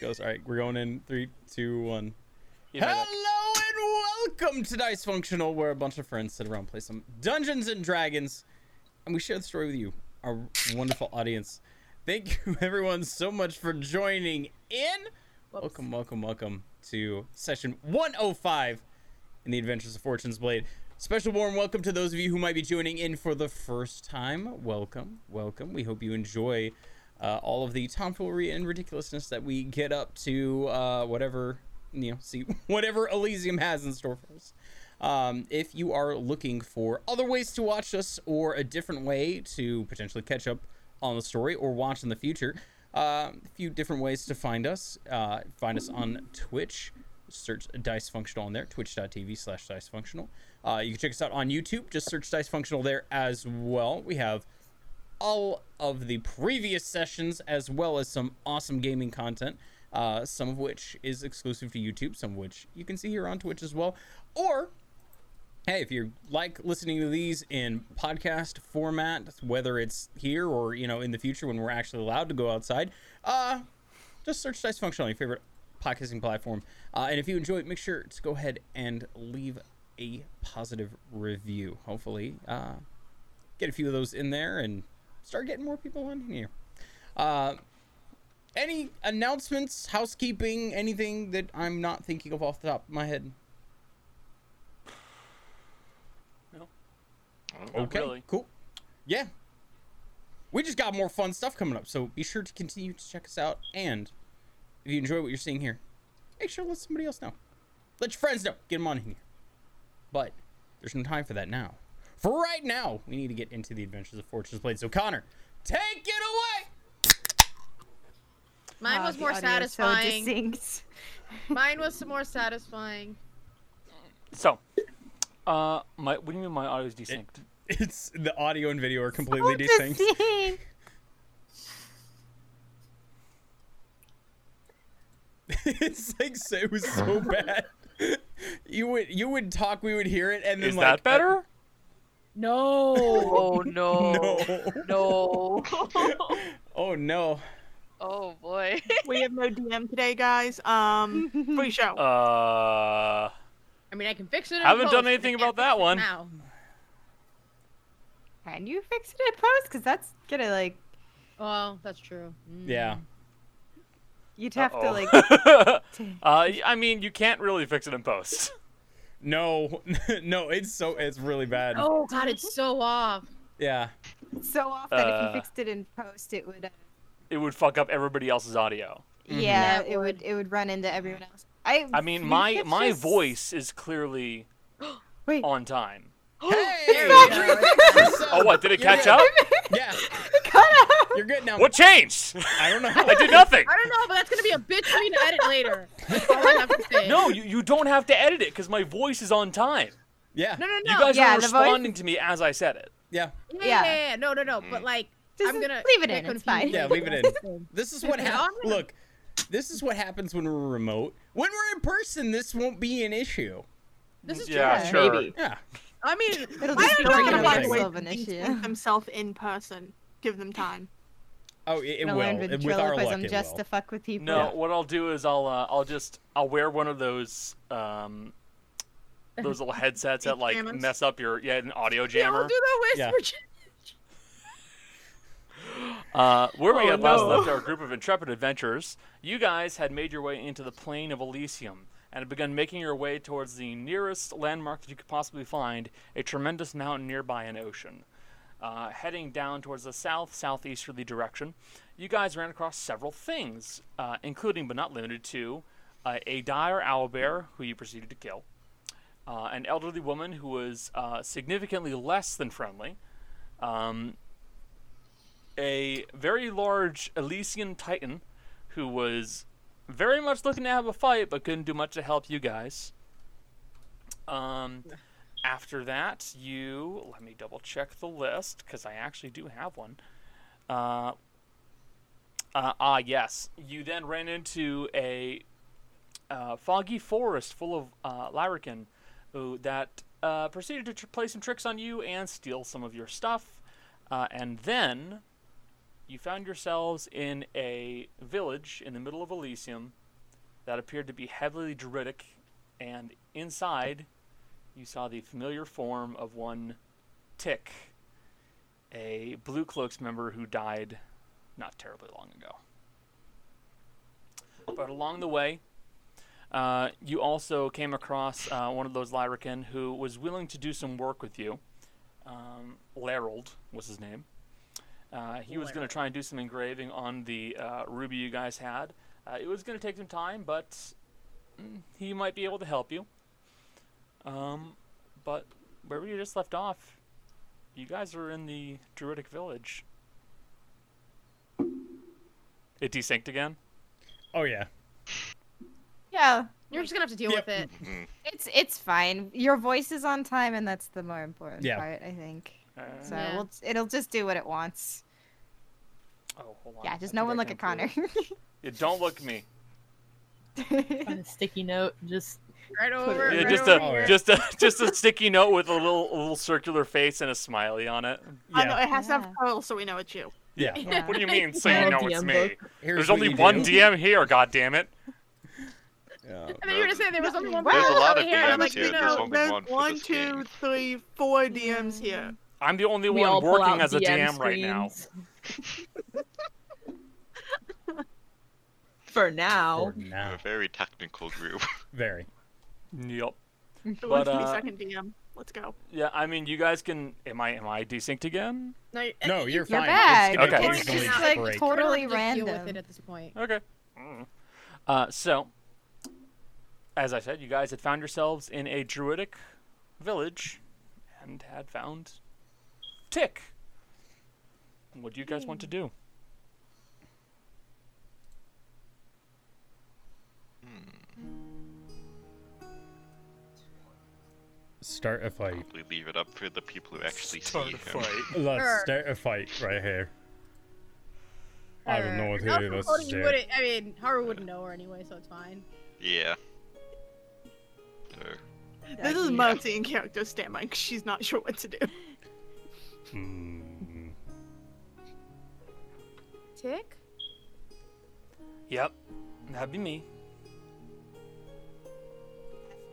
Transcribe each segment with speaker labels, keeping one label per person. Speaker 1: goes. All right, we're going in three, two, one. Hello and welcome to Dice Functional, where a bunch of friends sit around, play some Dungeons and Dragons, and we share the story with you, our wonderful audience. Thank you, everyone, so much for joining in. Welcome, welcome, welcome to session 105 in the Adventures of Fortune's Blade. Special warm welcome to those of you who might be joining in for the first time. Welcome, welcome. We hope you enjoy uh, all of the tomfoolery and ridiculousness that we get up to, uh, whatever, you know, see, whatever Elysium has in store for us. Um, if you are looking for other ways to watch us or a different way to potentially catch up on the story or watch in the future, uh, a few different ways to find us. Uh, find us on Twitch. Search Dice Functional on there, twitch.tv slash Dice Functional. Uh, you can check us out on YouTube. Just search Dice Functional there as well. We have all of the previous sessions as well as some awesome gaming content uh, some of which is exclusive to youtube some of which you can see here on twitch as well or hey if you like listening to these in podcast format whether it's here or you know in the future when we're actually allowed to go outside uh just search dice function on your favorite podcasting platform uh, and if you enjoy it make sure to go ahead and leave a positive review hopefully uh get a few of those in there and start getting more people on here. Uh, any announcements, housekeeping, anything that I'm not thinking of off the top of my head?
Speaker 2: Not
Speaker 1: Okay,
Speaker 2: Oh, really.
Speaker 1: cool. Yeah, we just got more fun stuff coming up, so be sure to continue to check us out. And if you enjoy what you're seeing here, make sure to let somebody else know. Let your friends know. Get them on here. But there's no time for that now. For right now, we need to get into the adventures of Fortune's Blade. So Connor, take it away.
Speaker 3: Mine
Speaker 4: Wow,
Speaker 3: was
Speaker 4: the
Speaker 3: more
Speaker 4: audio is so
Speaker 3: satisfying.
Speaker 4: distinct.
Speaker 3: Mine was some more satisfying.
Speaker 2: So, uh, my what do you mean my audio is desynced?
Speaker 1: It's the audio and video are completely desynced.
Speaker 4: Distinct.
Speaker 1: it's like so, it was so bad. You would you would talk, we would hear it, and then
Speaker 2: Is
Speaker 1: like uh,
Speaker 2: that better?
Speaker 5: No.
Speaker 6: Oh no.
Speaker 1: No.
Speaker 6: No.
Speaker 1: Oh no.
Speaker 6: Oh boy.
Speaker 5: we have no DM today, guys. Um, free show.
Speaker 2: Uh,
Speaker 3: I mean, I can fix it. in
Speaker 2: Haven't done
Speaker 3: post, but I
Speaker 2: anything
Speaker 3: can't
Speaker 2: about that
Speaker 3: fix it
Speaker 2: one.
Speaker 3: Now.
Speaker 4: Can you fix it in post? Because that's gonna like
Speaker 3: Well, that's true. Mm.
Speaker 1: Yeah.
Speaker 4: you'd have to like.
Speaker 2: Uh-oh.
Speaker 4: t-
Speaker 2: uh, y- I mean, you can't really fix it in post.
Speaker 1: No. no, it's so it's really bad.
Speaker 3: Oh God, it's so off.
Speaker 1: Yeah.
Speaker 4: it's so off that if
Speaker 2: Uh.
Speaker 4: you fixed it in post, it would. Uh,
Speaker 2: It would fuck up everybody else's audio.
Speaker 4: Yeah,
Speaker 3: That
Speaker 4: it would.
Speaker 3: would.
Speaker 4: It would run into everyone else. I.
Speaker 2: I mean,
Speaker 4: you
Speaker 2: my
Speaker 4: could
Speaker 2: my
Speaker 4: just-
Speaker 2: voice is clearly
Speaker 4: Wait.
Speaker 2: on time.
Speaker 1: Hey!
Speaker 2: Oh, what? Did it
Speaker 1: You're
Speaker 2: catch
Speaker 1: good.
Speaker 2: up?
Speaker 1: Yeah.
Speaker 4: Cut off.
Speaker 1: You're good now.
Speaker 2: What changed?
Speaker 1: I don't know.
Speaker 2: I did nothing.
Speaker 3: I don't know, but that's gonna be a bitch for me to edit later. That's all I have to say.
Speaker 2: No, you, you don't have to edit it because my voice is on time.
Speaker 1: Yeah.
Speaker 3: no, no, no.
Speaker 2: You guys
Speaker 4: Yeah,
Speaker 2: are
Speaker 4: the voice-
Speaker 2: responding to me as I said it.
Speaker 1: Yeah.
Speaker 4: yeah.
Speaker 3: yeah,
Speaker 4: Mm.
Speaker 3: yeah, yeah, no, no, no. But like,
Speaker 4: Just
Speaker 3: I'm gonna
Speaker 4: leave it
Speaker 3: get
Speaker 4: in. It's
Speaker 3: confused
Speaker 4: fine.
Speaker 1: Yeah, leave it in. This is what
Speaker 3: Yeah,
Speaker 1: happens.
Speaker 3: I'm gonna-
Speaker 1: Look, this is what happens when we're remote. When we're in person, this won't be an issue.
Speaker 3: This is
Speaker 2: yeah,
Speaker 3: true.
Speaker 2: sure.
Speaker 5: Maybe.
Speaker 1: Yeah.
Speaker 3: I mean,
Speaker 4: It'll
Speaker 3: why
Speaker 4: just be
Speaker 3: am I
Speaker 4: like
Speaker 3: gonna
Speaker 4: another
Speaker 3: find
Speaker 1: thing.
Speaker 3: ways
Speaker 4: sort of an
Speaker 5: They can
Speaker 4: issue.
Speaker 5: think themselves in person. Give them time.
Speaker 1: Oh, it, it
Speaker 4: Gonna
Speaker 1: will.
Speaker 4: learn
Speaker 1: It- With our luck,
Speaker 4: ventriloquism
Speaker 1: it
Speaker 4: just
Speaker 1: will.
Speaker 4: to fuck with people.
Speaker 2: No, what I'll do is I'll uh, I'll just I'll wear one of those um those little headsets that like
Speaker 3: Jammers?
Speaker 2: mess up your yeah an audio
Speaker 3: We all
Speaker 2: jammer.
Speaker 3: do the
Speaker 1: Yeah.
Speaker 3: whisper.
Speaker 2: Uh, where we
Speaker 5: Oh,
Speaker 2: had last
Speaker 5: no.
Speaker 2: left our group of intrepid adventurers, you guys had made your way into the plain of Elysium and had begun making your way towards the nearest landmark that you could possibly find a tremendous mountain nearby an ocean. Uh, heading down towards the south southeasterly direction, you guys ran across several things, uh, including but not limited to uh, a dire owlbear who you proceeded to kill, uh, an elderly woman who was uh, significantly less than friendly, um, a very large Elysian Titan who was very much looking to have a fight but couldn't do much to help you guys. Um, after that, you let me double check the list because I actually do have one. Uh, uh, ah, yes. You then ran into a uh, foggy forest full of uh, Lyrican who, that uh, proceeded to tr- play some tricks on you and steal some of your stuff. Uh, and then you found yourselves in a village in the middle of Elysium that appeared to be heavily druidic, and inside you saw the familiar form of one Tick, a Blue Cloaks member who died not terribly long ago. But along the way, uh, you also came across uh, one of those Lyrican who was willing to do some work with you. Um, Larold was his name. Uh, he was going to try and do some engraving on the uh, ruby you guys had. Uh, it was going to take some time, but mm, he might be able to help you. Um, but where you just left off, you guys are in the Druidic village. It desynced again.
Speaker 1: Oh yeah.
Speaker 4: Yeah.
Speaker 3: You're just gonna have to deal
Speaker 1: Yep.
Speaker 3: with it.
Speaker 4: It's it's fine. Your voice is on time, and that's the more important
Speaker 1: Yeah.
Speaker 4: part, I think.
Speaker 2: Uh,
Speaker 4: So
Speaker 3: Yeah.
Speaker 4: we'll, it'll just do what it wants.
Speaker 2: oh, hold on.
Speaker 4: Yeah, just
Speaker 2: I
Speaker 4: no
Speaker 2: think
Speaker 4: one
Speaker 2: I
Speaker 4: look at
Speaker 2: can
Speaker 4: Connor.
Speaker 2: improve it. Yeah, don't look at me.
Speaker 7: on a sticky note, just
Speaker 3: Right over.
Speaker 4: it-
Speaker 2: Yeah,
Speaker 3: right
Speaker 2: just
Speaker 3: over
Speaker 1: a-
Speaker 3: here.
Speaker 2: Just a just a sticky note with a little a little circular face and a smiley on it.
Speaker 5: I know
Speaker 1: Yeah.
Speaker 5: it has to
Speaker 4: Yeah.
Speaker 5: have curls so we know it's you.
Speaker 1: Yeah.
Speaker 4: Yeah.
Speaker 2: What do you mean? So you
Speaker 7: Yeah,
Speaker 2: know it's
Speaker 7: DM
Speaker 2: me.
Speaker 7: book.
Speaker 1: Here's
Speaker 2: There's
Speaker 1: what
Speaker 2: only
Speaker 1: you
Speaker 2: one
Speaker 1: do.
Speaker 2: DM here. God damn it.
Speaker 1: Yeah.
Speaker 3: And then you were just saying there was only one.
Speaker 4: There's a
Speaker 3: person
Speaker 8: lot
Speaker 3: over
Speaker 8: of
Speaker 3: here, and I'm
Speaker 8: DMs
Speaker 3: like,
Speaker 8: here.
Speaker 3: you
Speaker 8: There's
Speaker 3: know, Mm.
Speaker 8: only one for
Speaker 5: one,
Speaker 8: this
Speaker 5: two,
Speaker 8: game.
Speaker 5: three, four DMs here.
Speaker 2: I'm the only
Speaker 7: we all
Speaker 2: one
Speaker 7: pull out
Speaker 2: working as a
Speaker 7: DM
Speaker 2: DM right now.
Speaker 7: screens. For now,
Speaker 1: For now.
Speaker 8: A very technical group.
Speaker 1: Very.
Speaker 2: Yep.
Speaker 5: Who wants
Speaker 2: But,
Speaker 5: to be
Speaker 2: uh,
Speaker 5: second DM? Let's go.
Speaker 2: Yeah. I mean, you guys can. Am I am I desynced again?
Speaker 3: no, you-
Speaker 1: No, you're
Speaker 4: You're
Speaker 1: fine.
Speaker 4: back.
Speaker 1: It's gonna
Speaker 2: Okay.
Speaker 3: It's
Speaker 1: occasionally
Speaker 3: just,
Speaker 4: like,
Speaker 1: break.
Speaker 4: tot-
Speaker 3: we're gonna have
Speaker 4: Totally
Speaker 3: to just Deal with
Speaker 4: random.
Speaker 3: it at this point.
Speaker 2: Okay. Mm. Uh, so, as I said, you guys had found yourselves in a druidic village and had found Tick. What do you guys want to do?
Speaker 1: Start a fight.
Speaker 8: Probably leave it up for the people who actually
Speaker 2: Start
Speaker 8: see
Speaker 2: a
Speaker 8: him.
Speaker 2: fight.
Speaker 1: Let's
Speaker 3: Sure.
Speaker 1: start a fight right here. I don't know what to
Speaker 3: Not
Speaker 1: do.
Speaker 3: for
Speaker 1: Let's
Speaker 3: voting,
Speaker 1: just
Speaker 3: you
Speaker 1: do it.
Speaker 3: wouldn't, I mean, Haru wouldn't know her anyway, so it's fine.
Speaker 8: Yeah. Or-
Speaker 5: This is Marcy in character stammering. 'cause She's not sure what to do.
Speaker 1: Hmm.
Speaker 3: Tick?
Speaker 2: Yep, that'd be me.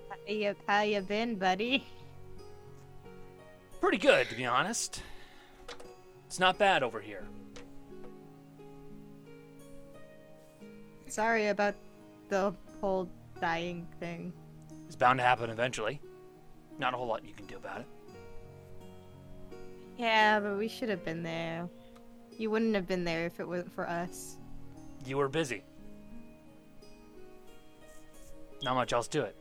Speaker 4: how, you, how you been, buddy?
Speaker 2: Pretty good, to be honest. It's not bad over here.
Speaker 4: Sorry about the whole dying thing.
Speaker 2: It's bound to happen eventually. Not a whole lot you can do about it.
Speaker 4: Yeah, but we should have been there. You wouldn't have been there if it wasn't for us.
Speaker 2: You were busy. Not much else to it.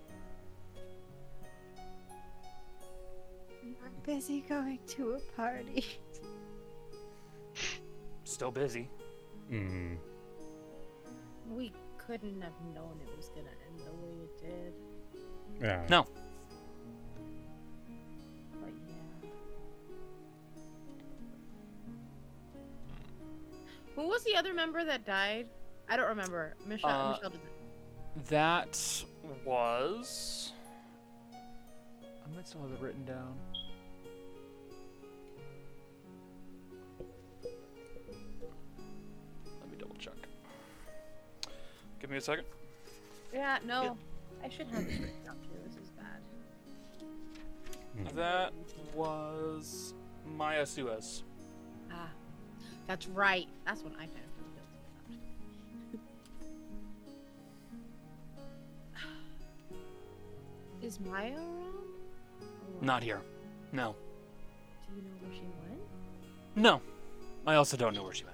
Speaker 4: I'm busy going to a party.
Speaker 2: Still busy.
Speaker 1: Hmm.
Speaker 3: We couldn't have known it was gonna end the way it did.
Speaker 1: Yeah.
Speaker 2: No,
Speaker 3: But yeah. Who was the other member that died? I don't remember. Michelle.
Speaker 2: Uh,
Speaker 3: Michelle did
Speaker 2: That was. I might still have it written down. Let me double check. Give me a second.
Speaker 3: Yeah. No. I should have this written down too. This is bad.
Speaker 2: That was Maya Suez.
Speaker 3: Ah. That's right. That's when I kind of feel guilty about. it. Is Maya around? Or
Speaker 2: Not here. No.
Speaker 3: Do you know where she went?
Speaker 2: No. I also don't know where she went.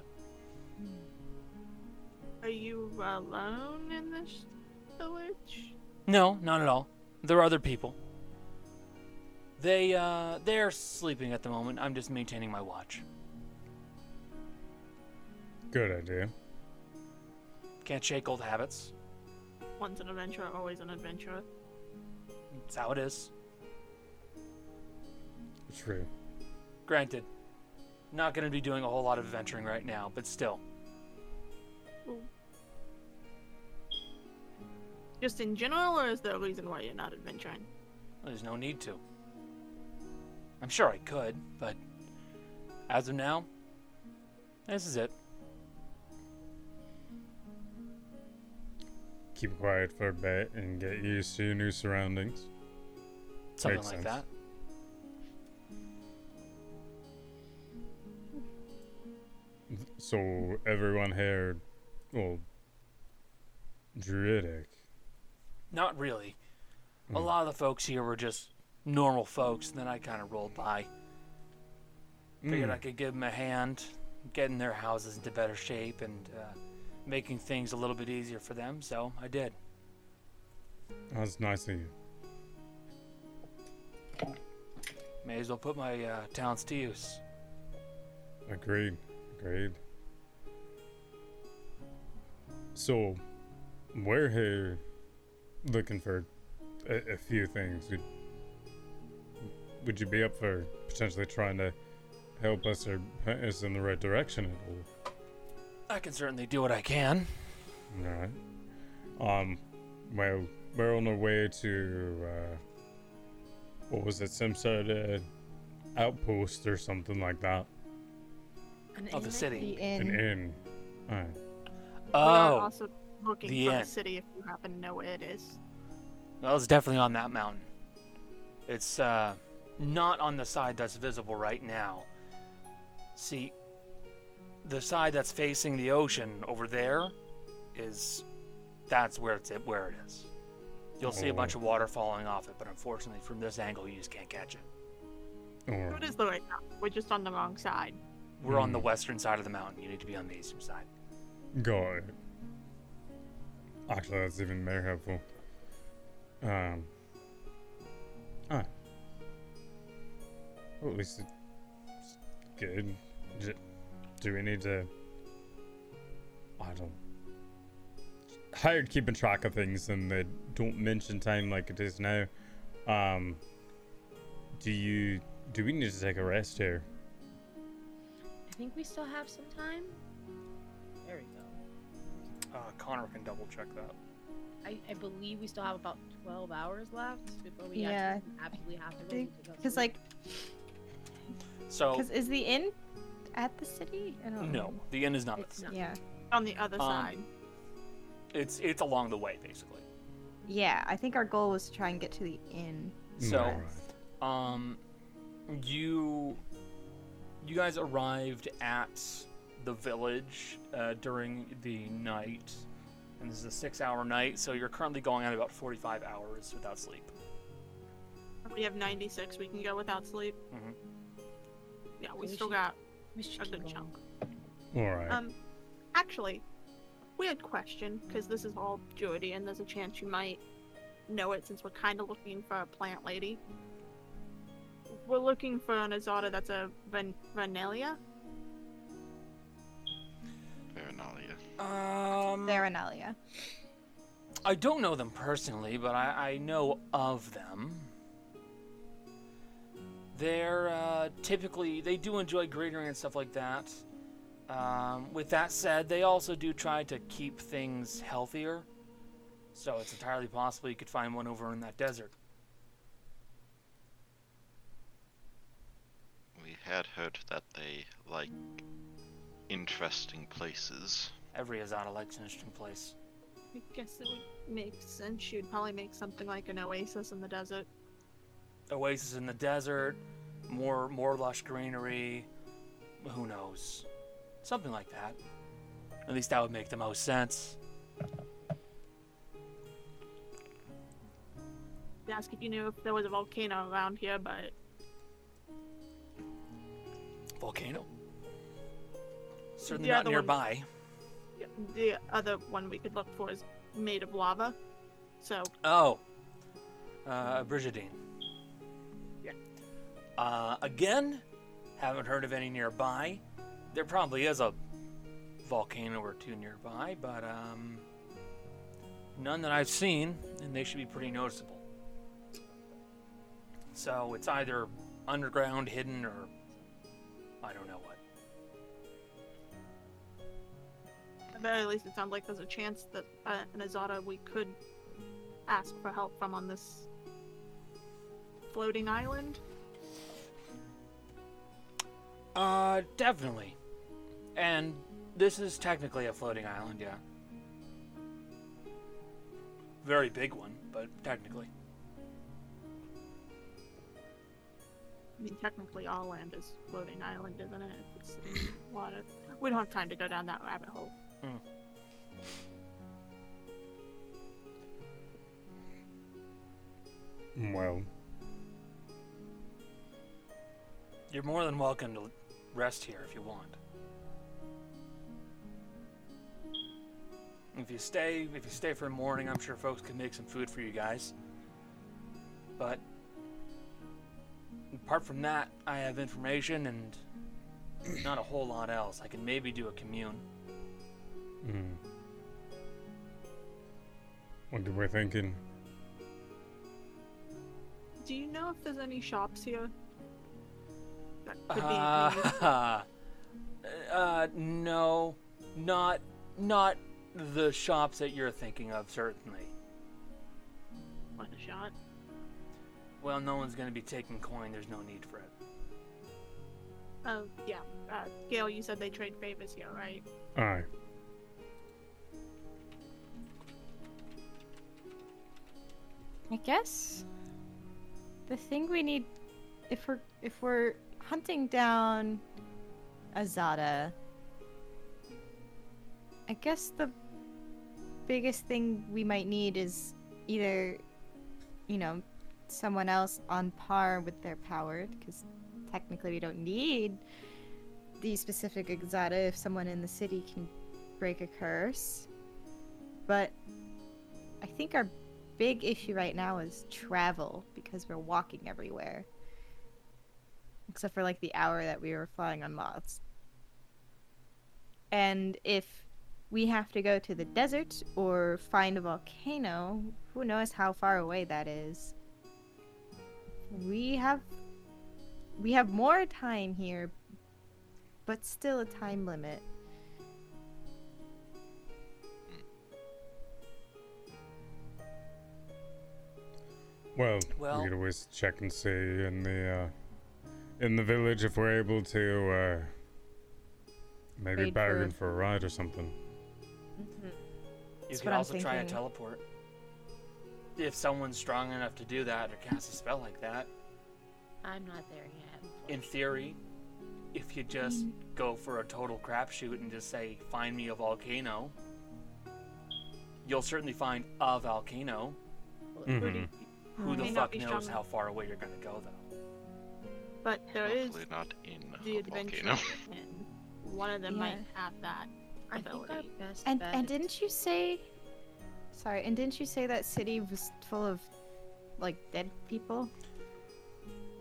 Speaker 5: Are you alone in this village?
Speaker 2: No, not at all. There are other people. They uh they're sleeping at the moment. I'm just maintaining my watch.
Speaker 9: Good idea.
Speaker 2: Can't shake old habits.
Speaker 5: Once an adventurer, always an adventurer.
Speaker 2: It's how it is.
Speaker 9: True.
Speaker 2: Granted, not going to be doing a whole lot of adventuring right now, but still.
Speaker 5: Just in general, or is there a reason why you're not adventuring?
Speaker 2: There's no need to. I'm sure I could, but as of now, this is it.
Speaker 9: Keep quiet for a bit and get used to your new surroundings.
Speaker 2: Something
Speaker 9: Makes
Speaker 2: like
Speaker 9: sense.
Speaker 2: that.
Speaker 9: So everyone here, well, druidic.
Speaker 2: Not really. A lot of the folks here were just normal folks, and then I kind of rolled by. Figured I could give them a hand, getting their houses into better shape and uh, making things a little bit easier for them, so I did.
Speaker 9: That's nice of you.
Speaker 2: May as well put my uh, talents to use.
Speaker 9: Agreed. Agreed. So, we're here looking for a, a few things. Would, would you be up for potentially trying to help us or point us in the right direction at all?
Speaker 2: I can certainly do what I can.
Speaker 9: Alright. Um, well, we're on our way to, uh, what was it, some sort of outpost or something like that.
Speaker 3: An
Speaker 2: Of the
Speaker 3: inlet?
Speaker 2: city.
Speaker 9: An inn. Alright.
Speaker 5: We are
Speaker 2: Oh,
Speaker 5: also looking
Speaker 2: the
Speaker 5: for
Speaker 2: inn.
Speaker 5: a city if you happen to know where it is.
Speaker 2: well, it's definitely on that mountain. It's uh, not on the side that's visible right now. See, the side that's facing the ocean over there is that's where it's at, where it is. You'll see a bunch of water falling off it, but unfortunately, from this angle, you just can't catch it.
Speaker 9: Or,
Speaker 5: What is the right now? We're just on the wrong side.
Speaker 2: We're on the western side of the mountain. You need to be on the eastern side.
Speaker 9: got it. Actually, that's even more helpful. Um. Alright. Well, at least it's good. J- Do we need to. I don't. Hired keeping track of things and they don't mention time like it is now. Um. Do you. Do we need to take a rest here?
Speaker 3: I think we still have some time. There we go.
Speaker 2: Uh, Connor can double check that.
Speaker 3: I, I believe we still have about 12 hours left before we
Speaker 4: Yeah.
Speaker 3: actually absolutely have to go.
Speaker 4: They-
Speaker 3: into the
Speaker 4: Because
Speaker 3: city.
Speaker 4: like,
Speaker 2: So
Speaker 4: because is the inn at the city? I don't
Speaker 2: no, the inn is not.
Speaker 3: It's
Speaker 2: It's,
Speaker 3: not.
Speaker 4: know. Yeah.
Speaker 5: On the other
Speaker 2: Um,
Speaker 5: side.
Speaker 2: it's it's along the way basically.
Speaker 4: Yeah. I think our goal was to try and get to the inn.
Speaker 2: So
Speaker 9: Alright.
Speaker 2: Um, you you guys arrived at the village uh, during the night, and this is a six-hour night, so you're currently going on about forty-five hours without sleep.
Speaker 5: We have 96. We can go without sleep.
Speaker 2: Mhm.
Speaker 5: Yeah,
Speaker 3: We
Speaker 5: we still
Speaker 3: should-
Speaker 5: got
Speaker 3: we should
Speaker 5: a
Speaker 3: keep
Speaker 5: good
Speaker 3: going.
Speaker 5: chunk.
Speaker 9: Alright.
Speaker 5: Um, actually, weird question, because this is all Druidy, and there's a chance you might know it since we're kind of looking for a plant lady. We're looking for an Azada that's a Ren- Renelia.
Speaker 8: Vernalia.
Speaker 2: Um,
Speaker 4: There, Analia.
Speaker 2: I don't know them personally, but I, I know of them. They're uh, typically they do enjoy greeting and stuff like that. Um, with that said, they also do try to keep things healthier, so it's entirely possible you could find one over in that desert.
Speaker 8: We had heard that they like interesting places.
Speaker 2: Every Azada likes an interesting place.
Speaker 5: I guess it would make sense. You'd probably make something like an oasis in the desert.
Speaker 2: Oasis in the desert, more more lush greenery. Who knows? Something like that. At least that would make the most sense.
Speaker 5: Ask if you knew if there was a volcano around here, but
Speaker 2: Volcano? Certainly
Speaker 5: Yeah,
Speaker 2: not
Speaker 5: the one-
Speaker 2: nearby.
Speaker 5: the other one we could look for is made of lava. So
Speaker 2: Oh. Uh, Brigidine.
Speaker 5: Yeah.
Speaker 2: Uh, again, haven't heard of any nearby. There probably is a volcano or two nearby, but um, none that I've seen, and they should be pretty noticeable. So it's either underground, hidden, or I don't know what.
Speaker 5: at the very least, it sounds like there's a chance that uh, an Azada we could ask for help from on this floating island.
Speaker 2: Uh, definitely. And this is technically a floating island, yeah. Very big one, but technically.
Speaker 5: I mean, technically, all land is floating island, isn't it? If It's in water. We don't have time to go down that rabbit hole.
Speaker 1: Well,
Speaker 2: You're more than welcome to rest here if you want. If you stay, if you stay for the morning, I'm sure folks can make some food for you guys. But apart from that, I have information and not a whole lot else. I can maybe do a commune.
Speaker 1: hmm. what we're thinking?
Speaker 5: Do you know if there's any shops here? That could be. convenient.
Speaker 2: Uh, uh, no, not not the shops that you're thinking of, certainly.
Speaker 5: One shot.
Speaker 2: Well, no one's going to be taking coin. There's no need for it.
Speaker 5: Oh, yeah. Uh, Gail, you said they trade favors here, right?
Speaker 1: Aye.
Speaker 4: I guess the thing we need if we're if we're hunting down Azada I guess the biggest thing we might need is either you know someone else on par with their power cuz technically we don't need the specific Exata if someone in the city can break a curse but I think our big issue right now is travel because we're walking everywhere. Except for like the hour that we were flying on moths. And if we have to go to the desert or find a volcano, who knows how far away that is. We have we have more time here, but still a time limit.
Speaker 1: Well,
Speaker 2: Well-
Speaker 1: we could always check and see in the uh, in the village if we're able to uh, maybe
Speaker 4: Trade
Speaker 1: bargain
Speaker 4: for-
Speaker 1: for a ride or something.
Speaker 2: You
Speaker 4: That's
Speaker 2: could
Speaker 4: what I'm
Speaker 2: also try and
Speaker 4: thinking.
Speaker 2: teleport. If someone's strong enough to do that or cast a spell like that,
Speaker 3: I'm not there yet.
Speaker 2: in theory, if you just
Speaker 5: Mm.
Speaker 2: go for a total crapshoot and just say, "Find me a volcano," you'll certainly find a volcano. Mm-hmm.
Speaker 5: Who do
Speaker 1: Mhm.
Speaker 5: you-
Speaker 2: Who the
Speaker 5: May not
Speaker 2: fuck
Speaker 5: be
Speaker 2: knows
Speaker 5: strong.
Speaker 2: how far away you're going to go, though.
Speaker 5: But there is
Speaker 8: Hopefully not in
Speaker 5: the
Speaker 8: a volcano.
Speaker 5: adventure. and one of them might have that
Speaker 3: I think our
Speaker 5: ability.
Speaker 3: best
Speaker 4: And
Speaker 3: bet
Speaker 4: and
Speaker 3: is-
Speaker 4: didn't you say Sorry, and didn't you say that city was full of like dead people?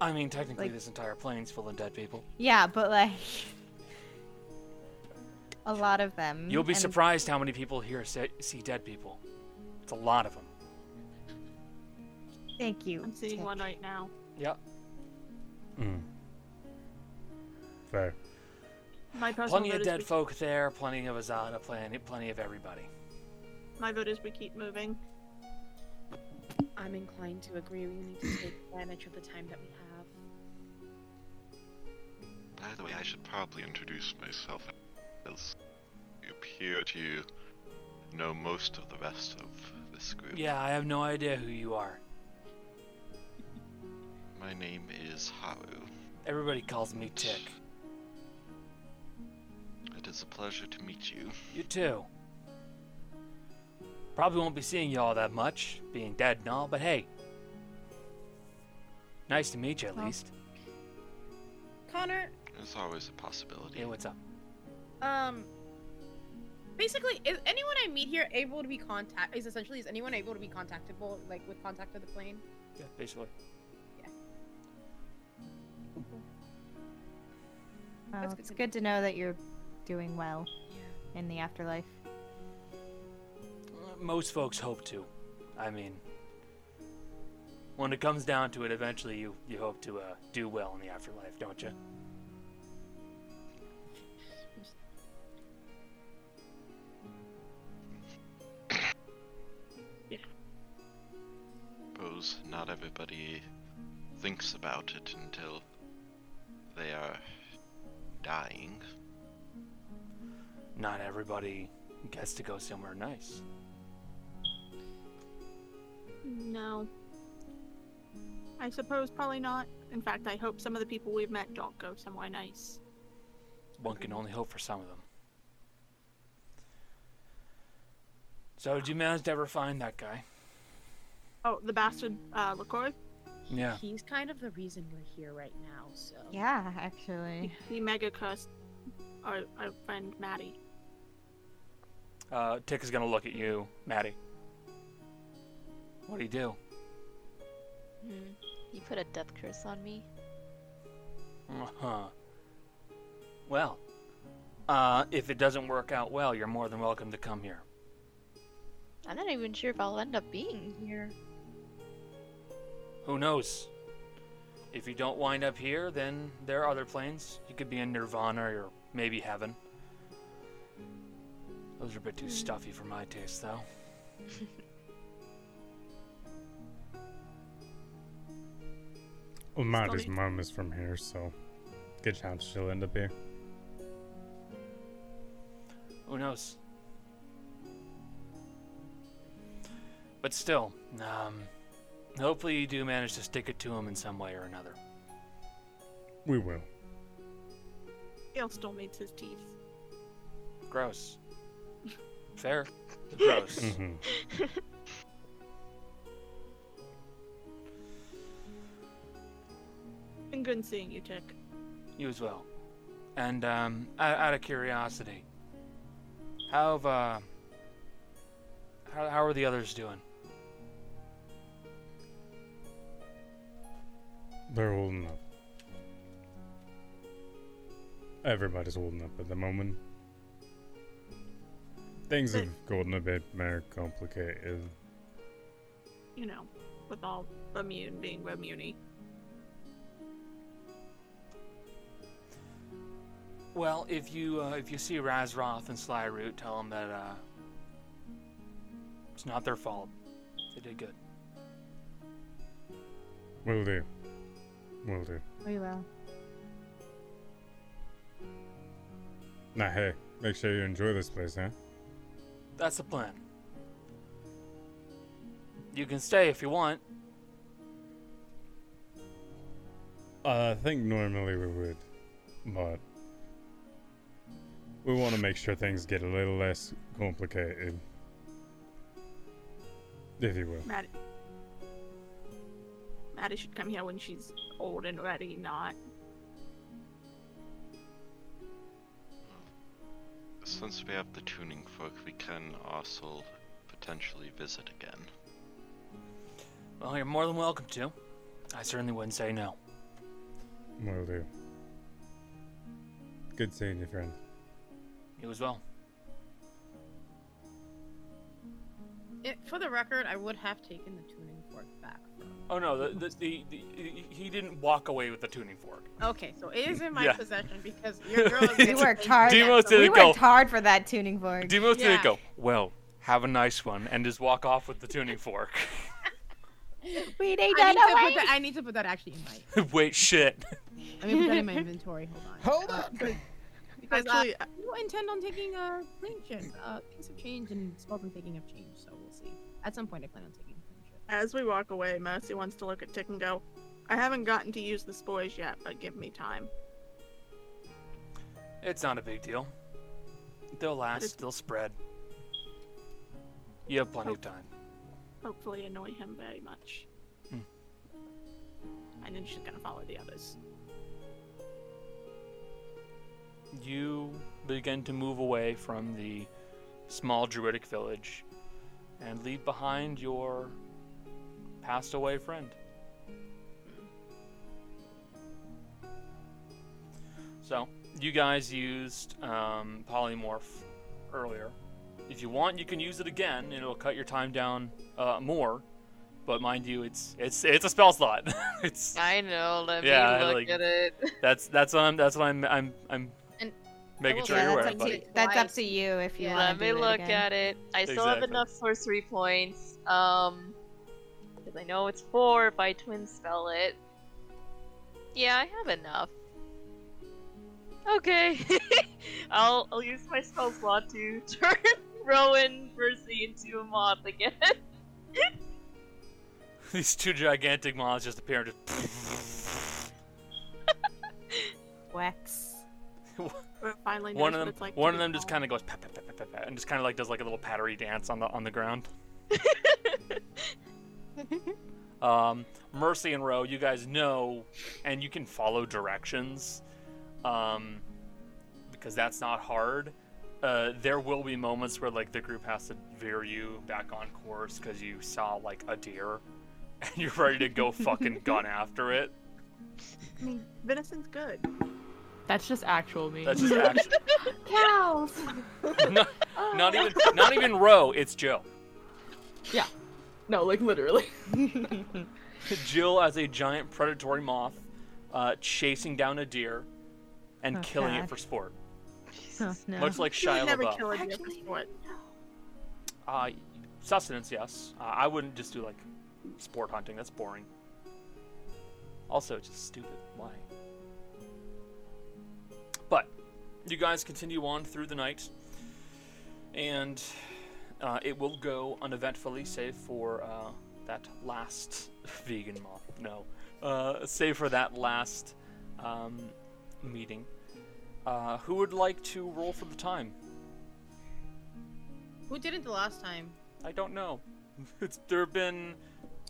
Speaker 2: I mean, technically,
Speaker 4: Like-
Speaker 2: this entire plane's full of dead people.
Speaker 5: Mm-hmm.
Speaker 4: Yeah, but like a lot of them.
Speaker 2: You'll be
Speaker 4: and-
Speaker 2: surprised how many people here se- see dead people. It's a lot of them.
Speaker 4: Thank you.
Speaker 5: I'm seeing
Speaker 4: Tick.
Speaker 5: one right now.
Speaker 2: Yep.
Speaker 1: Mm. Fair.
Speaker 5: My personal
Speaker 2: Plenty
Speaker 5: vote
Speaker 2: of
Speaker 5: is
Speaker 2: dead
Speaker 5: we-
Speaker 2: folk there. Plenty of Azada. Plenty, plenty of everybody.
Speaker 5: My vote is we keep moving.
Speaker 3: I'm inclined to agree. We need to take advantage of the time that we have.
Speaker 8: By the way, I should probably introduce myself as you appear to know most of the rest of this group.
Speaker 2: Yeah, I have no idea who you are.
Speaker 8: My name is Haru.
Speaker 2: Everybody calls me Tick.
Speaker 8: It is a pleasure to meet you.
Speaker 2: You too. Probably won't be seeing y'all that much, being dead and all, but hey. Nice to meet you at
Speaker 4: Well.
Speaker 2: least.
Speaker 3: Connor,
Speaker 8: It's always a possibility.
Speaker 2: Hey, what's up?
Speaker 3: um, basically, is anyone I meet here able to be contact? Is essentially is anyone able to be contactable, like with contact of the plane?
Speaker 2: Yeah, basically.
Speaker 4: Well,
Speaker 3: That's good
Speaker 4: it's
Speaker 3: to know.
Speaker 4: good to know that you're doing well
Speaker 3: Yeah.
Speaker 4: in the afterlife.
Speaker 2: Uh, Most folks hope to. I mean, when it comes down to it, eventually you, you hope to uh, do well in the afterlife, don't you?
Speaker 8: suppose not everybody thinks about it until they are dying.
Speaker 2: Not everybody gets to go somewhere nice.
Speaker 5: No. I suppose probably not. In fact, I hope some of the people we've met don't go somewhere nice.
Speaker 2: One can only hope for some of them. So, did you manage to ever find that guy?
Speaker 5: Oh, the bastard uh, LaCroix?
Speaker 2: Yeah.
Speaker 3: He's kind of the reason we're here right now, so.
Speaker 4: Yeah, actually.
Speaker 5: He mega cursed our, our friend Maddie.
Speaker 2: Uh, Tick is gonna look at you, Maddie. What do you do?
Speaker 6: Hmm. You put a death curse on me.
Speaker 2: Uh-huh. Well, uh, if it doesn't work out well, you're more than welcome to come here.
Speaker 6: I'm not even sure if I'll end up being here.
Speaker 2: Who knows? If you don't wind up here, then there are other planes. You could be in Nirvana or maybe heaven. Those are a bit too stuffy for my taste, though.
Speaker 9: Well, Maddie's
Speaker 5: Scully.
Speaker 9: mom is from here, so good chance she'll end up here.
Speaker 2: Who knows? But still, um, hopefully you do manage to stick it to him in some way or another.
Speaker 9: We will.
Speaker 5: Gale still needs his teeth.
Speaker 2: Gross. Fair. Gross.
Speaker 9: hmm
Speaker 5: Been good seeing you, Tick.
Speaker 2: You as well. And um, out, out of curiosity, how have, uh, how, how are the others doing?
Speaker 9: They're holding up. Everybody's holding up at the moment. Things
Speaker 5: But-
Speaker 9: have gotten a bit more complicated.
Speaker 5: You know, with all immune being immune.
Speaker 2: Well, if you uh, if you see Razroth and Slyroot, tell them that uh, it's not their fault. They did good.
Speaker 9: Will do. Will do.
Speaker 4: We will.
Speaker 9: Now, hey, make sure you enjoy this place, huh?
Speaker 2: That's the plan. You can stay if you want.
Speaker 9: Uh, I think normally we would, but we want to make sure things get a little less complicated. If you will.
Speaker 5: Maddie. Maddie should come here when she's old and ready, not.
Speaker 8: Since we have the tuning fork, we can also potentially visit again.
Speaker 2: Well, you're more than welcome to. I certainly wouldn't say no.
Speaker 9: Will do. Good seeing you, friend.
Speaker 2: You as well.
Speaker 3: It, for the record, I would have taken the tuning fork back.
Speaker 2: Oh no, the, the, the, the he didn't walk away with the tuning fork.
Speaker 3: Okay, so it is in my
Speaker 2: Yeah.
Speaker 3: possession because your girl.
Speaker 4: We worked hard.
Speaker 2: Demos
Speaker 4: we
Speaker 2: didn't go.
Speaker 4: worked hard for that tuning fork.
Speaker 2: Demos
Speaker 3: Yeah.
Speaker 2: didn't go. Well, have a nice one, and just walk off with the tuning fork.
Speaker 4: we need
Speaker 3: I
Speaker 4: that
Speaker 3: need, to
Speaker 4: away.
Speaker 3: put that, I need to put that actually in my.
Speaker 2: Wait, shit.
Speaker 3: Let me put that in my inventory. Hold on.
Speaker 1: Hold up.
Speaker 3: Because uh,
Speaker 5: Actually,
Speaker 3: you don't intend on taking a uh, plainship, a piece of change, and spells on taking of change. So we'll see. At some point, I plan on taking plainship.
Speaker 5: as we walk away, Mercy wants to look at Tick and go, I haven't gotten to use the spores yet, but give me time.
Speaker 2: It's not a big deal. They'll last. They'll spread. You have plenty of time.
Speaker 5: Hopefully, annoy him very much.
Speaker 2: Hmm.
Speaker 5: And then she's gonna follow the others.
Speaker 2: You begin to move away from the small druidic village and leave behind your passed away friend. So, you guys used um, polymorph earlier. If you want, you can use it again, and it'll cut your time down uh, more. But mind you, it's it's it's a spell slot. it's
Speaker 6: I know. Let
Speaker 2: Yeah,
Speaker 6: me look
Speaker 2: like-
Speaker 6: at it.
Speaker 2: that's that's what I'm that's what I'm I'm I'm
Speaker 6: And I
Speaker 2: making
Speaker 6: will
Speaker 2: sure
Speaker 6: say
Speaker 2: you're
Speaker 4: yeah,
Speaker 2: aware.
Speaker 4: that's, up
Speaker 2: buddy.
Speaker 4: to, that's up to you if you
Speaker 6: Yeah,
Speaker 4: want
Speaker 6: let
Speaker 4: to
Speaker 6: me
Speaker 4: do
Speaker 6: look
Speaker 4: it again.
Speaker 6: at it. I still have
Speaker 2: Exactly.
Speaker 6: enough for three points. Um, because I know it's four if I twin spell it. Yeah, I have enough. Okay, I'll I'll use my spell slot to turn Rowan Percy into a moth again.
Speaker 2: These two gigantic moths just appear and just
Speaker 4: Wax.
Speaker 5: Or finally, knows
Speaker 2: one of
Speaker 5: what
Speaker 2: them
Speaker 5: it's like
Speaker 2: one of them just
Speaker 5: kind
Speaker 2: kind of goes pat, pat, pat, pat, pat, pat, and just kind of like does like a little pattery dance on the on the ground. um, Mercy and Roe, you guys know, and you can follow directions, um, because that's not hard. Uh, there will be moments where like the group has to veer you back on course because you saw like a deer, and you're ready to go fucking gun after it.
Speaker 5: I mean, venison's good.
Speaker 7: That's just actual me.
Speaker 2: That's just action.
Speaker 4: Cows.
Speaker 2: not, not even not even Roe. It's Joe.
Speaker 7: no, like literally.
Speaker 2: Jill as a giant predatory moth, uh, chasing down a deer, and
Speaker 4: Oh,
Speaker 2: killing it
Speaker 4: God.
Speaker 2: for sport,
Speaker 4: Oh, no.
Speaker 2: much like
Speaker 5: She would
Speaker 2: Shia
Speaker 5: never
Speaker 2: LaBeouf.
Speaker 5: kill a deer for
Speaker 6: Actually,
Speaker 5: sport.
Speaker 2: Uh, sustenance, yes. Uh, I wouldn't just do like sport hunting. That's boring. Also, it's just stupid. Why? But you guys continue on through the night, and uh, it will go uneventfully, save for uh, that last vegan moth. No, uh, save for that last um, meeting. Uh, who would like to roll for the time?
Speaker 3: Who didn't the last time?
Speaker 2: I don't know. It's there have been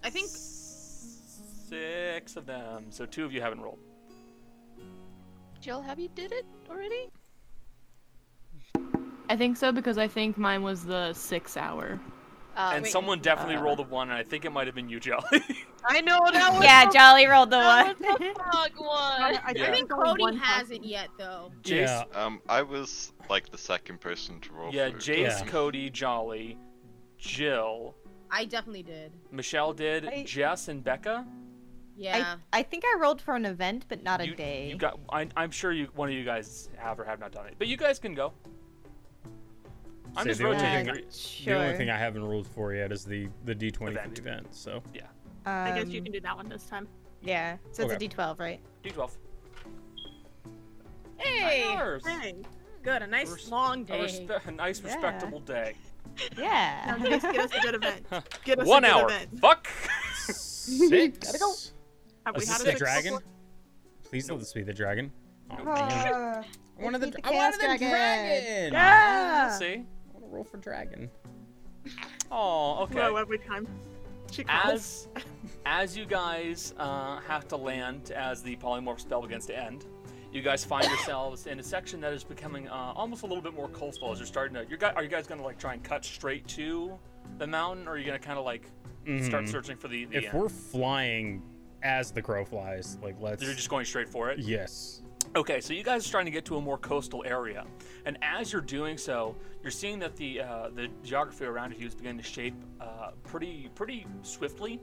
Speaker 3: I think
Speaker 2: six of them. So two of you haven't rolled.
Speaker 6: Jill, have you did it already?
Speaker 7: I think so because I think mine was the six hour.
Speaker 6: Uh,
Speaker 2: and
Speaker 6: wait,
Speaker 2: someone definitely
Speaker 7: uh,
Speaker 2: rolled a one, and I think it might have been you, Jelly.
Speaker 6: I know that was
Speaker 4: yeah, Jolly rolled the
Speaker 6: that
Speaker 4: one.
Speaker 6: was the fog one.
Speaker 5: I,
Speaker 2: Yeah.
Speaker 3: I think
Speaker 5: only one
Speaker 3: Cody hasn't
Speaker 5: person-
Speaker 3: yet though.
Speaker 2: Jace,
Speaker 9: Yeah.
Speaker 8: Um, I was like the second person to roll.
Speaker 2: yeah,
Speaker 8: for
Speaker 2: Jace,
Speaker 9: Yeah.
Speaker 2: Cody, Jolly, Jill,
Speaker 3: I definitely did.
Speaker 2: Michelle did,
Speaker 4: I-
Speaker 2: Jess, and Becca.
Speaker 3: Yeah.
Speaker 4: I, I think I rolled for an event, but not a
Speaker 2: you,
Speaker 4: day.
Speaker 2: You got. I, I'm sure you. One of you guys have or have not done it, but you guys can go. I'm
Speaker 9: Say
Speaker 2: just
Speaker 9: the only
Speaker 2: rotating.
Speaker 9: thing
Speaker 2: Are you-
Speaker 4: sure.
Speaker 9: The only thing I haven't rolled for yet is the the D20 for
Speaker 2: Event.
Speaker 9: the event. So
Speaker 5: I guess you
Speaker 4: Um,
Speaker 5: can do that one this time.
Speaker 4: Yeah, so
Speaker 9: Okay.
Speaker 4: it's a D12, right?
Speaker 2: D12.
Speaker 3: hey.
Speaker 2: Ours.
Speaker 3: Hey. Good. A nice
Speaker 2: Res-
Speaker 3: long
Speaker 2: A,
Speaker 3: day.
Speaker 2: respe- a nice,
Speaker 4: Yeah.
Speaker 2: respectable day.
Speaker 5: Now,
Speaker 4: Yeah.
Speaker 5: Jace, get us a good event. Get us
Speaker 2: One
Speaker 5: a good
Speaker 2: hour.
Speaker 5: event.
Speaker 2: Fuck.
Speaker 9: six.
Speaker 5: Gotta go. Have
Speaker 9: Is
Speaker 5: we
Speaker 9: this
Speaker 5: had
Speaker 9: the
Speaker 5: a six
Speaker 9: dragon?
Speaker 5: before?
Speaker 9: Please let this be the dragon. Oh, man.
Speaker 4: Ah,
Speaker 1: I wanted the,
Speaker 4: Defeat the
Speaker 1: I wanted
Speaker 4: chaos
Speaker 1: the
Speaker 4: dragon.
Speaker 1: dragon.
Speaker 4: yeah.
Speaker 2: See.
Speaker 1: I want to roll for dragon.
Speaker 2: Oh, okay.
Speaker 5: Row every time. She calls.
Speaker 2: As as you guys uh, have to land, as the polymorph spell begins to end, you guys find yourselves in a section that is becoming uh, almost a little bit more coastal. As you're starting to, you're, gu- are you guys going to like try and cut straight to the mountain, or are you going to kind of like start
Speaker 1: Mm-hmm.
Speaker 9: Mhm.
Speaker 2: searching for the, the
Speaker 9: If
Speaker 2: end?
Speaker 9: we're flying as the crow flies, like let's.
Speaker 2: You're just going straight for it.
Speaker 9: Yes.
Speaker 2: Okay, so you guys are trying to get to a more coastal area, and as you're doing so, you're seeing that the uh, the geography around you is beginning to shape uh, pretty pretty swiftly.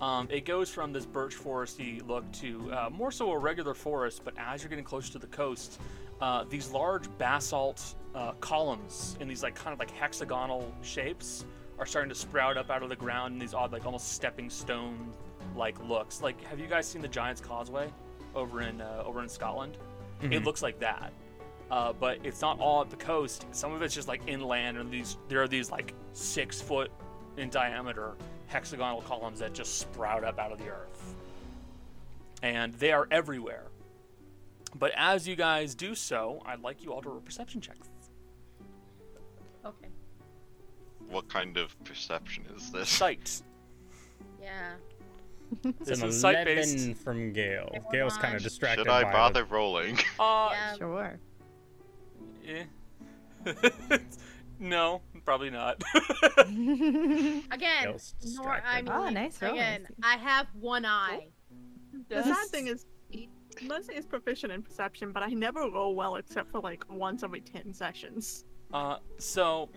Speaker 2: Um, it goes from this birch foresty look to uh, more so a regular forest, but as you're getting closer to the coast, uh, these large basalt uh, columns in these like kind of like hexagonal shapes are starting to sprout up out of the ground in these odd like almost stepping stone like looks. Like, have you guys seen the Giant's Causeway over in uh, over in Scotland? It
Speaker 9: Mhm.
Speaker 2: looks like that, uh, but it's not all at the coast. Some of it's just like inland, and these there are these like six foot in diameter hexagonal columns that just sprout up out of the earth. And they are everywhere. But as you guys do so, I'd like you all to roll perception checks.
Speaker 3: Okay.
Speaker 8: What kind of perception is this?
Speaker 2: Sight.
Speaker 3: Yeah.
Speaker 1: It's
Speaker 2: This
Speaker 1: an
Speaker 2: is
Speaker 1: 11
Speaker 2: sight-based.
Speaker 1: from Gale.
Speaker 3: Never
Speaker 1: Gail's kind of
Speaker 3: mind.
Speaker 1: distracted
Speaker 8: Should I
Speaker 1: by
Speaker 8: bother rolling?
Speaker 2: Uh,
Speaker 3: yeah.
Speaker 4: Sure.
Speaker 2: eh. no, probably not.
Speaker 3: Again,
Speaker 1: Gail's
Speaker 3: nor I
Speaker 1: distracted.
Speaker 3: mean,
Speaker 4: Oh, nice roll, I
Speaker 3: again,
Speaker 4: see.
Speaker 3: I have one eye.
Speaker 5: The sad thing is, Leslie is proficient in perception, but I never roll well except for like once every ten sessions.
Speaker 2: Uh, so,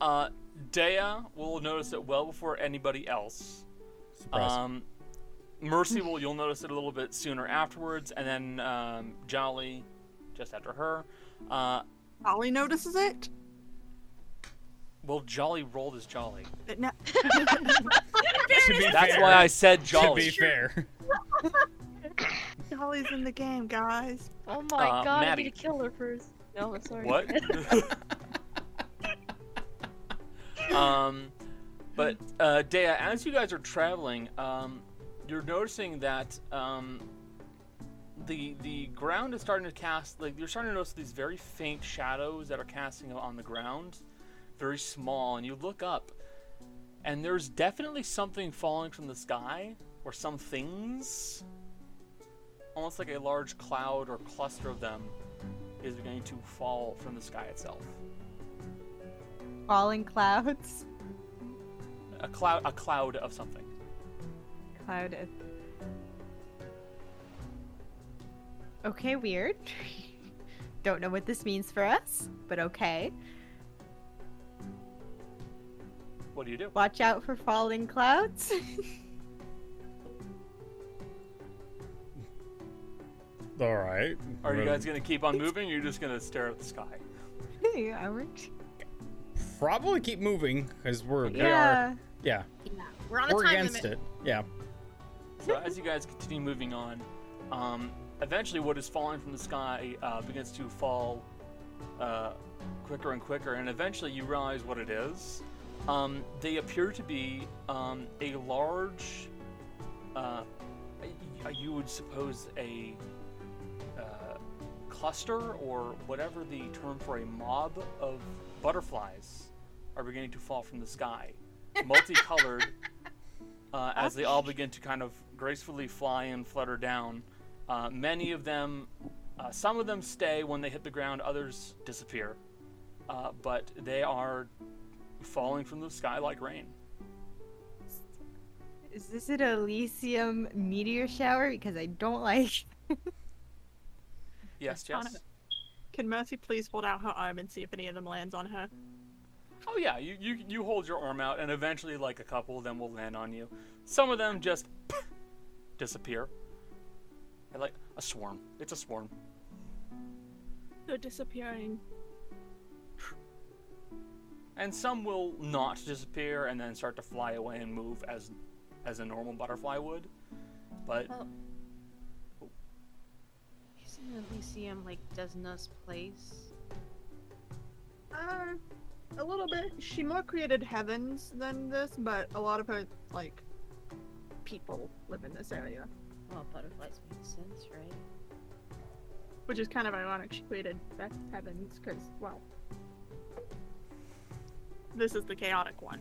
Speaker 2: uh, Dea will notice it well before anybody else.
Speaker 1: Surprise.
Speaker 2: Um, Mercy will you'll notice it a little bit sooner afterwards, and then um, Jolly, just after her. Uh,
Speaker 5: Ollie notices it.
Speaker 2: well, Jolly rolled as Jolly.
Speaker 5: But no-
Speaker 1: to be
Speaker 2: That's
Speaker 1: fair,
Speaker 2: why I said
Speaker 1: To
Speaker 2: Jolly.
Speaker 1: be fair,
Speaker 5: Ollie's in the game, guys.
Speaker 6: Oh my
Speaker 2: Uh,
Speaker 6: god,
Speaker 2: Maddie.
Speaker 6: I need to kill her first. No, I'm sorry.
Speaker 2: What? um, but uh, Dea, as you guys are traveling, um, you're noticing that um, the the ground is starting to cast like you're starting to notice these very faint shadows that are casting on the ground, very small. And you look up, and there's definitely something falling from the sky or some things, almost like a large cloud or cluster of them is going to fall from the sky itself.
Speaker 4: Falling clouds.
Speaker 2: A cloud, a cloud of something.
Speaker 4: Cloud. of- Okay, weird. Don't know what this means for us, but okay.
Speaker 2: What do you do?
Speaker 4: Watch out for falling clouds.
Speaker 9: All right.
Speaker 2: Are you
Speaker 9: well,
Speaker 2: guys gonna keep on moving? Or you're just gonna stare at the sky.
Speaker 4: hey, I worked.
Speaker 1: probably keep moving because we're we are
Speaker 4: Yeah.
Speaker 1: yeah
Speaker 3: We're on a
Speaker 1: we're
Speaker 3: time
Speaker 1: against
Speaker 3: limit.
Speaker 1: it. Yeah,
Speaker 2: So as you guys continue moving on, um, eventually what is falling from the sky uh, begins to fall uh, quicker and quicker, and eventually you realize what it is. Um, they appear to be um, a large, uh, y- you would suppose a uh, cluster or whatever the term for a mob of butterflies are beginning to fall from the sky, multicolored, uh, as they all begin to kind of gracefully fly and flutter down. Uh, many of them, uh, some of them stay when they hit the ground, others disappear. Uh, but they are falling from the sky like rain.
Speaker 4: Is this an Elysium meteor shower? Because I don't like.
Speaker 2: Yes,
Speaker 5: On
Speaker 2: yes.
Speaker 5: it. Can Mercy please hold out her arm and see if any of them lands on her?
Speaker 2: Oh yeah, you, you you hold your arm out, and eventually, like a couple of them will land on you. Some of them just disappear. They're like a swarm. It's a swarm.
Speaker 5: They're disappearing.
Speaker 2: and some will not disappear and then start to fly away and move as as a normal butterfly would. But
Speaker 3: Isn't Elysium like Desna's place?
Speaker 5: Uh, a little bit. She more created heavens than this, but a lot of her like people live in this area,
Speaker 3: Well, butterflies make sense, right?
Speaker 5: which is kind of ironic. She created that heavens because, well, this is the chaotic one.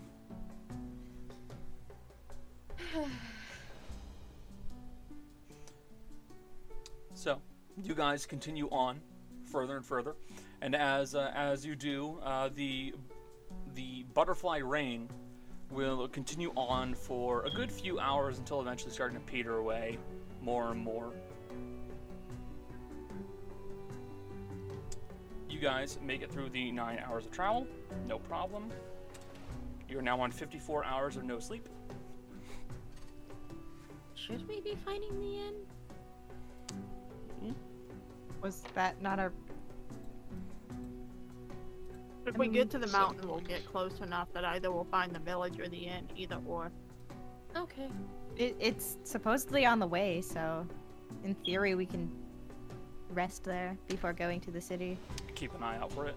Speaker 2: so you guys continue on further and further, and as uh, as you do, uh, the the butterfly rain will continue on for a good few hours until eventually starting to peter away more and more. You guys make it through the nine hours of travel, no problem. You're now on 54 hours of no sleep.
Speaker 3: Should we be finding the end?
Speaker 4: Was that not our?
Speaker 5: If we get to the mountain, we'll get close enough that either we'll find the village or the inn, either or.
Speaker 3: Okay.
Speaker 4: It, it's supposedly on the way, so in theory we can rest there before going to the city.
Speaker 2: Keep an eye out for it.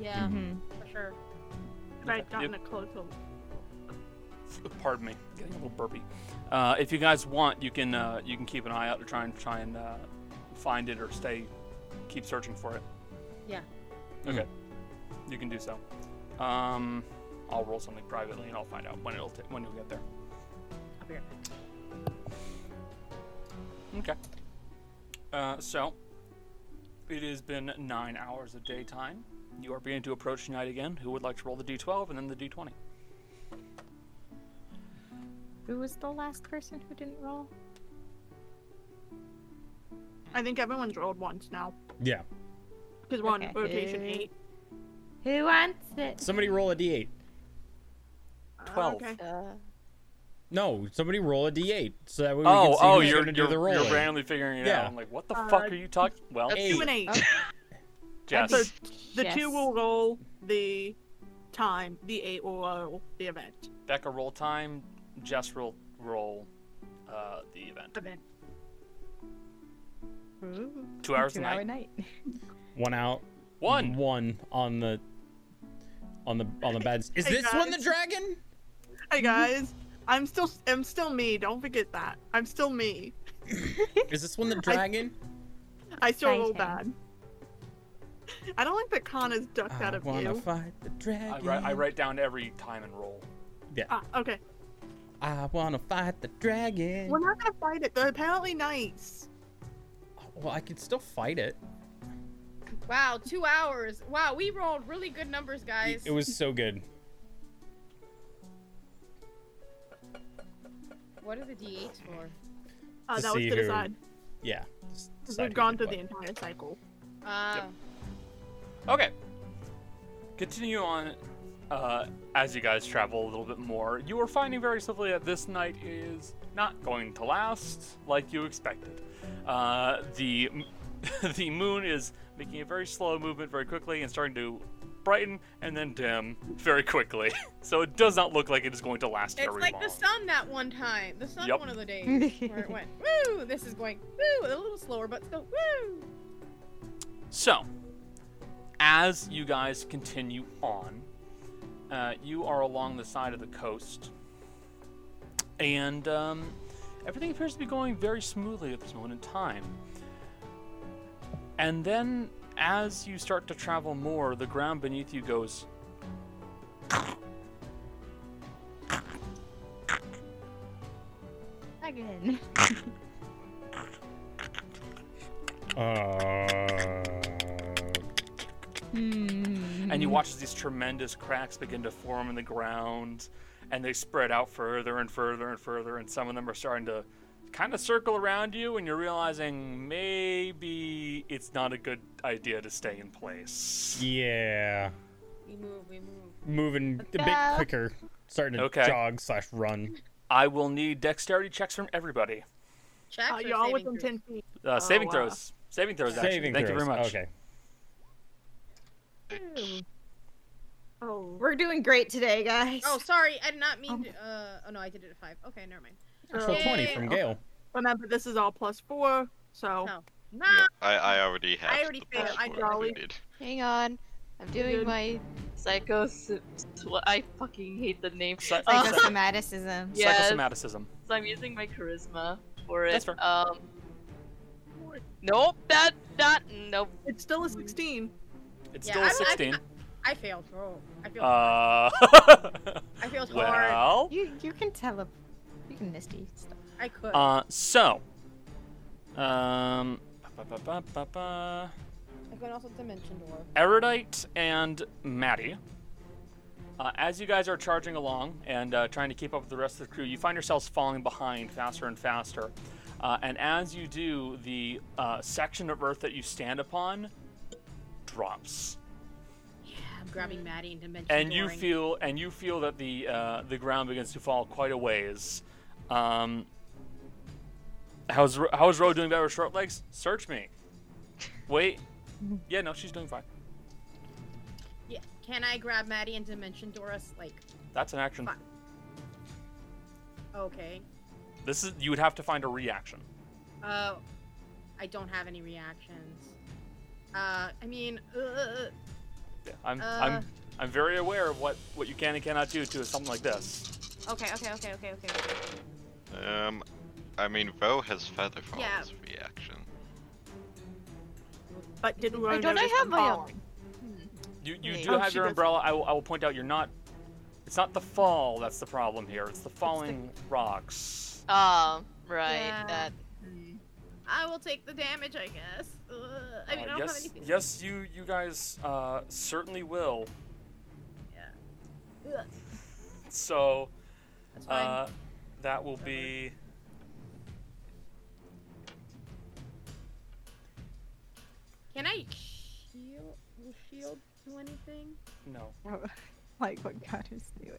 Speaker 3: Yeah,
Speaker 4: Mhm.
Speaker 2: Mm-hmm.
Speaker 3: for sure.
Speaker 5: If I'd
Speaker 2: Okay.
Speaker 5: gotten
Speaker 2: Yep.
Speaker 5: a close we'll
Speaker 2: Pardon me, getting a little burpy. Uh, if you guys want, you can uh, you can keep an eye out to try and try and uh, find it or stay, keep searching for it.
Speaker 3: Yeah.
Speaker 2: Okay. You can do so. Um, I'll roll something privately and I'll find out when it'll t- when you'll get there.
Speaker 3: I'll be right back.
Speaker 2: Okay. Uh, so, it has been nine hours of daytime. You are beginning to approach night again. Who would like to roll the d12 and then the d20?
Speaker 4: Who was the last person who didn't roll?
Speaker 5: I think everyone's rolled once now.
Speaker 1: Yeah.
Speaker 5: Because we're on
Speaker 4: Okay.
Speaker 5: rotation
Speaker 4: Uh,
Speaker 5: eight.
Speaker 4: Who wants it?
Speaker 1: Somebody roll a d8. Oh.
Speaker 2: Twelve.
Speaker 5: Okay.
Speaker 6: Uh,
Speaker 1: No, somebody roll a d8 so that way we
Speaker 2: Oh,
Speaker 1: can see
Speaker 2: oh,
Speaker 1: who's
Speaker 2: you're
Speaker 1: gonna
Speaker 2: you're,
Speaker 1: do the roll.
Speaker 2: you're randomly figuring it out.
Speaker 1: Yeah.
Speaker 2: I'm like, what the
Speaker 5: Uh,
Speaker 2: fuck are you talking? Well,
Speaker 5: That's two
Speaker 1: eight.
Speaker 5: and eight.
Speaker 2: Jess,
Speaker 5: So the
Speaker 4: Yes.
Speaker 5: two will roll the time, the eight will roll the event.
Speaker 2: Becca roll time. Jess roll roll uh, the event.
Speaker 5: Event.
Speaker 2: Two hours a
Speaker 4: Two
Speaker 2: night.
Speaker 4: hour night.
Speaker 1: One out.
Speaker 2: One.
Speaker 1: One on the on the on the bad. Is
Speaker 5: Hey,
Speaker 1: this one the
Speaker 5: guys.
Speaker 1: dragon?
Speaker 5: Hey guys, I'm still I'm still me. Don't forget that. I'm still me.
Speaker 1: Is this one the dragon?
Speaker 5: I still
Speaker 4: Fight
Speaker 5: roll
Speaker 4: him.
Speaker 5: bad. I don't like that Khan is ducked out
Speaker 1: I
Speaker 5: of
Speaker 1: wanna
Speaker 5: you.
Speaker 1: fight the Uh, dragon.
Speaker 2: I write, I write down every time and roll.
Speaker 5: Ah, okay.
Speaker 1: I wanna fight the dragon.
Speaker 5: We're not gonna fight it. They're apparently nice.
Speaker 1: Well, I can still fight it.
Speaker 3: Wow, two hours. Wow, we rolled really good numbers, guys.
Speaker 1: It was so good.
Speaker 3: What are the d8s for?
Speaker 5: Uh,
Speaker 3: Oh,
Speaker 1: To
Speaker 5: that was
Speaker 1: see
Speaker 5: to
Speaker 1: who-
Speaker 5: decide.
Speaker 1: Yeah. just
Speaker 5: 'cause
Speaker 1: decide
Speaker 5: We've
Speaker 1: who
Speaker 5: gone
Speaker 1: did
Speaker 5: through
Speaker 1: what.
Speaker 5: the entire cycle.
Speaker 3: Uh,
Speaker 2: Okay. Continue on uh, as you guys travel a little bit more. You are finding very simply that this night is not going to last like you expected. Uh, the the moon is making a very slow movement very quickly and starting to brighten and then dim very quickly. so it does not look like it is going to last
Speaker 3: It's
Speaker 2: very
Speaker 3: like
Speaker 2: long.
Speaker 3: the sun that one time. The sun
Speaker 2: Yep.
Speaker 3: one of the days where it went, woo, this is going, woo, a little slower, but still, woo.
Speaker 2: So, as you guys continue on, uh, you are along the side of the coast, and um, everything appears to be going very smoothly at this moment in time. And then, as you start to travel more, the ground beneath you goes.
Speaker 4: Dragon.
Speaker 9: Uh,
Speaker 4: Hmm.
Speaker 2: and you watch as these tremendous cracks begin to form in the ground and they spread out further and further and further and some of them are starting to kind of circle around you and you're realizing maybe it's not a good idea to stay in place
Speaker 1: Yeah.
Speaker 3: We move, we move.
Speaker 1: Moving a bit
Speaker 4: Uh,
Speaker 1: quicker. Starting to
Speaker 2: Okay.
Speaker 1: jog slash run.
Speaker 2: i will need dexterity checks from everybody
Speaker 3: Check.
Speaker 5: Uh,
Speaker 3: or
Speaker 5: you're all
Speaker 3: saving
Speaker 5: within
Speaker 3: throws?
Speaker 5: ten feet.
Speaker 2: uh, saving
Speaker 5: wow.
Speaker 2: throws saving throws actually.
Speaker 1: Saving
Speaker 2: thank
Speaker 1: throws.
Speaker 2: you very much
Speaker 1: Okay.
Speaker 5: Oh,
Speaker 4: We're doing great today, guys.
Speaker 3: Oh, sorry, I did not
Speaker 5: um,
Speaker 3: mean to. Uh, oh no, I did it at five. Okay, never mind.
Speaker 1: Natural
Speaker 3: Yay.
Speaker 1: 20 from Gale.
Speaker 5: remember this is all plus four, so
Speaker 3: No. Oh. Nah.
Speaker 8: Yeah, I, I already have.
Speaker 3: already
Speaker 8: the
Speaker 3: failed.
Speaker 8: plus
Speaker 3: I
Speaker 8: four
Speaker 5: jolly-
Speaker 8: included.
Speaker 6: hang on. I'm doing
Speaker 5: Good.
Speaker 6: my psycho. I fucking hate the name.
Speaker 2: Psy-
Speaker 6: Uh,
Speaker 2: psycho-
Speaker 4: Psychosomaticism.
Speaker 6: Yeah. Yes.
Speaker 2: psychosomaticism
Speaker 6: So I'm using my charisma for it.
Speaker 2: That's fair.
Speaker 6: Um. Nope. That. That. Nope.
Speaker 5: it's still a sixteen.
Speaker 2: it's
Speaker 3: Yeah,
Speaker 2: still
Speaker 3: I-
Speaker 2: a
Speaker 3: I-
Speaker 2: 16
Speaker 3: I failed. Oh, I failed.
Speaker 2: uh
Speaker 3: I failed hard.
Speaker 2: well
Speaker 4: You you can tele, you can misty stuff.
Speaker 3: I could.
Speaker 2: Uh, so, um, ba-ba-ba-ba-ba.
Speaker 3: I could also dimension door.
Speaker 2: Erudite and Maddie. Uh, as you guys are charging along and uh, trying to keep up with the rest of the crew, you find yourselves falling behind faster and faster. Uh, and as you do, the uh, section of earth that you stand upon drops,
Speaker 3: Yeah, I'm grabbing Maddie and dimension
Speaker 2: and you
Speaker 3: dooring.
Speaker 2: feel and you feel that the uh, the ground begins to fall quite a ways. Um, how's Ro- how's Ro doing better with short legs? Search me. Wait, yeah, no, she's doing fine.
Speaker 3: Yeah. Can I grab Maddie and dimension Doris? Like,
Speaker 2: That's an action.
Speaker 3: Fine. okay.
Speaker 2: This is you would have to find a reaction.
Speaker 3: Uh, I don't have any reactions. Uh, I mean, uh,
Speaker 2: I'm
Speaker 3: Uh.
Speaker 2: I'm I'm very aware of what what you can and cannot do to something like this.
Speaker 3: okay, okay, okay, okay, okay.
Speaker 8: Um, I mean, Vo has feather falls
Speaker 3: Yeah.
Speaker 8: reaction.
Speaker 5: But did
Speaker 6: Wait,
Speaker 5: Rowan
Speaker 6: don't I
Speaker 5: notice
Speaker 6: have um,
Speaker 5: them
Speaker 6: my own?
Speaker 3: Hmm.
Speaker 5: falling?
Speaker 2: You you
Speaker 4: Maybe.
Speaker 2: do
Speaker 4: Oh,
Speaker 2: have
Speaker 4: she
Speaker 2: your
Speaker 4: does.
Speaker 2: umbrella. I will, I will point out you're not. It's not the fall that's the problem here. It's the falling rocks.
Speaker 6: Ah, right.
Speaker 3: Yeah. Hmm.
Speaker 6: That. mm.
Speaker 3: I will take the damage, I guess. Ugh. I mean,
Speaker 2: Uh,
Speaker 3: I don't
Speaker 2: yes,
Speaker 3: have anything.
Speaker 2: yes, you you guys uh, certainly will.
Speaker 3: Ugh.
Speaker 2: So
Speaker 3: That's fine.
Speaker 2: uh, that will be.
Speaker 3: Can I shield? Will shield do anything?
Speaker 2: No,
Speaker 4: like what God is doing.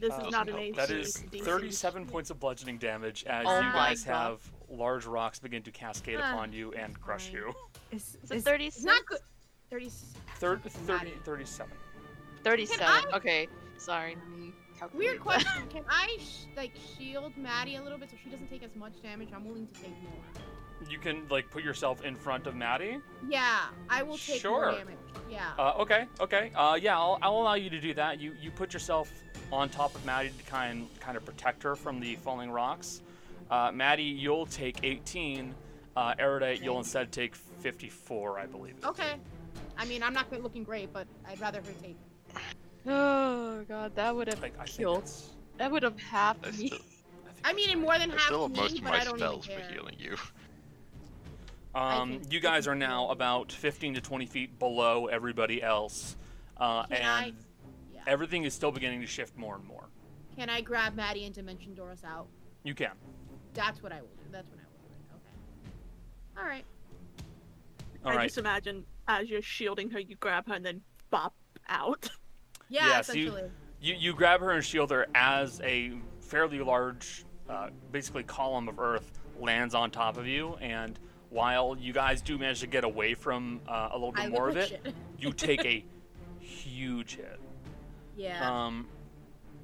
Speaker 5: This
Speaker 2: Uh,
Speaker 5: is not an
Speaker 8: doesn't
Speaker 5: AC.
Speaker 8: help.
Speaker 2: that
Speaker 8: It's
Speaker 2: is
Speaker 5: it's DC.
Speaker 2: 37 points of bludgeoning damage as
Speaker 6: Oh
Speaker 2: you
Speaker 6: my
Speaker 2: guys
Speaker 6: God.
Speaker 2: have large rocks begin to cascade
Speaker 3: Ah.
Speaker 2: upon you and crush
Speaker 3: Fine.
Speaker 2: you.
Speaker 4: Is,
Speaker 6: Is it
Speaker 4: is
Speaker 6: 36?
Speaker 3: It's not good. Thirty.
Speaker 2: Thir- 30, 37.
Speaker 6: 37.
Speaker 3: Can
Speaker 6: Okay. Sorry. let me calculate
Speaker 3: Weird
Speaker 6: that.
Speaker 3: question. Can I sh- like shield Maddie a little bit so she doesn't take as much damage? I'm willing to take more.
Speaker 2: You can like put yourself in front of Maddie.
Speaker 3: Yeah, I will take
Speaker 2: Sure.
Speaker 3: more damage. Yeah.
Speaker 2: Uh, okay, okay. Uh, yeah, I'll, I'll allow you to do that. You you put yourself on top of Maddie to kind kind of protect her from the falling rocks. Uh, Maddie, you'll take 18. Uh, Erudite, you'll instead take 54, I believe.
Speaker 3: okay. I mean, I'm not good looking great, but I'd rather her take.
Speaker 6: Oh god, that would have
Speaker 2: Like, I think
Speaker 6: Killed.
Speaker 2: it's-
Speaker 6: that would have half
Speaker 8: I
Speaker 6: me.
Speaker 8: still,
Speaker 3: I mean, in more than
Speaker 8: I
Speaker 3: half
Speaker 8: still have
Speaker 3: me,
Speaker 8: most of
Speaker 3: but
Speaker 8: my
Speaker 3: I don't
Speaker 8: spells
Speaker 3: even
Speaker 8: for
Speaker 3: care.
Speaker 8: healing you.
Speaker 2: Um,
Speaker 3: think
Speaker 2: you
Speaker 3: I
Speaker 2: guys
Speaker 3: think
Speaker 2: are now
Speaker 3: we'll-
Speaker 2: about 15 to 20 feet below everybody else, uh,
Speaker 3: Can
Speaker 2: and
Speaker 3: I- Yeah.
Speaker 2: everything is still beginning to shift more and more.
Speaker 3: Can I grab Maddie and Dimension Doris out?
Speaker 2: You can.
Speaker 3: That's what I will do. That's what I will do. Okay. All right.
Speaker 2: All
Speaker 5: I
Speaker 2: right.
Speaker 5: just imagine as you're shielding her, you grab her and then bop out.
Speaker 3: Yeah,
Speaker 2: Yeah, so you-
Speaker 3: essentially.
Speaker 2: You you grab her and shield her as a fairly large, uh, basically column of earth lands on top of you, and while you guys do manage to get away from uh, a little bit
Speaker 3: I look
Speaker 2: more of
Speaker 3: like
Speaker 2: it,
Speaker 3: shit.
Speaker 2: you take a huge hit.
Speaker 3: Yeah.
Speaker 2: Um,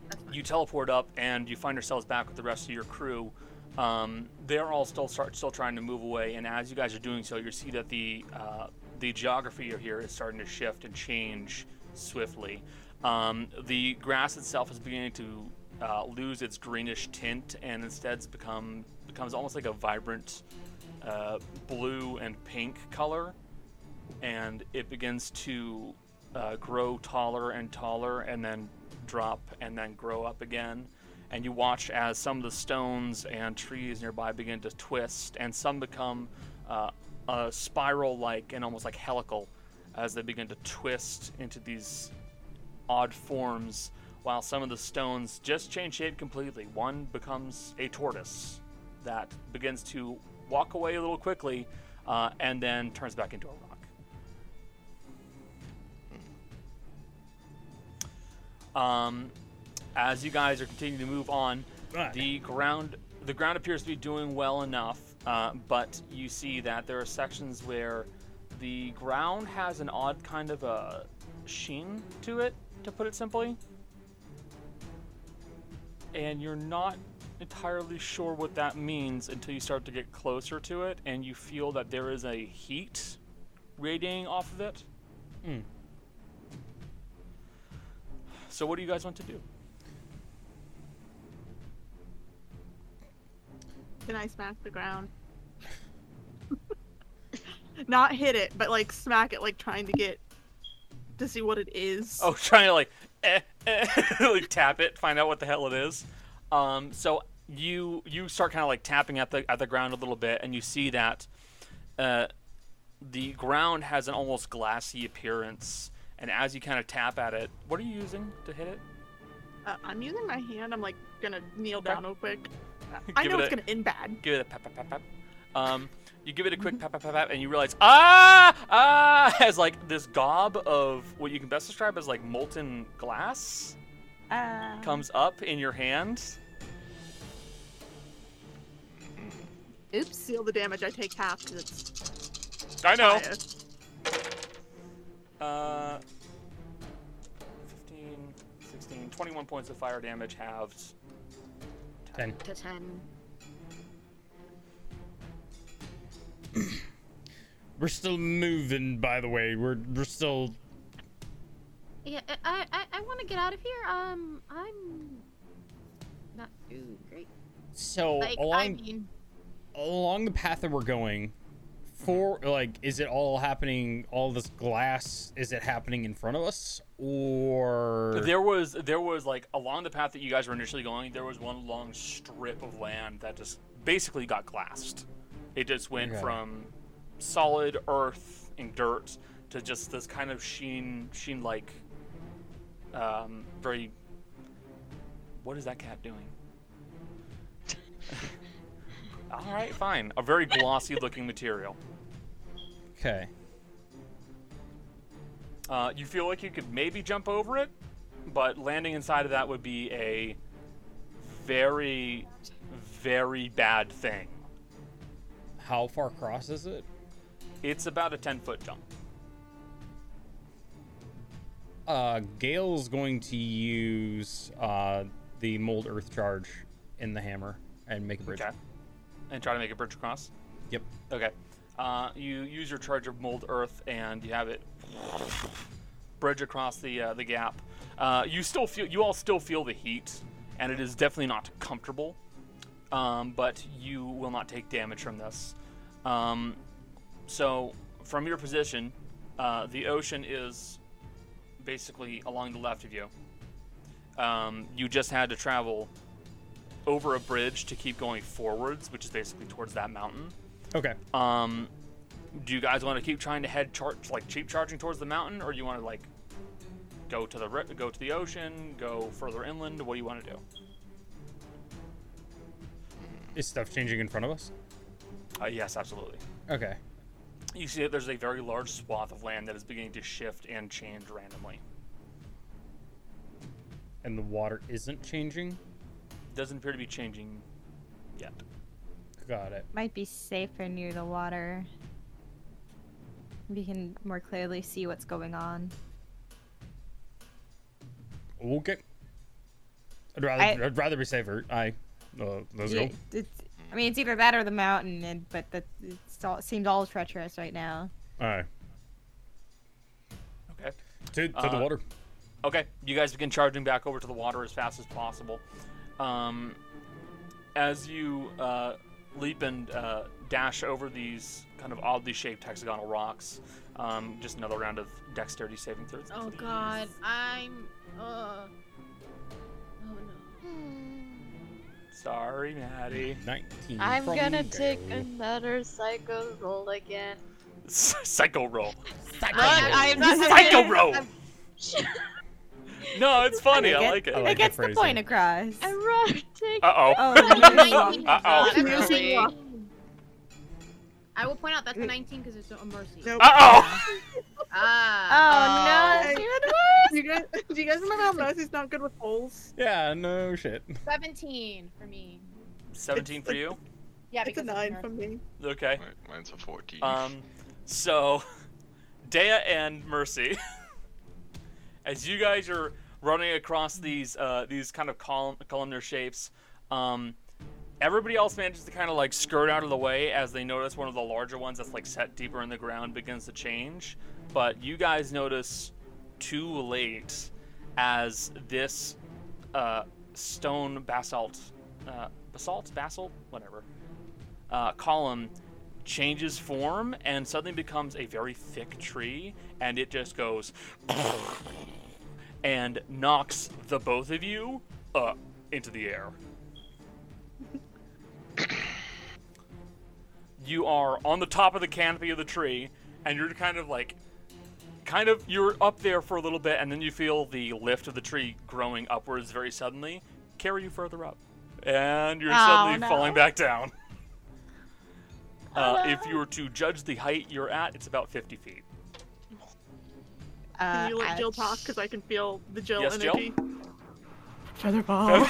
Speaker 3: that's fine.
Speaker 2: you teleport up and you find yourselves back with the rest of your crew. Um, they're all still start, still trying to move away, and as you guys are doing so, you see that the uh, the geography of here is starting to shift and change swiftly. Um, the grass itself is beginning to uh, lose its greenish tint and instead become becomes almost like a vibrant uh, blue and pink color, and it begins to uh, grow taller and taller, and then drop and then grow up again. And you watch as some of the stones and trees nearby begin to twist, and some become uh, uh, spiral-like and almost like helical as they begin to twist into these odd forms. While some of the stones just change shape completely. One becomes a tortoise that begins to walk away a little quickly, uh, and then turns back into a rock. Um, as you guys are continuing to move on,
Speaker 1: Right.
Speaker 2: the ground the ground appears to be doing well enough, uh, but you see that there are sections where the ground has an odd kind of a sheen to it, to put it simply, and you're not entirely sure what that means until you start to get closer to it and you feel that there is a heat radiating off of it.
Speaker 4: Hmm.
Speaker 1: Mm.
Speaker 2: So what do you guys want to do?
Speaker 5: Can I smack the ground? Not hit it, but like smack it, like trying to get to see what it is.
Speaker 2: Oh, trying to like, eh, eh, like tap it, find out what the hell it is. Um, so you you start kind of like tapping at the at the ground a little bit, and you see that uh, the ground has an almost glassy appearance. And as you kind of tap at it, what are you using to hit it?
Speaker 5: Uh, I'm using my hand. I'm like gonna kneel
Speaker 2: Okay.
Speaker 5: down real quick. Uh, I
Speaker 2: Give
Speaker 5: know
Speaker 2: it
Speaker 5: it's
Speaker 2: a-
Speaker 5: gonna end bad.
Speaker 2: Give it a pap pap pap pap. Um, you give it a quick pap pap pap pap, and you realize ah ah as like this gob of what you can best describe as like molten glass
Speaker 10: Uh-huh.
Speaker 3: Um,
Speaker 4: Uh,
Speaker 2: Hmm. comes up in your hand.
Speaker 4: oops.
Speaker 5: Seal the damage. I take half because it's
Speaker 2: I know.
Speaker 5: fire.
Speaker 2: Uh, 15, 16, 21 points of fire damage halved.
Speaker 1: Ten.
Speaker 3: to ten.
Speaker 9: We're still moving, by the way. We're we're still.
Speaker 3: Yeah, I I, I want to get out of here. Um, I'm not doing great.
Speaker 1: So
Speaker 3: Like, I
Speaker 1: along
Speaker 3: mean,
Speaker 1: along the path that we're going, for like is it all happening all this glass is it happening in front of us or
Speaker 2: There was there was like along the path that you guys were initially going, there was one long strip of land that just basically got glassed. It just went
Speaker 1: Okay.
Speaker 2: from solid earth and dirt to just this kind of sheen sheen like um, very what is that cat doing? All right, fine. A very glossy looking material.
Speaker 1: okay
Speaker 2: Uh, you feel like you could maybe jump over it, but landing inside of that would be a very, very bad thing.
Speaker 1: how far across is it
Speaker 2: It's about a 10 foot jump.
Speaker 1: uh gail's going to use uh the mold earth charge in the hammer and make a bridge
Speaker 2: Okay. And try to make a bridge across.
Speaker 1: yep
Speaker 2: Okay. Uh, you use your charge of mold earth and you have it bridge across the uh, the gap. Uh, you still feel you all still feel the heat, and it is definitely not comfortable. Um, but you will not take damage from this. Um, so from your position, uh, the ocean is basically along the left of you. Um, you just had to travel over a bridge to keep going forwards, which is basically towards that mountain.
Speaker 1: okay
Speaker 2: Um, do you guys want to keep trying to head charge like cheap charging towards the mountain, or you want to like go to the ri- go to the ocean, go further inland? What do you want to do?
Speaker 1: is stuff changing in front of us
Speaker 2: Uh, yes, absolutely.
Speaker 1: okay
Speaker 2: You see that there's a very large swath of land that is beginning to shift and change randomly.
Speaker 1: and the water isn't changing
Speaker 2: Doesn't appear to be changing yet.
Speaker 1: got it
Speaker 4: Might be safer near the water. We can more clearly see what's going on.
Speaker 1: okay i'd rather I,
Speaker 4: I-
Speaker 1: would rather be safer i uh, let's
Speaker 4: Yeah,
Speaker 1: go
Speaker 4: it's, I mean, it's either that or the mountain, and but that it's all, seems all treacherous right now.
Speaker 1: all right
Speaker 2: Okay.
Speaker 1: to, to the
Speaker 2: Uh,
Speaker 1: water
Speaker 2: Okay, you guys begin charging back over to the water as fast as possible. Um, as you uh, leap and uh, dash over these kind of oddly shaped hexagonal rocks, um, just another round of dexterity saving throws.
Speaker 3: Oh
Speaker 2: please.
Speaker 3: god, I'm. Uh. Oh no.
Speaker 2: Sorry, Maddie.
Speaker 1: 19
Speaker 6: I'm
Speaker 1: from
Speaker 6: gonna take
Speaker 1: Gail.
Speaker 6: another psycho roll again.
Speaker 2: Psycho roll.
Speaker 6: But I am not
Speaker 2: Psycho roll. No, it's funny. I
Speaker 4: get-
Speaker 2: like it.
Speaker 1: I
Speaker 4: That
Speaker 1: like
Speaker 4: gets
Speaker 1: the
Speaker 4: the point across.
Speaker 6: I rolled. Take
Speaker 2: Uh oh.
Speaker 4: Oh,
Speaker 6: Nineteen.
Speaker 2: Uh oh.
Speaker 6: Not a
Speaker 5: Music
Speaker 6: really.
Speaker 5: rock.
Speaker 3: I will point out that's a 19 because it's a mercy.
Speaker 5: Nope.
Speaker 2: Uh oh.
Speaker 3: Ah.
Speaker 4: oh
Speaker 6: Oh.
Speaker 4: no! it's even
Speaker 5: Do you guys, do you guys remember how Mercy's not good with holes?
Speaker 1: Yeah, no shit.
Speaker 3: 17 for me.
Speaker 2: Seventeen for you.
Speaker 3: Yeah,
Speaker 5: It's a
Speaker 3: because
Speaker 5: nine
Speaker 3: a
Speaker 5: from me.
Speaker 2: Okay.
Speaker 8: Mi- Mine's a 14.
Speaker 2: Um, so, Dea and Mercy, as you guys are running across these uh, these kind of column, columnar shapes, um, everybody else manages to kind of like skirt out of the way as they notice one of the larger ones that's like set deeper in the ground begins to change. But you guys notice too late as this uh, stone basalt, uh, basalt, basalt, whatever, uh, column changes form and suddenly becomes a very thick tree and it just goes and knocks the both of you up into the air. you are on the top of the canopy of the tree and you're kind of like kind of you're up there for a little bit and then you feel the lift of the tree growing upwards very suddenly carry you further up and you're
Speaker 6: Oh,
Speaker 2: suddenly
Speaker 6: no.
Speaker 2: falling back down uh, if you were to judge the height you're at, it's about 50 feet.
Speaker 5: Can
Speaker 4: Uh,
Speaker 5: you let Jill
Speaker 4: ouch.
Speaker 5: talk? Because I can feel the Jill
Speaker 2: Yes, Jill?
Speaker 5: energy.
Speaker 7: Featherball.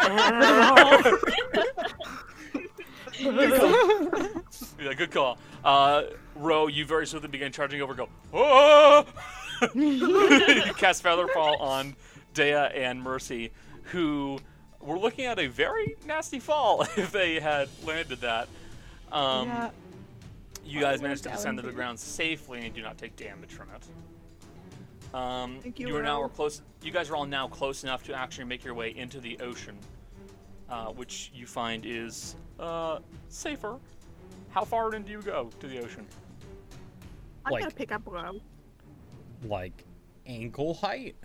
Speaker 2: Yeah, good call. Uh, Ro, you very swiftly begin charging over. Go, oh! you cast Featherfall on Dea and Mercy, who were looking at a very nasty fall if they had landed that. Um,
Speaker 7: Yeah.
Speaker 2: You guys managed to descend to the ground safely and do not take damage from it. Um,
Speaker 5: Thank
Speaker 2: you,
Speaker 5: you,
Speaker 2: are now
Speaker 5: Earl.
Speaker 2: are close. You guys are all now close enough to actually make your way into the ocean, uh, which you find is uh, safer How far in do you go to the ocean?
Speaker 5: I'm gonna
Speaker 1: Like-
Speaker 5: pick up Rob.
Speaker 1: Like ankle height?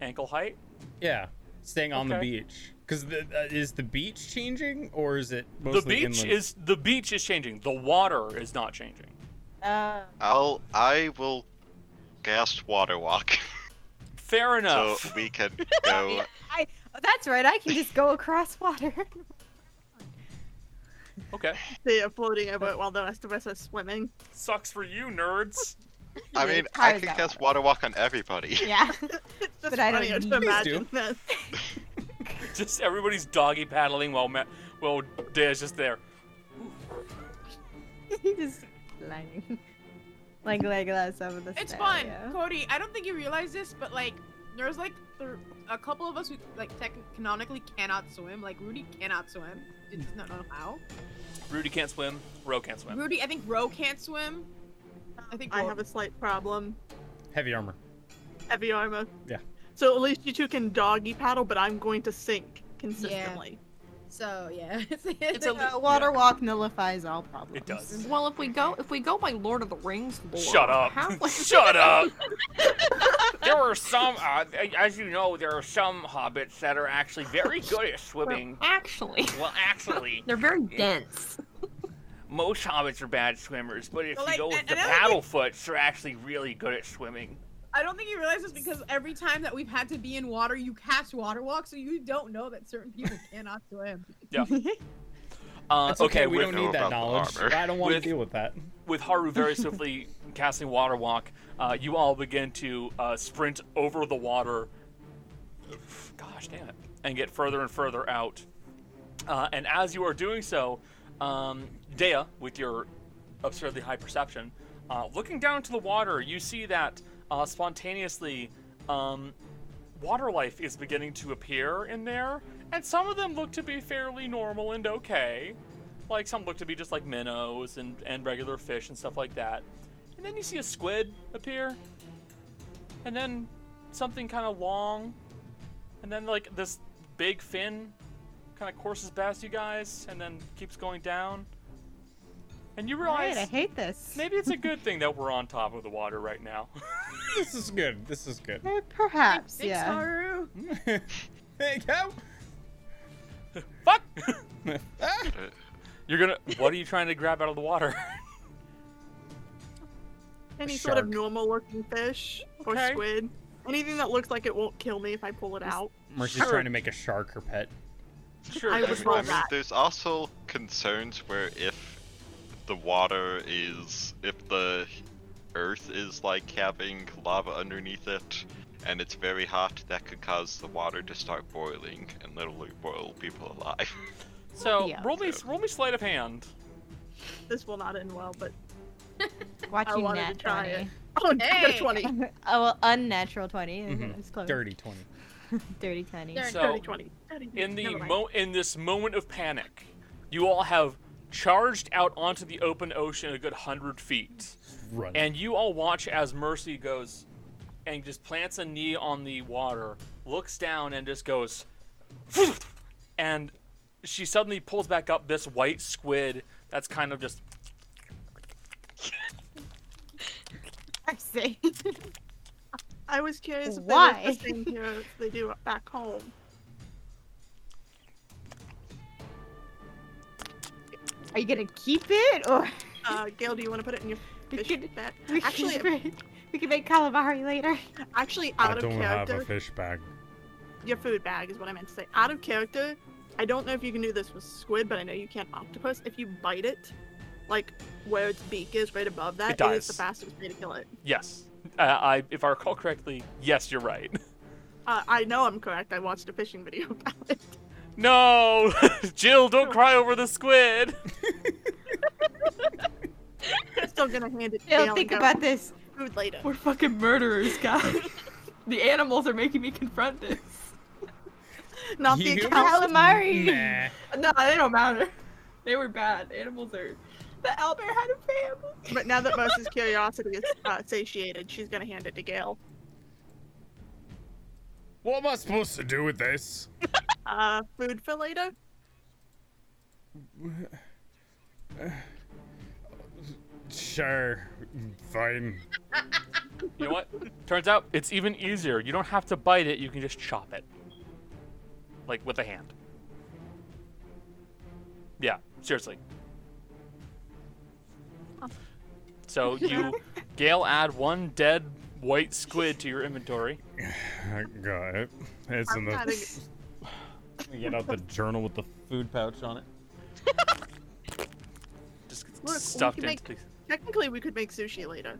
Speaker 2: Ankle height?
Speaker 1: Yeah, staying on the
Speaker 2: Okay.
Speaker 1: beach. Because uh, is the beach changing or is it mostly
Speaker 2: the beach
Speaker 1: inland?
Speaker 2: is the beach is changing. The water is not changing.
Speaker 4: Uh,
Speaker 8: I'll I will cast water walk
Speaker 2: Fair
Speaker 8: so
Speaker 2: enough.
Speaker 8: we can go.
Speaker 4: I, that's right. I can just go across water.
Speaker 2: Okay.
Speaker 5: They are floating over it while the rest of us are swimming.
Speaker 2: Sucks for you nerds.
Speaker 8: I mean,
Speaker 4: How
Speaker 8: I
Speaker 4: is
Speaker 8: can
Speaker 4: that
Speaker 8: cast water walk on everybody.
Speaker 4: yeah.
Speaker 5: It's just
Speaker 4: But I don't
Speaker 5: funny to
Speaker 4: need to.
Speaker 5: imagine this.
Speaker 2: Just everybody's doggy paddling while Ma- while Dea's just there.
Speaker 4: He just lining. Like Legolas over the
Speaker 3: It's fun,
Speaker 4: scenario.
Speaker 3: Cody. I don't think you realize this, but like, there's like th- a couple of us who like tech- canonically cannot swim. Like Rudy cannot swim. He does not know how.
Speaker 2: Rudy can't swim. Ro can't swim.
Speaker 3: Rudy, I think Ro can't swim. I think
Speaker 5: I
Speaker 3: Ro-
Speaker 5: have a slight problem.
Speaker 1: Heavy armor.
Speaker 5: Heavy armor.
Speaker 1: Yeah.
Speaker 5: So at least you two can doggy paddle, but I'm going to sink consistently.
Speaker 3: so yeah.
Speaker 2: It's a
Speaker 4: Uh, water walk nullifies all problems.
Speaker 2: It does.
Speaker 11: Well, if we go if we go by Lord of the Rings lore,
Speaker 2: Shut up.
Speaker 11: how-
Speaker 2: Shut up. there are some, uh, as you know, there are some hobbits that are actually very good at
Speaker 11: Well,
Speaker 2: swimming.
Speaker 11: actually,
Speaker 2: Well, actually,
Speaker 11: they're very dense.
Speaker 2: most hobbits are bad swimmers, but if
Speaker 3: Well,
Speaker 2: you
Speaker 3: like,
Speaker 2: go with
Speaker 3: and-
Speaker 2: the
Speaker 3: and I
Speaker 2: paddle foots, they're actually really good at swimming.
Speaker 3: I don't think you realize this because every time that we've had to be in water, you cast water walk, so you don't know that certain people cannot swim.
Speaker 2: Uh,
Speaker 1: It's okay, we
Speaker 2: with-
Speaker 1: don't need
Speaker 8: know
Speaker 1: that
Speaker 8: about the
Speaker 1: knowledge.
Speaker 8: armor.
Speaker 1: I don't want
Speaker 2: With-
Speaker 1: to deal with that.
Speaker 2: with Haru very swiftly casting Water Walk, uh, you all begin to uh, sprint over the water. Gosh damn it! And get further and further out. Uh, and as you are doing so, um, Dea, with your absurdly high perception, uh, looking down to the water, you see that uh, spontaneously um, water life is beginning to appear in there, and some of them look to be fairly normal and okay. Like some look to be just like minnows and, and regular fish and stuff like that. And then you see a squid appear. And then something kind of long. And then like this big fin kind of courses past you guys and then keeps going down. And you realize
Speaker 4: Right, I hate this.
Speaker 2: maybe it's a good thing that we're on top of the water right now.
Speaker 1: This is good. This is good.
Speaker 4: Eh, Perhaps,
Speaker 3: Thanks,
Speaker 4: yeah.
Speaker 3: Haru.
Speaker 1: there you go.
Speaker 2: Fuck!
Speaker 1: Ah!
Speaker 8: Uh,
Speaker 2: You're gonna. What are you trying to grab out of the water?
Speaker 5: Any sort of
Speaker 1: shark.
Speaker 5: normal looking fish
Speaker 2: Okay.
Speaker 5: or squid. Anything that looks like it won't kill me if I pull it out.
Speaker 1: Mercy's trying to make a shark her pet.
Speaker 2: sure.
Speaker 5: I
Speaker 8: I
Speaker 5: would
Speaker 8: mean,
Speaker 5: roll
Speaker 8: I mean,
Speaker 5: that.
Speaker 8: there's also concerns where if the water is, if the earth is like having lava underneath it, and it's very hot, that could cause the water to start boiling and literally boil people alive.
Speaker 2: So
Speaker 4: Yeah.
Speaker 2: roll me, roll me sleight of hand.
Speaker 5: This will not end well, but
Speaker 4: Watch
Speaker 5: I
Speaker 4: you
Speaker 5: wanted
Speaker 4: nat
Speaker 5: to try
Speaker 4: 20.
Speaker 5: it. Oh, I got a
Speaker 3: Hey!
Speaker 5: 20.
Speaker 4: oh, well, unnatural 20.
Speaker 1: Mhm.
Speaker 4: It's close.
Speaker 1: Dirty 20.
Speaker 4: Dirty 20.
Speaker 3: Dirty.
Speaker 2: So
Speaker 5: 30, 20. 30,
Speaker 2: in the
Speaker 5: never mind.
Speaker 2: mo- in this moment of panic, you all have charged out onto the open ocean a good hundred feet,
Speaker 1: Run.
Speaker 2: and you all watch as Mercy goes and just plants a knee on the water, looks down, and just goes, and she suddenly pulls back up this white squid that's kind of just
Speaker 4: Mercy.
Speaker 5: I was curious if
Speaker 4: Why?
Speaker 5: they look the same here as they do back home.
Speaker 4: Are you gonna keep it or
Speaker 5: Uh, Gail, do you want to put it in your
Speaker 4: We
Speaker 5: fish
Speaker 4: could-
Speaker 5: bag?
Speaker 4: we
Speaker 5: Actually-
Speaker 4: can, make- we can make calamari later?
Speaker 5: Actually,
Speaker 9: I
Speaker 5: out of
Speaker 9: don't have
Speaker 5: character,
Speaker 9: a fish bag.
Speaker 5: your food bag is what I meant to say. Out of character, I don't know if you can do this with squid, but I know you can't octopus. If you bite it, like where its beak is, right above that,
Speaker 2: It
Speaker 5: it is the
Speaker 2: dies.
Speaker 5: fastest way to kill it.
Speaker 2: yes. Uh, I, if I recall correctly, yes, you're right.
Speaker 5: Uh, I know I'm correct. I watched a fishing video about it.
Speaker 2: No, Jill, don't cry over the squid.
Speaker 5: I'm still gonna hand it. to Gail
Speaker 4: Jill,
Speaker 5: and
Speaker 4: think
Speaker 5: go,
Speaker 4: about this.
Speaker 5: food later.
Speaker 11: We're fucking murderers, guys. the animals are making me confront this.
Speaker 5: Not the
Speaker 1: You-
Speaker 5: account.
Speaker 4: Calamari.
Speaker 1: Nah.
Speaker 11: No, they don't matter. They were bad. Animals are. The owlbear had a family.
Speaker 5: But now that Moses' curiosity is uh, satiated, she's gonna hand it to Gail.
Speaker 9: What am I supposed to do with this?
Speaker 5: Uh, food for later.
Speaker 9: Sure. Fine.
Speaker 2: You know what? Turns out it's even easier. You don't have to bite it, you can just chop it. Like with a hand. Yeah, seriously. So you Gale add one dead white squid to your inventory.
Speaker 9: I got it. It's in
Speaker 5: I'm not
Speaker 9: the.
Speaker 5: a-
Speaker 1: We get out the journal with the food pouch on it.
Speaker 2: Just gets
Speaker 5: Look, we
Speaker 2: stuffed
Speaker 5: can
Speaker 2: into
Speaker 5: make- Technically, we could make sushi later.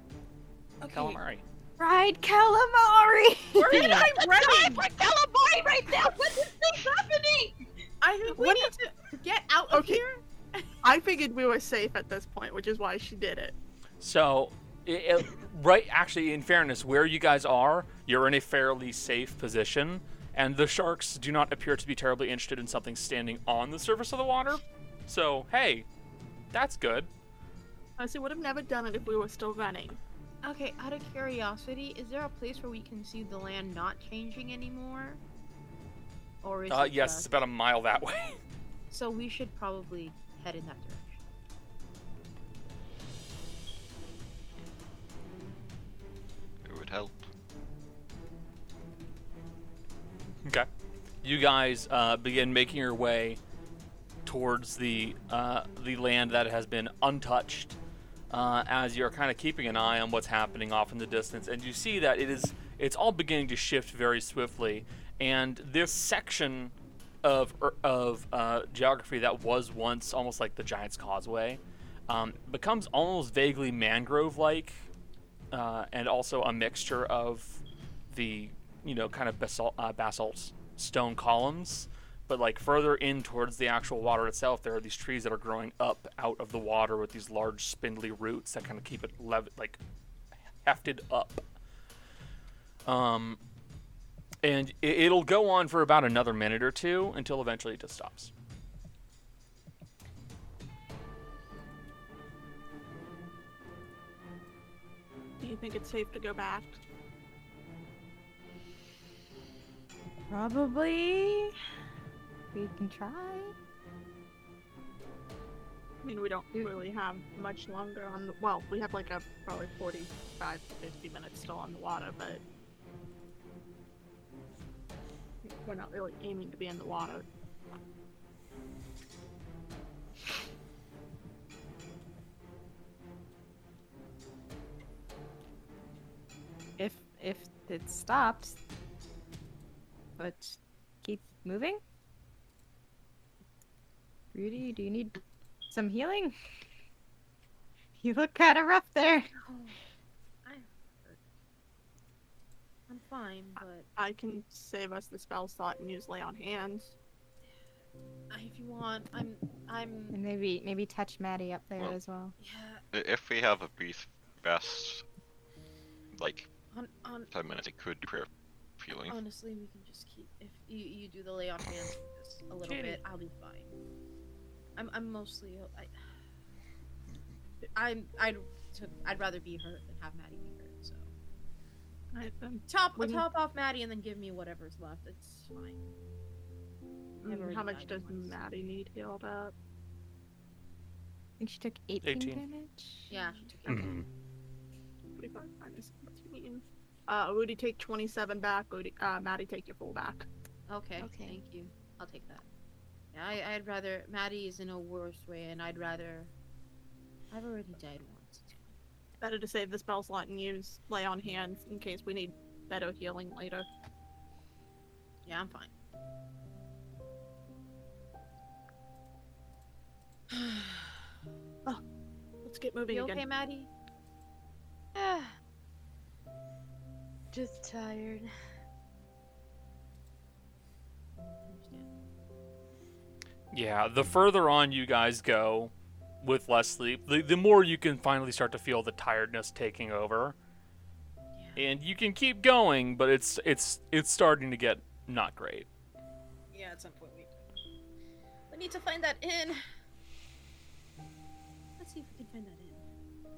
Speaker 2: the calamari.
Speaker 4: Fried calamari.
Speaker 11: Where am I running?
Speaker 6: Like calamari right now. What is this happening?
Speaker 3: I we
Speaker 5: What
Speaker 3: need to get out of
Speaker 5: Okay.
Speaker 3: here.
Speaker 5: I figured we were safe at this point, which is why she did it.
Speaker 2: So, i i right, actually, in fairness, where you guys are, you're in a fairly safe position, and the sharks do not appear to be terribly interested in something standing on the surface of the water. So, hey, that's good.
Speaker 5: Honestly, would have never done it if we were still running.
Speaker 3: Okay, out of curiosity, is there a place where we can see the land not changing anymore? Or is
Speaker 2: Uh,
Speaker 3: it
Speaker 2: yes, it's
Speaker 3: the-
Speaker 2: about a mile that way.
Speaker 3: So we should probably head in that direction.
Speaker 8: It would help.
Speaker 2: Okay. You guys uh, begin making your way towards the uh, the land that has been untouched. Uh, as you're kind of keeping an eye on what's happening off in the distance, and you see that it is it's all beginning to shift very swiftly, and this section of er- of uh, geography that was once almost like the Giant's Causeway um, becomes almost vaguely mangrove-like, uh, and also a mixture of the you know kind of basalt, uh, basalt stone columns but like further in towards the actual water itself there are these trees that are growing up out of the water with these large spindly roots that kind of keep it lev- like hefted up um and it, it'll go on for about another minute or two until eventually it just stops
Speaker 5: Do you think it's safe to go back?
Speaker 4: Probably. We can try.
Speaker 5: I mean, we don't really have much longer on the. Well, we have like a probably 45 to 50 minutes still on the water, but. We're not really aiming to be in the water.
Speaker 4: If if it stops, but keep moving. Rudy, do you need some healing? You look kind of rough there.
Speaker 3: I'm fine, but
Speaker 5: I can save us the spell slot and use lay on hands.
Speaker 3: Uh, if you want, I'm I'm
Speaker 4: And maybe maybe touch Maddie up there
Speaker 8: Well,
Speaker 4: as well.
Speaker 3: Mm. yeah
Speaker 8: I- If we have a brief rest, like
Speaker 3: on on.
Speaker 8: 10 minutes, it could prayer healing.
Speaker 3: Honestly, we can just keep if you, you do the lay on hands for just a little bit. I'll be fine. I'm I'm mostly I. I'm I'd I'd rather be hurt than have Maddie be hurt. So
Speaker 5: Alright, then.
Speaker 3: top
Speaker 5: Wouldn't-
Speaker 3: top off Maddie and then give me whatever's left. It's fine. I've
Speaker 5: Mm,
Speaker 3: already
Speaker 5: How much
Speaker 3: died
Speaker 5: does
Speaker 3: once.
Speaker 5: Maddie need healed up?
Speaker 4: I think she took 18,
Speaker 2: 18.
Speaker 4: damage.
Speaker 3: Yeah. she took it.
Speaker 4: Mm-hmm.
Speaker 1: Mm-hmm.
Speaker 9: Mhm.
Speaker 5: 45 minus 14. Uh, Rudy take 27 back. Rudy, uh, Maddie take your full back.
Speaker 3: Okay.
Speaker 4: Okay.
Speaker 3: Thank you. I'll take that. Yeah, I, I'd rather Maddie is in a worse way, and I'd rather. I've already died once. It's fine.
Speaker 5: Better to save the spell slot and use lay on hands in case we need better healing later.
Speaker 3: Yeah, I'm fine.
Speaker 5: Oh, Let's get moving
Speaker 3: You
Speaker 5: again.
Speaker 3: okay, Maddie?
Speaker 6: Just tired.
Speaker 2: Yeah, the further on you guys go with less sleep, the, the more you can finally start to feel the tiredness taking over. And you can keep going, but it's it's it's starting to get not great.
Speaker 3: Yeah, at some point we. We need to find that inn. Let's see if we can find that inn.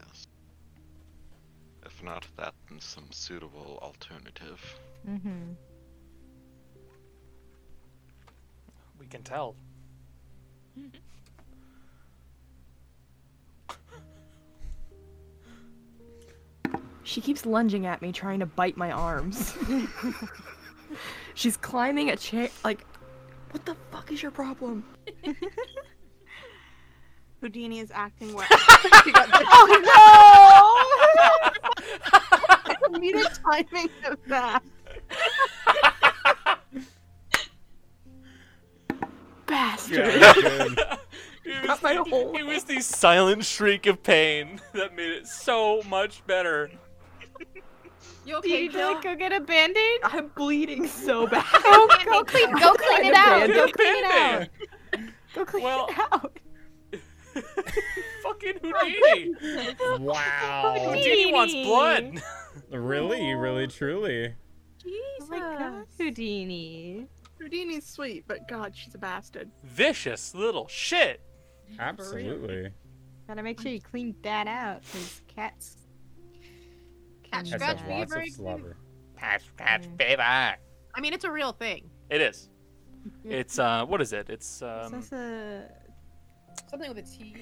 Speaker 8: Yes. If not that, then some suitable alternative.
Speaker 4: Mm-hmm.
Speaker 2: We can tell.
Speaker 12: She keeps lunging at me, trying to bite my arms. She's climbing a chair. Like, what the fuck is your problem?
Speaker 5: Houdini is acting well.
Speaker 12: oh
Speaker 5: no! Needed timing of that.
Speaker 12: Bastard.
Speaker 2: It was, the, it was the silent shriek of pain that made it so much better.
Speaker 3: You
Speaker 4: Do you
Speaker 3: okay,
Speaker 4: need to
Speaker 3: Jill?
Speaker 4: like, go get a band-aid?
Speaker 12: I'm bleeding so bad.
Speaker 4: Go, go clean, go clean it out. Go
Speaker 2: Get a
Speaker 4: clean it out.
Speaker 2: Band-Aid.
Speaker 4: Go clean
Speaker 2: Well-
Speaker 4: it out.
Speaker 2: Fucking Houdini!
Speaker 1: Wow.
Speaker 2: Houdini wants blood!
Speaker 1: Really, really, truly.
Speaker 4: Oh my god, Houdini.
Speaker 5: Houdini's sweet, but God, she's a bastard.
Speaker 2: Vicious little shit!
Speaker 1: Absolutely.
Speaker 4: Gotta make sure you clean that out, cause cats.
Speaker 1: Cats
Speaker 3: Catch scratch
Speaker 1: have lots
Speaker 3: fever.
Speaker 1: of slobber.
Speaker 2: Patch, patch, baby!
Speaker 3: I mean, it's a real thing.
Speaker 2: It is. It's, uh, what is it? It's,
Speaker 4: Is
Speaker 2: um,
Speaker 4: this a
Speaker 3: Something with a T.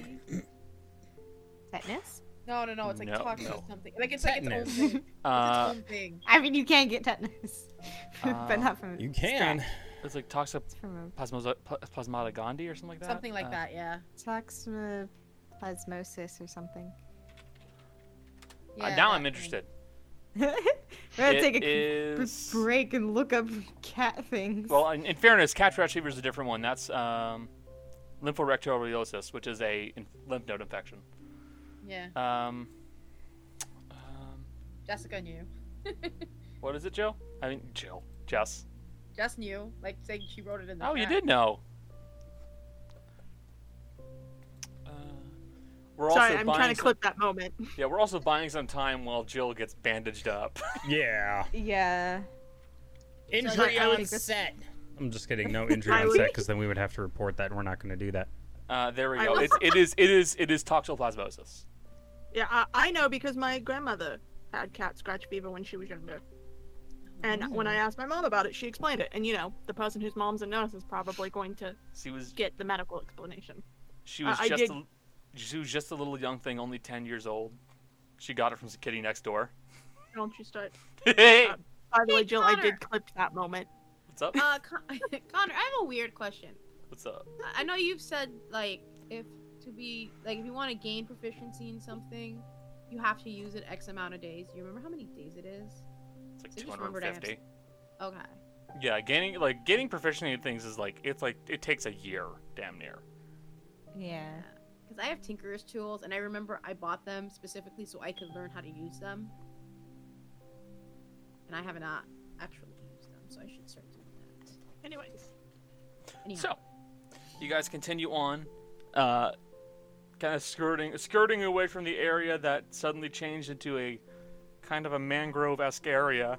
Speaker 4: tetanus?
Speaker 3: No, no, no. It's like
Speaker 2: No,
Speaker 3: toxic
Speaker 2: no.
Speaker 3: something. Like it's like its own
Speaker 1: Tetanus.
Speaker 3: thing. It's its
Speaker 2: uh,
Speaker 3: own thing.
Speaker 4: I mean, you can get tetanus, but
Speaker 2: Um,
Speaker 4: not from
Speaker 1: Uh, You can.
Speaker 2: it's like toxic
Speaker 4: from a
Speaker 2: plasmosa- plasmata gandhi or something like that?
Speaker 3: Something like
Speaker 2: Uh,
Speaker 3: that. Yeah.
Speaker 4: toxoplasmosis or something.
Speaker 2: uh,
Speaker 3: Yeah,
Speaker 2: now
Speaker 3: that
Speaker 2: I'm
Speaker 3: thing.
Speaker 2: interested.
Speaker 4: We're gonna
Speaker 2: It
Speaker 4: take a b-
Speaker 2: is-
Speaker 4: break and look up cat things.
Speaker 2: Well, in, in fairness, cat rat fever is a different one. That's um, lymphorectoreosis, which is a in- lymph node infection.
Speaker 3: Yeah.
Speaker 2: Um, um,
Speaker 3: Jessica knew.
Speaker 2: what is it, Jill? I mean, Jill, Jess.
Speaker 3: Jess knew. Like saying she wrote it in the.
Speaker 2: Oh, you
Speaker 3: chat.
Speaker 2: did know. Uh, we're
Speaker 5: Sorry,
Speaker 2: also
Speaker 5: I'm
Speaker 2: buying
Speaker 5: trying to
Speaker 2: some-
Speaker 5: clip that moment.
Speaker 2: Yeah, we're also buying some time while Jill gets bandaged up.
Speaker 1: Yeah.
Speaker 4: yeah.
Speaker 1: Injury
Speaker 4: I
Speaker 1: on
Speaker 4: think this-
Speaker 1: set. I'm just kidding. No injury
Speaker 5: I
Speaker 1: on
Speaker 5: would-
Speaker 1: set because then we would have to report that. and We're not going to do that.
Speaker 2: Uh, there we
Speaker 5: I
Speaker 2: go.
Speaker 5: will-
Speaker 2: It's, it is. It is. It is toxoplasmosis.
Speaker 5: Yeah, I, I know because my grandmother had cat scratch fever when she was younger. And when I asked my mom about it, she explained it. And you know, the person whose mom's a nurse is probably going to
Speaker 2: She was.
Speaker 5: get the medical explanation.
Speaker 2: She
Speaker 5: I-
Speaker 2: was
Speaker 5: I
Speaker 2: just.
Speaker 5: did-
Speaker 2: A, she was just a little young thing, only ten years old. She got it from the kitty next door.
Speaker 5: Don't you start?
Speaker 2: hey,
Speaker 5: By the way,
Speaker 3: Hey,
Speaker 5: Jill, I did
Speaker 3: Connor.
Speaker 5: clip that moment.
Speaker 2: what's up?
Speaker 3: Uh, Con- Connor, I have a weird question.
Speaker 2: What's up?
Speaker 3: I know you've said like if to be like if you want to gain proficiency in something, you have to use it X amount of days. Do you remember how many days it is?
Speaker 2: It's like
Speaker 3: I
Speaker 2: two
Speaker 3: just
Speaker 2: hundred
Speaker 3: remembered I
Speaker 2: and
Speaker 3: have
Speaker 2: fifty.
Speaker 3: Okay.
Speaker 2: Yeah, gaining like getting proficient in things is like it's like it takes a year, damn near.
Speaker 4: Yeah.
Speaker 3: Because I have Tinkerer's tools, and I remember I bought them specifically so I could learn how to use them. And I have not actually used them, so I should start doing that.
Speaker 5: Anyways,
Speaker 3: Anyhow,
Speaker 2: So, you guys continue on, uh, kind of skirting skirting away from the area that suddenly changed into a kind of a mangrove-esque area,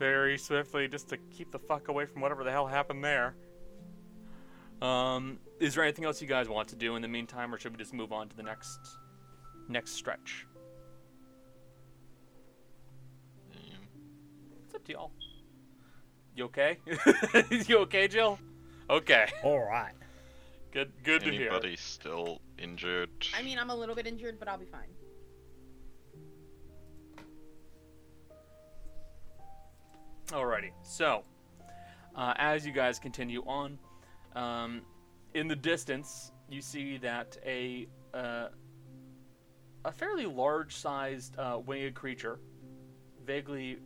Speaker 2: very swiftly, just to keep the fuck away from whatever the hell happened there. Um, is there anything else you guys want to do in the meantime, or should we just move on to the next next stretch? It's up to y'all. You okay? you okay, Jill? Okay.
Speaker 1: All right.
Speaker 2: Good. Good to hear.
Speaker 8: Anybody still injured?
Speaker 3: I mean, I'm a little bit injured, but I'll be fine.
Speaker 2: Alrighty. So, uh, as you guys continue on, um, in the distance, you see that a uh, a fairly large-sized uh, winged creature, vaguely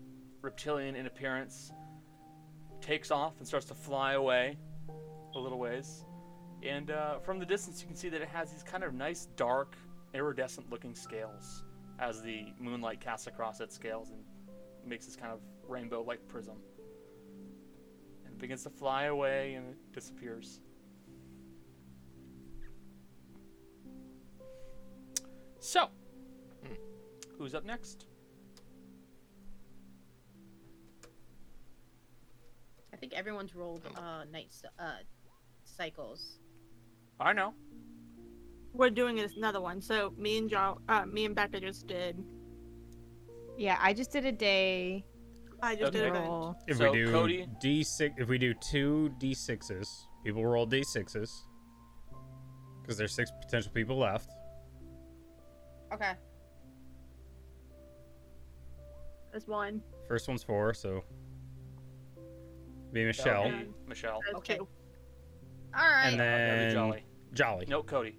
Speaker 2: reptilian in appearance, takes off and starts to fly away a little ways. And uh, from the distance, you can see that it has these kind of nice, dark, iridescent-looking scales as the moonlight casts across its scales and makes this kind of rainbow like prism. And it begins to fly away and it disappears. So, hmm, who's up next?
Speaker 3: I think everyone's rolled uh night cy- uh cycles.
Speaker 2: I know.
Speaker 5: we're doing this another one. So me and Jill, uh, me and Becca just did.
Speaker 4: Yeah, I just did a day
Speaker 5: I just did
Speaker 2: Okay.
Speaker 5: a good.
Speaker 4: roll.
Speaker 1: If
Speaker 2: So,
Speaker 1: we do
Speaker 2: Cody-
Speaker 1: D six, if we do two D sixes, people roll D sixes. Because there's six potential people left.
Speaker 3: Okay.
Speaker 5: There's one.
Speaker 1: First one's four, so. Be
Speaker 2: That
Speaker 1: Michelle.
Speaker 2: would be Michelle.
Speaker 5: There's
Speaker 3: Okay.
Speaker 5: two.
Speaker 3: All right.
Speaker 1: And
Speaker 2: that'd be
Speaker 1: then.
Speaker 2: Jolly.
Speaker 1: Jolly.
Speaker 2: Nope, Cody.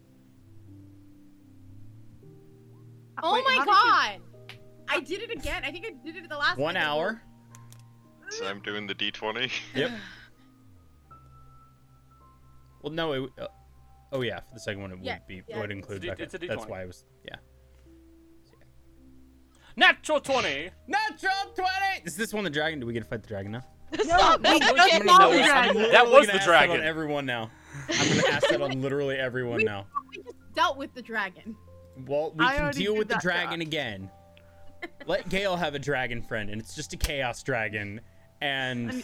Speaker 3: Oh
Speaker 5: Wait,
Speaker 3: my
Speaker 5: how
Speaker 3: god! I did it again. I think I did it the last
Speaker 8: One
Speaker 3: night.
Speaker 8: hour. So I'm doing the d20.
Speaker 1: Yep. Well, no, it. Uh, oh, yeah, for the second one, it
Speaker 3: Yeah,
Speaker 1: would be.
Speaker 3: yeah.
Speaker 1: would include
Speaker 2: It's a D-
Speaker 1: Becca.
Speaker 2: it's a
Speaker 1: That's
Speaker 2: D20.
Speaker 1: why I was. Yeah.
Speaker 2: Natural 20!
Speaker 1: Natural 20! Is this one the dragon? Do we get to fight the dragon now?
Speaker 5: we
Speaker 6: No, just
Speaker 1: No, no,
Speaker 6: fought
Speaker 1: no,
Speaker 6: the
Speaker 1: I'm
Speaker 6: dragon.
Speaker 1: literally
Speaker 2: That was
Speaker 1: gonna
Speaker 2: the
Speaker 1: ask
Speaker 2: dragon.
Speaker 1: on everyone now. I'm going to ask that on literally everyone now.
Speaker 3: We just dealt with the dragon.
Speaker 1: Well, we
Speaker 3: I
Speaker 1: can
Speaker 3: already
Speaker 1: deal
Speaker 3: did
Speaker 1: with the
Speaker 3: that
Speaker 1: dragon
Speaker 3: job.
Speaker 1: again. Let Gale have a dragon friend, and it's just a chaos dragon. And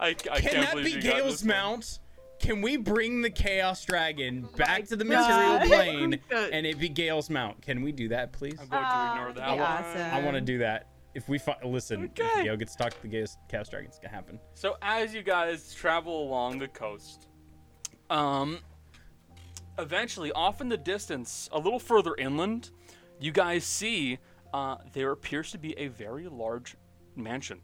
Speaker 2: I, I
Speaker 1: can
Speaker 2: can't
Speaker 1: that
Speaker 2: believe
Speaker 1: be
Speaker 2: you got
Speaker 1: Gale's
Speaker 2: this one.
Speaker 1: mount? Can we bring the chaos
Speaker 3: Oh
Speaker 1: dragon back to the material
Speaker 2: God.
Speaker 1: plane, and it be Gale's mount? Can we do that, please?
Speaker 2: I'm going
Speaker 3: Ah,
Speaker 2: to ignore that one.
Speaker 1: I want to do that. If we fi- listen,
Speaker 2: Okay.
Speaker 1: if Gale gets stuck, the Gale's chaos dragon's gonna happen.
Speaker 2: So as you guys travel along the coast, um, eventually, off in the distance, a little further inland, you guys see uh, there appears to be a very large mansion.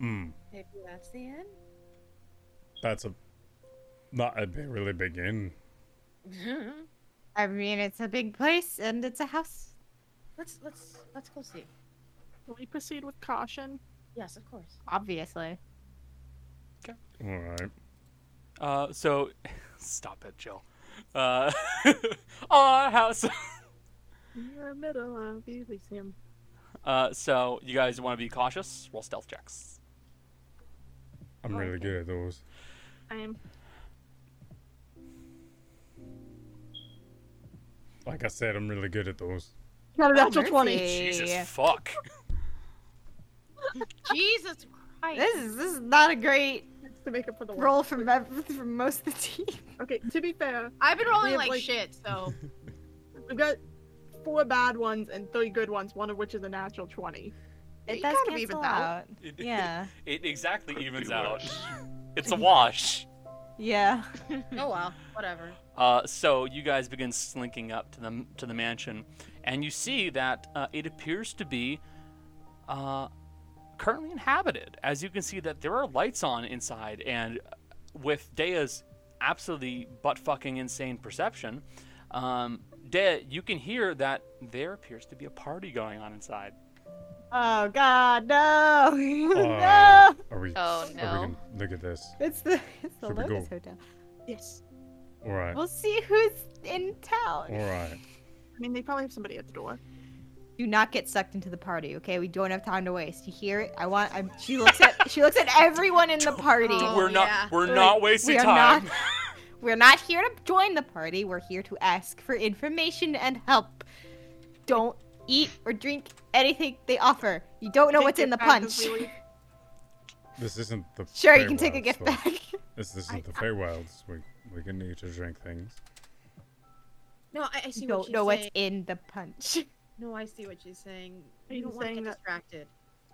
Speaker 9: Hmm.
Speaker 3: Maybe that's the end.
Speaker 9: That's a not a bi- really big inn.
Speaker 4: I mean, it's a big place and it's a house.
Speaker 3: Let's let's let's go see.
Speaker 5: Will we proceed with caution?
Speaker 3: Yes, of course.
Speaker 4: Obviously.
Speaker 9: All right.
Speaker 2: Uh, so, stop it, Jill. Uh, our house.
Speaker 5: You're middle of Elysium.
Speaker 2: Uh, so you guys want to be cautious. Roll stealth checks.
Speaker 9: I'm
Speaker 5: Oh,
Speaker 9: really good at those.
Speaker 5: I am.
Speaker 9: Like I said, I'm really good at those.
Speaker 5: Not a natural
Speaker 4: mercy.
Speaker 5: 20.
Speaker 2: Jesus fuck.
Speaker 3: Jesus Christ.
Speaker 4: This is this is not a great
Speaker 5: To make up for the one.
Speaker 4: roll from ev- from most of the team.
Speaker 5: Okay, to be fair,
Speaker 3: I've been
Speaker 5: We
Speaker 3: rolling
Speaker 5: have,
Speaker 3: like,
Speaker 5: like-
Speaker 3: shit, so
Speaker 5: we've got four bad ones and three good ones, one of which is a natural 20.
Speaker 4: It
Speaker 5: You kind
Speaker 4: does
Speaker 5: of
Speaker 4: cancel
Speaker 5: evened out.
Speaker 4: out. Yeah.
Speaker 2: It exactly evens
Speaker 8: be
Speaker 2: out.
Speaker 8: worse.
Speaker 2: It's a wash.
Speaker 4: Yeah.
Speaker 3: oh well, whatever.
Speaker 2: Uh, so you guys begin slinking up to the to the mansion, and you see that uh, it appears to be uh, currently inhabited. As you can see, that there are lights on inside, and with Dea's absolutely butt fucking insane perception, um, Dea, you can hear that there appears to be a party going on inside.
Speaker 4: Oh God, no,
Speaker 9: Uh,
Speaker 4: no!
Speaker 9: Are we?
Speaker 6: Oh,
Speaker 9: are we
Speaker 6: no.
Speaker 9: gonna look at this.
Speaker 4: It's the it's the
Speaker 9: Should we go?
Speaker 4: Locust Hotel.
Speaker 5: Yes.
Speaker 9: All right.
Speaker 4: We'll see who's in
Speaker 9: All
Speaker 4: town.
Speaker 9: right.
Speaker 5: I mean, they probably have somebody at the door.
Speaker 4: Do not get sucked into the party, okay? We don't have time to waste. You hear it? I want. I'm, she looks at. She looks at everyone in the party.
Speaker 3: Oh,
Speaker 2: we're not
Speaker 3: yeah.
Speaker 2: we're
Speaker 4: Like,
Speaker 2: not wasting
Speaker 4: we are
Speaker 2: time.
Speaker 4: Not, we're not here to join the party. We're here to ask for information and help. Don't eat or drink anything they offer. You don't know
Speaker 5: Take
Speaker 4: what's
Speaker 5: it
Speaker 4: in the
Speaker 5: back as
Speaker 4: punch.
Speaker 5: we leave.
Speaker 9: This isn't the.
Speaker 4: Sure, you can take a
Speaker 9: Feywilds,
Speaker 4: gift
Speaker 9: though.
Speaker 4: back.
Speaker 9: This isn't the Feywilds. We we can eat or drink things.
Speaker 3: No, I, I see
Speaker 4: You
Speaker 3: what
Speaker 4: don't
Speaker 3: she's
Speaker 4: know what's
Speaker 3: saying.
Speaker 4: in the punch.
Speaker 3: No, I see what she's saying.
Speaker 5: Are
Speaker 3: You
Speaker 5: you
Speaker 3: don't want to get
Speaker 5: saying that-
Speaker 3: distracted.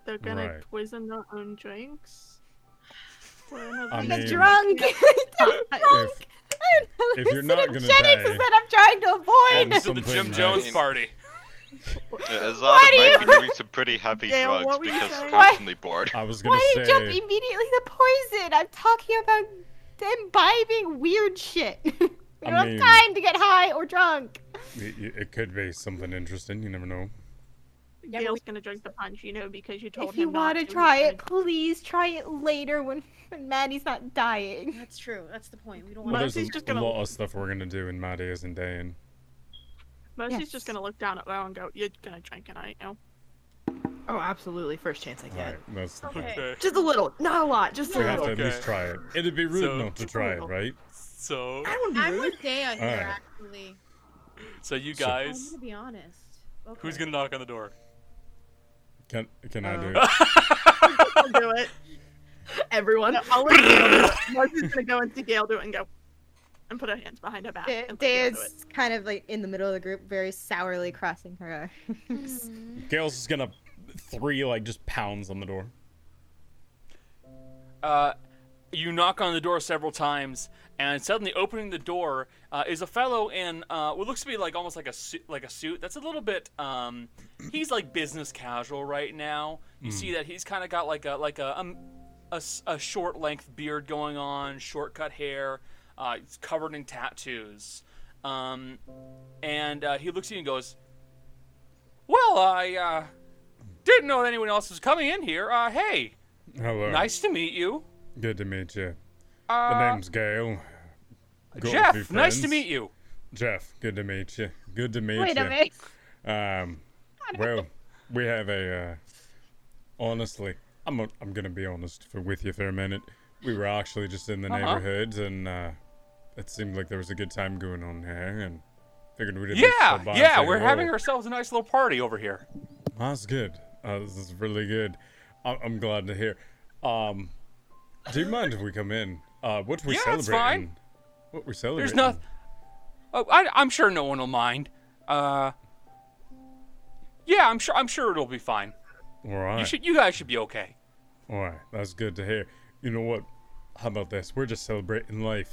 Speaker 5: They're gonna
Speaker 9: Right.
Speaker 5: poison their own drinks. We're in a
Speaker 9: I
Speaker 5: very-
Speaker 9: mean-
Speaker 4: I'm drunk. I'm drunk.
Speaker 9: If
Speaker 4: I
Speaker 9: if you're not gonna
Speaker 4: Jennings
Speaker 9: die-
Speaker 4: is that I'm trying to
Speaker 9: And
Speaker 4: avoid.
Speaker 2: This is the
Speaker 9: Something
Speaker 2: Jim
Speaker 9: nice.
Speaker 2: Jones party.
Speaker 8: Azada
Speaker 4: Why do
Speaker 8: might
Speaker 4: you-
Speaker 8: be doing some pretty heavy
Speaker 5: Dale, what
Speaker 8: drugs
Speaker 5: were you
Speaker 8: because
Speaker 5: saying?
Speaker 8: constantly bored.
Speaker 9: I was gonna
Speaker 4: Why did
Speaker 9: say.
Speaker 4: you jump immediately to poison? I'm talking about imbibing weird shit. we don't
Speaker 9: mean-
Speaker 4: have time to get high or drunk.
Speaker 9: It, it- it could be something interesting. You never know.
Speaker 3: but
Speaker 5: Gale's gonna drink the punch, you know, because you told
Speaker 4: If
Speaker 5: him
Speaker 4: you
Speaker 5: not
Speaker 4: want to
Speaker 5: he's
Speaker 4: try
Speaker 5: gonna
Speaker 4: it, please try it later when, when Maddie's not dying.
Speaker 3: That's true. That's the point. We don't
Speaker 9: Well,
Speaker 3: want
Speaker 9: there's
Speaker 3: to.
Speaker 9: a
Speaker 5: he's just gonna-
Speaker 9: lot of stuff we're gonna do in my days and day and
Speaker 5: Mercy's just
Speaker 4: Yes.
Speaker 5: gonna look down at Will and go, "You're gonna drink it, aren't you?"
Speaker 12: Oh, absolutely. First chance I get.
Speaker 9: Alright, that's the thing.
Speaker 2: Okay.
Speaker 12: Just a little, not a lot. Just a
Speaker 9: We have
Speaker 12: little.
Speaker 9: to at least
Speaker 2: Okay.
Speaker 9: try it. It'd be rude
Speaker 2: So-
Speaker 9: not to try it, right?
Speaker 2: So
Speaker 12: I don't
Speaker 3: I'm
Speaker 12: want to
Speaker 3: with Dea here,
Speaker 9: Alright.
Speaker 3: actually.
Speaker 2: so you
Speaker 9: So-
Speaker 2: guys,
Speaker 3: I'm gonna be honest. Okay.
Speaker 2: who's gonna knock on the door?
Speaker 9: Can can I
Speaker 12: Uh,
Speaker 9: do it?
Speaker 5: I'll do it.
Speaker 12: Everyone.
Speaker 5: No, I'll let Gale do it. Mercy's gonna go into Gale do it and go, and put her hands behind her back.
Speaker 4: Da-
Speaker 5: and let Gale do it.
Speaker 4: Daya's kind of like in the middle of the group, very sourly crossing her arms.
Speaker 1: Gale's just gonna three like just pounds on the door.
Speaker 2: Uh, You knock on the door several times, and suddenly opening the door uh, is a fellow in uh, what looks to be like almost like a suit, like a suit. That's a little bit. Um, he's like business casual right now. You
Speaker 10: Mm.
Speaker 2: see that he's kind of got like a like a, um, a s- a short length beard going on, short cut hair. Uh, it's covered in tattoos, um, and uh, he looks at you and goes, "Well, I uh, didn't know anyone else was coming in here. Uh, hey,
Speaker 9: Hello.
Speaker 2: nice to meet you."
Speaker 9: Good to meet you. the
Speaker 2: Uh,
Speaker 9: name's Gail. Got a
Speaker 2: Jeff,
Speaker 9: few
Speaker 2: nice to
Speaker 9: friends.
Speaker 2: meet you.
Speaker 9: Jeff, good to meet you. Good to meet
Speaker 10: Wait
Speaker 9: you.
Speaker 10: a minute.
Speaker 9: Um, well, we have a. Uh, honestly, I'm i I'm gonna be honest for with you for a minute. We were actually just in the
Speaker 2: Uh-huh.
Speaker 9: neighborhood, and uh, it seemed like there was a good time going on here, and figured we'd at least
Speaker 2: Yeah,
Speaker 9: stop by and
Speaker 2: yeah,
Speaker 9: say
Speaker 2: we're
Speaker 9: hello.
Speaker 2: having ourselves a nice little party over here.
Speaker 9: That's good. Uh, this is really good. I- I'm glad to hear. Um, do you mind if we come in? Uh, what we
Speaker 2: Yeah, it's
Speaker 9: celebrating?
Speaker 2: fine.
Speaker 9: What we celebrating?
Speaker 2: There's nothing. Oh, I, I'm sure no one will mind. Uh, yeah, I'm sure. I'm sure it'll be fine.
Speaker 9: All right.
Speaker 2: You should. You guys should be okay.
Speaker 9: All right. That's good to hear. You know what? How about this? We're just celebrating life.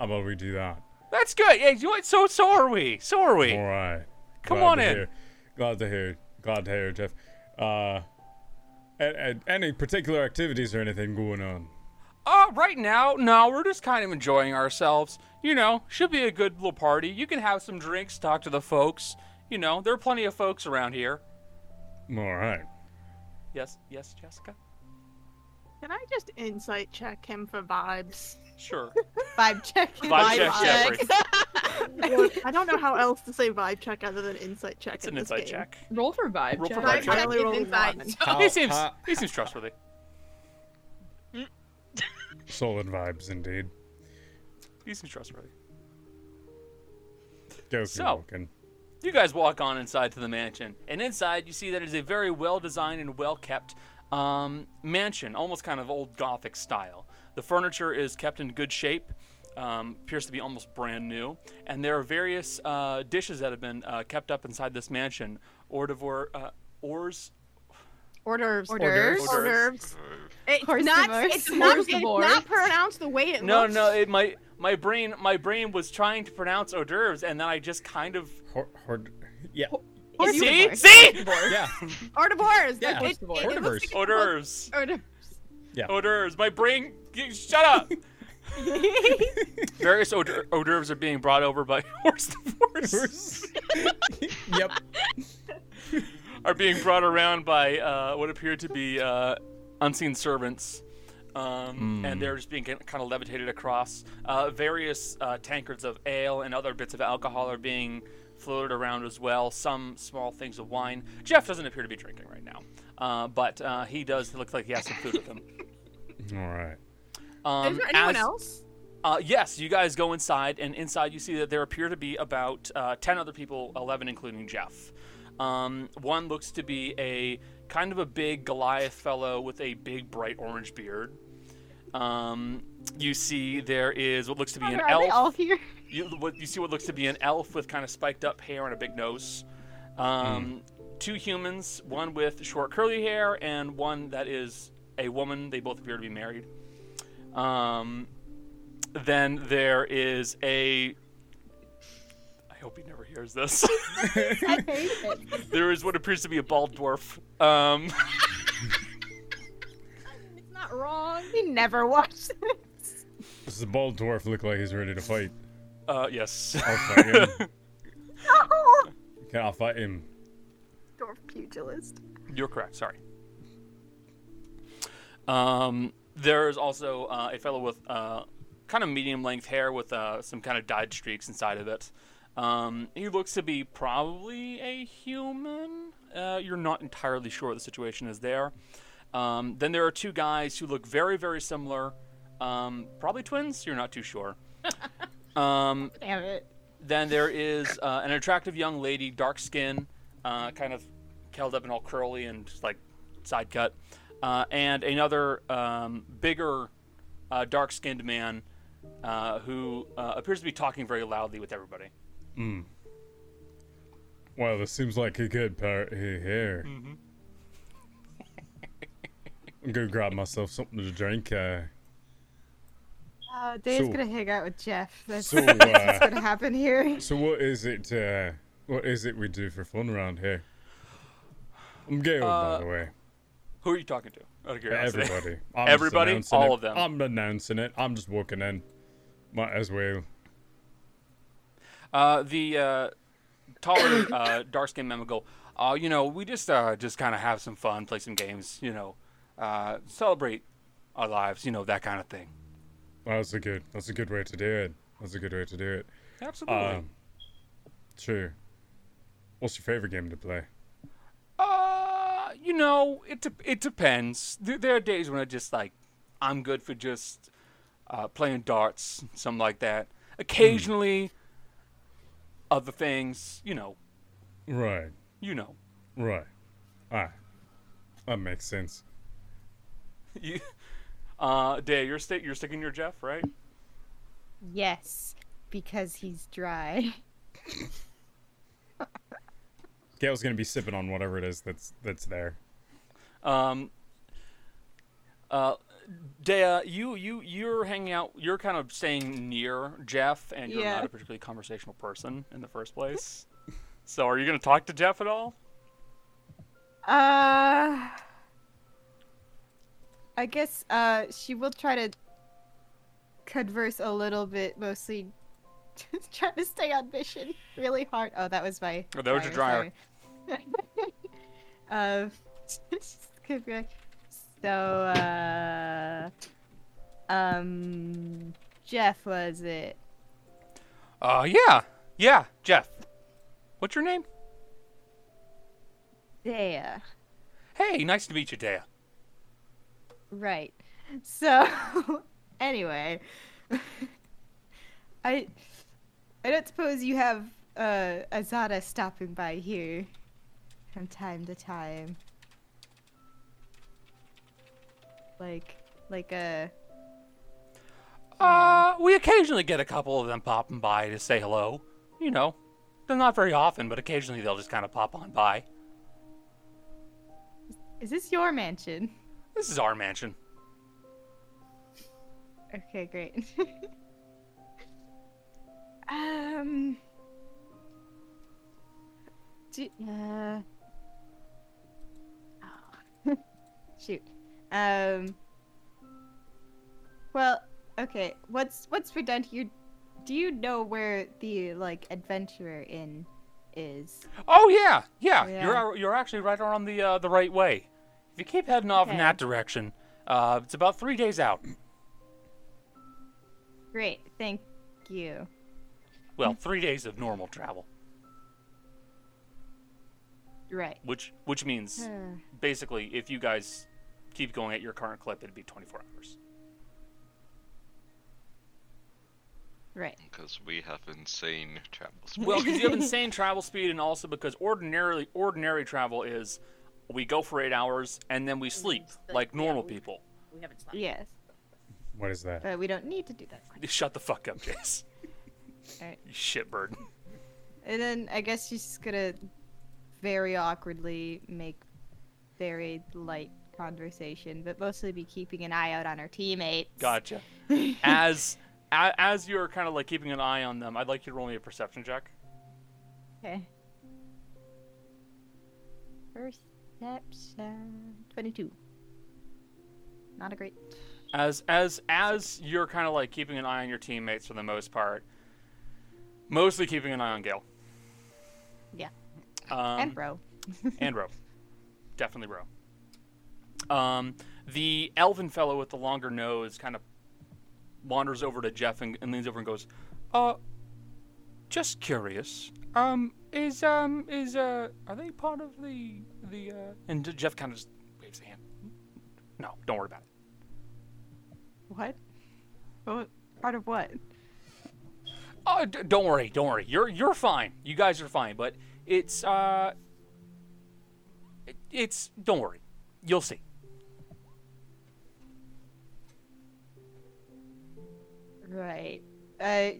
Speaker 9: How about we do that?
Speaker 2: That's good. Yeah, you know what? So so are we. So are we.
Speaker 9: All right.
Speaker 2: Come
Speaker 9: Glad
Speaker 2: on
Speaker 9: to
Speaker 2: in.
Speaker 9: Hear. Glad to hear. Glad to hear, Jeff. Uh, and, and any particular activities or anything going on?
Speaker 2: Uh, right now, no, we're just kind of enjoying ourselves. You know, should be a good little party. You can have some drinks, talk to the folks. You know, there are plenty of folks around here.
Speaker 9: All right.
Speaker 2: Yes, yes, Jessica.
Speaker 5: Can I just insight check him for vibes?
Speaker 2: Sure.
Speaker 4: Vibe check.
Speaker 2: Vibe check, Jeffrey.
Speaker 5: I don't know how else to say vibe check other than insight check.
Speaker 2: It's
Speaker 5: in
Speaker 2: an
Speaker 5: this
Speaker 2: insight
Speaker 5: game.
Speaker 2: check.
Speaker 11: Roll for vibe.
Speaker 2: Roll for
Speaker 11: check.
Speaker 2: vibe check.
Speaker 5: Finally rolled
Speaker 11: inside,
Speaker 5: one.
Speaker 9: How-
Speaker 2: he seems
Speaker 9: how-
Speaker 2: he seems trustworthy.
Speaker 9: Solid vibes indeed.
Speaker 2: He seems trustworthy.
Speaker 9: Go
Speaker 2: So-
Speaker 9: walking.
Speaker 2: You guys walk on inside to the mansion, and inside you see that it is a very well designed and well kept um, mansion, almost kind of old Gothic style. The furniture is kept in good shape, um, appears to be almost brand new, and there are various uh, dishes that have been uh, kept up inside this mansion. Hors d'oeuvre, uh, hors
Speaker 3: Orders.
Speaker 2: Hors d'oeuvres. Hors d'oeuvres.
Speaker 3: It's
Speaker 11: Hors
Speaker 3: not.
Speaker 11: d'oeuvres.
Speaker 3: It's not.
Speaker 11: Hors
Speaker 3: It's
Speaker 11: d'oeuvres.
Speaker 3: not pronounced the way it
Speaker 2: No,
Speaker 3: looks.
Speaker 2: no, it, my my brain my brain was trying to pronounce hors d'oeuvres, and then I just kind of
Speaker 9: Hor- hor-
Speaker 1: yeah.
Speaker 2: see
Speaker 3: d'oeuvres.
Speaker 2: see
Speaker 1: Yeah.
Speaker 3: Hors d'oeuvres.
Speaker 1: Yeah.
Speaker 3: Like, it,
Speaker 1: Hors
Speaker 3: it, it
Speaker 1: d'oeuvres.
Speaker 3: looks like
Speaker 2: hors d'oeuvres.
Speaker 3: Hors d'oeuvres.
Speaker 1: Yeah.
Speaker 2: Hors d'oeuvres. My brain. you- Shut up. Various hors d'oeuvres- hors d'oeuvres are being brought over by horse divorce.
Speaker 1: yep.
Speaker 2: Are being brought around by uh, what appear to be uh, unseen servants. Um, And
Speaker 10: Hmm.
Speaker 2: they're just being kind of levitated across. Uh, various uh, tankards of ale and other bits of alcohol are being floated around as well. Some small things of wine. Jeff doesn't appear to be drinking right now, uh, but uh, he does look like he has some food with him.
Speaker 9: All right.
Speaker 2: Um,
Speaker 5: Is there anyone
Speaker 2: as-
Speaker 5: else?
Speaker 2: Uh, yes, you guys go inside, and inside you see that there appear to be about uh, 10 other people, 11 including Jeff. Um, one looks to be a kind of a big Goliath fellow with a big, bright orange beard. Um, you see there is what looks to be an
Speaker 4: Are
Speaker 2: elf.
Speaker 4: they all here?
Speaker 2: You, what, you see what looks to be an elf with kind of spiked up hair and a big nose. Um, Two humans, one with short curly hair and one that is a woman. They both appear to be married. Um, then there is a. I hope he never hears this. there is what appears to be a bald dwarf. Um,
Speaker 4: It's not wrong. We never watched it.
Speaker 9: Does the bald dwarf look like he's ready to fight?
Speaker 2: uh, yes.
Speaker 9: I'll fight him. Can I fight him?
Speaker 5: Dwarf pugilist.
Speaker 2: You're correct. Sorry. Um, there's also uh, a fellow with uh, kind of medium-length hair with uh, some kind of dyed streaks inside of it. Um, he looks to be probably a human. Uh, you're not entirely sure what the situation is there. Um, then there are two guys who look very, very similar. Um, probably twins. You're not too sure. Um,
Speaker 4: Damn it.
Speaker 2: then there is uh, an attractive young lady, dark skin, uh, kind of curled up and all curly and just like side cut, uh, and another um, bigger, uh, dark skinned man uh, who uh, appears to be talking very loudly with everybody.
Speaker 9: Hmm. Well, this seems like a good party here.
Speaker 4: Mm-hmm.
Speaker 9: I'm gonna grab myself something to drink. Uh,
Speaker 4: Uh, Dave's
Speaker 9: So-
Speaker 4: gonna hang out with Jeff. That's
Speaker 9: So,
Speaker 4: that's what's
Speaker 9: uh,
Speaker 4: gonna happen here.
Speaker 9: So what is it? Uh, what is it we do for fun around here? I'm Gail,
Speaker 2: Uh,
Speaker 9: by the way.
Speaker 2: Who are you talking to? Out of curiosity.
Speaker 9: Everybody. I'm just
Speaker 2: Everybody.
Speaker 9: announcing
Speaker 2: All
Speaker 9: it.
Speaker 2: of them.
Speaker 9: I'm announcing it. I'm just walking in. Might as well.
Speaker 2: Uh, the uh, taller, uh, dark-skinned man would go, "Oh, you know, we just uh, just kind of have some fun, play some games, you know, uh, celebrate our lives, you know, that kind of thing."
Speaker 9: That's a good. That's a good way to do it. That's a good way to do it.
Speaker 2: Absolutely.
Speaker 9: Um, true. What's your favorite game to play?
Speaker 2: Uh, you know, it de- it depends. There, there are days when I just like, I'm good for just uh, playing darts, something like that. Occasionally, other things, you know,
Speaker 9: Right.
Speaker 2: you know,
Speaker 9: Right. Ah, that makes sense.
Speaker 2: you. Uh, Day, you're sti- you're sticking your Jeff, right?
Speaker 4: Yes, because he's dry.
Speaker 9: Gail's gonna be sipping on whatever it is that's that's there.
Speaker 2: Um, uh, Dea, you you you're hanging out. You're kind of staying near Jeff, and you're
Speaker 11: Yeah.
Speaker 2: not a particularly conversational person in the first place. so, are you going to talk to Jeff at all?
Speaker 4: Uh, I guess uh, she will try to converse a little bit, mostly just trying to stay on mission really hard. Oh, that was my.
Speaker 2: Oh, that was your
Speaker 4: sorry. uh, could be like, so, uh, um, Jeff was it?
Speaker 2: Uh, yeah, yeah, Jeff. What's your name?
Speaker 4: There.
Speaker 2: Hey, nice to meet you, Dea.
Speaker 4: Right. So, anyway, I I don't suppose you have uh, Azada stopping by here from time to time, like like a
Speaker 2: Uh, we occasionally get a couple of them popping by to say hello. You know, they're not very often, but occasionally they'll just kind of pop on by.
Speaker 4: is this your mansion?
Speaker 2: This is our mansion.
Speaker 4: Okay, great. um. Do, uh, oh, shoot. Um. Well, okay. Once once we're done here, do you know where the like adventurer inn is?
Speaker 2: Oh yeah, yeah.
Speaker 4: Yeah.
Speaker 2: You're ar- you're actually right on the uh, the right way. If you keep heading off in
Speaker 4: Okay.
Speaker 2: that direction, uh, it's about three days out.
Speaker 4: Great, thank you.
Speaker 2: Well, three days of normal travel,
Speaker 4: Right.
Speaker 2: which which means
Speaker 4: Hmm.
Speaker 2: basically if you guys keep going at your current clip, it'd be 24 hours.
Speaker 4: Right.
Speaker 8: Because we have insane travel speed.
Speaker 2: Well, because you have insane travel speed, and also because ordinarily ordinary travel is we go for eight hours and then we sleep like normal people.
Speaker 3: We haven't slept.
Speaker 4: Yes,
Speaker 9: What is that?
Speaker 4: but we don't need to do that.
Speaker 2: Shut the fuck up, Jace.
Speaker 4: All right.
Speaker 2: You shitbird.
Speaker 4: And then I guess she's just gonna very awkwardly make very light conversation, but mostly be keeping an eye out on her teammates.
Speaker 2: Gotcha. as a, as you're kind of like keeping an eye on them, I'd like you to roll me a perception check.
Speaker 4: Okay. Perception twenty-two. Not a great.
Speaker 2: As as as you're kind of like keeping an eye on your teammates for the most part, mostly keeping an eye on Gail
Speaker 4: Yeah.
Speaker 2: um,
Speaker 4: and bro.
Speaker 2: and Ro, definitely Ro. Um, the elven fellow with the longer nose kind of wanders over to Jeff and, and leans over and goes, "Uh, just curious. Um, is um is uh are they part of the the uh?" And Jeff kind of just waves a hand. No, don't worry about it.
Speaker 4: What? What? Part of what?
Speaker 2: Oh, d- don't worry, don't worry. You're you're fine. You guys are fine. But it's uh, it- it's don't worry. You'll see.
Speaker 4: Right. Uh.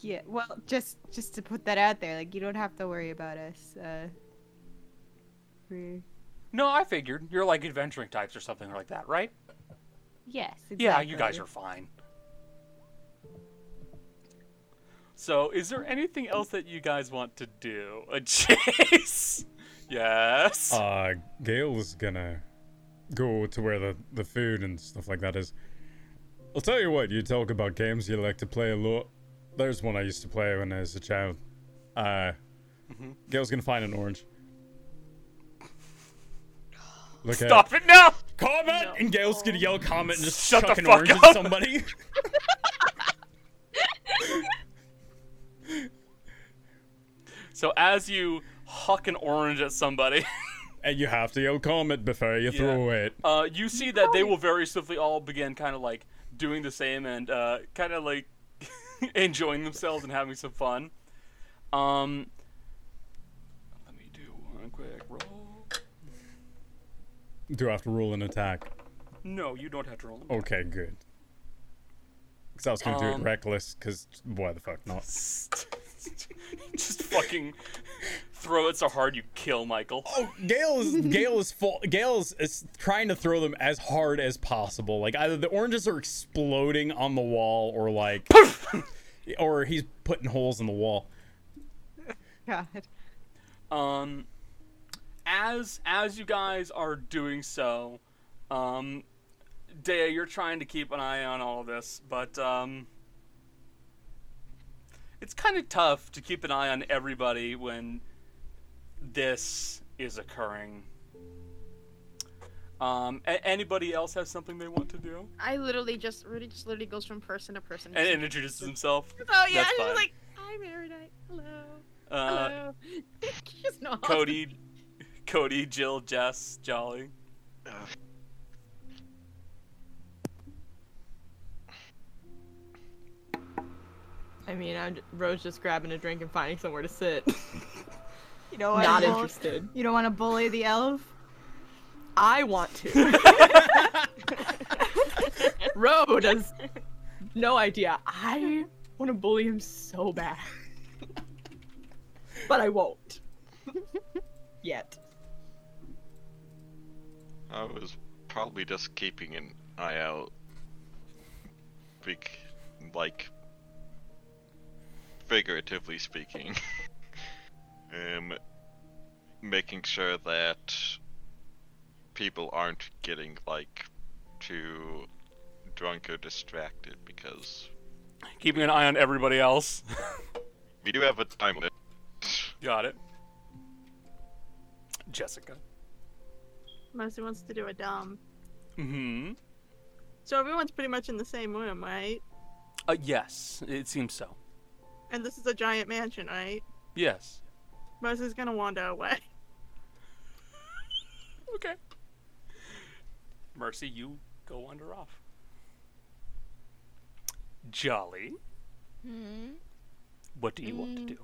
Speaker 4: Yeah. Well, just just to put that out there, like you don't have to worry about us. Uh. We're
Speaker 2: No, I figured you're like adventuring types or something like that, right?
Speaker 4: Yes. Exactly.
Speaker 2: Yeah, you guys are fine. So, is there anything else that you guys want to do? A chase? yes.
Speaker 9: Uh, Gail's gonna go to where the, the food and stuff like that is. I'll tell you what, you talk about games you like to play a lot. There's one I used to play when I was a child. Uh,
Speaker 2: Mhm.
Speaker 9: Gail's gonna find an orange. Look at
Speaker 2: Stop it now!
Speaker 1: Comment! And Gail's gonna yell comment and just
Speaker 2: Shut the
Speaker 1: chuck an
Speaker 2: fuck
Speaker 1: orange
Speaker 2: up.
Speaker 1: at somebody.
Speaker 2: So, as you huck an orange at somebody,
Speaker 9: And you have to yell comment before you throw it.
Speaker 2: uh, you see that they will very swiftly all begin kind of like doing the same and uh, kind of like enjoying themselves and having some fun. Um, let me do one quick roll.
Speaker 9: Do I have to roll an attack?
Speaker 2: No, you don't have to roll. them.
Speaker 9: Okay, good. Because I was gonna do
Speaker 2: Um,
Speaker 9: it reckless, because why the fuck not?
Speaker 2: Just fucking throw it so hard you kill Michael.
Speaker 1: Oh, Gail is Gail is full. Gail is, is trying to throw them as hard as possible. Like either the oranges are exploding on the wall, or like, or he's putting holes in the wall.
Speaker 4: God.
Speaker 2: Um, as as you guys are doing so, um, Dea, you're trying to keep an eye on all this, but um, it's kind of tough to keep an eye on everybody when this is occurring. Um, a- anybody else have something they want to do?
Speaker 3: I literally just Rudy just literally goes from person to person.
Speaker 2: And, and introduces himself.
Speaker 3: oh yeah,
Speaker 2: That's
Speaker 3: I'm
Speaker 2: fine.
Speaker 3: just like, hi Meredith, hello,
Speaker 2: Uh,
Speaker 3: hello. She's not.
Speaker 2: Cody, Cody, Jill, Jess, Jolly.
Speaker 11: I mean, I'm j- Rose just grabbing a drink and finding somewhere to sit.
Speaker 4: You know what?
Speaker 11: Not
Speaker 4: You don't-
Speaker 11: interested.
Speaker 4: You don't want to bully the elf.
Speaker 11: I want to. Rose has no idea. I want to bully him so bad, but I won't. Yet.
Speaker 8: I was probably just keeping an eye out. Big, like, figuratively speaking. um, making sure that people aren't getting, like, too drunk or distracted because
Speaker 2: Keeping an eye on everybody else.
Speaker 8: we do have a time limit.
Speaker 2: Got it. Jessica.
Speaker 5: Mercy wants to do a dumb.
Speaker 2: Hmm.
Speaker 5: So everyone's pretty much in the same room, right?
Speaker 2: Uh, yes, it seems so.
Speaker 5: And this is a giant mansion, right?
Speaker 2: Yes.
Speaker 5: Mercy's gonna wander away.
Speaker 2: Okay. Mercy, you go under off. Jolly,
Speaker 6: Hmm.
Speaker 2: what do you want
Speaker 6: Mm,
Speaker 2: to do?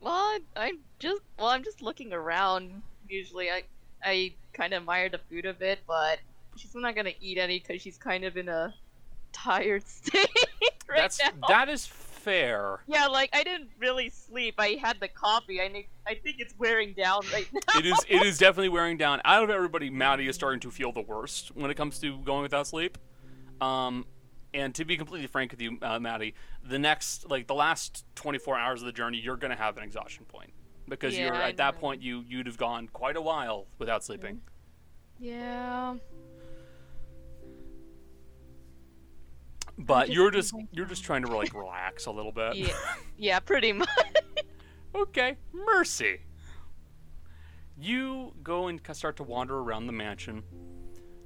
Speaker 6: Well, I- I'm just well, I'm just looking around. Usually, I I kind of admire the food a bit, but she's not gonna eat any because she's kind of in a tired state right
Speaker 2: That's
Speaker 6: now.
Speaker 2: that is fair.
Speaker 6: Yeah, like I didn't really sleep. I had the coffee. I think I think it's wearing down right now.
Speaker 2: It is it is definitely wearing down. Out of everybody, Maddie is starting to feel the worst when it comes to going without sleep. Um, and to be completely frank with you, uh, Maddie, the next like the last 24 hours of the journey, you're gonna have an exhaustion point because
Speaker 6: Yeah,
Speaker 2: you're
Speaker 6: I
Speaker 2: at that point you you'd have gone quite a while without sleeping.
Speaker 6: Yeah.
Speaker 2: But you're just you're just trying to like relax a little bit.
Speaker 6: Yeah. Yeah, pretty much.
Speaker 2: okay, mercy. You go and ca- start to wander around the mansion,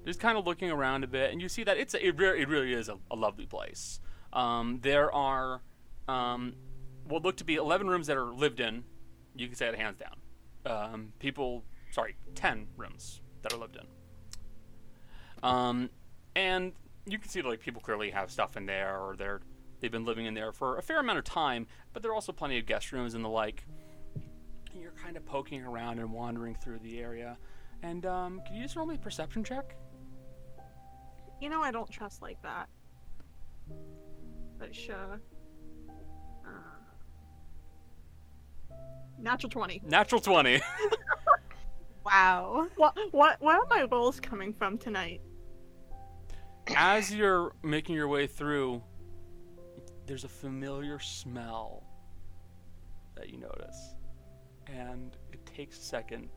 Speaker 2: just kind of looking around a bit, and you see that it's a, it, re- it really is a, a lovely place. Um, there are um, what look to be 11 rooms that are lived in. You can say it hands down. Um, people, sorry, 10 rooms that are lived in. Um, and you can see like people clearly have stuff in there, or they're they've been living in there for a fair amount of time. But there are also plenty of guest rooms and the like. And you're kind of poking around and wandering through the area. And um, can you just roll me a perception check?
Speaker 5: You know, I don't trust like that. But sure. Uh, natural 20.
Speaker 2: Natural twenty.
Speaker 5: Wow. What, what, where are my rolls coming from tonight?
Speaker 2: as you're making your way through, there's a familiar smell that you notice, and it takes a second,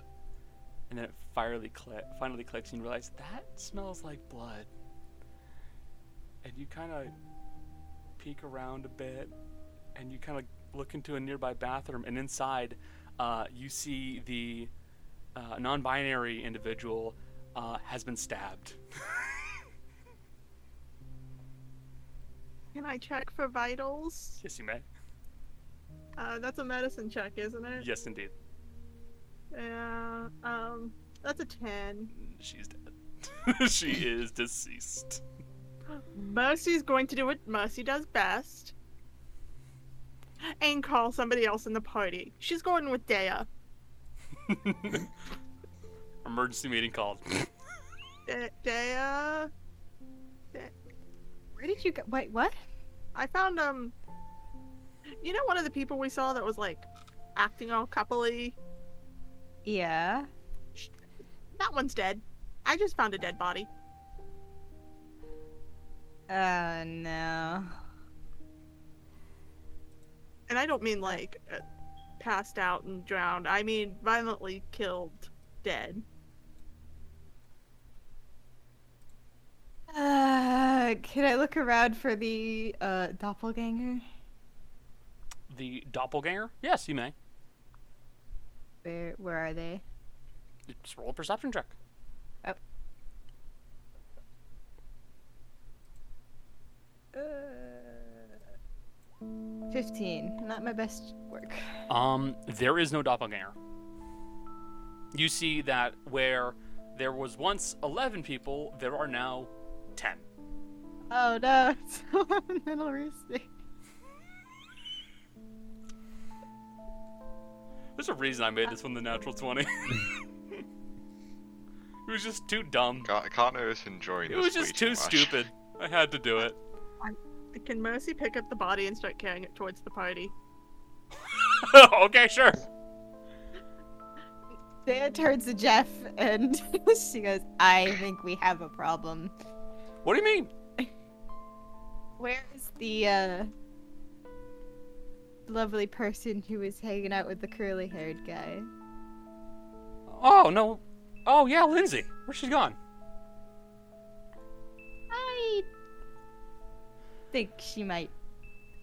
Speaker 2: and then it finally cli finally clicks, and you realize that smells like blood. And you kind of peek around a bit, and you kind of look into a nearby bathroom, and inside, uh, you see the uh, non-binary individual uh, has been stabbed.
Speaker 5: Can I check for vitals?
Speaker 2: yes, you may.
Speaker 5: Uh, that's a medicine check, isn't it?
Speaker 2: Yes, indeed.
Speaker 5: Yeah. Um, that's a ten.
Speaker 2: Mm, She's dead. she is deceased.
Speaker 5: Mercy's going to do what Mercy does best. And call somebody else in the party. She's going with Dea.
Speaker 2: Emergency meeting called.
Speaker 5: De- Dea. De-
Speaker 4: Where did you go? Wait, what?
Speaker 5: I found um. You know, one of the people we saw that was like acting all coupley.
Speaker 4: Yeah.
Speaker 5: That one's dead. I just found a dead body.
Speaker 4: Oh no.
Speaker 5: and I don't mean like uh, passed out and drowned. I mean violently killed, dead.
Speaker 4: Uh, can I look around for the uh, doppelganger?
Speaker 2: The doppelganger? Yes, you may.
Speaker 4: Where where are they?
Speaker 2: Just roll a perception check.
Speaker 4: Fifteen. Not my best work.
Speaker 2: Um, there is no doppelganger. You see that where there was once 11 people, there are now 10.
Speaker 4: Oh no, it's so mental roosting.
Speaker 2: There's a reason I made this one the natural 20. it was just too dumb.
Speaker 8: Con- Connor is enjoying
Speaker 2: It
Speaker 8: this
Speaker 2: was
Speaker 8: way
Speaker 2: just too
Speaker 8: much.
Speaker 2: stupid. I had to do it.
Speaker 5: Can Mercy pick up the body and start carrying it towards the party?
Speaker 2: okay, sure.
Speaker 4: Dea turns to Jeff and she goes, "I think we have a problem."
Speaker 2: What do you mean?
Speaker 4: Where is the uh, lovely person who was hanging out with the curly-haired guy?
Speaker 2: Oh, no. Oh, yeah, Lindsay. Where she's gone?
Speaker 4: I think she might.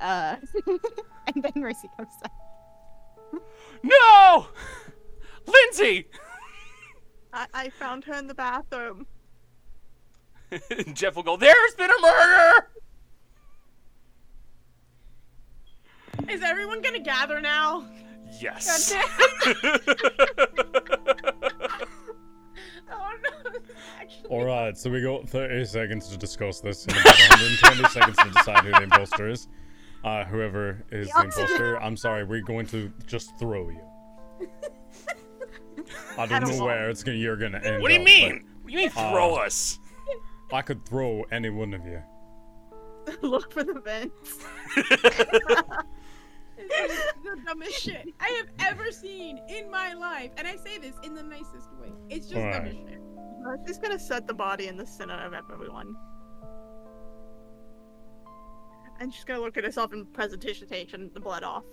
Speaker 4: Uh, and then Mercy comes up.
Speaker 2: No! Lindsay!
Speaker 5: I, I found her in the bathroom.
Speaker 2: Jeff will go, There's been a murder!
Speaker 5: Is everyone gonna gather now?
Speaker 2: Yes.
Speaker 3: Oh no. Actually,
Speaker 9: All right, so we got 30 seconds to discuss this, and about 120 seconds to decide who the imposter is. Uh, whoever is the imposter, I'm sorry, we're going to just throw you. I don't know where it's gonna, you're gonna end.
Speaker 2: What do you
Speaker 9: up,
Speaker 2: mean?
Speaker 9: but
Speaker 2: What do you mean throw
Speaker 9: Uh,
Speaker 2: us?
Speaker 9: I could throw any one of you.
Speaker 5: Look for the vents.
Speaker 3: This is the dumbest shit I have ever seen in my life, and I say this in the nicest way. It's just dumb as
Speaker 9: Alright.
Speaker 3: shit.
Speaker 5: Mercy's gonna set the body in the center of everyone. And she's gonna look at herself in presentation, the blood off.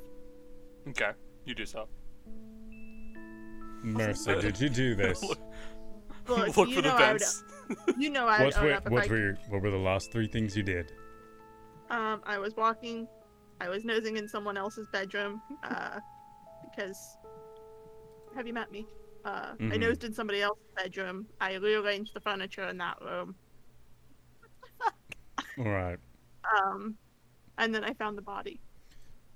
Speaker 2: Okay, you do so.
Speaker 9: Mercy, did you do this?
Speaker 5: Look,
Speaker 2: Look
Speaker 5: you
Speaker 2: for the
Speaker 5: know I would-
Speaker 2: vents.
Speaker 5: you know I would
Speaker 9: What
Speaker 5: own
Speaker 9: were,
Speaker 5: up if I
Speaker 9: what, were, what were the last three things you did?
Speaker 5: Um, I was walking, I was nosing in someone else's bedroom, uh, because have you met me? Uh, I
Speaker 9: Mhm.
Speaker 5: nosed in somebody else's bedroom. I rearranged the furniture in that room.
Speaker 9: All right,
Speaker 5: Um, and then I found the body.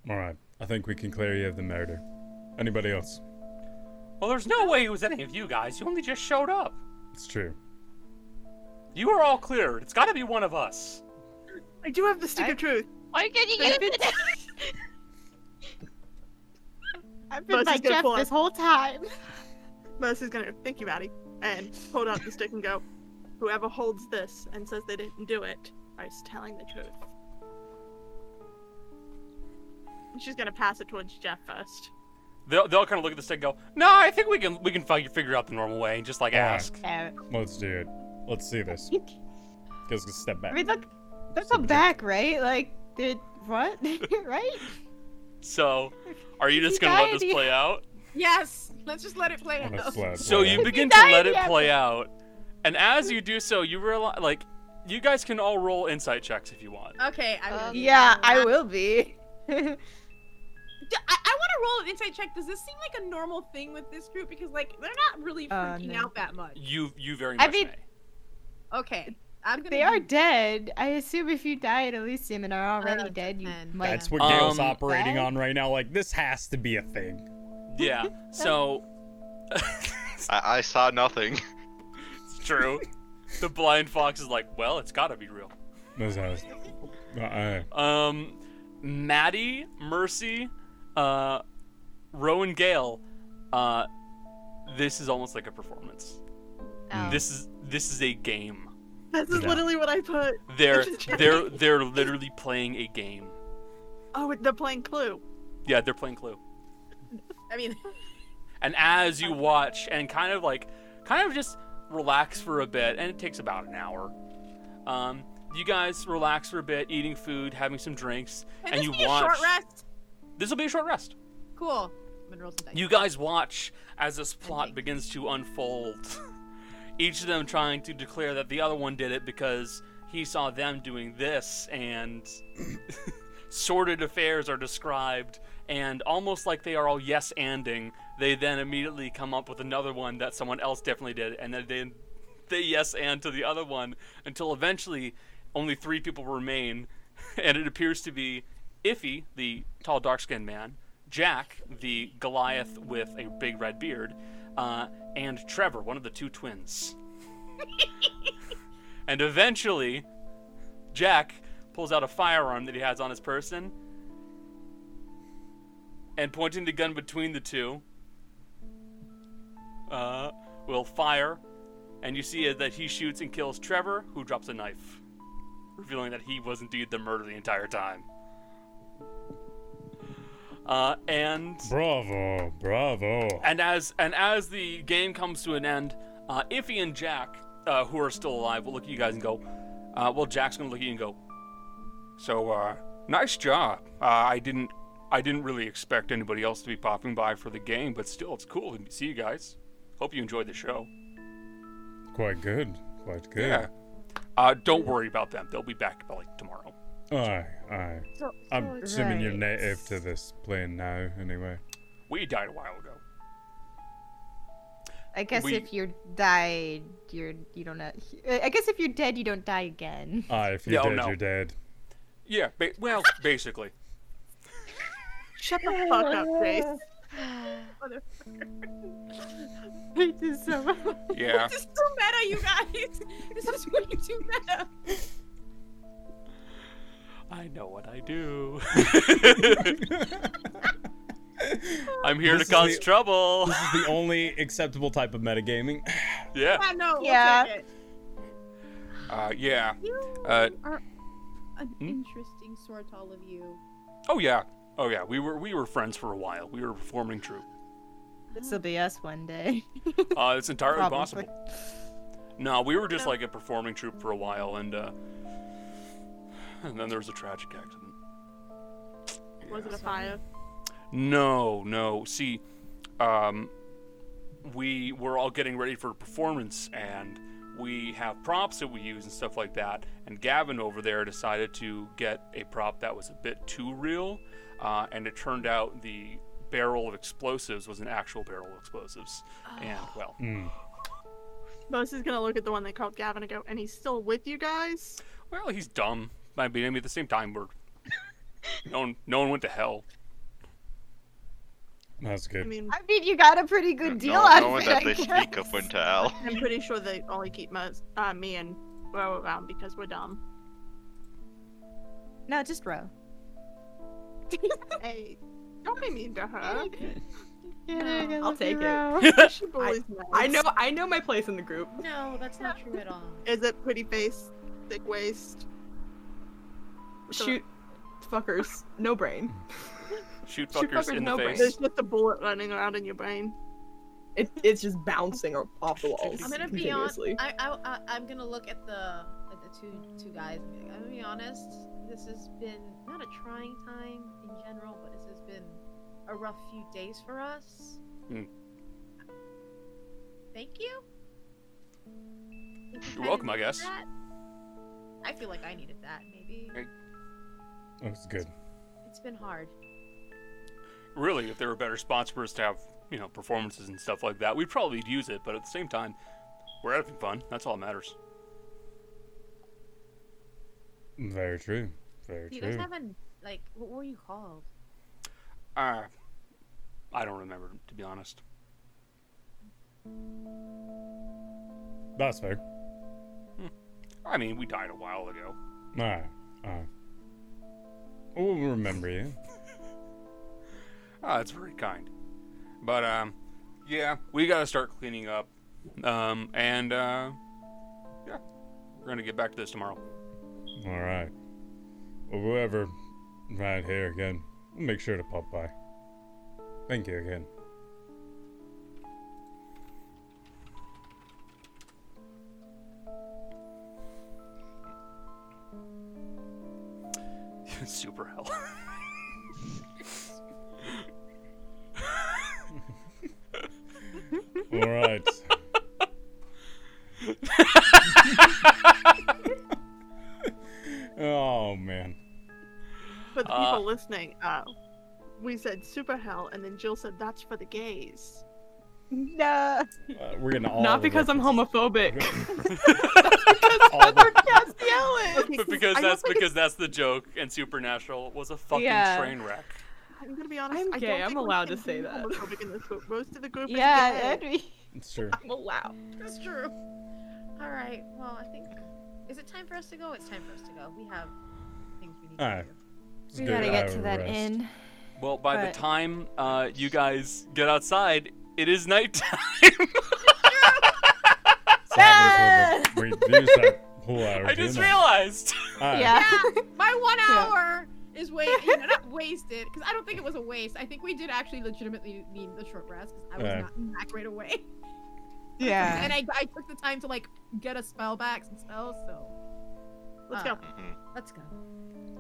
Speaker 9: all right. I think we can clear you of the murder. Anybody else?
Speaker 2: Well, there's no way it was any of you guys. You only just showed up.
Speaker 9: It's true.
Speaker 2: You are all cleared. It's got to be one of us.
Speaker 5: I do have the stick of truth.
Speaker 6: Why can't you get it?
Speaker 4: I've
Speaker 5: been Mercy's
Speaker 4: been
Speaker 5: by
Speaker 4: by
Speaker 5: gonna Jeff
Speaker 4: Jeff
Speaker 5: pull this
Speaker 4: this
Speaker 5: up.
Speaker 4: whole time.
Speaker 5: Melissa's gonna thank you, Maddie, and hold out the stick and go. Whoever holds this and says they didn't do it is telling the truth. And She's gonna pass it towards Jeff first.
Speaker 2: They'll, they'll kind of look at this and go, "No, I think we can we can fi- figure out the normal way, just like
Speaker 9: All right.
Speaker 2: ask."
Speaker 4: Uh,
Speaker 9: Let's do it. Let's see this.
Speaker 1: Kira's gonna step back.
Speaker 4: I mean, look, that's a back, right? Like, did what? right?
Speaker 2: So, are you just
Speaker 3: He
Speaker 2: gonna let
Speaker 3: died,
Speaker 2: this
Speaker 3: he-
Speaker 2: play out?
Speaker 3: Yes, let's just let it play
Speaker 2: On a
Speaker 3: out.
Speaker 2: So you begin to let it play out, and as you do so, you realize like you guys can all roll insight checks if you want.
Speaker 3: Okay, I will.
Speaker 4: Um, yeah, I will be.
Speaker 3: D- I, I want to roll an insight check. Does this seem like a normal thing with this group? Because like they're not really
Speaker 4: Uh,
Speaker 3: freaking
Speaker 4: no.
Speaker 3: out that much.
Speaker 2: You you very much
Speaker 4: I mean,
Speaker 2: may.
Speaker 3: Okay, I'm gonna.
Speaker 4: they are dead. I assume if you die at Elysium and are already dead, you might.
Speaker 1: That's what Gail's
Speaker 2: Um,
Speaker 1: operating
Speaker 4: What?
Speaker 1: on right now. Like this has to be a thing.
Speaker 2: Yeah. So
Speaker 8: I, I saw nothing.
Speaker 2: it's true. the blind fox is like, well, it's gotta be real.
Speaker 9: Those eyes. Uh-uh.
Speaker 2: Um, Maddie, Mercy, uh, Rowan Gale, uh, this is almost like a performance.
Speaker 6: Oh.
Speaker 2: This is this is a game.
Speaker 5: This is
Speaker 2: Yeah.
Speaker 5: literally what I put.
Speaker 2: They're
Speaker 5: This is-
Speaker 2: they're they're literally playing a game.
Speaker 5: Oh, they're playing Clue.
Speaker 2: Yeah, they're playing Clue.
Speaker 3: I mean,
Speaker 2: And as you watch and kind of like, kind of just relax for a bit, and it takes about an hour. Um, you guys relax for a bit, eating food, having some drinks,
Speaker 3: Can
Speaker 2: and
Speaker 3: this
Speaker 2: you
Speaker 3: be
Speaker 2: watch.
Speaker 3: a short rest?
Speaker 2: This will be a short rest.
Speaker 3: Cool. I'm gonna roll some dice.
Speaker 2: You guys watch as this plot begins to unfold. Each of them trying to declare that the other one did it because he saw them doing this, and sordid affairs are described, and almost like they are all yes anding, they then immediately come up with another one that someone else definitely did, and then they, they yes and to the other one until eventually only three people remain, and it appears to be Iffy, the tall, dark skinned man, Jack, the Goliath with a big red beard, uh, and Trevor, one of the two twins. and eventually, Jack pulls out a firearm that he has on his person and pointing the gun between the two uh, will fire and you see that he shoots and kills trevor who drops a knife revealing that he was indeed the murderer the entire time uh, and
Speaker 9: Bravo, bravo.
Speaker 2: and as and as the game comes to an end, uh, Iffy and Jack, uh, who are still alive, will look at you guys and go, uh, "Well, Jack's gonna look at you and go, so uh, nice job. Uh, I didn't, I didn't really expect anybody else to be popping by for the game, but still, it's cool to see you guys. Hope you enjoyed the show.
Speaker 9: Quite good. Quite good.
Speaker 2: Uh, don't worry about them. They'll be back by like tomorrow.
Speaker 9: Aye, aye.
Speaker 4: So-
Speaker 9: I'm
Speaker 4: so
Speaker 9: assuming you're
Speaker 4: right.
Speaker 9: native to this plane now, anyway.
Speaker 2: We died a while ago.
Speaker 4: I guess
Speaker 9: We-
Speaker 4: if you're died, you're you don't. Know, I guess if you're dead, you don't die again.
Speaker 9: Aye, if you're
Speaker 2: Yeah, oh,
Speaker 9: dead,
Speaker 2: no.
Speaker 9: you're dead.
Speaker 2: Yeah. Ba- well, basically.
Speaker 5: Shut the fuck up, Jace.
Speaker 4: Motherfucker. I just so much.
Speaker 2: Yeah.
Speaker 3: this is too meta, you guys. This is way too meta.
Speaker 2: I know what I do. I'm here
Speaker 1: This
Speaker 2: to
Speaker 1: is
Speaker 2: cause
Speaker 1: the-
Speaker 2: trouble.
Speaker 1: This is the only acceptable type of metagaming.
Speaker 2: Yeah.
Speaker 3: Yeah, no, we'll
Speaker 4: Yeah.
Speaker 3: take it.
Speaker 2: Uh, yeah. Uh, hmm?
Speaker 3: Are an interesting sort, all of you.
Speaker 2: oh yeah. Oh yeah. We were we were friends for a while. We were a performing troupe.
Speaker 4: This will be us one day.
Speaker 2: Uh, it's entirely
Speaker 4: Probably.
Speaker 2: possible. No, we were just like a performing troupe for a while, and uh, and then there was a tragic accident.
Speaker 5: Was it a fire?
Speaker 2: No, no. Oh, See, um, we were all getting ready for a performance, and we have props that we use and stuff like that. And Gavin over there decided to get a prop that was a bit too real, uh, and it turned out the barrel of explosives was an actual barrel of explosives. And well,
Speaker 5: Moses is gonna look at the one they called Gavin and go, and he's still with you guys?
Speaker 2: well, he's dumb. I mean, I mean, at the same time, we're no one, no one went to hell.
Speaker 9: That's good.
Speaker 5: I mean,
Speaker 4: I mean, you got a pretty good deal
Speaker 8: no,
Speaker 4: out
Speaker 8: no
Speaker 4: of
Speaker 8: one
Speaker 4: it.
Speaker 8: that
Speaker 4: I
Speaker 8: they
Speaker 4: guess.
Speaker 8: speak of went to hell.
Speaker 5: I'm pretty sure they only keep Mos- uh, me and Ro around because we're dumb.
Speaker 4: No, just row.
Speaker 5: hey, don't be mean to her.
Speaker 11: I'll take it.
Speaker 4: it.
Speaker 5: She bullies me.
Speaker 11: I know I know my place in the group.
Speaker 3: No, that's not true at all.
Speaker 5: Is it pretty face, thick waist?
Speaker 11: Shoot fuckers. No brain.
Speaker 2: Shoot
Speaker 11: Shoot
Speaker 2: fuckers
Speaker 11: fuckers,
Speaker 2: in the
Speaker 11: no
Speaker 2: face.
Speaker 5: There's just a bullet running around in your brain.
Speaker 11: It, it's just bouncing o- off the walls.
Speaker 3: I'm gonna be honest.
Speaker 11: continuously.
Speaker 3: I, I, I I'm gonna look at the at the two two guys. And be like, I'm gonna be honest. This has been not a trying time in general, but this has been a rough few days for us.
Speaker 2: Mm.
Speaker 3: Thank you.
Speaker 2: You're welcome, I guess.
Speaker 3: That- I feel like I needed that. Maybe
Speaker 9: That's good.
Speaker 3: it's been hard.
Speaker 2: Really, if there were better spots for us to have, you know, performances and stuff like that, we'd probably use it. But at the same time, we're having fun. That's all that matters.
Speaker 9: Very true. Very
Speaker 3: Do you guys
Speaker 9: true.
Speaker 3: have an like? What were you called?
Speaker 2: Uh, I don't remember, to be honest.
Speaker 9: That's fair.
Speaker 2: I mean, we died a while ago.
Speaker 9: Alright. Alright. We'll remember you.
Speaker 2: Ah, that's very kind. But um, yeah, we gotta start cleaning up. Um, and uh, yeah, we're gonna get back to this tomorrow.
Speaker 9: Alright. Well, whoever right here again, we'll make sure to pop by. Thank you again.
Speaker 2: Super hell.
Speaker 9: Alright. oh man.
Speaker 5: For the
Speaker 9: Uh,
Speaker 5: people listening, uh, we said super hell, and then Jill said that's for the gays.
Speaker 11: No.
Speaker 9: Uh, we're getting all
Speaker 11: Not
Speaker 9: the
Speaker 11: because I'm homophobic.
Speaker 6: Oh,
Speaker 2: but because
Speaker 5: I
Speaker 2: that's
Speaker 5: don't think
Speaker 2: because that's the joke, and Supernatural was a fucking
Speaker 5: Yeah.
Speaker 2: train wreck.
Speaker 5: I'm gonna be honest.
Speaker 11: I'm
Speaker 5: I
Speaker 11: gay,
Speaker 5: don't
Speaker 11: I'm
Speaker 5: think we
Speaker 11: allowed
Speaker 5: can
Speaker 11: to say
Speaker 5: be
Speaker 11: that.
Speaker 5: homophobic in this group. Most of the group
Speaker 4: Yeah,
Speaker 5: is gay.
Speaker 9: It's true.
Speaker 11: I'm allowed.
Speaker 3: That's true. All right. Well, I think. Is it time for us to go? It's time for us to go. We have things we need to
Speaker 9: Alright. Let's
Speaker 4: We
Speaker 9: do
Speaker 4: gotta
Speaker 9: an
Speaker 4: get
Speaker 9: hour
Speaker 4: to that
Speaker 9: rest.
Speaker 4: inn.
Speaker 2: Well, by
Speaker 4: But-
Speaker 2: the time uh, you guys get outside, it is nighttime.
Speaker 9: Sadly, we- we used that whole hour
Speaker 2: I
Speaker 9: doing
Speaker 2: just
Speaker 9: that.
Speaker 2: realized.
Speaker 9: Alright.
Speaker 3: Yeah, my one
Speaker 11: Yeah.
Speaker 3: hour is wa- you know, not wasted because I don't think it was a waste. I think we did actually legitimately need the short rest 'cause I was
Speaker 9: Yeah.
Speaker 3: not back right away.
Speaker 4: Yeah.
Speaker 3: and I, I took the time to like get a spell back and spells, so
Speaker 5: Let's
Speaker 3: Uh,
Speaker 5: go.
Speaker 3: let's go.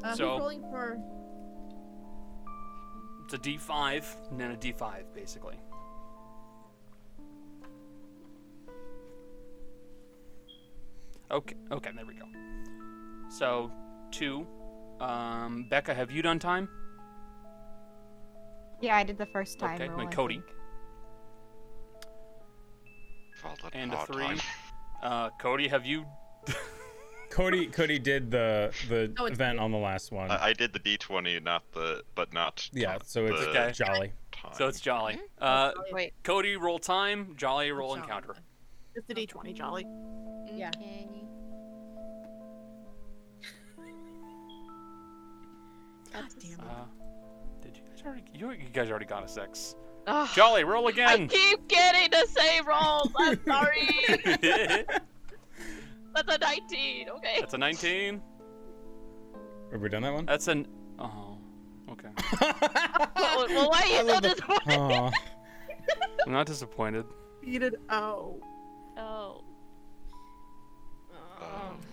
Speaker 3: Uh,
Speaker 2: So-
Speaker 3: who's rolling for?
Speaker 2: It's a D5 and then a D5, basically. Okay, okay, there we go. So, two. Um, Becca, have you done time?
Speaker 4: Yeah, I did the first time.
Speaker 2: okay,
Speaker 4: roll,
Speaker 2: then
Speaker 4: I
Speaker 2: Cody.
Speaker 4: think.
Speaker 2: And a three. Uh, Cody, have you?
Speaker 9: Cody Cody did the the
Speaker 3: Oh, it's
Speaker 9: event on the last one.
Speaker 8: I, I did the d20, not the, but not.
Speaker 9: yeah, so it's
Speaker 8: the
Speaker 2: Okay.
Speaker 9: jolly.
Speaker 2: So it's Jolly.
Speaker 4: Mm-hmm.
Speaker 2: Uh,
Speaker 6: Wait.
Speaker 2: Cody, roll time. Jolly, roll encounter.
Speaker 5: It's the D20, Jolly.
Speaker 3: Yeah.
Speaker 6: Okay.
Speaker 3: God damn it.
Speaker 2: Uh, did you guys already? You, you guys already got a six.
Speaker 6: Ugh.
Speaker 2: Jolly, roll
Speaker 6: I
Speaker 2: again.
Speaker 6: keep getting the same rolls. I'm sorry. That's a 19. Okay.
Speaker 2: That's a 19.
Speaker 9: Have we done that one?
Speaker 2: That's an. Oh, okay.
Speaker 6: well, well, why are
Speaker 9: I
Speaker 6: you so
Speaker 9: love the-
Speaker 6: disappointed?
Speaker 9: Aw.
Speaker 2: I'm not disappointed.
Speaker 5: You did oh.
Speaker 6: Oh. Oh,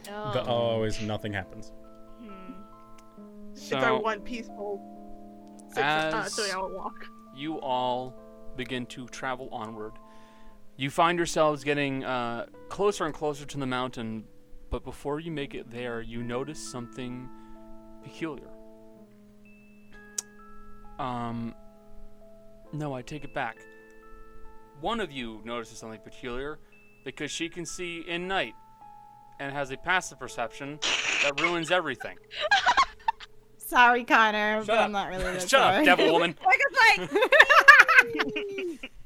Speaker 6: no.
Speaker 9: Uh, the oh is nothing happens.
Speaker 6: Hmm.
Speaker 5: It's our
Speaker 2: So
Speaker 5: one peaceful six, uh,
Speaker 2: as
Speaker 5: three hour walk.
Speaker 2: you all begin to travel onward, you find yourselves getting uh, closer and closer to the mountain. But before you make it there, you notice something peculiar. Um, no, I take it back. One of you notices something peculiar because she can see in night and has a passive perception that ruins everything.
Speaker 4: Sorry, Connor, but
Speaker 2: up.
Speaker 4: I'm not really. that
Speaker 2: Shut
Speaker 4: sorry.
Speaker 2: up, devil woman.
Speaker 4: Like, it's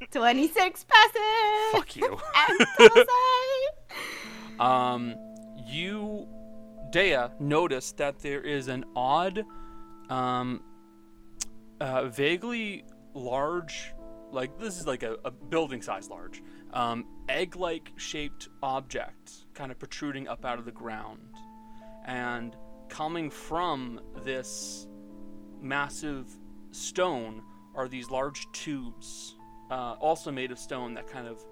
Speaker 4: like 26 passive.
Speaker 2: Fuck you.
Speaker 4: I'm so sorry.
Speaker 2: Um, you, Dea, notice that there is an odd, um, uh, vaguely large, like this is like a, a building size large, um, egg like shaped object kind of protruding up out of the ground. And coming from this massive stone are these large tubes uh, uh, also made of stone that kind of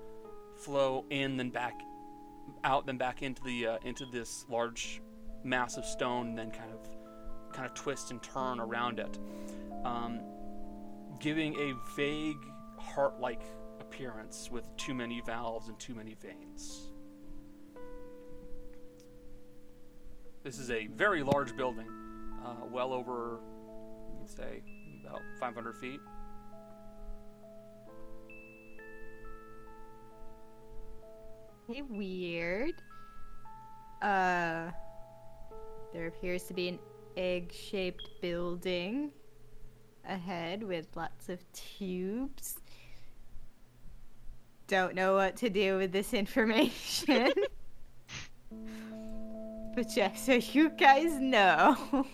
Speaker 2: flow in then back out then back into the uh, into this large mass of stone and then kind of kind of twist and turn around it um, giving a vague heart-like appearance with too many valves and too many veins this is a very large building uh, well over you'd say about 500 feet
Speaker 4: Hey, weird. Uh, there appears to be an egg-shaped building ahead with lots of tubes. Don't know what to do with this information. but just so you guys know.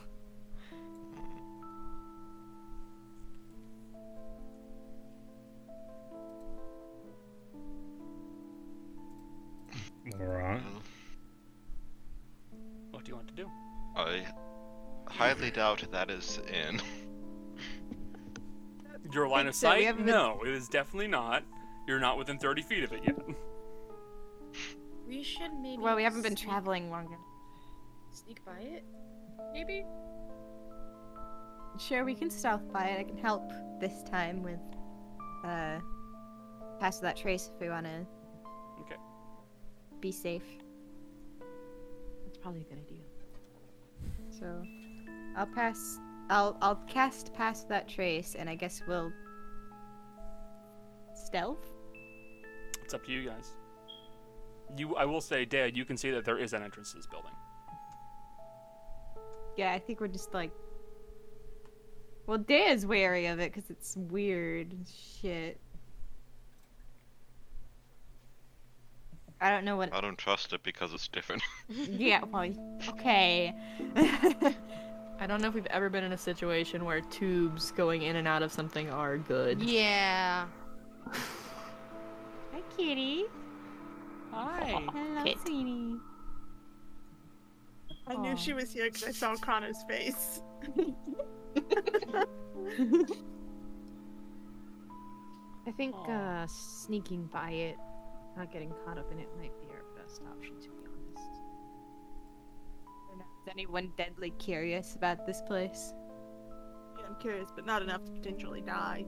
Speaker 9: All right.
Speaker 8: Mm-hmm.
Speaker 2: what do you want to do
Speaker 8: I highly doubt that is in.
Speaker 2: your line of
Speaker 4: so, we
Speaker 2: sight
Speaker 4: haven't been-
Speaker 2: no it is definitely not you're not within 30 feet of it yet
Speaker 3: We should maybe.
Speaker 4: Well, we haven't been
Speaker 3: sneak-
Speaker 4: traveling long enough.
Speaker 3: Sneak by it, maybe.
Speaker 4: Sure, we can stealth by it. I can help this time with uh pass that trace if we want to
Speaker 2: okay
Speaker 4: be safe.
Speaker 12: That's probably a good idea.
Speaker 4: So I'll pass. I'll I'll cast pass that trace, and I guess we'll stealth.
Speaker 2: It's up to you guys. You, I will say, Dad, you can see that there is an entrance to this building.
Speaker 4: Yeah, I think we're just like. Well, Daya's wary of it because it's weird and shit. I don't know what.
Speaker 8: I don't trust it because it's different.
Speaker 4: yeah, well, okay.
Speaker 12: I don't know if we've ever been in a situation where tubes going in and out of something are good.
Speaker 3: Yeah.
Speaker 4: Hi, kitty.
Speaker 2: Hi.
Speaker 4: Hello,
Speaker 12: Kit.
Speaker 4: sweetie.
Speaker 5: I knew she was here because I saw Connor's face.
Speaker 10: I think uh, sneaking by it, not getting caught up in it, might be our best option, to be honest.
Speaker 4: Is anyone deadly curious about this place?
Speaker 5: Yeah, I'm curious, but not enough to potentially die.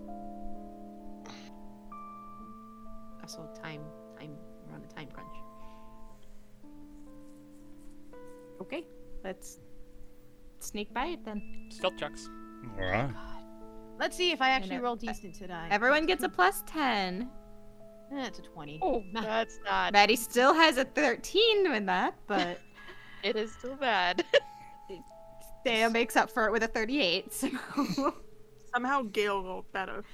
Speaker 10: Also, time, time, we're on a time crunch.
Speaker 4: Okay, let's sneak by it then.
Speaker 2: Stealth checks.
Speaker 9: All right.
Speaker 10: Let's see if I actually
Speaker 4: know,
Speaker 10: roll
Speaker 4: uh,
Speaker 10: decent today.
Speaker 4: Everyone gets a plus 10.
Speaker 10: That's a twenty.
Speaker 6: Oh, that's not.
Speaker 4: Maddie still has a 13 with that, but
Speaker 6: It is still bad.
Speaker 4: Daya makes up for it with a 38. So.
Speaker 5: Somehow Gale rolled better.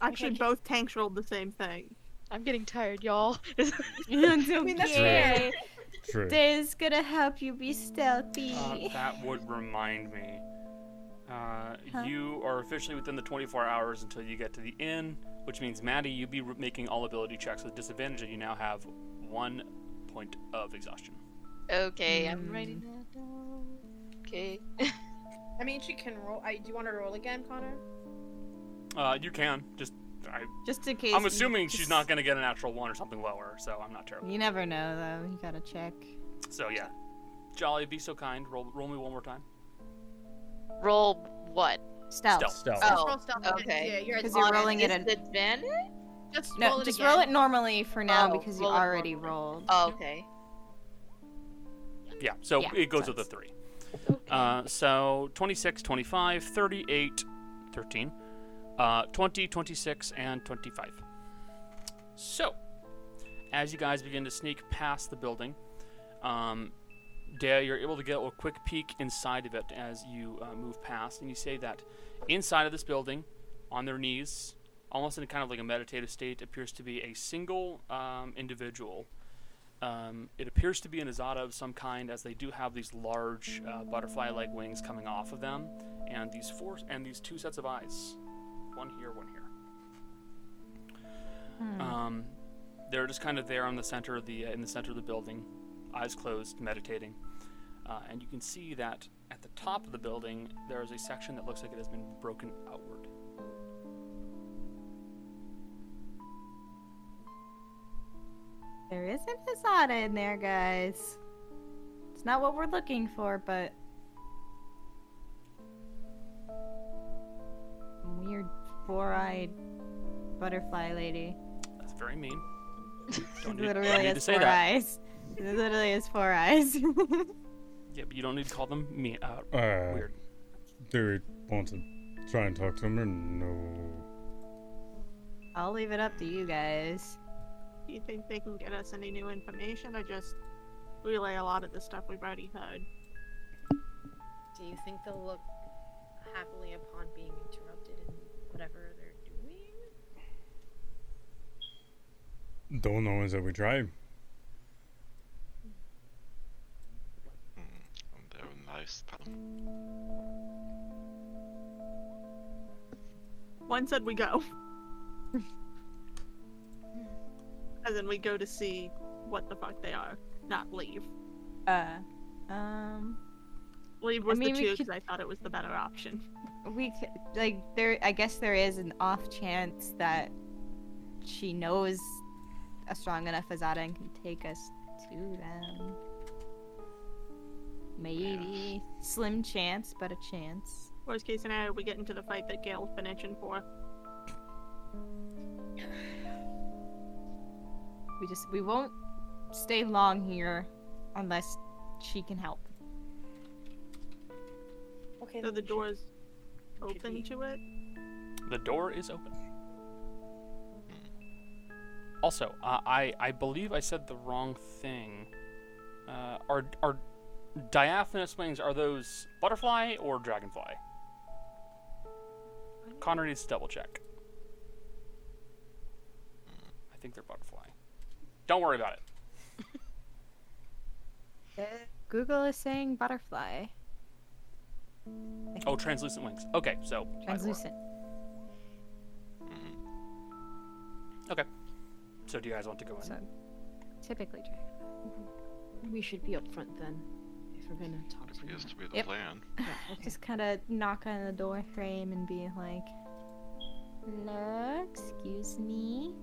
Speaker 5: Actually, both tanks rolled the same thing.
Speaker 6: I'm getting tired, y'all.
Speaker 4: I mean,
Speaker 5: that's
Speaker 4: okay.
Speaker 9: True.
Speaker 4: Daya's gonna help you be stealthy.
Speaker 2: Uh, that would remind me. Uh,
Speaker 4: Huh?
Speaker 2: You are officially within the 24 hours until you get to the inn, which means Maddie, you'll be re- making all ability checks with disadvantage, and you now have one point of exhaustion.
Speaker 6: okay, I'm writing that down. Okay.
Speaker 3: I mean, she can roll. I, do you want her to roll again, Connor?
Speaker 2: Uh, you can just. I,
Speaker 4: Just in case.
Speaker 2: I'm
Speaker 4: you-
Speaker 2: assuming she's
Speaker 4: just-
Speaker 2: not going to get a natural one or something lower, so I'm not terrible.
Speaker 4: You never know, though. You gotta check. Mm.
Speaker 2: So yeah, Jolly, be so kind. Roll, roll me one more time.
Speaker 6: Roll what?
Speaker 4: Stealth.
Speaker 2: Stealth. Stealth.
Speaker 6: Oh,
Speaker 3: roll stealth again.
Speaker 6: okay.
Speaker 3: Yeah, you're at
Speaker 4: 'Cause you're
Speaker 6: On
Speaker 4: rolling it at-
Speaker 6: disadvantage.
Speaker 3: Just
Speaker 4: No,
Speaker 3: roll it
Speaker 4: just
Speaker 3: again.
Speaker 4: roll it normally for now
Speaker 6: Oh,
Speaker 4: because you
Speaker 6: roll it
Speaker 4: already rolled.
Speaker 6: Oh, okay.
Speaker 2: Yeah, so
Speaker 4: Yeah,
Speaker 2: it goes with the
Speaker 4: sounds-
Speaker 2: three. Uh, so 26, 25, 38, 13, uh, 20, 26, and 25. So, as you guys begin to sneak past the building, um, Dea, you're able to get a little quick peek inside of it as you uh, move past, and you say that inside of this building, on their knees, almost in kind of like a meditative state, appears to be a single um, individual. Um, it appears to be an Azada of some kind, as they do have these large uh, butterfly-like wings coming off of them, and these four and these two sets of eyes, one here, one here.
Speaker 11: Hmm.
Speaker 10: Mm-hmm.
Speaker 2: Um, they're just kind of there on the center of the uh, in the center of the building, eyes closed, meditating. Uh, and you can see that at the top of the building there is a section that looks like it has been broken outward.
Speaker 4: There is an Asada in there, guys. It's not what we're looking for, but. Weird four eyed butterfly lady.
Speaker 2: That's very mean.
Speaker 4: It
Speaker 2: Don't need,
Speaker 4: literally
Speaker 2: don't need to
Speaker 4: has
Speaker 2: say
Speaker 4: four
Speaker 2: that.
Speaker 4: eyes. It literally has four eyes.
Speaker 2: Yeah, but you don't need to call them mean. Uh,
Speaker 9: Uh,
Speaker 2: weird.
Speaker 9: Do we want to try and talk to him or no?
Speaker 4: I'll leave it up to you guys.
Speaker 5: Do you think they can get us any new information or just relay a lot of the stuff we've already heard?
Speaker 3: Do you think they'll look happily upon being interrupted in whatever they're doing?
Speaker 9: Don't know until we try.
Speaker 8: They're nice.
Speaker 5: One said we go. and then we go to see what the fuck they are, not leave.
Speaker 4: Uh, um.
Speaker 5: Leave
Speaker 4: I
Speaker 5: was
Speaker 4: mean,
Speaker 5: the
Speaker 4: we
Speaker 5: two because
Speaker 4: could-
Speaker 5: I thought it was the better option.
Speaker 4: we c- like there i guess there is an off chance that she knows a strong enough azada and can take us to them maybe slim chance but a chance
Speaker 5: Worst case scenario, we get into the fight that Gail's been itching for.
Speaker 4: we just we won't stay long here unless she can help
Speaker 3: Okay.
Speaker 5: So the door's open to it.
Speaker 2: The door is open. Also, uh, I I believe I said the wrong thing. Uh, are are diaphanous wings? Are those butterfly or dragonfly? Connor needs to double check. I think they're butterfly. Don't worry about it.
Speaker 4: google is saying butterfly
Speaker 2: Oh, translucent wings. Okay, so
Speaker 4: translucent
Speaker 2: okay. So do you guys want to go in?
Speaker 10: Typically, dragon. We should be up front then, if we're gonna talk to them.
Speaker 8: Used to be the
Speaker 4: Yep.
Speaker 8: plan.
Speaker 4: just kind of knock on the door frame and be like hello excuse me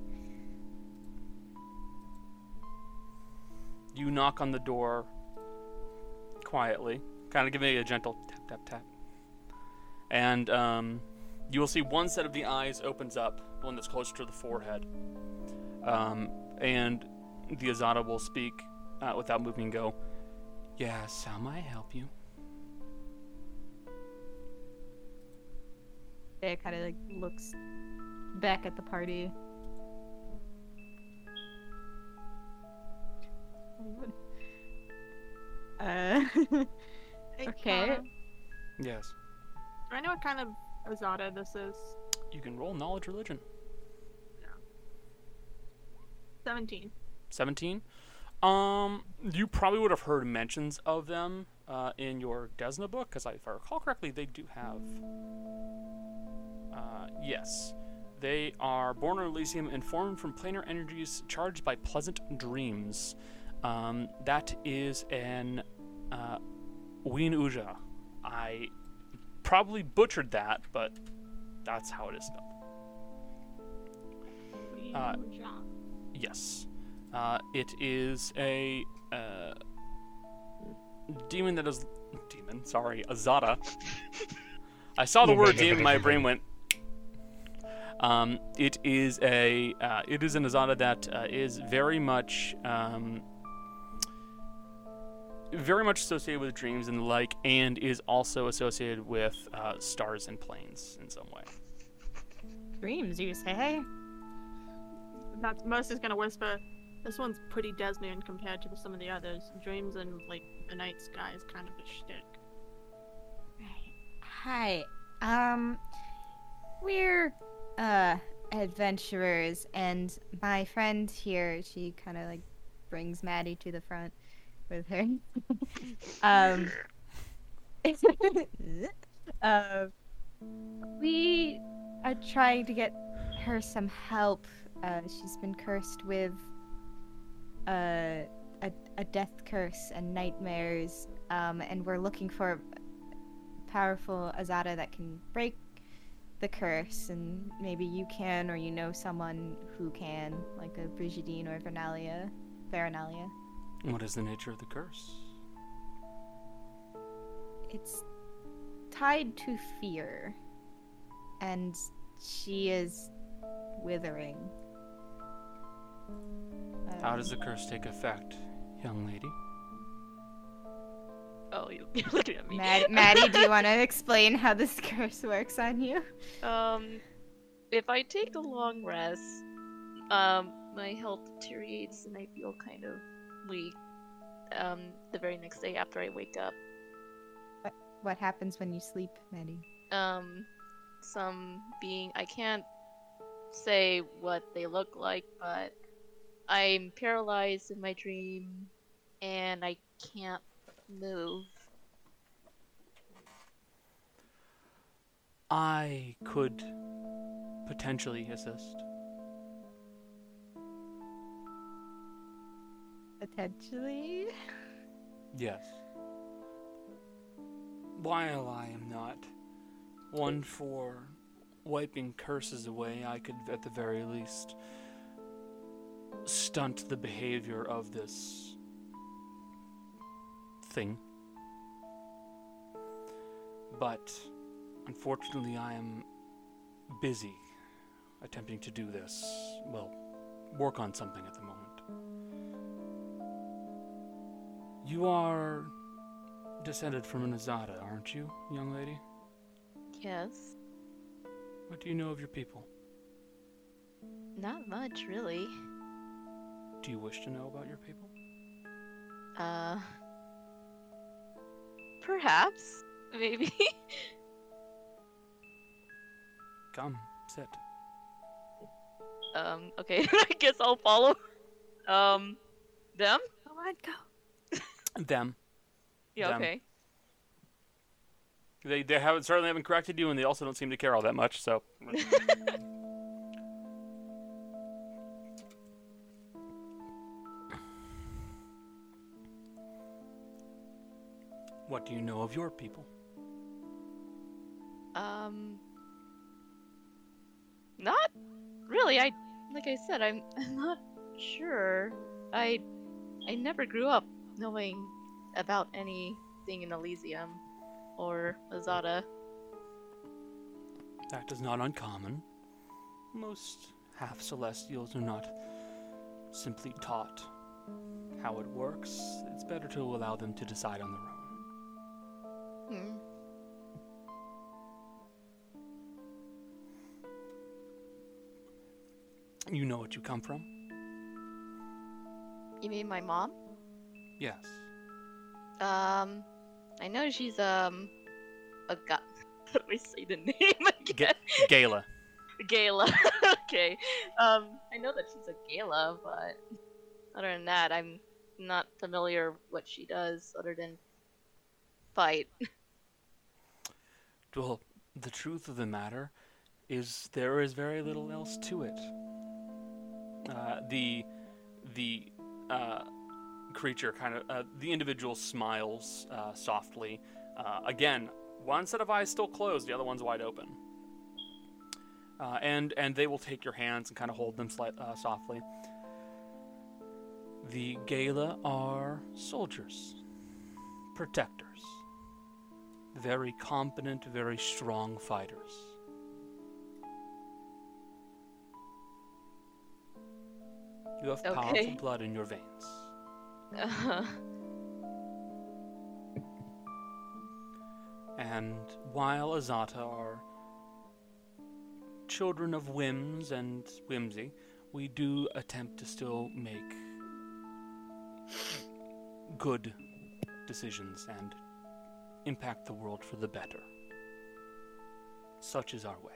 Speaker 2: You knock on the door quietly, kind of giving it a gentle tap, tap, tap. And um, you will see one set of the eyes opens up, the one that's closer to the forehead. Um, and the Azada will speak uh, without moving and go, Yes, how may I help you?
Speaker 4: They kind of like looks back at the party. Uh,
Speaker 5: Hey,
Speaker 4: okay.
Speaker 5: Connor,
Speaker 2: Yes.
Speaker 5: do I know what kind of Azada this is.
Speaker 2: You can roll knowledge religion.
Speaker 5: 17.
Speaker 2: 17 um you probably would have heard mentions of them uh, in your desna book because if i recall correctly they do have uh, yes they are born on elysium and formed from planar energies charged by pleasant dreams um, that is an uh, wien uja i probably butchered that but that's how it is spelled Uh, Yes. Uh, it is a uh, demon that is demon. Sorry, Azada. I saw the word demon. My brain went. Um, it is a uh, it is an Azada that uh, is very much um, very much associated with dreams and the like, and is also associated with uh, stars and planes in some way.
Speaker 4: Dreams, you say?
Speaker 5: That's Mercy's gonna whisper. This one's pretty Desnian compared to some of the others. Dreams and like the night sky is kind of a shtick.
Speaker 4: Hi. Um, we're uh adventurers, and my friend here, she kind of like brings Maddie to the front with her. um, uh, we are trying to get her some help. Uh, she's been cursed with uh, a a death curse and nightmares, um, and we're looking for powerful Azada that can break the curse, and maybe you can, or you know someone who can, like a Brigidine or Vernalia. Baronalia.
Speaker 2: What is the nature of the curse?
Speaker 4: It's tied to fear, and she is withering.
Speaker 2: How does the curse take effect, young lady?
Speaker 6: Oh, you- you're looking at me.
Speaker 4: Mad- Maddie, do you want to explain how this curse works on you?
Speaker 6: Um, if I take a long rest, um, my health deteriorates and I feel kind of weak. Um, the very next day after I wake up,
Speaker 4: What, what happens when you sleep, Maddie?
Speaker 6: um, some being I can't say what they look like, but I'm paralyzed in my dream and I can't move.
Speaker 2: I could potentially assist.
Speaker 4: Potentially.
Speaker 2: Yes. While I am not one for wiping curses away, I could, at the very least, stunt the behavior of this thing. But unfortunately, I am busy attempting to do this. Well, work on something at the moment. You are descended from an Azada, aren't you, young lady?
Speaker 6: Yes.
Speaker 2: What do you know of your people?
Speaker 6: Not much, really.
Speaker 2: Do you wish to know about your people?
Speaker 6: Uh. Perhaps. Maybe.
Speaker 2: Come, sit.
Speaker 6: um, okay. I guess I'll follow. Um, them?
Speaker 12: Come on, go.
Speaker 2: Them.
Speaker 6: Yeah,
Speaker 2: Them.
Speaker 6: okay.
Speaker 2: They, they haven't certainly haven't corrected you, and they also don't seem to care all that much. So, what do you know of your people?
Speaker 6: Um. Not really. I, like I said, I'm, I'm not sure. I, I never grew up knowing about anything in Elysium or Azada.
Speaker 2: That is not uncommon. Most half celestials are not simply taught how it works. It's better to allow them to decide on their own.
Speaker 6: Hmm.
Speaker 2: You know what you come from?
Speaker 6: You mean my mom?
Speaker 2: Yes.
Speaker 6: Um, I know she's um a god. Let me say the name again.
Speaker 2: Gala.
Speaker 6: Gala. okay. Um, I know that she's a Gala, but other than that, I'm not familiar what she does other than fight.
Speaker 2: Well, the truth of the matter is there is very little else to it. Uh, the the uh, creature kind of uh, the individual smiles uh, softly. Uh, again, one set of eyes still closed, the other one's wide open. Uh, and and they will take your hands and kind of hold them slight, uh, softly. The Gala are soldiers, protectors, very competent, very strong fighters. You have powerful
Speaker 6: Okay.
Speaker 2: blood in your veins. And while Azata are children of whims and whimsy, we do attempt to still make good decisions and impact the world for the better. Such is our way.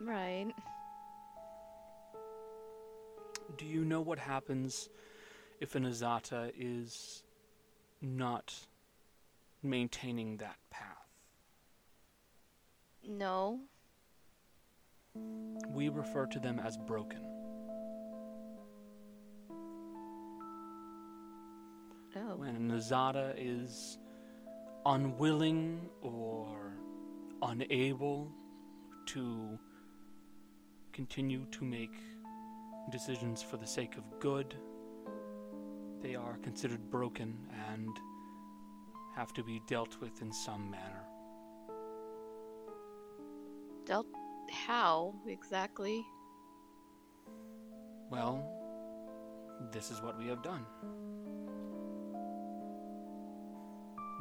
Speaker 6: right.
Speaker 2: Do you know what happens if an Azata is not maintaining that path?
Speaker 6: No.
Speaker 2: We refer to them as broken.
Speaker 6: Oh.
Speaker 2: When an Azada is unwilling or unable to continue to make decisions for the sake of good, they are considered broken and have to be dealt with in some manner.
Speaker 6: Dealt how exactly?
Speaker 2: Well, this is what we have done.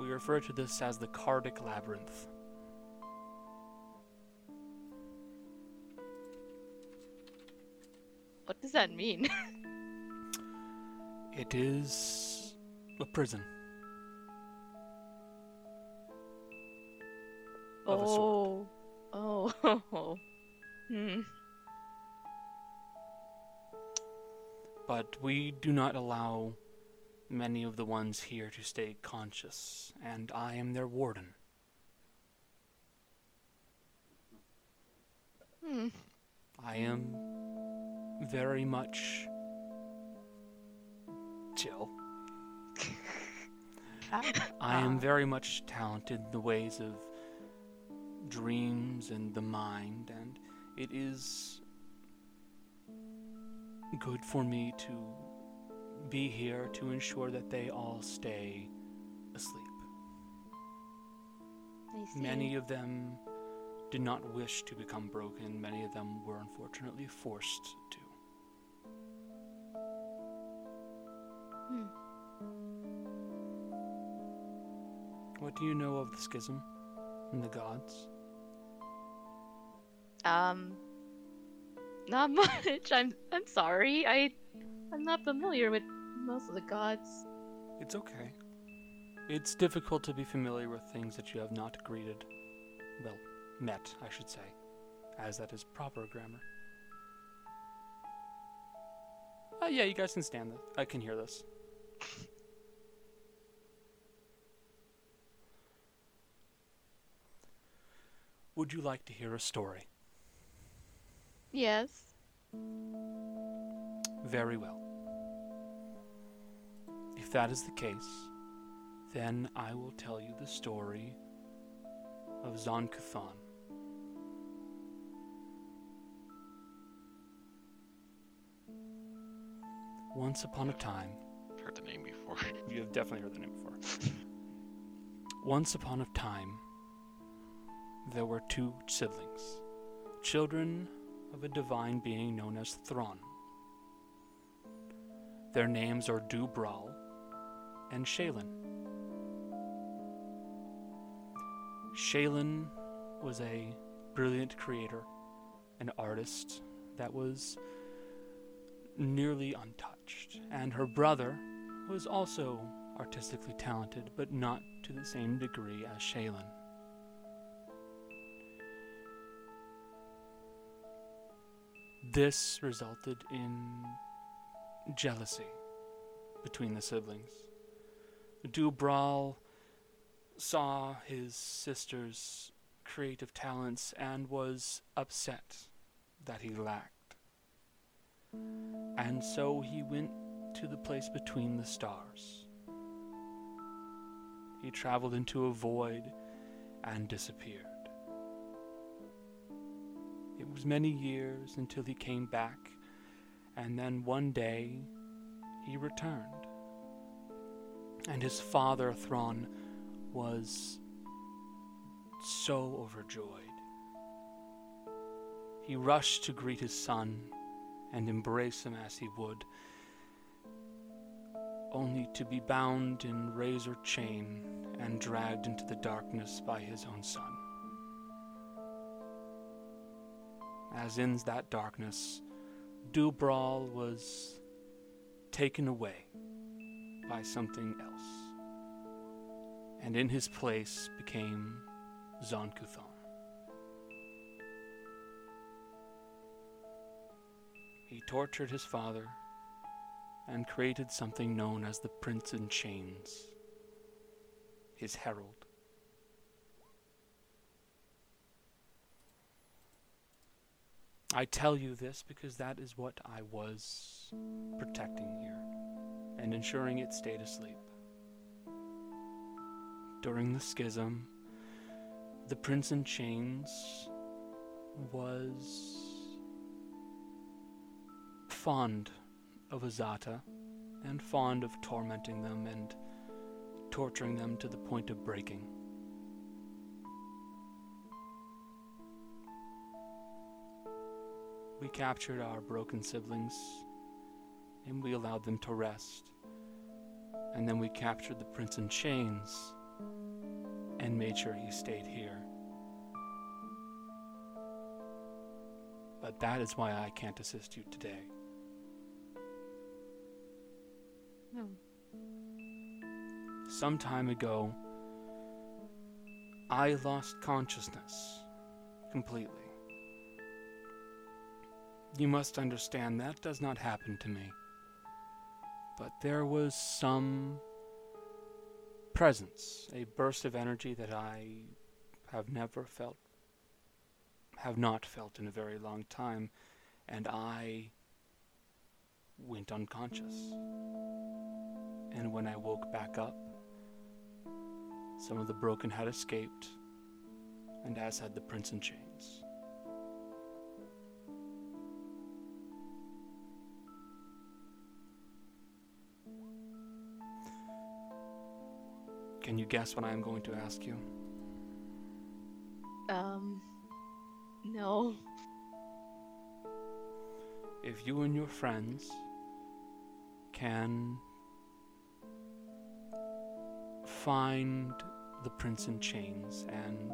Speaker 2: We refer to this as the Cardic Labyrinth.
Speaker 6: What does that mean?
Speaker 2: It is a prison. Of a sort.
Speaker 6: oh. Oh. hmm.
Speaker 2: But we do not allow many of the ones here to stay conscious, and I am their warden.
Speaker 6: Hmm.
Speaker 2: I am very much chill. I
Speaker 5: Ah.
Speaker 2: am very much talented in the ways of dreams and the mind, and it is good for me to be here to ensure that they all stay asleep. Many of them did not wish to become broken, many of them were unfortunately forced to.
Speaker 4: Hmm.
Speaker 2: What do you know of the schism and the gods?
Speaker 6: Um, not much. I'm I'm sorry. I I'm not familiar with most of the gods.
Speaker 2: It's okay. It's difficult to be familiar with things that you have not greeted. Well, met, I should say, as that is proper grammar. Uh, yeah, you guys can stand this. I can hear this. Would you like to hear a story?
Speaker 6: Yes.
Speaker 2: Very well. If that is the case, then I will tell you the story of Zonkathan. Once upon a time,
Speaker 8: Heard the name before.
Speaker 2: you have definitely heard the name before. Once upon a time, there were two siblings, children of a divine being known as Thron. Their names are Dubral and Shaylin. Shaylin was a brilliant creator, an artist that was nearly untouched, and her brother was also artistically talented, but not to the same degree as Shaylin. This resulted in jealousy between the siblings. Dubral saw his sister's creative talents and was upset that he lacked. And so he went to the place between the stars. He traveled into a void and disappeared. It was many years until he came back, and then one day he returned. And his father, Thron, was so overjoyed. He rushed to greet his son and embrace him as he would, only to be bound in razor chain and dragged into the darkness by his own son. As in that darkness, Dubral was taken away by something else, and in his place became Zonkuthon. He tortured his father and created something known as the Prince in Chains, his herald. I tell you this because that is what I was protecting here and ensuring it stayed asleep. During the schism, the Prince in Chains was fond of Azata and fond of tormenting them and torturing them to the point of breaking. We captured our broken siblings and we allowed them to rest. And then we captured the prince in chains and made sure he stayed here. But that is why I can't assist you today.
Speaker 10: No.
Speaker 2: Some time ago, I lost consciousness completely. You must understand that does not happen to me. But there was some presence, a burst of energy that I have never felt, have not felt in a very long time, and I went unconscious. And when I woke back up, some of the broken had escaped, and as had the prince in chains. Can you guess what I am going to ask you?
Speaker 6: Um, no.
Speaker 2: If you and your friends can find the prince in chains and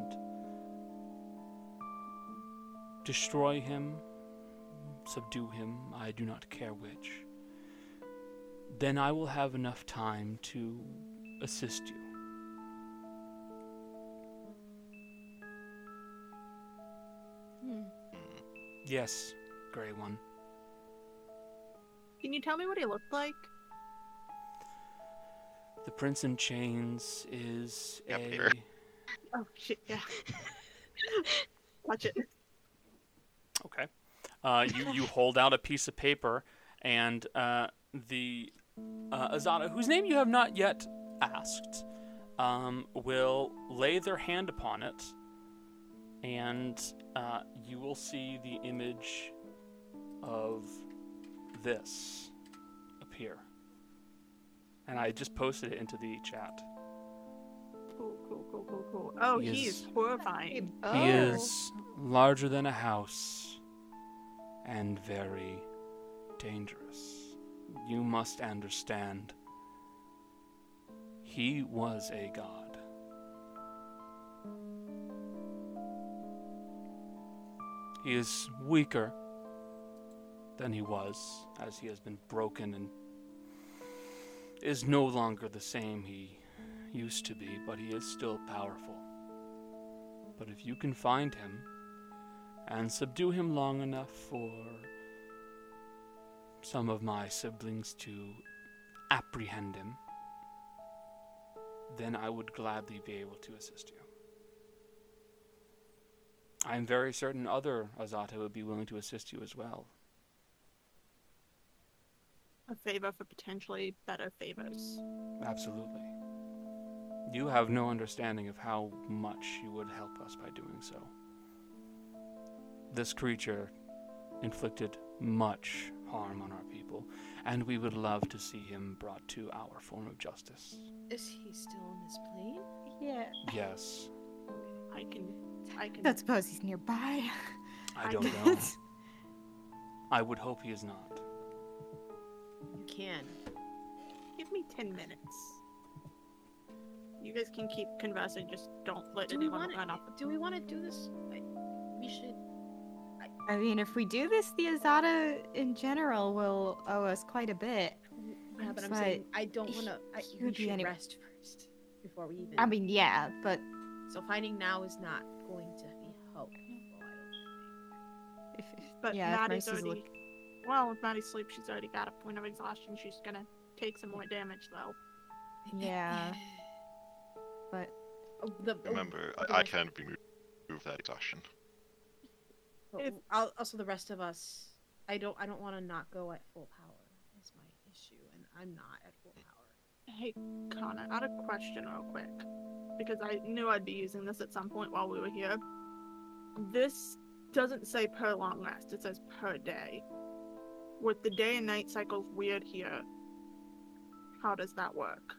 Speaker 2: destroy him, subdue him, I do not care which, then I will have enough time to assist you.
Speaker 6: Hmm.
Speaker 2: Yes, Grey One.
Speaker 5: Can you tell me what he looked like?
Speaker 2: The Prince in Chains is a.
Speaker 5: Oh shit, yeah. Watch it.
Speaker 2: Okay. Uh, you, you hold out a piece of paper, and uh, the uh, Azada, whose name you have not yet asked, um, will lay their hand upon it, and uh, you will see the image of this appear. And I just posted it into the chat.
Speaker 5: Cool, cool, cool, cool, cool. Oh,
Speaker 2: He
Speaker 5: he,
Speaker 2: is-
Speaker 5: is, horrifying.
Speaker 2: He
Speaker 5: Oh.
Speaker 3: Oh.
Speaker 2: is larger than a house and very dangerous. You must understand. He was a god. He is weaker than he was, as he has been broken and is no longer the same he used to be, but he is still powerful. But if you can find him and subdue him long enough for some of my siblings to apprehend him, then I would gladly be able to assist you. I am very certain other Azata would be willing to assist you as well.
Speaker 5: A favor for potentially better favors.
Speaker 2: Absolutely. You have no understanding of how much you would help us by doing so. This creature inflicted much harm on our people, and we would love to see him brought to our form of justice.
Speaker 3: Is he still on this plane?
Speaker 4: Yeah.
Speaker 2: Yes,
Speaker 5: I can. I can.
Speaker 4: Don't suppose he's nearby.
Speaker 2: I don't know. I would hope he is not.
Speaker 3: You can.
Speaker 5: Give me 10 minutes. You guys can keep conversing, just don't let
Speaker 3: Do we
Speaker 5: anyone
Speaker 3: want
Speaker 5: run off.
Speaker 3: to? Do we want to do this? I, we should.
Speaker 4: I mean, if we do this, the Azada in general will owe us quite a bit.
Speaker 3: Yeah, but I'm
Speaker 4: But
Speaker 3: saying I don't want to.
Speaker 4: he
Speaker 3: We
Speaker 4: would be
Speaker 3: should
Speaker 4: any-
Speaker 3: rest first before we even.
Speaker 4: I mean, yeah, but
Speaker 3: So finding now is not going to be helpful.
Speaker 4: if, if
Speaker 5: But
Speaker 4: yeah, if
Speaker 5: Maddie's
Speaker 4: Mercy's
Speaker 5: already. Well, if Maddie sleeps, she's already got a point of exhaustion. She's gonna take some more damage, though.
Speaker 4: look- yeah, but
Speaker 3: Oh, The, oh,
Speaker 8: Remember,
Speaker 3: the
Speaker 8: I, I
Speaker 3: rest-
Speaker 8: can remove that exhaustion.
Speaker 3: but
Speaker 5: If-
Speaker 3: al- also the rest of us. I don't. I don't want to not go at full power. Is my issue, and I'm not at full power.
Speaker 5: Hey, Connor, I had a question real quick. Because I knew I'd be using this at some point while we were here. This doesn't say per long rest, it says per day. with the day and night cycles weird here, how does that work?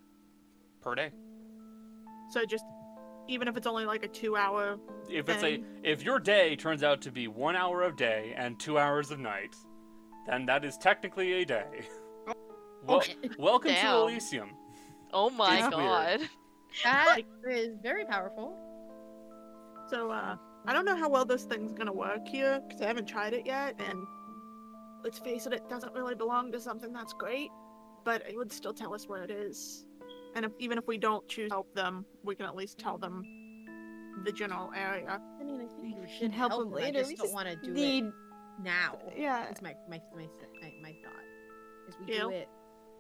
Speaker 2: per day.
Speaker 5: So just even if it's only like a two hour
Speaker 2: If it's a
Speaker 5: thing,
Speaker 2: if your day turns out to be one hour of day and two hours of night, then that is technically a day. Well, welcome
Speaker 6: Damn.
Speaker 2: to Elysium.
Speaker 6: Oh my
Speaker 2: It's
Speaker 6: god.
Speaker 2: weird.
Speaker 3: That is very powerful.
Speaker 5: So, uh, I don't know how well this thing's gonna work here because I haven't tried it yet, and let's face it, it doesn't really belong to something that's great, but it would still tell us where it is. And if, even if we don't choose to help them, we can at least tell them the general area.
Speaker 3: I mean, I think we
Speaker 4: should help
Speaker 3: help
Speaker 4: him
Speaker 3: them, I
Speaker 4: later,
Speaker 3: just
Speaker 4: we
Speaker 3: don't
Speaker 4: just
Speaker 3: want to do
Speaker 4: need-
Speaker 3: it now.
Speaker 4: Yeah.
Speaker 3: It's my my my my, my thought. Is we do
Speaker 5: Yeah.
Speaker 3: it.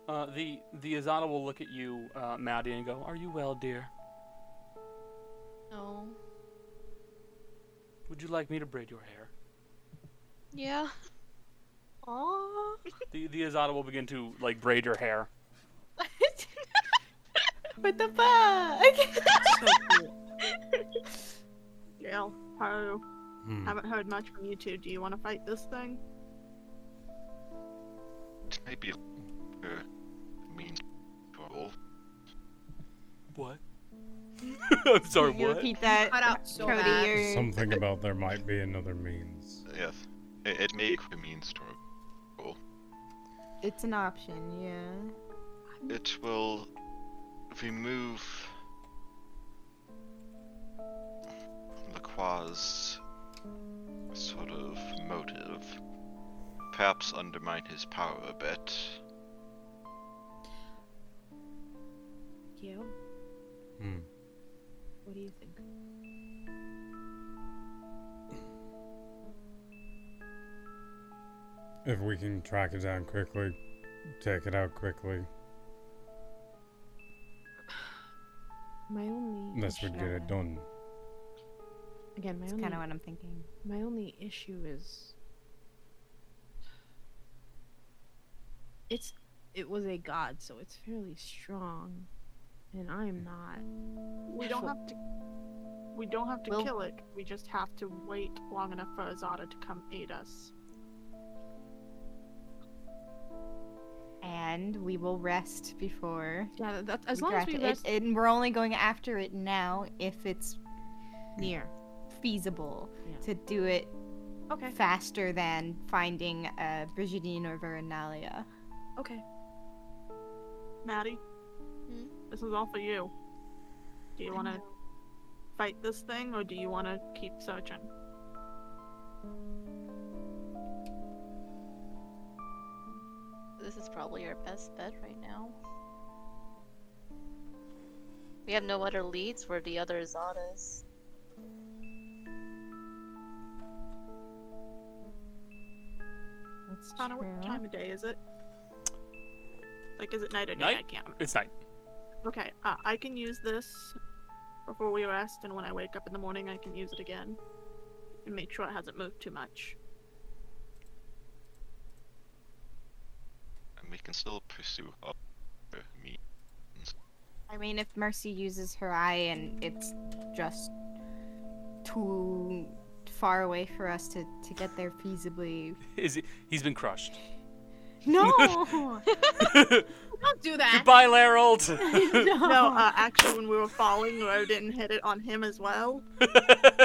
Speaker 2: Uh, the the Azada will look at you, uh, Maddie, and go, "Are you well, dear?
Speaker 6: No.
Speaker 2: Would you like me to braid your hair?"
Speaker 6: Yeah. Aww.
Speaker 2: The the Azada will begin to like braid your hair.
Speaker 4: What the fuck?
Speaker 5: Gail, Haru,
Speaker 9: Hmm.
Speaker 5: haven't heard much from you two. Do you want to fight this thing?
Speaker 8: Maybe uh, mean people.
Speaker 2: What? I'm sorry.
Speaker 4: you
Speaker 2: What?
Speaker 4: repeat that,
Speaker 3: Cut out so
Speaker 4: Cody?
Speaker 3: bad.
Speaker 4: You're...
Speaker 9: Something about there might be another means.
Speaker 8: Yes, it, it may be mean storm.
Speaker 4: It's an option, yeah.
Speaker 8: It will remove Lacroix's sort of motive. Perhaps undermine his power a bit.
Speaker 3: You.
Speaker 9: Hmm.
Speaker 3: What do you think?
Speaker 9: If we can track it down quickly, take it out quickly,
Speaker 10: My only
Speaker 9: unless we get it done.
Speaker 10: Again, my
Speaker 4: That's
Speaker 10: only
Speaker 4: kind of what I'm thinking.
Speaker 10: my only issue is it's it was a god, so it's fairly strong, and I'm not.
Speaker 5: We don't have to. We don't have to
Speaker 10: Well-
Speaker 5: kill it. We just have to wait long enough for Azada to come aid us.
Speaker 4: And we will rest before.
Speaker 10: Yeah, Uh, that, that- as
Speaker 4: we
Speaker 10: long as
Speaker 4: draft
Speaker 10: we
Speaker 4: it.
Speaker 10: rest
Speaker 4: It, and we're only going after it now if it's
Speaker 10: near.
Speaker 4: feasible
Speaker 10: Yeah.
Speaker 4: to do it
Speaker 10: Okay.
Speaker 4: faster than finding uh, Brigidine or Verinalia.
Speaker 10: Okay.
Speaker 5: Maddie,
Speaker 3: Hmm?
Speaker 5: this is all for you. Do you want to fight this thing, or do you want to keep searching?
Speaker 6: This is probably our best bet right now. We have no other leads for the other Zadas.
Speaker 4: That's
Speaker 5: Donna, what time of day is it? Like, is it night or day? I
Speaker 2: Night.
Speaker 5: can't.
Speaker 2: It's night.
Speaker 5: Okay, uh, I can use this before we rest, and when I wake up in the morning, I can use it again and make sure it hasn't moved too much.
Speaker 8: And we can still pursue other means.
Speaker 4: I mean, if Mercy uses her eye and it's just too far away for us to, to get there feasibly.
Speaker 2: Is it? He's been crushed.
Speaker 4: No!
Speaker 3: Don't do that.
Speaker 2: Goodbye, Lerald.
Speaker 5: no, uh, actually, when we were falling, I didn't hit it on him as well.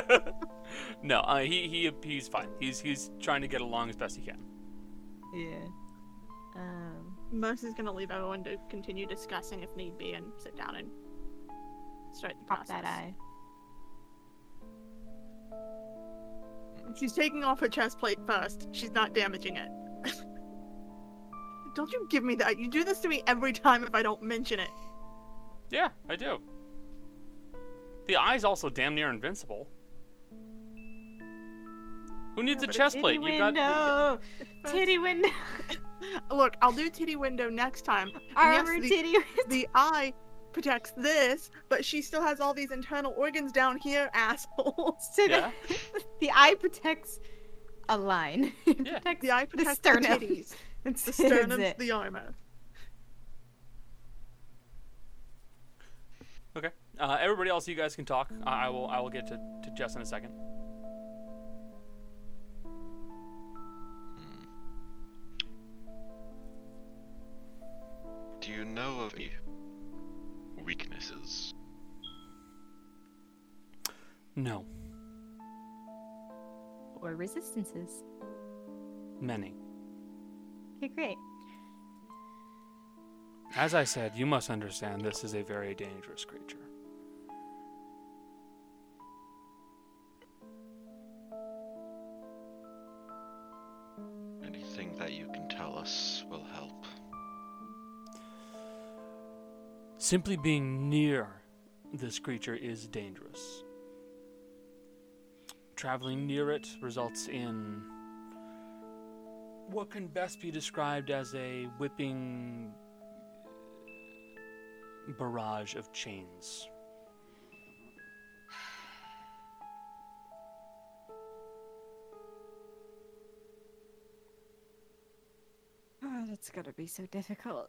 Speaker 2: no, uh, he he he's fine. He's he's trying to get along as best he can.
Speaker 4: yeah. Um,
Speaker 5: Mercy's gonna leave everyone to continue discussing if need be and sit down and start the
Speaker 4: pop
Speaker 5: process.
Speaker 4: that eye.
Speaker 5: She's taking off her chest plate first. She's not damaging it. don't you give me that. You do this to me every time if I don't mention it.
Speaker 2: Yeah, I do. The eye's also damn near invincible. Who needs a chest plate? You got
Speaker 4: window! Titty window!
Speaker 5: Look, I'll do titty window next time. And
Speaker 4: Armor
Speaker 5: yes, the,
Speaker 4: titty
Speaker 5: the eye protects this, but she still has all these internal organs down here, asshole.
Speaker 4: So
Speaker 2: Yeah.
Speaker 4: the, the eye protects a line. It
Speaker 2: Yeah.
Speaker 4: protects
Speaker 5: The eye
Speaker 4: the
Speaker 5: protects the,
Speaker 4: sternum.
Speaker 5: titties.
Speaker 4: That's
Speaker 5: The
Speaker 4: it,
Speaker 5: sternum's
Speaker 4: that's it.
Speaker 5: the armor.
Speaker 2: Okay. Uh, everybody else, you guys can talk. I, I will. I will get to, to Jess in a second.
Speaker 8: pieces?
Speaker 2: No.
Speaker 4: Or resistances.
Speaker 2: Many.
Speaker 4: Okay, great.
Speaker 2: As I said, you must understand this is a very dangerous creature.
Speaker 8: Anything that you can tell us will help.
Speaker 2: Simply being near this creature is dangerous. Traveling near it results in what can best be described as a whipping barrage of chains.
Speaker 4: Oh, that's gotta be so difficult.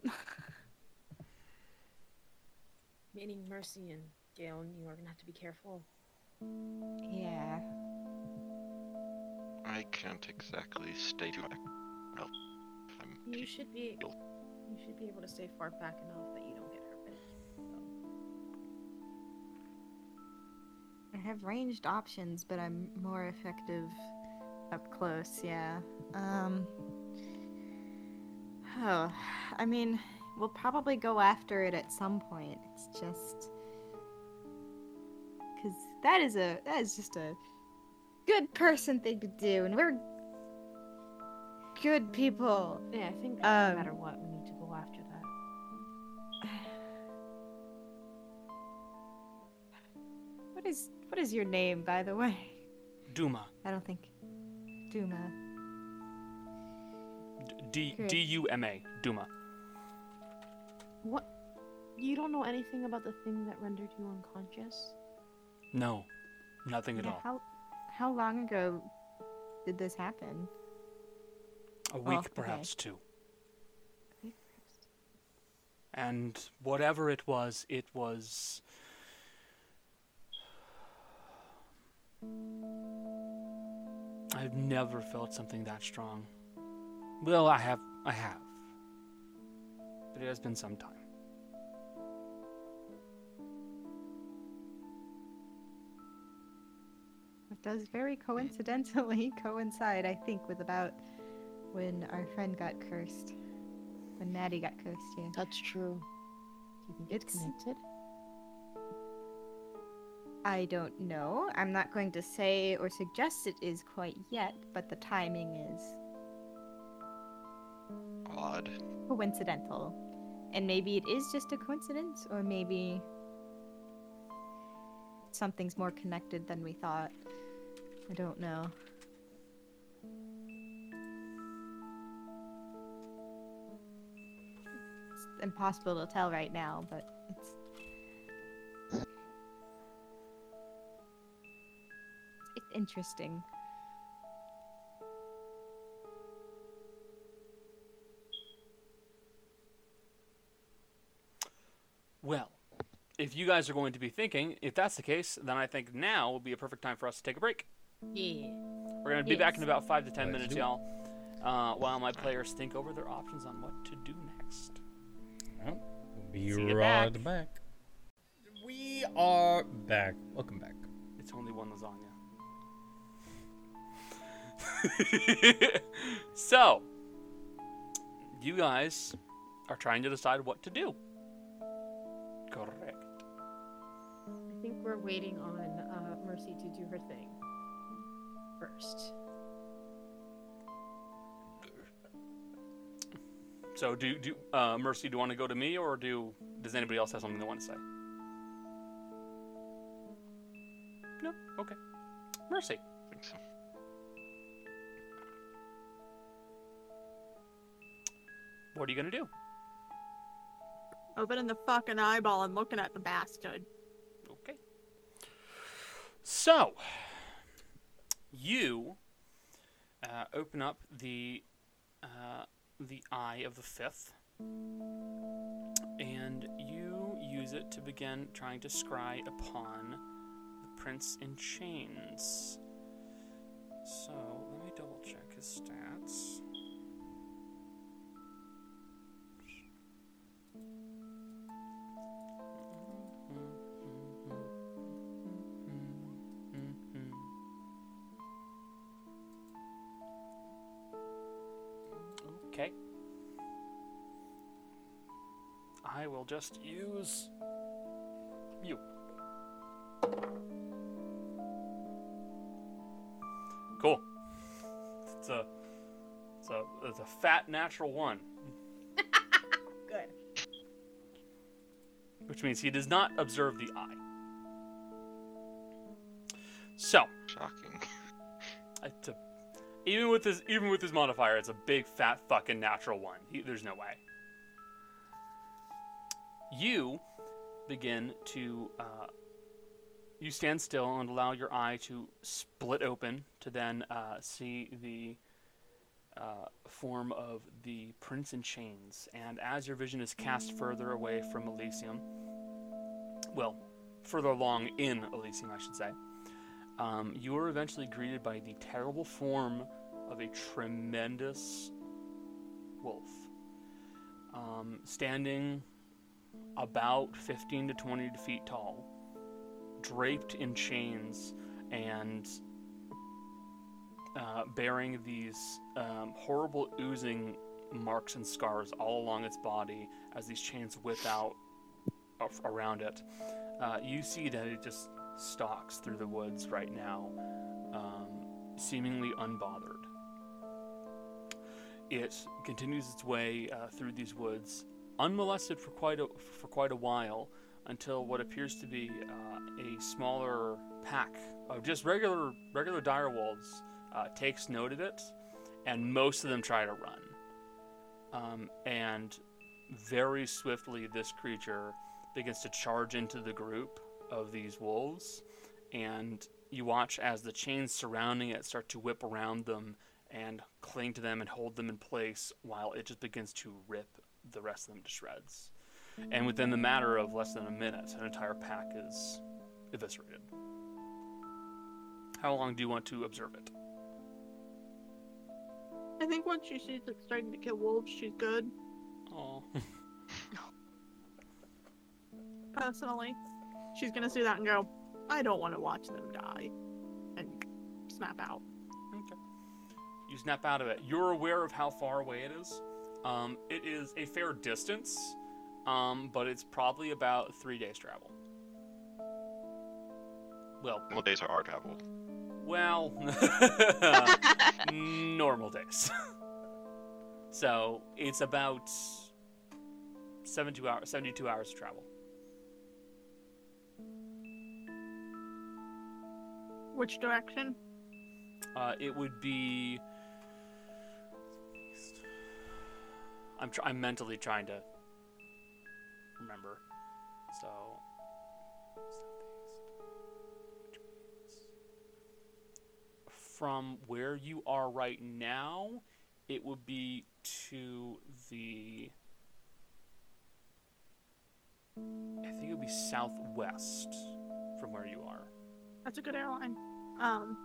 Speaker 3: Meaning Mercy and Galen, you are gonna have to be careful.
Speaker 4: yeah.
Speaker 8: I can't exactly stay to my help. I'm
Speaker 3: You should be. You should be able to stay far back enough that you don't get hurt. by it.
Speaker 4: I have ranged options, but I'm more effective up close, yeah. Um Oh, I mean, we'll probably go after it at some point. It's just cuz that is a that is just a good person thing to do and we're good people.
Speaker 10: Yeah, I think
Speaker 4: Um,
Speaker 10: no matter what, we need to go after that.
Speaker 4: What is what is your name by the way?
Speaker 2: Duma.
Speaker 4: I don't think Duma.
Speaker 2: D
Speaker 4: Great.
Speaker 2: D U M A. Duma.
Speaker 10: What? You don't know anything about the thing that rendered you unconscious?
Speaker 2: No. Nothing at
Speaker 4: Yeah,
Speaker 2: all.
Speaker 4: How how long ago did this happen?
Speaker 2: A
Speaker 4: Oh,
Speaker 2: week,
Speaker 4: okay.
Speaker 2: perhaps two. And whatever it was, it was. I've never felt something that strong. Well, I have. I have. But it has been some time.
Speaker 4: It does very coincidentally coincide, I think, with about when our friend got cursed. When Maddie got cursed, yeah.
Speaker 10: That's true. Do you think it's,
Speaker 4: It's-
Speaker 10: connected?
Speaker 4: I don't know. I'm not going to say or suggest it is quite yet, but the timing is
Speaker 8: odd.
Speaker 4: coincidental. And maybe it is just a coincidence, or maybe something's more connected than we thought. I don't know. It's impossible to tell right now, but it's. It's interesting.
Speaker 2: Well, if you guys are going to be thinking, if that's the case, then I think now will be a perfect time for us to take a break.
Speaker 3: Yeah.
Speaker 2: We're going to be back in
Speaker 3: Yes.
Speaker 2: about five to ten
Speaker 3: Let's
Speaker 2: minutes,
Speaker 3: do it.
Speaker 2: y'all, uh, while my players think over their options on what to do next.
Speaker 1: Be
Speaker 2: See you
Speaker 1: right
Speaker 2: back.
Speaker 1: back. We are back. Welcome back.
Speaker 2: It's only one lasagna. so, you guys are trying to decide what to do. Correct.
Speaker 3: I think we're waiting on uh, Mercy to do her thing first.
Speaker 2: So, do do uh, Mercy? Do you want to go to me, or do does anybody else have something they want to say? No. Okay. Mercy.
Speaker 8: Think so.
Speaker 2: What are you gonna do?
Speaker 5: Opening the fucking eyeball and looking at the bastard.
Speaker 2: Okay. So, you uh, open up the uh, the eye of the fifth, and you use it to begin trying to scry upon the prince in chains. So let me double check his stats. Mm, I will just use you. Cool. It's a it's a it's a fat natural one,
Speaker 3: Good.
Speaker 2: which means he does not observe the eye. So
Speaker 8: shocking.
Speaker 2: It's a, even with his even with his modifier, it's a big fat fucking natural one. He, there's no way. You begin to uh, you stand still and allow your eye to split open to then uh, see the uh, form of the prince in chains. And as your vision is cast further away from Elysium, well, further along in Elysium, I should say, um, you are eventually greeted by the terrible form of a tremendous wolf. Um, standing about 15 to 20 feet tall, draped in chains and uh, bearing these um, horrible oozing marks and scars all along its body as these chains whip out af- around it. Uh, you see that it just stalks through the woods right now, um, seemingly unbothered. It continues its way uh, through these woods, unmolested for quite a, for quite a while, until what appears to be uh, a smaller pack of just regular regular dire wolves uh, takes note of it, and most of them try to run. Um, and very swiftly, this creature begins to charge into the group of these wolves, and you watch as the chains surrounding it start to whip around them and cling to them and hold them in place while it just begins to rip the rest of them to shreds. And within the matter of less than a minute, an entire pack is eviscerated. How long do you want to observe it?
Speaker 5: I think once she sees it's starting to kill wolves, she's good.
Speaker 2: Oh.
Speaker 5: Personally, she's gonna see that and go, "I don't want to watch them die," and snap out.
Speaker 2: Okay. You snap out of it. You're aware of how far away it is. Um, it is a fair distance, um, but it's probably about three days travel. Well,
Speaker 8: Well, days are our travel.
Speaker 2: Well, normal days. so it's about 72 hours, 72 hours of travel.
Speaker 5: Which direction?
Speaker 2: Uh, it would be. I'm, tr- I'm mentally trying to remember. So. From where you are right now, it would be to the. I think it would be southwest from where you are.
Speaker 5: That's a good airline. Um.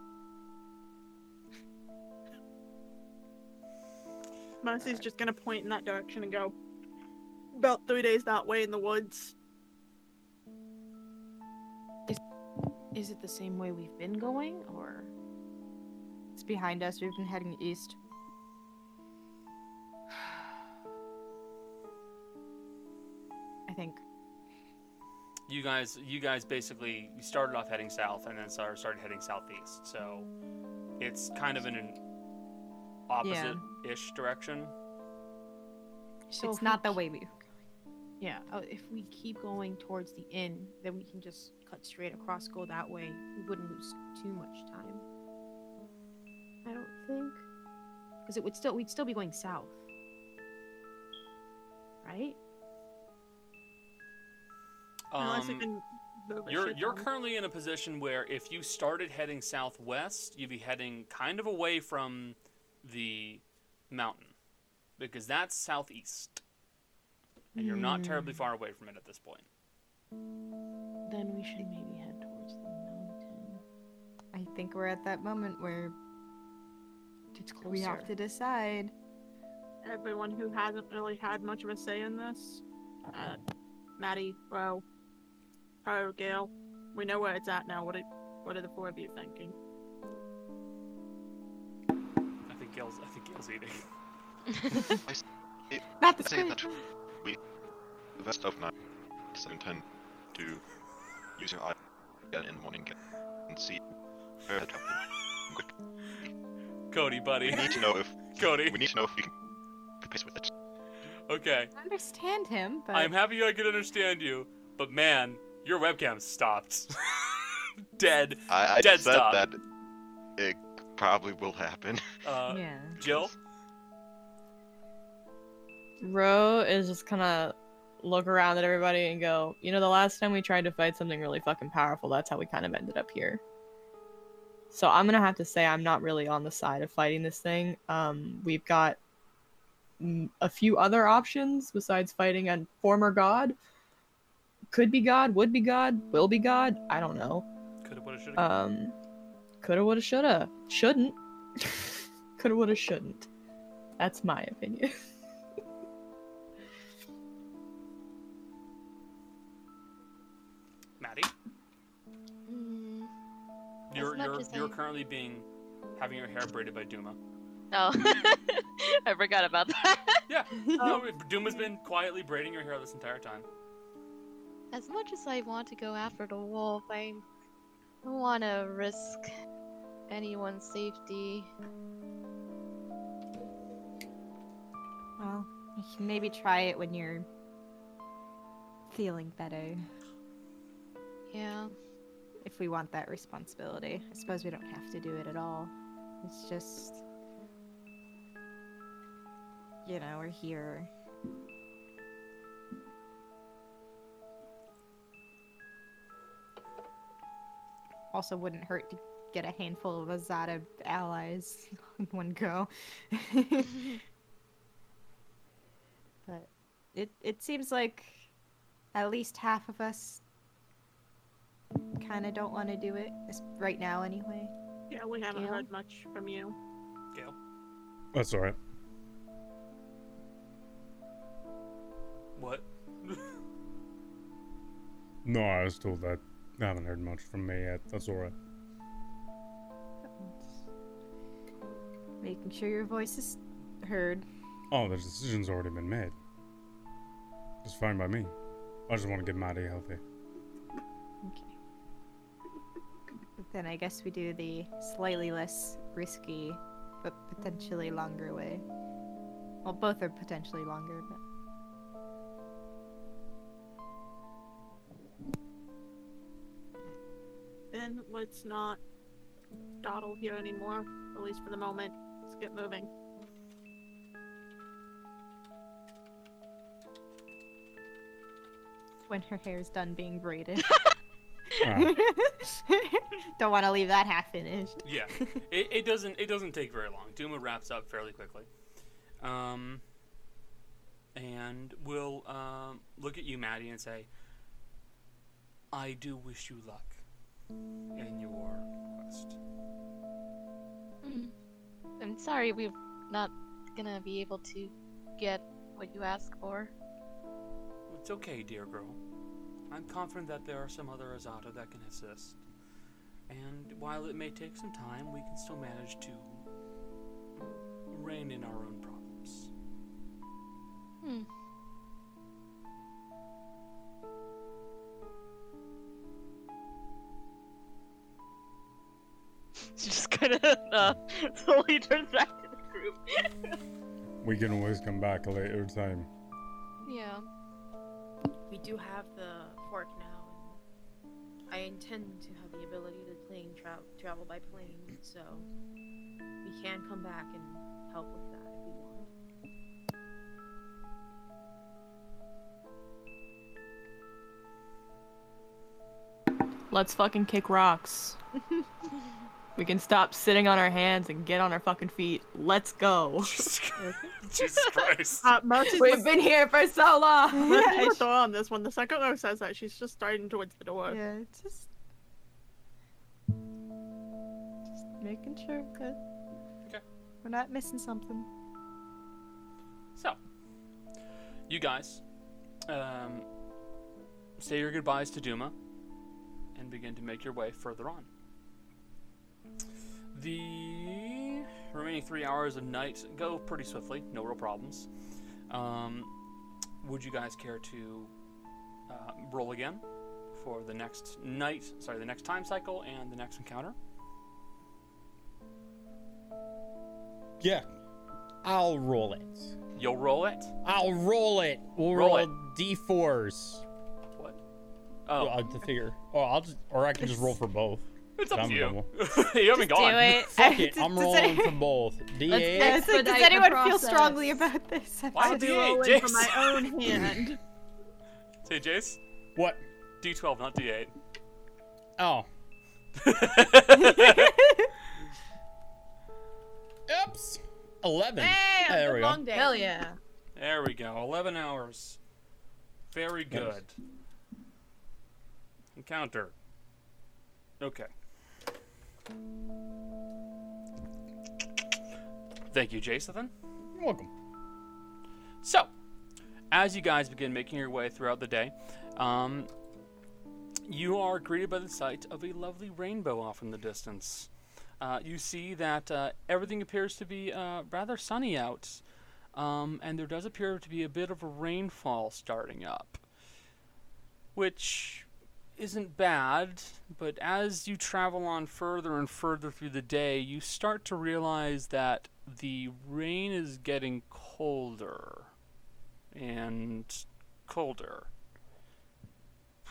Speaker 5: Mercy's just gonna point in that direction and go. About three days that way in the woods.
Speaker 10: Is it the same way we've been going, or
Speaker 4: It's behind us. We've been heading east. I think.
Speaker 2: you guys you guys basically you started off heading south and then started, started heading southeast so it's kind of in an opposite-ish direction
Speaker 10: So
Speaker 4: it's
Speaker 10: if
Speaker 4: not
Speaker 10: we
Speaker 4: the way we.
Speaker 10: yeah? oh, If we keep going towards the inn, then we can just cut straight across, go that way. We wouldn't lose too much time. I don't think, because it would still we'd still be going south, right?
Speaker 5: Unless it
Speaker 2: Um,
Speaker 5: can move its
Speaker 2: you're
Speaker 5: shit
Speaker 2: you're
Speaker 5: down.
Speaker 2: currently in a position where if you started heading southwest you'd be heading kind of away from the mountain because that's southeast and you're not
Speaker 10: Hmm.
Speaker 2: terribly far away from it at this point
Speaker 10: Then we should maybe head towards the mountain.
Speaker 4: I think we're at that moment where
Speaker 10: It's closer.
Speaker 4: we have to decide.
Speaker 5: Everyone who hasn't really had much of a say in this. Uh, Maddie, Ro, her, Gail. We know where it's at now. What are, what are the four of you thinking?
Speaker 2: i think gail's i think gail's eating
Speaker 8: It-
Speaker 4: Not the
Speaker 8: say
Speaker 4: squid.
Speaker 8: that we that stuff and I so intend to use your eye again in the morning and see where it happened.
Speaker 2: Cody, buddy.
Speaker 8: We need to know if
Speaker 2: Cody.
Speaker 8: We need to know if we can keep pace with it.
Speaker 2: Okay.
Speaker 4: I understand him, but
Speaker 2: I'm happy I could understand you, but man, your webcam stopped. Dead.
Speaker 8: I, I
Speaker 2: Dead
Speaker 8: said
Speaker 2: stop.
Speaker 8: that it probably will happen.
Speaker 2: Uh,
Speaker 13: Yeah.
Speaker 2: Jill?
Speaker 13: Ro is just kind of look around at everybody and go, you know, the last time we tried to fight something really fucking powerful, that's how we kind of ended up here. So I'm gonna have to say I'm not really on the side of fighting this thing. Um, we've got mm, a few other options besides fighting a former god. Could be god, would be god, will be god. I don't know.
Speaker 2: Coulda, woulda, shoulda.
Speaker 13: Um, coulda, woulda, shoulda. Shouldn't. coulda, woulda, shouldn't. That's my opinion.
Speaker 2: Maddie?
Speaker 6: Mm,
Speaker 2: You're
Speaker 6: much
Speaker 2: you're
Speaker 6: as
Speaker 2: you're
Speaker 6: I-
Speaker 2: currently being having your hair braided by Duma.
Speaker 6: oh, I forgot about that.
Speaker 2: Yeah. No, Duma's been quietly braiding your hair this entire time.
Speaker 6: As much as I want to go after the wolf, I don't want to risk anyone's safety.
Speaker 4: well, you can maybe try it when you're feeling better.
Speaker 6: Yeah.
Speaker 4: If we want that responsibility, I suppose we don't have to do it at all. It's just, you know, we're here. Also, wouldn't hurt to get a handful of Azada allies in one go. but it it seems like at least half of us kind of don't want to do it es- right now, anyway.
Speaker 5: Yeah, we haven't
Speaker 4: Gail?
Speaker 5: heard much from you.
Speaker 2: Gail.
Speaker 9: That's alright.
Speaker 2: What?
Speaker 9: No, I was told that I haven't heard much from me yet. That's alright.
Speaker 4: Making sure your voice is heard.
Speaker 9: Oh, the decision's already been made. It's fine by me. I just want to get Maddie healthy.
Speaker 4: But then I guess we do the slightly less risky, but potentially longer way. Well, both are potentially longer, but.
Speaker 5: Then let's not dawdle here anymore, at least for the moment. Let's get moving.
Speaker 4: when her hair's done being braided.
Speaker 9: Ah.
Speaker 4: Don't want to leave that half finished.
Speaker 2: Yeah. it, it doesn't it doesn't take very long. Duma wraps up fairly quickly. Um and we'll um, look at you, Maddie, and say, I do wish you luck in your quest.
Speaker 6: Mm. I'm sorry we're not gonna be able to get what you ask for.
Speaker 2: It's okay, dear girl. I'm confident that there are some other Azata that can assist. And while it may take some time, we can still manage to rein in our own problems.
Speaker 1: Mm-hmm.
Speaker 6: Hmm. She just kind of uh, slowly turns back to the group.
Speaker 9: We can always come back a later time.
Speaker 6: yeah.
Speaker 3: We do have the fork now. and I intend to have the ability to plane tra- travel by plane, so we can come back and help with that if we want.
Speaker 13: Let's fucking kick rocks. we can stop sitting on our hands and get on our fucking feet. Let's go.
Speaker 2: Jesus Christ.
Speaker 5: Uh, Mercy's
Speaker 13: We've been here for so long.
Speaker 5: Mercy's with Dora on this one. The second Ro says that, she's just starting towards the door.
Speaker 4: Yeah, it's just making sure that
Speaker 2: Okay.
Speaker 4: we're not missing something.
Speaker 2: So, you guys um, say your goodbyes to Duma and begin to make your way further on. The remaining three hours of night go pretty swiftly, no real problems. Um, would you guys care to uh, roll again for the next night? Sorry, the next time cycle and the next encounter.
Speaker 1: Yeah. I'll roll it.
Speaker 2: You'll roll it.
Speaker 1: I'll roll it. We'll roll,
Speaker 2: Roll it.
Speaker 1: d4s.
Speaker 2: What?
Speaker 1: Oh, I'll have to figure. Oh, I'll just, or I can just roll for both.
Speaker 2: It's up
Speaker 1: I'm
Speaker 2: to you.
Speaker 1: double.
Speaker 2: you haven't gone.
Speaker 4: do it.
Speaker 1: Fuck it.
Speaker 4: Does-
Speaker 1: I'm
Speaker 4: does
Speaker 1: rolling
Speaker 4: any-
Speaker 1: for both. D8.
Speaker 4: Let's- let's- does
Speaker 5: expedite the
Speaker 4: anyone feel
Speaker 5: process.
Speaker 4: strongly about this? I'm
Speaker 2: Why
Speaker 4: just-
Speaker 2: do
Speaker 5: Roll
Speaker 2: Hey,
Speaker 5: in for my own hand.
Speaker 2: Say, Jace.
Speaker 1: What?
Speaker 2: D12, not D8.
Speaker 1: Oh. Oops. 11. there we go.
Speaker 13: Hell yeah.
Speaker 2: There we go. 11 hours. Very
Speaker 1: Nice.
Speaker 2: good. Encounter. Okay. Thank you, Jason.
Speaker 1: You're welcome.
Speaker 2: So, as you guys begin making your way throughout the day, um, you are greeted by the sight of a lovely rainbow off in the distance. Uh, you see that uh, everything appears to be uh, rather sunny out, um, and there does appear to be a bit of a rainfall starting up, which isn't bad. But as you travel on further and further through the day, you start to realize that the rain is getting colder and colder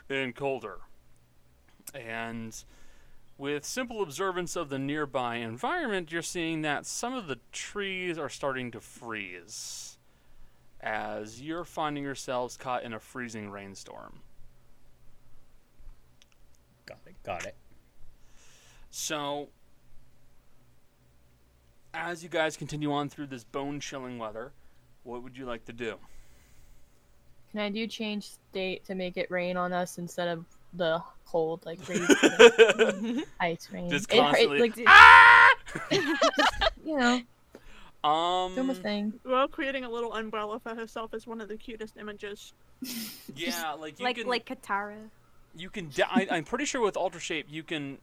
Speaker 2: and colder. And with simple observance of the nearby environment, you're seeing that some of the trees are starting to freeze as you're finding yourselves caught in a freezing rainstorm.
Speaker 1: Got it. Got it.
Speaker 2: So, as you guys continue on through this bone chilling weather, what would you like to do?
Speaker 13: Can I do change state to make it rain on us instead of the cold, like crazy ice rain?
Speaker 2: Just
Speaker 13: It hurt-
Speaker 2: constantly-
Speaker 13: like,
Speaker 5: Ah!
Speaker 13: you know,
Speaker 2: Um,
Speaker 13: do a thing.
Speaker 5: Well, creating a little umbrella for herself is one of the cutest images.
Speaker 2: yeah, like you
Speaker 4: like
Speaker 2: can
Speaker 4: like Katara.
Speaker 2: You can. De- I, I'm pretty sure with Alter Shape, you can.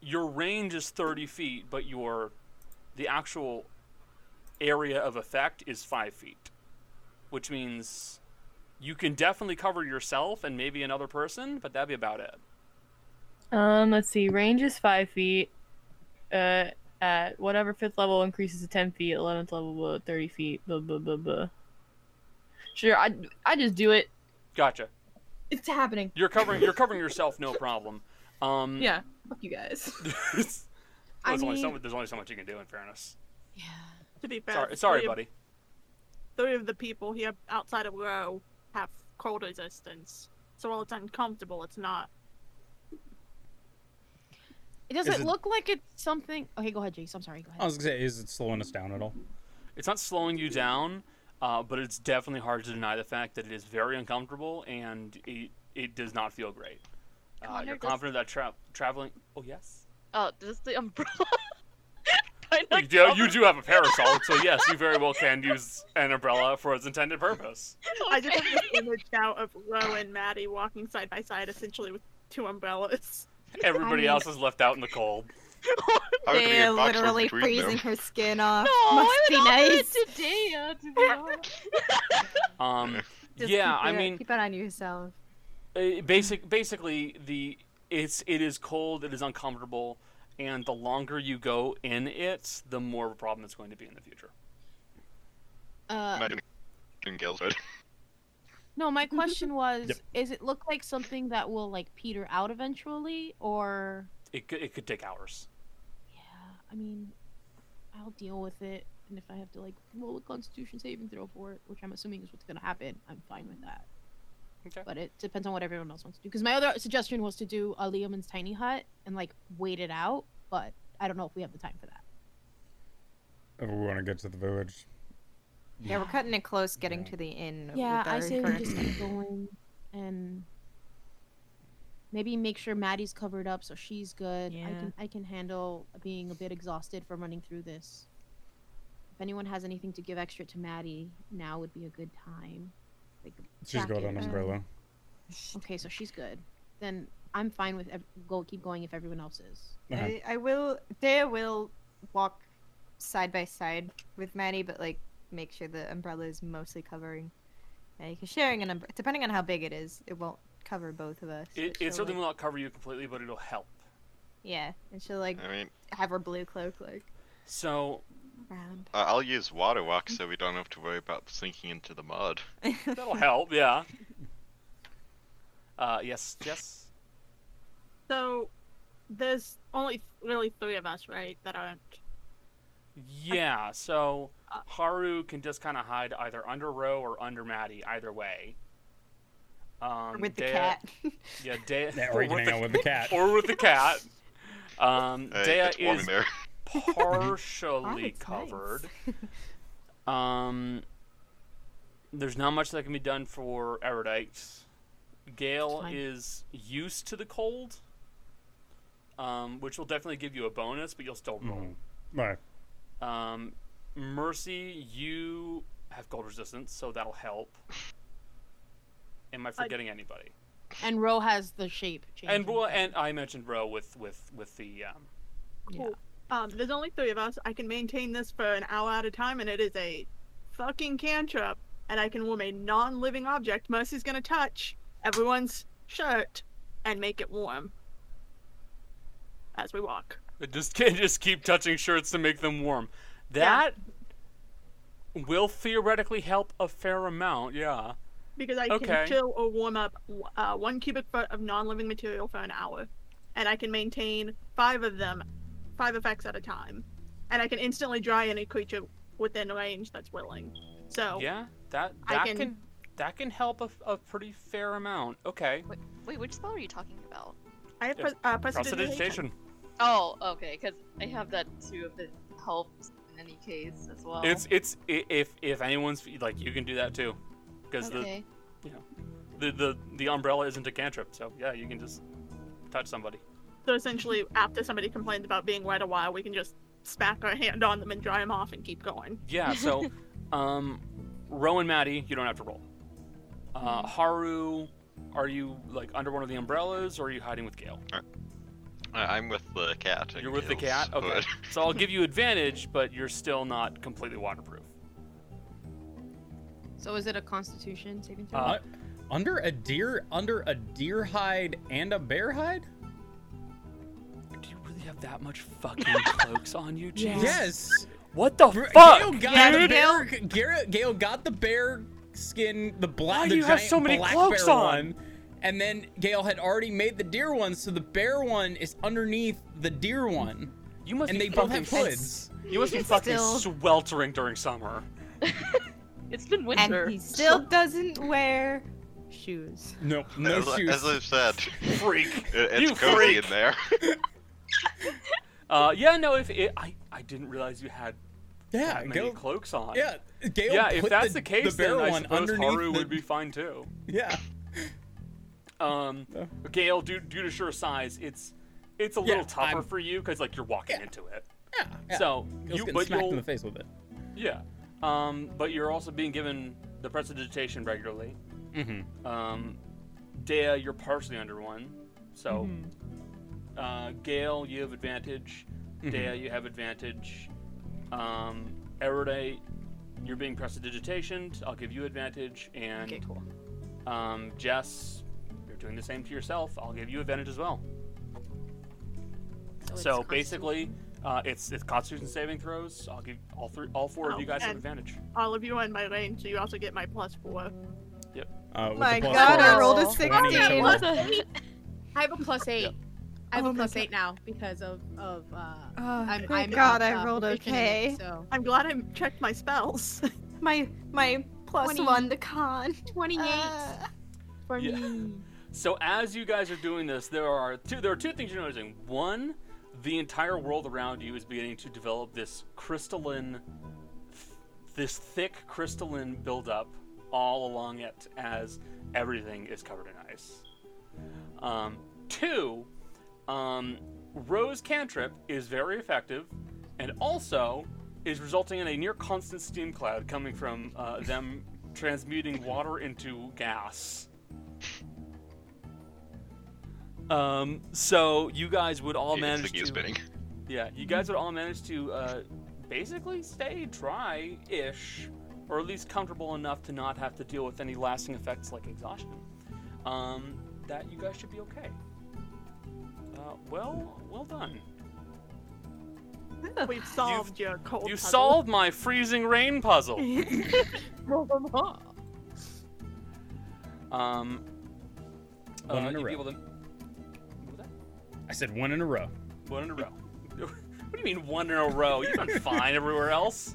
Speaker 2: Your range is 30 feet, but your the actual area of effect is five feet, which means you can definitely cover yourself and maybe another person, but that'd be about it.
Speaker 13: Um, let's see. Range is five feet. Uh, at whatever fifth level increases to ten feet. Eleventh level, blah, thirty feet. Blah blah blah blah. Sure, I I just do it.
Speaker 2: Gotcha.
Speaker 13: It's happening.
Speaker 2: You're covering. You're covering yourself, no problem. Um,
Speaker 13: Yeah. Fuck you guys.
Speaker 2: there's,
Speaker 13: I
Speaker 2: only so,
Speaker 13: mean-
Speaker 2: there's only so much you can do. In fairness.
Speaker 5: To be fair,
Speaker 2: Sorry, sorry,
Speaker 5: three of-
Speaker 2: buddy.
Speaker 5: Three of the people here outside of Row have cold resistance, so while it's uncomfortable, it's not.
Speaker 3: It does
Speaker 1: Is
Speaker 3: it
Speaker 1: it-
Speaker 3: look like it's something? Okay, go ahead, Jace. I'm sorry. Go ahead.
Speaker 1: I was going to say, is it slowing us down at all?
Speaker 2: It's not slowing you down, uh, but it's definitely hard to deny the fact that it is very uncomfortable and it, it does not feel great. Uh,
Speaker 6: Connor,
Speaker 2: you're
Speaker 6: does-
Speaker 2: confident that tra- traveling. Oh yes.
Speaker 6: Oh, does the umbrella?
Speaker 2: You do, you do have a parasol, so yes, you very well can use an umbrella for its intended purpose.
Speaker 5: I just have this image now of Row and Maddie walking side by side, essentially with two umbrellas.
Speaker 2: Everybody
Speaker 5: mean-
Speaker 2: else is left out in the cold.
Speaker 4: They're literally freezing her skin off.
Speaker 6: Oh,
Speaker 4: Must
Speaker 6: I
Speaker 4: be
Speaker 6: would offer
Speaker 4: nice.
Speaker 6: it today, uh, to be honest.
Speaker 2: Um,
Speaker 4: Just
Speaker 2: yeah,
Speaker 4: keep
Speaker 2: I
Speaker 4: it-
Speaker 2: mean,
Speaker 4: keep it on yourself.
Speaker 2: Uh, basic basically the it's it is cold it is uncomfortable and the longer you go in it the more of a problem it's going to be in the future
Speaker 3: Uh,
Speaker 8: Not even Gale's right.
Speaker 3: no, my question was:
Speaker 2: Yep.
Speaker 3: Is it look like something that will like peter out eventually, or
Speaker 2: it could, it could take hours
Speaker 3: I mean, I'll deal with it, and if I have to like roll a Constitution saving throw for it, which I'm assuming is what's gonna happen, I'm fine with that.
Speaker 2: Okay.
Speaker 3: But it depends on what everyone else wants to do. Because my other suggestion was to do a Liam's tiny hut and like wait it out, but I don't know if we have the time for that.
Speaker 9: If Oh, we want to get to the village.
Speaker 4: Yeah, we're cutting it close, getting to the inn.
Speaker 3: Yeah,
Speaker 4: with
Speaker 3: I
Speaker 4: our
Speaker 3: say we
Speaker 4: current-
Speaker 3: just keep going and maybe make sure Maddie's covered up so she's good. I
Speaker 13: Yeah.
Speaker 3: can I can handle being a bit exhausted from running through this. If anyone has anything to give extra to Maddie, now would be a good time. Like
Speaker 9: She's got
Speaker 3: jacket
Speaker 9: an
Speaker 3: or
Speaker 9: umbrella.
Speaker 3: something. Okay, so she's good. Then I'm fine with ev- go keep going if everyone else is.
Speaker 9: Okay.
Speaker 4: I, I will. Dea will walk side by side with Maddie, but like make sure the umbrella is mostly covering Yeah, you can sharing an umbrella. Depending on how big it is, it won't cover both of us.
Speaker 2: It,
Speaker 4: but
Speaker 2: it
Speaker 4: she'll,
Speaker 2: certainly
Speaker 4: like-
Speaker 2: will not cover you completely, but it'll help.
Speaker 4: Yeah, and she'll like
Speaker 8: I mean-
Speaker 4: have her blue cloak like
Speaker 2: So
Speaker 4: round.
Speaker 8: Uh, I'll use water walk so we don't have to worry about sinking into the mud.
Speaker 2: that'll help, yeah. Uh, yes, yes.
Speaker 5: So, there's only really three of us, right? That aren't.
Speaker 2: Yeah, so
Speaker 4: Uh,
Speaker 2: Haru can just kind of hide either under Ro or under Maddie, either way. Um,
Speaker 4: with the
Speaker 2: Dea-
Speaker 4: cat.
Speaker 2: Yeah, Dea,
Speaker 9: Yeah, or you can hang out with the cat.
Speaker 2: Or with the cat. Um,
Speaker 8: Hey,
Speaker 2: Dea
Speaker 8: it's warm
Speaker 2: is
Speaker 8: in there.
Speaker 10: Oh,
Speaker 2: partially
Speaker 8: it's nice.
Speaker 2: covered. um, there's not much that can be done for Erudite. Gale
Speaker 13: fine.
Speaker 2: is used to the cold, um, which will definitely give you a bonus, but you'll still roll.
Speaker 9: Right.
Speaker 2: Um, Mercy, you have cold resistance, so that'll help. Am I forgetting anybody?
Speaker 10: And Ro has the shape change.
Speaker 2: And well, and I mentioned Ro with with with the um,
Speaker 5: Cool. Um, there's only three of us. I can maintain this for an hour at a time, and it is a fucking cantrip. And I can warm a non-living object. Mercy's gonna touch everyone's shirt and make it warm as we walk.
Speaker 2: It just can't just keep touching shirts to make them warm. That will theoretically help a fair amount, yeah.
Speaker 5: because I
Speaker 2: Okay.
Speaker 5: can chill or warm up uh, one cubic foot of non-living material for an hour, and I can maintain five of them, five effects at a time, and I can instantly dry any creature within range that's willing. So
Speaker 2: Yeah, that
Speaker 5: I
Speaker 2: that
Speaker 5: can-
Speaker 2: can... that can help a, a pretty fair amount. Okay.
Speaker 6: Wait, which spell are you talking about?
Speaker 5: I have
Speaker 2: Yeah.
Speaker 5: pres uh, prestidigitation.
Speaker 2: Prestidigitation.
Speaker 6: Oh, okay, because I have that too if it helps in any case as well.
Speaker 2: It's it's i- if if anyone's like you can do that too, because
Speaker 6: Okay.
Speaker 2: the you know the, the the umbrella isn't a cantrip, so yeah, you can just touch somebody.
Speaker 5: So essentially, after somebody complains about being wet a while, we can just smack our hand on them and dry them off and keep going.
Speaker 2: Yeah. So, um, Ro and Maddie, you don't have to roll. Uh, Haru, are you like under one of the umbrellas, or are you hiding with Gale?
Speaker 8: Uh, I'm with the cat. and
Speaker 2: You're with the
Speaker 8: Gale's
Speaker 2: cat. Okay.
Speaker 8: hood.
Speaker 2: so I'll give you advantage, but you're still not completely waterproof.
Speaker 10: So is it a Constitution saving throw?
Speaker 2: Uh,
Speaker 1: under a deer, under a deer hide and a bear hide.
Speaker 2: Do you really have that much fucking cloaks on you, Jesus?
Speaker 1: Yes.
Speaker 2: What the
Speaker 1: Br-
Speaker 2: fuck?
Speaker 1: Gale got
Speaker 2: Yeah,
Speaker 1: the
Speaker 2: dude.
Speaker 1: bear. Gale, Gale got the bear skin. The black.
Speaker 2: Why
Speaker 1: the
Speaker 2: do you have
Speaker 1: giant
Speaker 2: so many
Speaker 1: black
Speaker 2: cloaks
Speaker 1: bear
Speaker 2: on?
Speaker 1: One, and then Gale had already made the deer one, so the bear one is underneath the deer one.
Speaker 2: You must
Speaker 1: and they
Speaker 2: be
Speaker 1: both
Speaker 2: fucking
Speaker 1: have hoods.
Speaker 2: You must be
Speaker 4: It's
Speaker 2: fucking
Speaker 4: still-
Speaker 2: sweltering during summer.
Speaker 6: It's been
Speaker 4: winter. And he still doesn't wear shoes.
Speaker 1: No,
Speaker 8: as, I- As I've said,
Speaker 2: freak.
Speaker 8: It, it's
Speaker 2: You
Speaker 8: cozy
Speaker 2: freak.
Speaker 8: in there.
Speaker 2: Uh, yeah, no. If it, I I didn't realize you had
Speaker 1: Yeah,
Speaker 2: that many
Speaker 1: Gale-
Speaker 2: cloaks on.
Speaker 1: yeah, Gale
Speaker 2: yeah,
Speaker 1: put
Speaker 2: if that's
Speaker 1: the-
Speaker 2: the, case,
Speaker 1: the bear
Speaker 2: then I
Speaker 1: one
Speaker 2: suppose
Speaker 1: underneath
Speaker 2: Haru
Speaker 1: the-
Speaker 2: would be fine too.
Speaker 1: Yeah.
Speaker 2: Um, Gale, due, due to sheer size, it's it's a
Speaker 1: Yeah,
Speaker 2: little tougher
Speaker 1: I'm-
Speaker 2: for you because like you're walking into it.
Speaker 1: yeah.
Speaker 2: So
Speaker 1: Gale's
Speaker 2: you
Speaker 1: getting
Speaker 2: but
Speaker 1: smacked
Speaker 2: you'll-
Speaker 1: in the face with it.
Speaker 2: Yeah. Um, but you're also being given the prestidigitation regularly.
Speaker 1: Mm-hmm.
Speaker 2: Um, Dea, you're partially under one. So,
Speaker 10: Mm-hmm.
Speaker 2: uh, Gale, you have advantage. Dea, you have advantage. Um, Erudite, you're being prestidigitationed. I'll give you advantage. And
Speaker 10: Okay, cool.
Speaker 2: um, Jess, you're doing the same to yourself. I'll give you advantage as well.
Speaker 10: So
Speaker 2: So,
Speaker 10: it's
Speaker 2: basically, uh, it's it's Constitution saving throws. I'll give all three, all four of
Speaker 5: Oh,
Speaker 2: you guys have
Speaker 5: and
Speaker 2: advantage.
Speaker 5: All of you are in my range, so you also get my plus four.
Speaker 2: Yep.
Speaker 1: Uh,
Speaker 4: with My the plus God, four, I that's rolled a
Speaker 2: Oh,
Speaker 4: 20
Speaker 10: I got
Speaker 4: total.
Speaker 10: plus eight. I have a plus eight. I have
Speaker 4: Oh
Speaker 10: a
Speaker 4: my
Speaker 10: plus
Speaker 4: God.
Speaker 10: eight now because of of. Uh,
Speaker 4: Oh,
Speaker 10: I'm,
Speaker 4: thank
Speaker 10: I'm
Speaker 4: God
Speaker 10: uh,
Speaker 4: I rolled
Speaker 10: proficient in it,
Speaker 4: okay.
Speaker 10: so
Speaker 5: I'm glad I checked my spells.
Speaker 4: My my plus
Speaker 10: 20
Speaker 4: one to con.
Speaker 10: twenty-eight.
Speaker 4: Uh,
Speaker 5: for
Speaker 2: Yeah.
Speaker 5: me.
Speaker 2: So as you guys are doing this, there are two there are two things you're noticing. One, the entire world around you is beginning to develop this crystalline this thick crystalline buildup all along it as everything is covered in ice. Um, two, um, Rose Cantrip is very effective and also is resulting in a near constant steam cloud coming from uh, them transmuting water into gas. Um, so you guys would all
Speaker 8: Yeah, it's
Speaker 2: manage
Speaker 8: like you
Speaker 2: to.
Speaker 8: spinning.
Speaker 2: Yeah, you guys would all manage to uh, basically stay dry ish or at least comfortable enough to not have to deal with any lasting effects like exhaustion, um, that you guys should be okay. Uh, well, well done.
Speaker 5: We've solved your cold.
Speaker 2: You
Speaker 5: puzzle.
Speaker 2: solved my freezing rain puzzle.
Speaker 1: One
Speaker 2: Um,
Speaker 1: in
Speaker 2: uh,
Speaker 1: a
Speaker 2: you'd be
Speaker 1: row.
Speaker 2: able to-
Speaker 1: I said one in a row.
Speaker 2: One in a row. What do you mean one in a row? You've done fine everywhere else.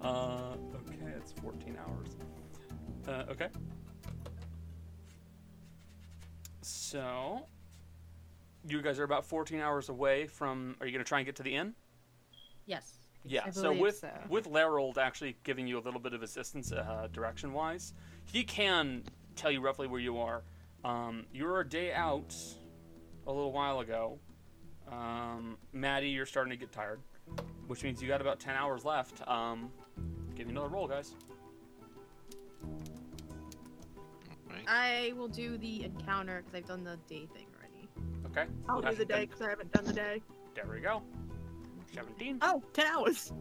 Speaker 2: Uh, okay, it's 14 hours. Uh, okay. So, you guys are about 14 hours away from. Are you going to try and get to the inn?
Speaker 3: Yes.
Speaker 2: Yeah.
Speaker 3: I
Speaker 2: so
Speaker 3: believe
Speaker 2: with
Speaker 3: so.
Speaker 2: with Larold actually giving you a little bit of assistance uh, direction wise, he can tell you roughly where you are. Um, you were a day out a little while ago. Um, Maddie, you're starting to get tired, which means you got about 10 hours left. Um, give me another roll, guys.
Speaker 3: I will do the encounter because I've done the day thing already.
Speaker 2: Okay.
Speaker 5: I'll do
Speaker 2: That's
Speaker 5: the day
Speaker 2: been-
Speaker 5: because I haven't done the day.
Speaker 2: There we go. 17.
Speaker 5: Oh, 10 hours.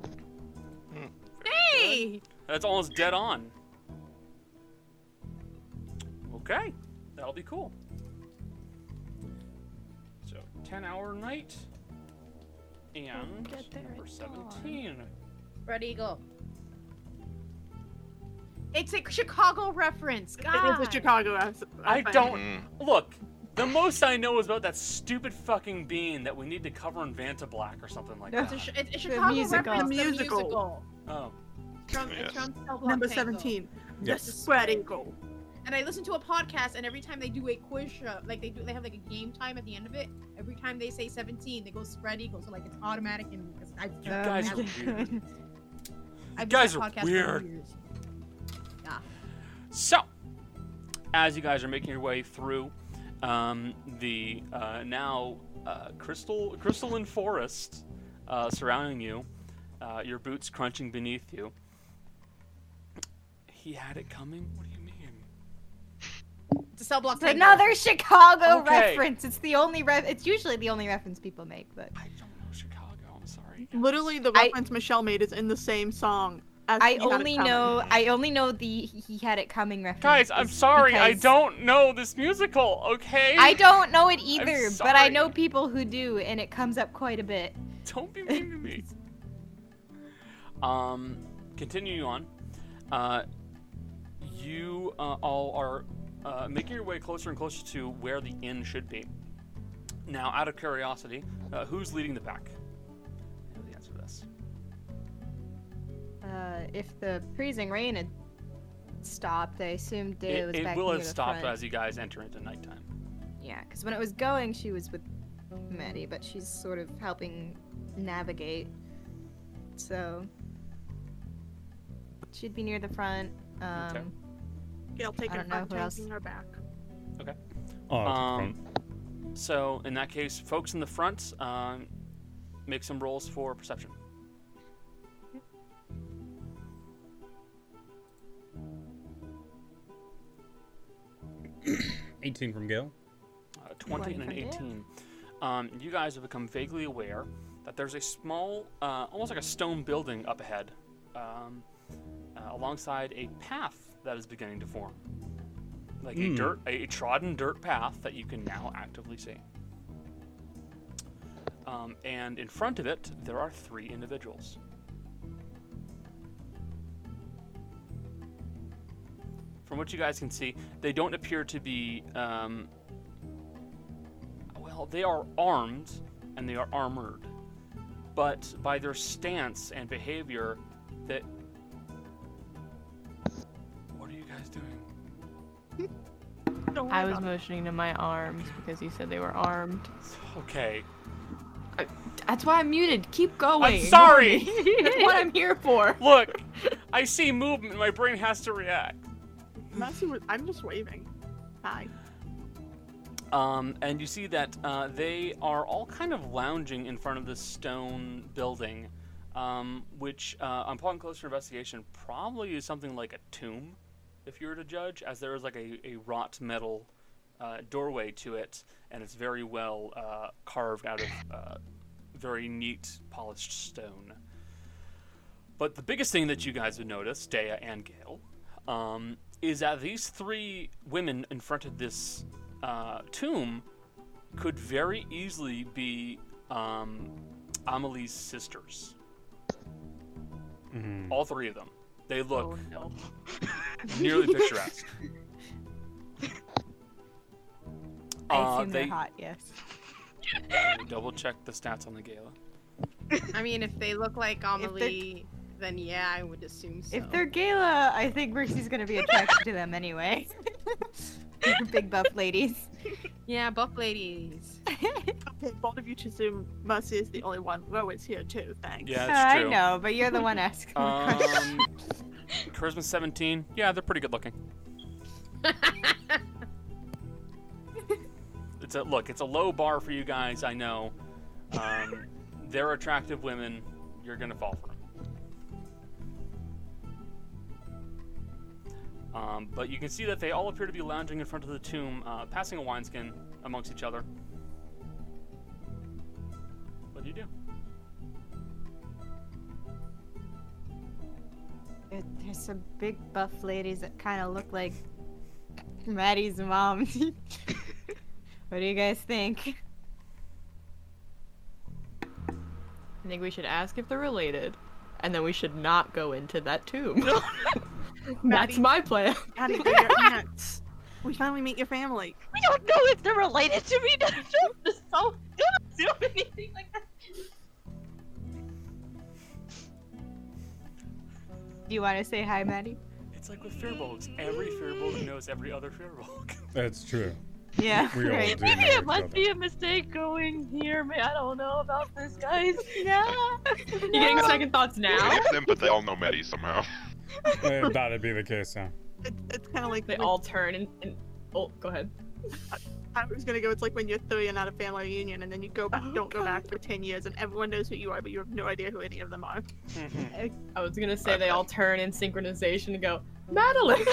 Speaker 5: Hey!
Speaker 2: That's almost dead on. Okay, that'll be cool. So, 10 hour night. And number 17.
Speaker 3: Ready, go. It's a Chicago reference. God.
Speaker 5: It is a Chicago as-
Speaker 2: I
Speaker 5: offense.
Speaker 2: don't. Look, the most I know is about that stupid fucking bean that we need to cover in Vantablack or something like
Speaker 3: It's
Speaker 2: that.
Speaker 3: a, sh- it's a
Speaker 5: The
Speaker 3: Chicago
Speaker 5: musical.
Speaker 3: reference.
Speaker 5: The
Speaker 3: The
Speaker 5: musical.
Speaker 3: musical.
Speaker 2: oh.
Speaker 3: From,
Speaker 2: Yes.
Speaker 3: from Cell Block
Speaker 5: Number
Speaker 3: Tango.
Speaker 5: 17.
Speaker 2: Yes.
Speaker 5: The spread eagle.
Speaker 3: And I listen to a podcast, and every time they do a quiz show, like they do, they have like a game time at the end of it. Every time they say 17, they go spread eagle, so like it's automatic. And because I,
Speaker 2: You
Speaker 10: Oh,
Speaker 2: guys are weird.
Speaker 3: I've
Speaker 2: guys
Speaker 3: done
Speaker 2: are
Speaker 3: that podcast for
Speaker 2: weird.
Speaker 3: years. Yeah.
Speaker 2: So, as you guys are making your way through um, the uh, now uh, crystal crystalline forest uh, surrounding you, uh, your boots crunching beneath you. He had it coming. What do you mean?
Speaker 3: It's a cell block.
Speaker 4: It's
Speaker 3: tango.
Speaker 4: another Chicago
Speaker 2: Okay.
Speaker 4: reference. It's the only re- It's usually the only reference people make, but
Speaker 2: Chicago. I'm sorry.
Speaker 5: Literally, the reference Michelle made is in the same song. As
Speaker 4: I
Speaker 5: You Got It
Speaker 4: only
Speaker 5: Coming.
Speaker 4: know I only know the he he had it coming reference.
Speaker 2: Guys, I'm
Speaker 4: is
Speaker 2: sorry. I
Speaker 4: because-
Speaker 2: don't know this musical. Okay.
Speaker 4: I don't know it
Speaker 2: I'm
Speaker 4: either, but I know
Speaker 2: sorry.
Speaker 4: people who do, and it comes up quite a bit.
Speaker 2: Don't be mean to me. Um, continuing on, uh, you uh, all are uh, making your way closer and closer to where the inn should be. Now, out of curiosity, uh, who's leading the pack? I know the answer to this.
Speaker 4: Uh, if the freezing rain had stopped, I assumed Daya
Speaker 2: it
Speaker 4: was
Speaker 2: it
Speaker 4: back
Speaker 2: will
Speaker 4: near
Speaker 2: have
Speaker 4: the
Speaker 2: stopped
Speaker 4: front.
Speaker 2: as you guys enter into nighttime.
Speaker 4: Yeah, because when it was going, she was with Maddie, but she's sort of helping navigate. So she'd be near the front. Um,
Speaker 2: Okay.
Speaker 5: Gail
Speaker 4: I
Speaker 5: taking
Speaker 4: don't
Speaker 5: her
Speaker 4: know
Speaker 5: front,
Speaker 4: who else.
Speaker 5: taking her back.
Speaker 2: Okay.
Speaker 9: Oh, it's
Speaker 2: um, so in that case, folks in the front, um, make some rolls for perception.
Speaker 1: Eighteen from Gail.
Speaker 2: uh, 20 and an 18. Um, you guys have become vaguely aware that there's a small, uh, almost like a stone building up ahead, um, uh, alongside a path that is beginning to form. Like
Speaker 1: Mm.
Speaker 2: a dirt, a trodden dirt path that you can now actively see. Um, and in front of it, there are three individuals. From what you guys can see, they don't appear to be um, well, they are armed and they are armored, but by their stance and behavior, that. What are you guys doing?
Speaker 5: Don't worry
Speaker 13: I was
Speaker 5: about it.
Speaker 13: motioning to my arms because you said they were armed.
Speaker 2: Okay.
Speaker 13: That's why I'm muted. Keep going.
Speaker 2: I'm sorry.
Speaker 13: That's what I'm here for.
Speaker 2: Look, I see movement. My brain has to react.
Speaker 5: That's who- I'm just waving. Hi.
Speaker 2: Um, and you see that uh, they are all kind of lounging in front of this stone building, um, which, uh, upon closer investigation, probably is something like a tomb, if you were to judge, as there is like a, a wrought metal uh, doorway to it, and it's very well uh, carved out of uh, very neat polished stone. But the biggest thing that you guys would notice, Dea and Gail, um, is that these three women in front of this uh, tomb could very easily be um, Amelie's sisters.
Speaker 1: Mm-hmm.
Speaker 2: All three of them. They look nearly picturesque.
Speaker 4: I
Speaker 2: Uh,
Speaker 4: assume
Speaker 2: they
Speaker 4: they're hot, yes.
Speaker 2: let me double check the stats on the gala.
Speaker 3: I mean, if they look like
Speaker 4: they're-
Speaker 3: Amelie, then yeah, I would assume so.
Speaker 4: If they're Gala, I think Mercy's gonna be attracted to them anyway. Big buff ladies.
Speaker 3: yeah, buff ladies.
Speaker 5: Okay, both of you to Zoom. Mercy is the only one. Ro is here too, thanks.
Speaker 2: Yeah, that's
Speaker 4: I
Speaker 2: true.
Speaker 4: know, but you're the one asking the
Speaker 2: Um, charisma 17. Yeah, they're pretty good looking. it's a look. It's a low bar for you guys. I know. Um, they're attractive women. You're gonna fall for them. Um, but you can see that they all appear to be lounging in front of the tomb, uh, passing a wineskin amongst each other. What do you do?
Speaker 4: There- There's some big buff ladies that kind of look like Maddie's mom. what do you guys think?
Speaker 13: I think we should ask if they're related, and then we should not go into that tomb. That's my plan.
Speaker 5: Maddie, they're your aunts. We finally meet your family.
Speaker 6: We don't know if they're related to me. Don't so don't assume anything like that.
Speaker 4: Do you want to say hi, Maddie?
Speaker 2: It's like with Firbolgs. Every Firbolg knows every other Firbolg.
Speaker 9: That's true.
Speaker 4: Yeah,
Speaker 9: We all
Speaker 4: right.
Speaker 9: do
Speaker 6: Maybe
Speaker 9: know each
Speaker 6: it must
Speaker 9: other.
Speaker 6: be a mistake going here. Man, I don't know about this, guys.
Speaker 4: Yeah.
Speaker 6: You're
Speaker 13: You're getting second thoughts now?
Speaker 8: them, but they all know Maddie somehow.
Speaker 9: Uh, That'd be the case, huh?
Speaker 5: It's kind of like
Speaker 13: They
Speaker 5: when-
Speaker 13: all turn and, and oh, go ahead.
Speaker 5: I was gonna go. It's like when you're three and at a family reunion, and then you go back,
Speaker 13: Oh,
Speaker 5: don't go back for ten years, and everyone knows who you are, but you have no idea who any of them are.
Speaker 13: I I was gonna say they all turn in synchronization and go, Madeline.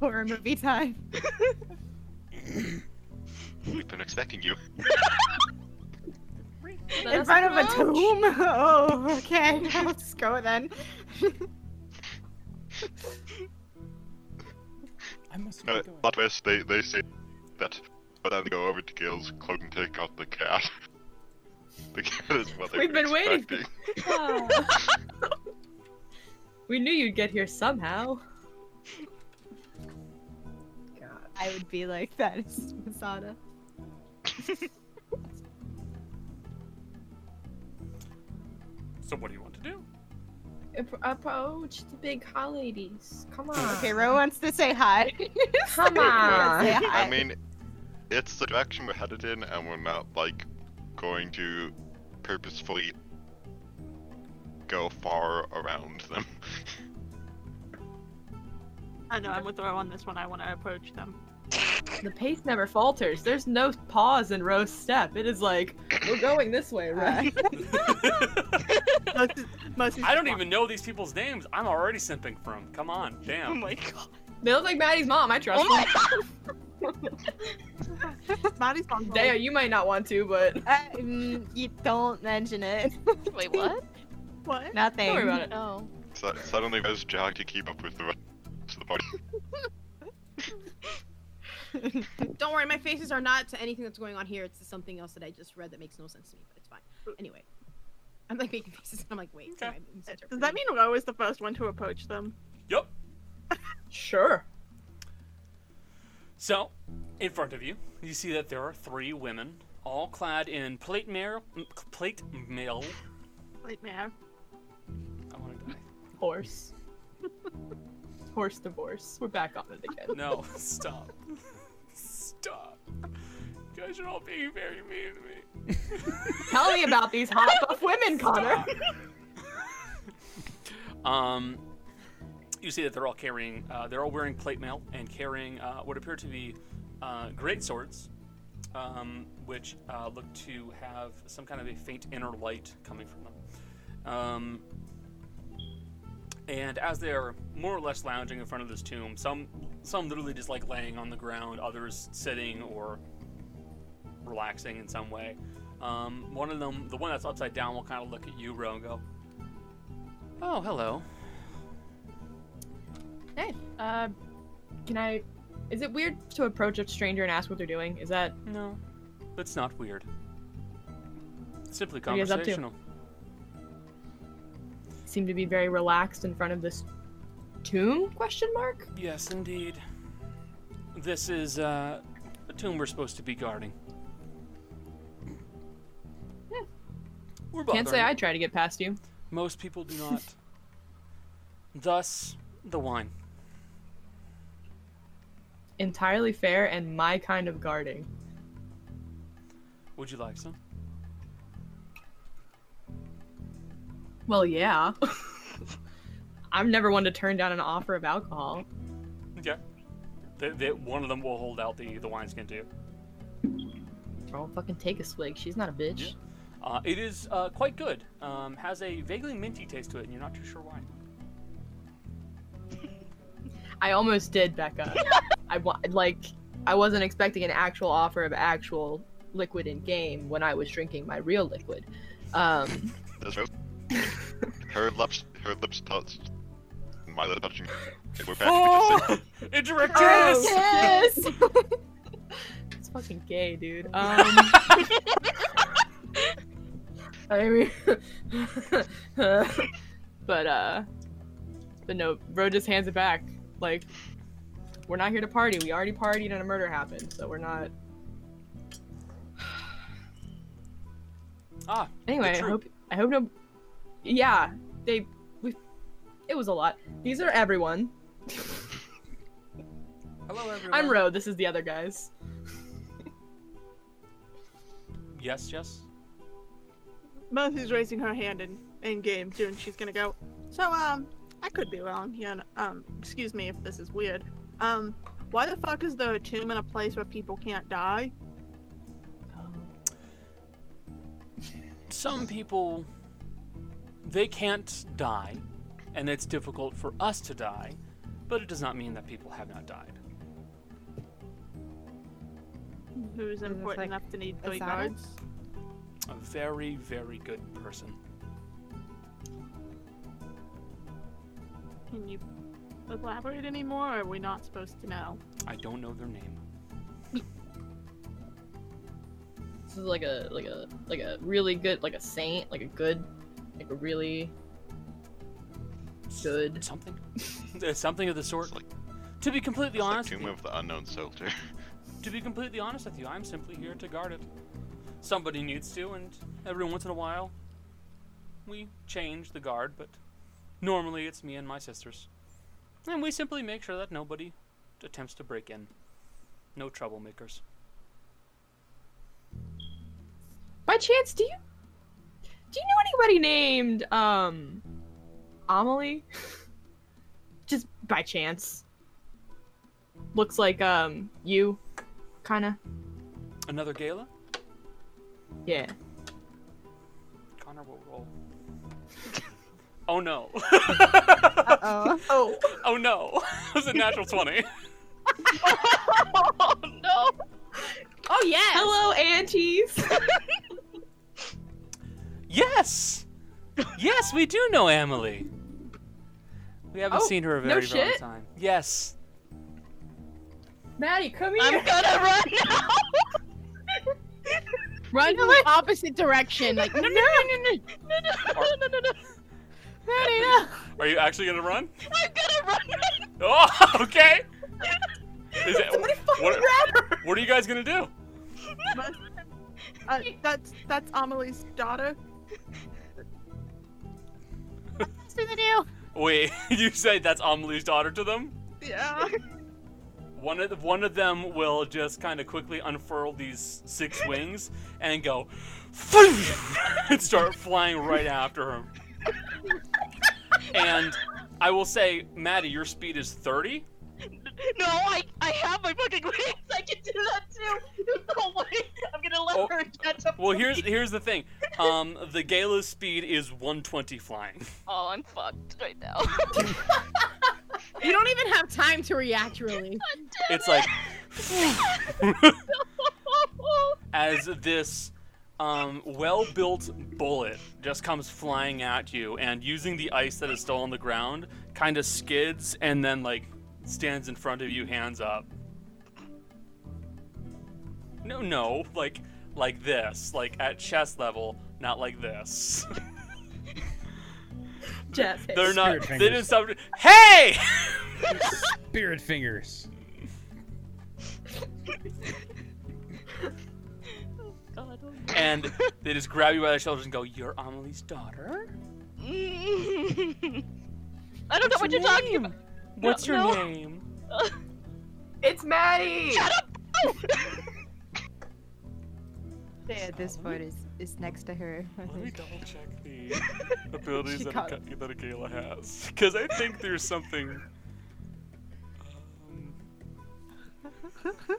Speaker 4: Horror movie time.
Speaker 8: We've been expecting you.
Speaker 4: In front of a tomb? Oh, okay. I'll just go then.
Speaker 1: I must
Speaker 8: No, Uh, plot twist, they, they say that, but then they go over to Gail's cloak and take out the cat. the cat is what they
Speaker 13: We've
Speaker 8: were
Speaker 13: been waiting.
Speaker 8: expecting.
Speaker 13: we knew you'd get here somehow.
Speaker 4: I would be like that. It's Masada.
Speaker 2: So what do you want to do?
Speaker 12: Approach the big hot ladies. Come on.
Speaker 4: Okay, Ro wants to say hi.
Speaker 12: Come
Speaker 13: Ah.
Speaker 12: on.
Speaker 4: Yeah,
Speaker 8: I mean, it's the direction we're headed in, and we're not like going to purposefully go far around them.
Speaker 5: I know. I'm with Ro on this one. I want to approach them.
Speaker 13: The pace never falters. There's no pause in Rose's step. It is like we're going this way, right?
Speaker 2: I don't even know these people's names. I'm already simping for them. Come on, damn.
Speaker 13: Oh my god. They look like Maddie's mom. I trust them.
Speaker 5: Maddie's mom.
Speaker 13: Dea, you might not want to, but
Speaker 4: I- mm, you don't mention it.
Speaker 6: Wait, what?
Speaker 5: What?
Speaker 4: Nothing.
Speaker 13: Don't worry about it.
Speaker 6: Oh.
Speaker 8: So, suddenly, there's Jack to keep up with the rest of the party.
Speaker 3: Don't worry, my faces are not to anything that's going on here. It's to something else that I just read that makes no sense to me, but it's fine. Anyway, I'm like making faces. and I'm like, wait. am I
Speaker 5: Does that mean Ro is the first one to approach them?
Speaker 2: Yep.
Speaker 13: Sure.
Speaker 2: So, in front of you, you see that there are three women, all clad in plate mail. m- Plate mail.
Speaker 5: Like, yeah.
Speaker 2: I want to die.
Speaker 13: Horse. Horse divorce. We're back on it again.
Speaker 2: No, stop. Stop. You guys are all being very mean to me.
Speaker 13: Tell me about these hot buff women, Connor.
Speaker 2: Um, you see that they're all carrying, uh, they're all wearing plate mail and carrying uh, what appear to be uh, great swords, um, which uh, look to have some kind of a faint inner light coming from them. Um, and as they are more or less lounging in front of this tomb, some some literally just like laying on the ground, others sitting or relaxing in some way. Um, one of them, the one that's upside down, will kind of look at you, Ro, and go, "Oh, hello."
Speaker 13: Hey, uh, can I? Is it weird to approach a stranger and ask what they're doing? Is that
Speaker 2: no? That's not weird. Simply
Speaker 13: What are you guys up to?
Speaker 2: conversational.
Speaker 13: Seem to be very relaxed in front of this tomb? Question mark.
Speaker 2: Yes, indeed. This is uh, a tomb we're supposed to be guarding. We're
Speaker 13: Can't say
Speaker 2: bothering.
Speaker 13: I try to get past you.
Speaker 2: Most people do not. Thus, the wine.
Speaker 13: Entirely fair and my kind of guarding.
Speaker 2: Would you like some?
Speaker 13: Well, yeah. I'm never one to turn down an offer of alcohol.
Speaker 2: Yeah. The, the, one of them will hold out the, the wine skin to you.
Speaker 13: I'll fucking take a swig. She's not a bitch.
Speaker 2: Uh, it is uh, quite good. Um, has a vaguely minty taste to it, and you're not too sure why.
Speaker 13: I almost did, Becca. I wa- like I wasn't expecting an actual offer of actual liquid in game when I was drinking my real liquid. Um,
Speaker 8: That's right. her lips, her lips touched. My lips touching. Okay, We're back.
Speaker 13: Oh!
Speaker 2: Indirect
Speaker 13: Oh,
Speaker 8: yes!
Speaker 13: yes! it's fucking gay, dude. Um, I mean, but uh, but no, bro just hands it back. Like, we're not here to party. We already partied and a murder happened, so we're not.
Speaker 2: Ah.
Speaker 7: the
Speaker 13: Anyway, I
Speaker 7: troop.
Speaker 13: hope I hope no. Yeah, they we. It was a lot. These are everyone.
Speaker 2: Hello, everyone.
Speaker 13: I'm Ro. This is the other guys.
Speaker 2: Yes, yes.
Speaker 5: Murphy's raising her hand in, in game too, and she's gonna go. So, um, I could be wrong here. and, Um, excuse me if this is weird. Um, why the fuck is there a tomb in a place where people can't die?
Speaker 2: Some people, they can't die, and it's difficult for us to die, but it does not mean that people have not died.
Speaker 5: Who's important
Speaker 10: like
Speaker 5: enough to need
Speaker 10: Azana?
Speaker 5: three guards?
Speaker 2: A very, very good person.
Speaker 5: Can you elaborate any more, or are we not supposed to know?
Speaker 2: I don't know their name.
Speaker 13: This is like a like a like a really good like a saint like a good like a really good
Speaker 2: something. Uh, Something of the sort. to be completely honest,
Speaker 8: Tomb of the Unknown Soldier.
Speaker 2: to be completely honest with you, I'm simply here to guard it. Somebody needs to, and every once in a while, we change the guard, but normally it's me and my sisters. And we simply make sure that nobody attempts to break in. No troublemakers.
Speaker 13: By chance, do you do you know anybody named um Amelie? Just by chance. Looks like um you, kind of
Speaker 2: Another gala?
Speaker 13: yeah.
Speaker 2: Connor will roll. oh no.
Speaker 13: Uh-oh. oh.
Speaker 2: Oh no. That's a natural 20.
Speaker 13: no. Oh yeah. Hello, aunties.
Speaker 2: Yes! Yes, we do know Emily. We haven't
Speaker 13: Oh,
Speaker 2: seen her a
Speaker 13: no
Speaker 2: very long
Speaker 13: shit.
Speaker 2: time. Yes.
Speaker 13: Maddie, come here. I'm
Speaker 10: gonna run now.
Speaker 13: run
Speaker 10: in the opposite direction. Like no, no, no, no, no, no, no, no, no. Maddie, no.
Speaker 2: Are you actually gonna run?
Speaker 10: I'm gonna run.
Speaker 2: Oh, okay. Is it, what,
Speaker 5: grab
Speaker 2: what are you guys gonna do?
Speaker 5: Uh, that's that's Amelie's daughter.
Speaker 10: Let's do the deal.
Speaker 2: Wait, you say that's Amelie's daughter to them?
Speaker 5: Yeah.
Speaker 2: One of one of them will just kind of quickly unfurl these six wings and go, and start flying right after him. And I will say, Maddie, your speed is thirty.
Speaker 6: No, I I have my fucking wings. I can do that too. No way. I'm gonna let
Speaker 2: Oh,
Speaker 6: her catch up.
Speaker 2: Well, here's here's the thing. Um, the Gala's speed is 120 flying.
Speaker 6: Oh, I'm fucked right now.
Speaker 10: You don't even have time to react, really.
Speaker 2: It's like as this um, well-built bullet just comes flying at you, and using the ice that is still on the ground, kind of skids and then like stands in front of you, hands up. No, no, like like this, like at chest level, not like this.
Speaker 11: Jazz
Speaker 2: They're
Speaker 1: Spirit
Speaker 2: not. They
Speaker 1: fingers.
Speaker 2: didn't stop. Hey!
Speaker 1: Spirit fingers.
Speaker 2: and they just grab you by the shoulders and go, "You're Amelie's daughter."
Speaker 6: I don't know what you're talking about.
Speaker 2: What's
Speaker 6: No,
Speaker 2: your
Speaker 6: no.
Speaker 2: name?
Speaker 5: It's Maddie! Shut up!
Speaker 4: At this point, is is next to her. Let
Speaker 2: me double check the abilities
Speaker 4: She
Speaker 2: that
Speaker 4: caught
Speaker 2: a, Ga- that a Gala has. Because I think there's something.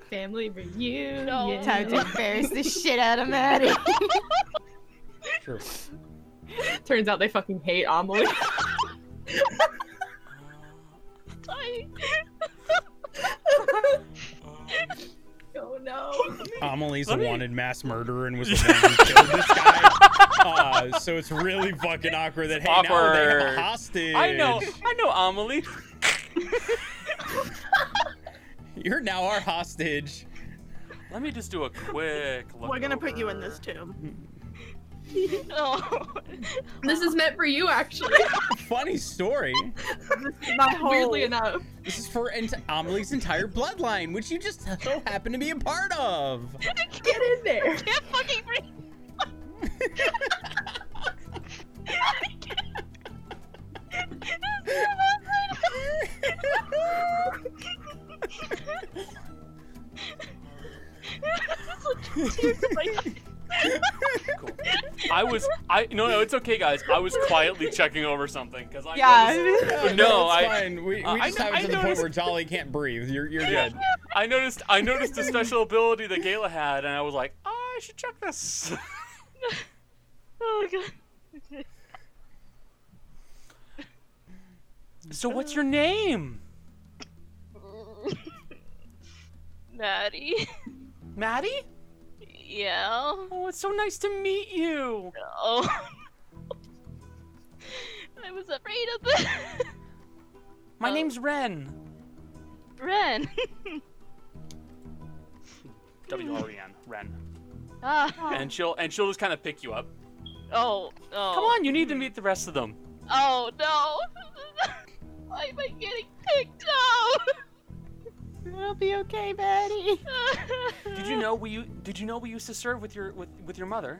Speaker 13: Family reunion.
Speaker 4: No. Time to embarrass the shit out of Maddie.
Speaker 1: True.
Speaker 13: Turns out they fucking hate Amelie.
Speaker 11: Oh no.
Speaker 1: Amelie's a
Speaker 11: Let me-
Speaker 1: wanted mass murderer and was the one who killed this guy. Uh, so it's really fucking awkward that hey now they have
Speaker 2: Awkward.
Speaker 1: a hostage.
Speaker 2: I know, I know, Amelie.
Speaker 1: You're now our hostage.
Speaker 2: Let me just do a quick look.
Speaker 5: We're gonna put you in
Speaker 2: over.
Speaker 5: this tomb.
Speaker 11: This is meant for you, actually.
Speaker 1: Funny story.
Speaker 11: Weirdly enough.
Speaker 1: This is for ent- Amelie's entire bloodline, which you just so happen to be a part of.
Speaker 11: Get in there.
Speaker 6: Can't fucking breathe.
Speaker 2: I was, I no, no, it's okay, guys. I was quietly checking over something because I.
Speaker 1: Yeah.
Speaker 2: noticed-
Speaker 1: No,
Speaker 2: no,
Speaker 1: it's
Speaker 2: I.
Speaker 1: fine. We, we
Speaker 2: I-
Speaker 1: just have
Speaker 2: I
Speaker 1: it to the point
Speaker 2: noticed-
Speaker 1: where Jolly can't breathe. You're, you're
Speaker 2: Yeah.
Speaker 1: good.
Speaker 2: I noticed I noticed a special ability that Gala had, and I was like, I should check this.
Speaker 6: Oh god.
Speaker 2: so what's your name?
Speaker 6: Maddie.
Speaker 2: Maddie?
Speaker 6: Yeah.
Speaker 2: Oh, it's so nice to meet you.
Speaker 6: Oh. I was afraid of that.
Speaker 2: My name's Ren.
Speaker 6: Ren.
Speaker 2: W O E N. Ren.
Speaker 6: ah.
Speaker 2: And she'll and she'll just kind of pick you up.
Speaker 6: Oh. Oh.
Speaker 2: Come on, you need to meet the rest of them.
Speaker 6: Oh no. Why am I getting picked out?
Speaker 4: It'll be okay, Maddie.
Speaker 2: Did you know we u- did you know we used to serve with your with, with your mother?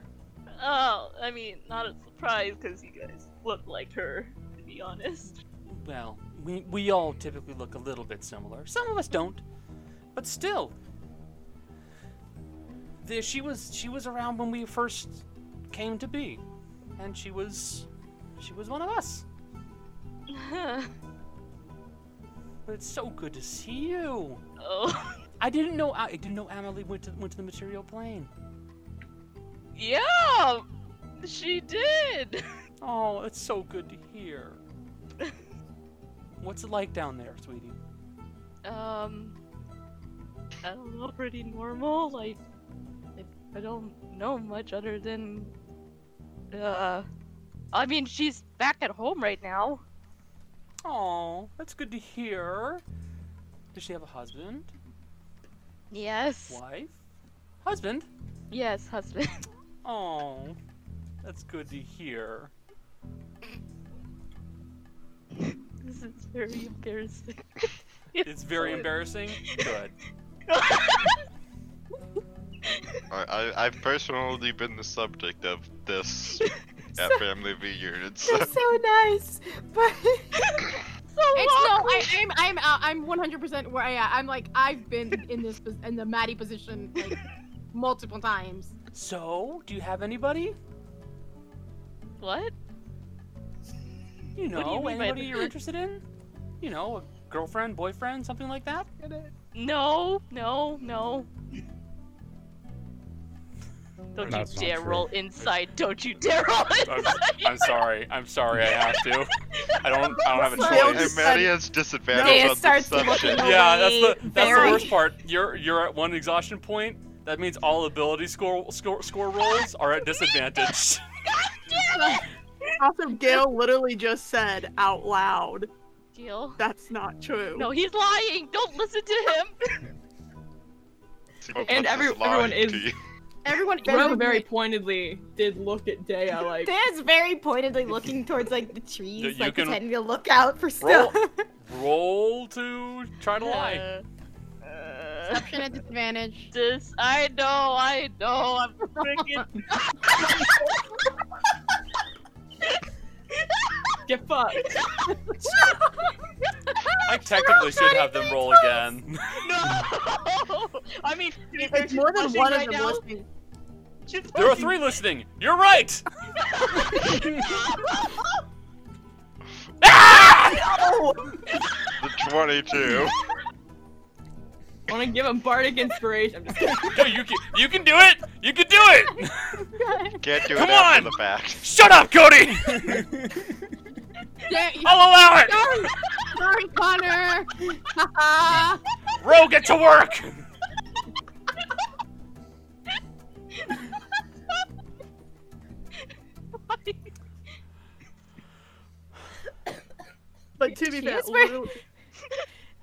Speaker 6: Oh, I mean, not a surprise because you guys look like her, to be honest.
Speaker 2: Well, we we all typically look a little bit similar. Some of us don't, but still. The, she was she was around when we first came to be, and she was she was one of us. But it's so good to see you.
Speaker 6: oh.
Speaker 2: I didn't know I didn't know Emily went to went to the material plane.
Speaker 6: Yeah! She did!
Speaker 2: Oh, it's so good to hear. What's it like down there, sweetie?
Speaker 6: Um. I don't know, pretty normal. Like, I, I don't know much other than. Uh. I mean, she's back at home right now.
Speaker 2: Oh, that's good to hear. Does she have a husband?
Speaker 6: Yes.
Speaker 2: Wife? Husband?
Speaker 6: Yes, husband.
Speaker 2: Oh, that's good to hear.
Speaker 6: this is very embarrassing.
Speaker 2: It's very
Speaker 6: Sorry.
Speaker 2: embarrassing. Good.
Speaker 8: I, I, I've personally been the subject of this at family reunion. So.
Speaker 10: That's so nice, but
Speaker 5: It's
Speaker 10: it's no. I, I'm I'm uh, I'm 100% where I am. I'm like I've been in this pos- in the Maddie position like multiple times.
Speaker 2: So, do you have anybody? You
Speaker 6: What? What do you
Speaker 2: know,
Speaker 6: mean by
Speaker 2: anybody
Speaker 6: the-
Speaker 2: you're interested in? You know, a girlfriend, boyfriend, something like that?
Speaker 6: No, no, no. Don't
Speaker 2: That's
Speaker 6: you
Speaker 2: not
Speaker 6: dare
Speaker 2: true.
Speaker 6: roll inside. Don't you dare roll inside.
Speaker 2: I'm sorry. I'm sorry. I have to. I don't. I don't have
Speaker 8: Well, and Maddie has disadvantage
Speaker 2: Maria
Speaker 8: on this subject.
Speaker 2: Yeah, that's the that's the worst part. You're you're at one exhaustion point. That means all ability score score, score rolls are at disadvantage.
Speaker 5: Also, Gail literally just said out loud,
Speaker 6: Gil.
Speaker 5: "That's not true."
Speaker 6: No, he's lying. Don't listen to him. Oh
Speaker 8: Bunch
Speaker 11: And
Speaker 8: is
Speaker 11: every,
Speaker 8: lying
Speaker 11: everyone
Speaker 8: to
Speaker 11: is.
Speaker 8: you.
Speaker 4: Everyone
Speaker 11: Ro very pointedly did look at Dea like.
Speaker 4: Dan's very pointedly looking towards like the trees,
Speaker 2: You- you
Speaker 4: like
Speaker 2: can
Speaker 4: pretending to look out for
Speaker 2: Roll,
Speaker 4: stuff.
Speaker 2: roll to try to lie.
Speaker 6: Uh, Perception
Speaker 10: at disadvantage.
Speaker 6: This, I know, I know. I'm freaking.
Speaker 11: Get fucked.
Speaker 2: I technically should have them roll again.
Speaker 6: no. I mean, if
Speaker 5: It's
Speaker 6: there's
Speaker 5: more than
Speaker 6: pushing
Speaker 5: one of
Speaker 6: right
Speaker 5: them
Speaker 6: now,
Speaker 5: listening.
Speaker 6: she's
Speaker 2: There are
Speaker 6: pushing.
Speaker 2: three listening. You're right.
Speaker 8: The 22.
Speaker 11: Want to give him bardic inspiration? I'm just kidding.
Speaker 2: No, you can you can do it. You can do it.
Speaker 8: Can't do
Speaker 2: Come
Speaker 8: it after
Speaker 2: on!
Speaker 8: the fact.
Speaker 2: Shut up, Cody. I'll allow it.
Speaker 10: Sorry, sorry Connor. Haha.
Speaker 2: Ro, get to work.
Speaker 5: But to be
Speaker 4: She
Speaker 5: fair,
Speaker 4: is very-
Speaker 5: literally-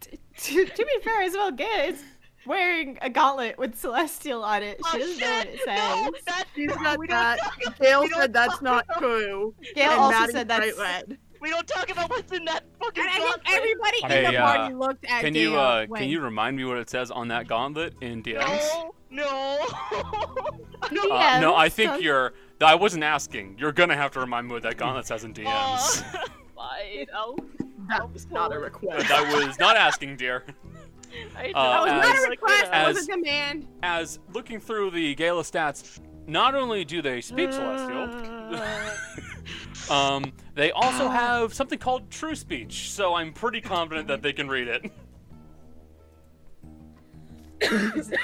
Speaker 4: to, to be fair as well, Gail is wearing a gauntlet with celestial on it. She
Speaker 6: Oh,
Speaker 4: doesn't know what it
Speaker 6: shit,
Speaker 4: says.
Speaker 6: no, that-
Speaker 5: she said
Speaker 6: we don't
Speaker 5: that.
Speaker 6: talk-
Speaker 5: Gail
Speaker 6: we don't
Speaker 5: said that's
Speaker 6: talk
Speaker 5: not
Speaker 6: about-
Speaker 5: true.
Speaker 4: Gail
Speaker 5: and
Speaker 4: also
Speaker 5: Maddie
Speaker 4: said that's-
Speaker 5: bright red.
Speaker 6: We don't talk about what's in that fucking
Speaker 10: And I think
Speaker 6: gauntlet.
Speaker 10: everybody in
Speaker 2: Hey,
Speaker 10: the
Speaker 2: uh,
Speaker 10: party looked at
Speaker 2: Can you
Speaker 10: Dale
Speaker 2: uh
Speaker 10: when-
Speaker 2: can you remind me what it says on that gauntlet in DMs?
Speaker 6: No, no.
Speaker 2: Uh, no, I think you're. I wasn't asking. You're gonna have to remind me what that gauntlet says in DMs.
Speaker 6: Fine. I'll,
Speaker 11: That was not a request.
Speaker 2: I was not asking, dear.
Speaker 6: I
Speaker 2: Uh,
Speaker 10: that was not
Speaker 2: as-
Speaker 10: a request. That was
Speaker 2: as-
Speaker 10: a demand.
Speaker 2: As looking through the Gala stats, not only do they speak Celestial, um, they also have something called True Speech. So I'm pretty confident that they can read it.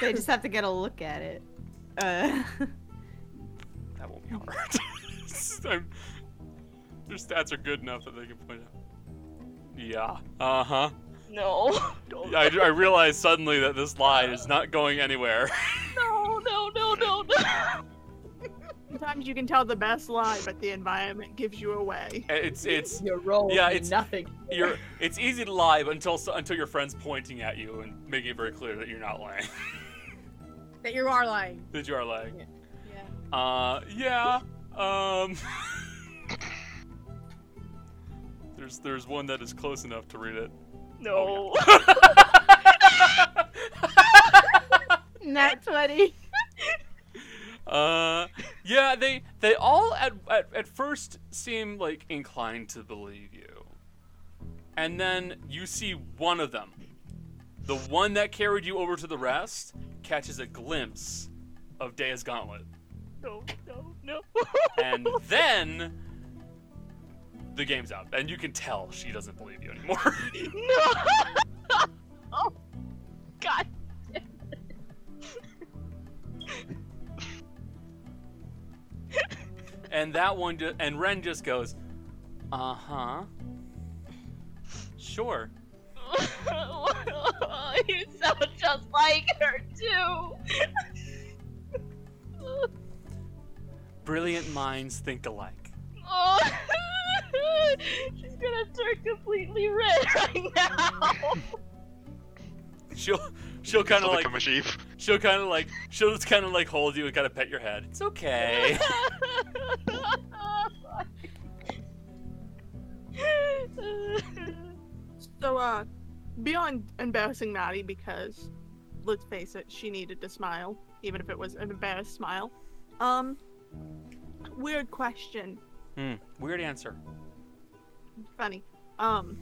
Speaker 4: they just have to get a look at it. Uh,
Speaker 2: That won't be hard. I'm- their stats are good enough that they can point out. Yeah. Uh huh.
Speaker 6: no.
Speaker 2: I, I realized suddenly that this line is not going anywhere.
Speaker 6: No, no, no, no, no.
Speaker 5: Sometimes you can tell the best lie, but the environment gives you away.
Speaker 2: It's it's
Speaker 11: Your roll.
Speaker 2: Yeah, it's-
Speaker 11: nothing.
Speaker 2: you're it's easy to lie, but until so- until your friend's pointing at you and making it very clear that you're not lying,
Speaker 10: That you are lying.
Speaker 2: that you are lying.
Speaker 10: Yeah.
Speaker 2: Uh, yeah. Um. there's there's one that is close enough to read it.
Speaker 6: No.
Speaker 4: not 20.
Speaker 2: Uh, yeah. They they all at at, at first seem like inclined to believe you, and then you see one of them, the one that carried you over to the rest, catches a glimpse of Dea's gauntlet.
Speaker 6: No, no, no.
Speaker 2: and then the game's up, and you can tell she doesn't believe you anymore.
Speaker 6: No. Oh, God.
Speaker 2: and that one, ju- and Ren just goes, "Uh huh, sure."
Speaker 6: you sound just like her too.
Speaker 2: Brilliant minds think alike.
Speaker 6: Oh. She's gonna turn completely red right now.
Speaker 2: She'll she'll kind of like
Speaker 8: Become a sheep.
Speaker 2: she'll kind of like she'll just kind of like hold you and kind of pet your head. It's okay.
Speaker 5: So, uh, beyond embarrassing Maddie, because let's face it, she needed to smile, even if it was an embarrassed smile. Um, weird question.
Speaker 2: hmm, weird answer.
Speaker 5: Funny. Um,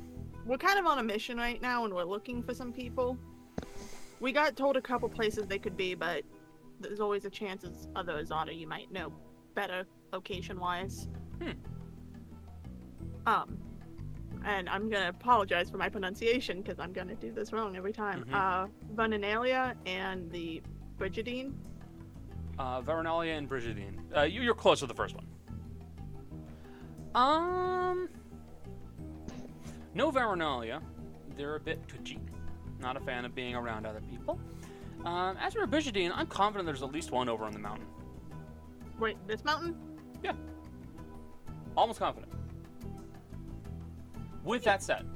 Speaker 5: we're kind of on a mission right now and we're looking for some people. We got told a couple places they could be, but there's always a chance it's other Azada you might know better location wise.
Speaker 2: Hmm.
Speaker 5: Um, and I'm gonna apologize for my pronunciation because I'm gonna do this wrong every time.
Speaker 2: Mhm.
Speaker 5: Uh, Vaninalia and the Brigidine.
Speaker 2: Uh, Varinalia and Brigidine. Uh, you you're close with the first one. Um, no Varinalia. They're a bit twitchy. Not a fan of being around other people. Um, as for Bijadine, I'm confident there's at least one over on the mountain.
Speaker 5: Wait, this mountain?
Speaker 2: Yeah. Almost confident. With that said,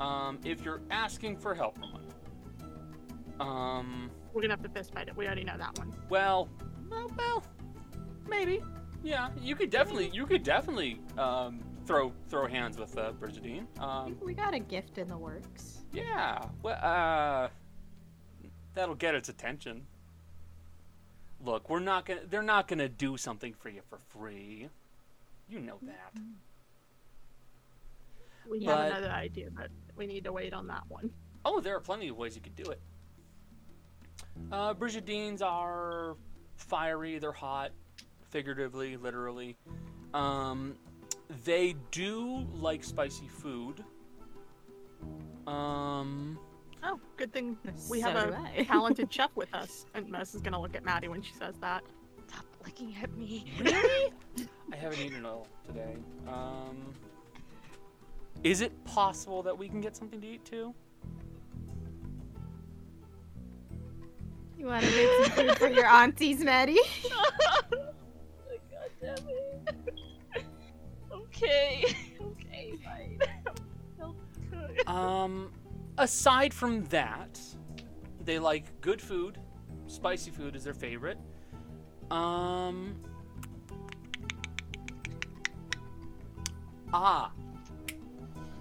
Speaker 2: um, if you're asking for help from one, um,
Speaker 5: We're gonna have to fist fight it. We already know that one.
Speaker 2: well, well, well, maybe. Yeah, you could definitely, you could definitely um, throw throw hands with uh, Brigidine. Um,
Speaker 4: We got a gift in the works.
Speaker 2: Yeah. Well, uh, that'll get its attention. Look, we're not gonna. They're not gonna do something for you for free. You know that.
Speaker 5: We
Speaker 2: But-
Speaker 5: have another idea, but we need to wait on that one.
Speaker 2: Oh, there are plenty of ways you could do it. Uh, Brigidines are fiery. They're hot, figuratively, literally. Um, they do like spicy food. Um.
Speaker 5: Oh, good thing we have
Speaker 2: So do I.
Speaker 5: a talented chef with us. And Mess is gonna look at Maddie when she says that.
Speaker 6: Stop looking at me.
Speaker 2: Really? I haven't eaten oil today. Um, is it possible that we can get something to eat too?
Speaker 4: You want to make some food for your aunties, Maddie?
Speaker 6: God damn it. okay. Okay, fine. I'll cook.
Speaker 2: Um, aside from that, they like good food. Spicy food is their favorite. Um, ah,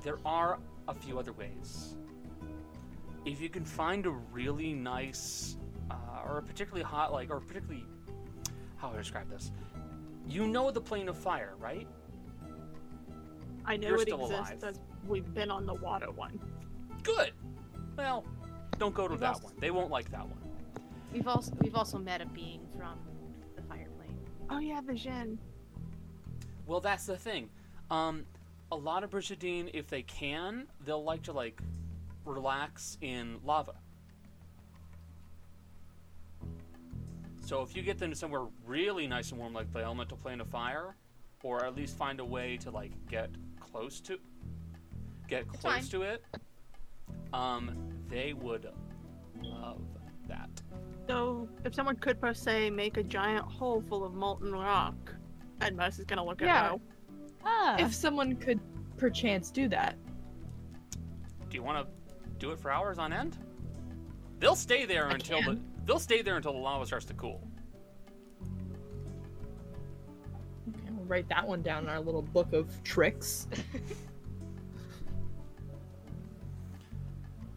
Speaker 2: there are a few other ways. If you can find a really nice, uh, or a particularly hot, like, or particularly, how do I describe this? You know the plane of fire, right?
Speaker 5: I know
Speaker 2: You're
Speaker 5: it
Speaker 2: still
Speaker 5: exists
Speaker 2: alive.
Speaker 5: as we've been on the water one.
Speaker 2: Good. Well, don't go to
Speaker 3: We've
Speaker 2: that
Speaker 3: also-
Speaker 2: one. They won't like that one.
Speaker 3: We've also we've also met a being from the fire plane.
Speaker 5: Oh yeah, the Jin.
Speaker 2: Well, that's the thing. Um, a lot of Brigidine, if they can, they'll like to like relax in lava. So if you get them to somewhere really nice and warm, like the elemental plane of fire, or at least find a way to like get close to, get
Speaker 3: It's
Speaker 2: close
Speaker 3: fine.
Speaker 2: to it, um, they would love that.
Speaker 5: So if someone could per se make a giant hole full of molten rock, and Mess is gonna look
Speaker 13: Yeah.
Speaker 5: at Ro.
Speaker 4: Ah.
Speaker 13: If someone could perchance do that.
Speaker 2: Do you want to do it for hours on end? They'll stay there until the they'll stay there until the lava starts to cool.
Speaker 13: Okay, we'll write that one down in our little book of tricks.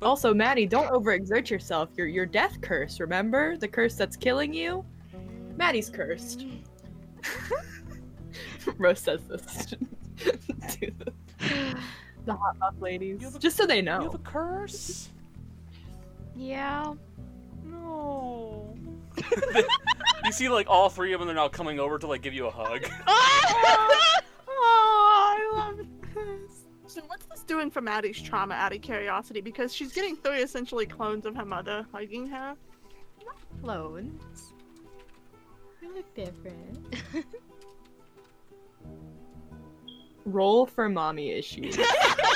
Speaker 13: also, Maddie, don't overexert yourself. Your your death curse, remember? The curse that's killing you? Maddie's cursed. Rose says this to the, the hot buff ladies. Just so they know.
Speaker 2: You have a curse?
Speaker 4: Yeah.
Speaker 2: No. you see, like all three of them, they're now coming over to like give you a hug.
Speaker 5: Oh, I love this. So what's this doing for Maddie's trauma out of curiosity? Because she's getting three essentially clones of her mother hugging her.
Speaker 4: Clones. You look different.
Speaker 13: Roll for mommy issues.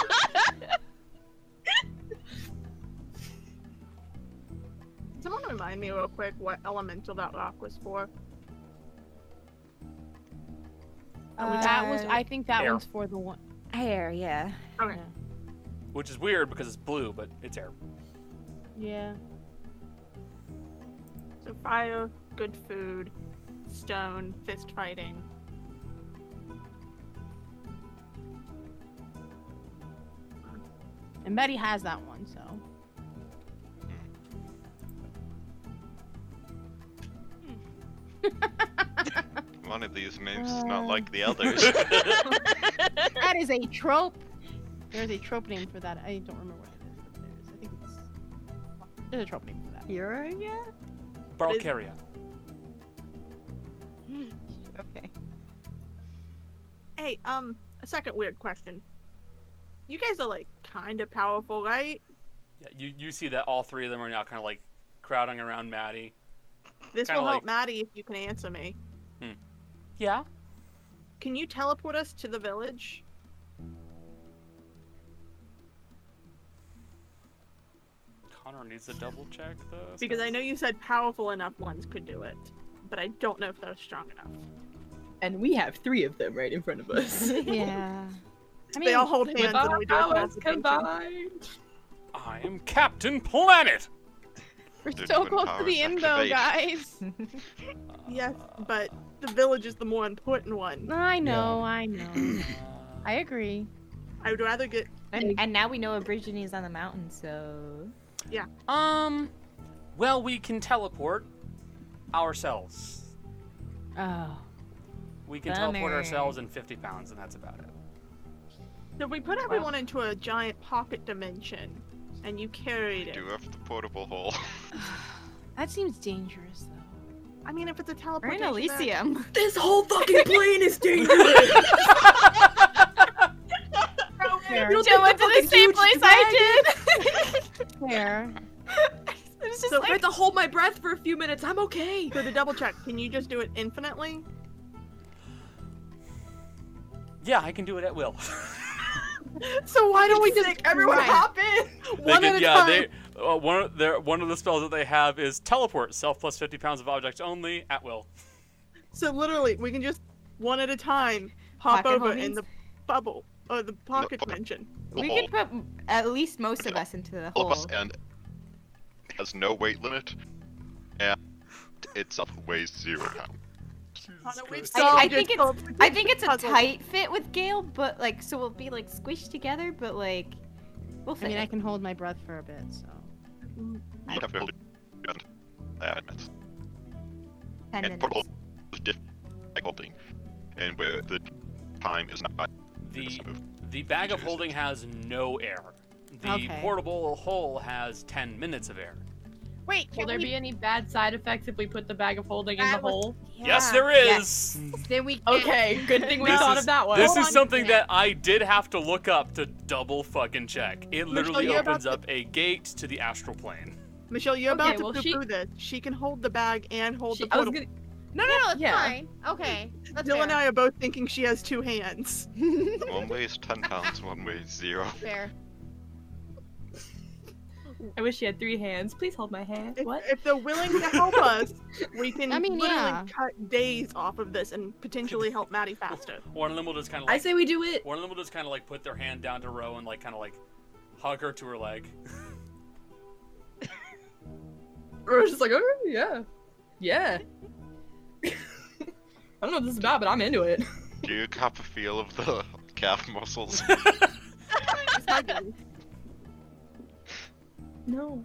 Speaker 5: Someone remind me real quick what elemental that rock was for.
Speaker 10: Oh, that was.
Speaker 4: Uh,
Speaker 10: I think that
Speaker 2: Air.
Speaker 10: one's for the one.
Speaker 4: Hair, yeah.
Speaker 5: Okay.
Speaker 2: Which is weird because it's blue, but it's air.
Speaker 10: Yeah.
Speaker 5: So fire, good food, stone, fist fighting.
Speaker 10: And Betty has that one, so.
Speaker 8: One of these names is not
Speaker 10: Uh.
Speaker 8: like the others.
Speaker 10: that is a trope. There's a trope name for that. I don't remember what it is, but there's. I think it's. There's a trope name for that.
Speaker 4: You're yeah.
Speaker 2: Barlcaria.
Speaker 4: Okay.
Speaker 5: Hey, um, a second weird question. You guys are like kind of powerful, right?
Speaker 2: Yeah, you you see that all three of them are now kind of like crowding around Maddie.
Speaker 5: This
Speaker 2: Kinda
Speaker 5: will help
Speaker 2: like-
Speaker 5: Maddie if you can answer me.
Speaker 2: Hmm. Yeah.
Speaker 5: Can you teleport us to the village?
Speaker 2: Connor needs to double check this.
Speaker 5: Because I know you said powerful enough ones could do it, but I don't know if they're strong enough.
Speaker 11: And we have three of them right in front of us.
Speaker 4: yeah.
Speaker 5: they all hold hands
Speaker 11: with
Speaker 5: and
Speaker 11: our
Speaker 5: we do a
Speaker 11: powers
Speaker 5: consultation.
Speaker 11: combined.
Speaker 2: I am Captain Planet.
Speaker 5: We're
Speaker 2: They're
Speaker 5: so
Speaker 2: twin
Speaker 5: close to the
Speaker 2: powers
Speaker 5: end, though,
Speaker 2: activate.
Speaker 5: guys. yes, but the village is the more important one.
Speaker 10: I know, I know. I agree.
Speaker 5: I would rather get.
Speaker 4: And, and now we know Aborigine is on the mountain, so.
Speaker 5: Yeah.
Speaker 2: Um. Well, we can teleport ourselves.
Speaker 4: Oh.
Speaker 2: We can teleport
Speaker 5: Bummer.
Speaker 2: ourselves in 50 pounds, and that's about it.
Speaker 5: So we put everyone into a giant pocket dimension, and you carried it.
Speaker 8: Do have the portable hole.
Speaker 10: That seems dangerous, though.
Speaker 5: I mean, if it's a
Speaker 10: We're in
Speaker 5: teleportation.
Speaker 10: Elysium.
Speaker 11: This whole fucking plane is dangerous.
Speaker 10: Fair.
Speaker 11: You'll
Speaker 10: Joe
Speaker 11: take
Speaker 10: went
Speaker 11: the
Speaker 10: to
Speaker 11: fucking
Speaker 10: the same
Speaker 11: huge
Speaker 10: place I did. Fair.
Speaker 5: so I have to hold my breath for a few minutes. I'm okay. So to double check, can you just do it infinitely?
Speaker 2: Yeah, I can do it at will.
Speaker 5: So why don't we just everyone hop in?
Speaker 2: They
Speaker 5: One
Speaker 2: can-
Speaker 5: at a
Speaker 2: yeah,
Speaker 5: time.
Speaker 2: They, uh, one, of their, one of the spells that they have is teleport, self plus 50 pounds of objects only, at will.
Speaker 5: So literally, we can just one at a time hop
Speaker 4: Pocket
Speaker 5: over in
Speaker 4: holdings?
Speaker 5: the bubble or the pocket dimension.
Speaker 4: We could put at least most of us into the
Speaker 8: All of us
Speaker 4: hole.
Speaker 8: and has no weight limit, and it's weighs zero pounds.
Speaker 4: I, I think it's I think it's a tight fit with Gale, but like so we'll be like squished together, but like we'll
Speaker 10: I
Speaker 4: fit.
Speaker 10: mean, I can hold my breath for a bit, so.
Speaker 8: You have to hold it. and- uh, that's-
Speaker 4: Ten
Speaker 8: and portable is different like holding, and where the time is not.
Speaker 2: The, the bag of holding has no air. The
Speaker 11: Okay.
Speaker 2: portable hole has 10 minutes of air.
Speaker 10: Wait,
Speaker 11: will there be any bad side effects if we put the bag of holding in the hole?
Speaker 2: Yes, there is!
Speaker 10: Then we.
Speaker 11: Okay, good thing we
Speaker 2: This
Speaker 11: thought
Speaker 2: is-
Speaker 11: of that one.
Speaker 2: This is something that I did have to look up to double fucking check. It literally
Speaker 5: you're about
Speaker 2: opens up a gate to the astral plane.
Speaker 5: Michelle, you're about
Speaker 10: Okay,
Speaker 5: to
Speaker 10: well,
Speaker 5: poo-poo
Speaker 10: she-
Speaker 5: this. She can hold the bag and hold the
Speaker 10: I was
Speaker 5: portable.
Speaker 10: No, no, no, it's
Speaker 5: Yeah.
Speaker 10: fine. Okay. That's
Speaker 5: Dylan
Speaker 10: fair.
Speaker 5: and I are both thinking she has two hands.
Speaker 8: One weighs ten pounds, one weighs zero.
Speaker 10: Fair.
Speaker 11: I wish she had three hands. Please hold my hand.
Speaker 5: If,
Speaker 11: What?
Speaker 5: if they're willing to help us, we can
Speaker 11: I mean,
Speaker 5: literally
Speaker 11: yeah.
Speaker 5: cut days off of this and potentially help Maddie faster.
Speaker 2: One of them will just kind of.
Speaker 5: I
Speaker 2: Like,
Speaker 5: say we do it.
Speaker 2: One of them will just kind of like put their hand down to Row and like kind of like hug her to her leg.
Speaker 11: Or it's just like, oh yeah, yeah. I don't know what this is about, but I'm into it.
Speaker 8: Do you cop a feel of the calf muscles?
Speaker 11: No.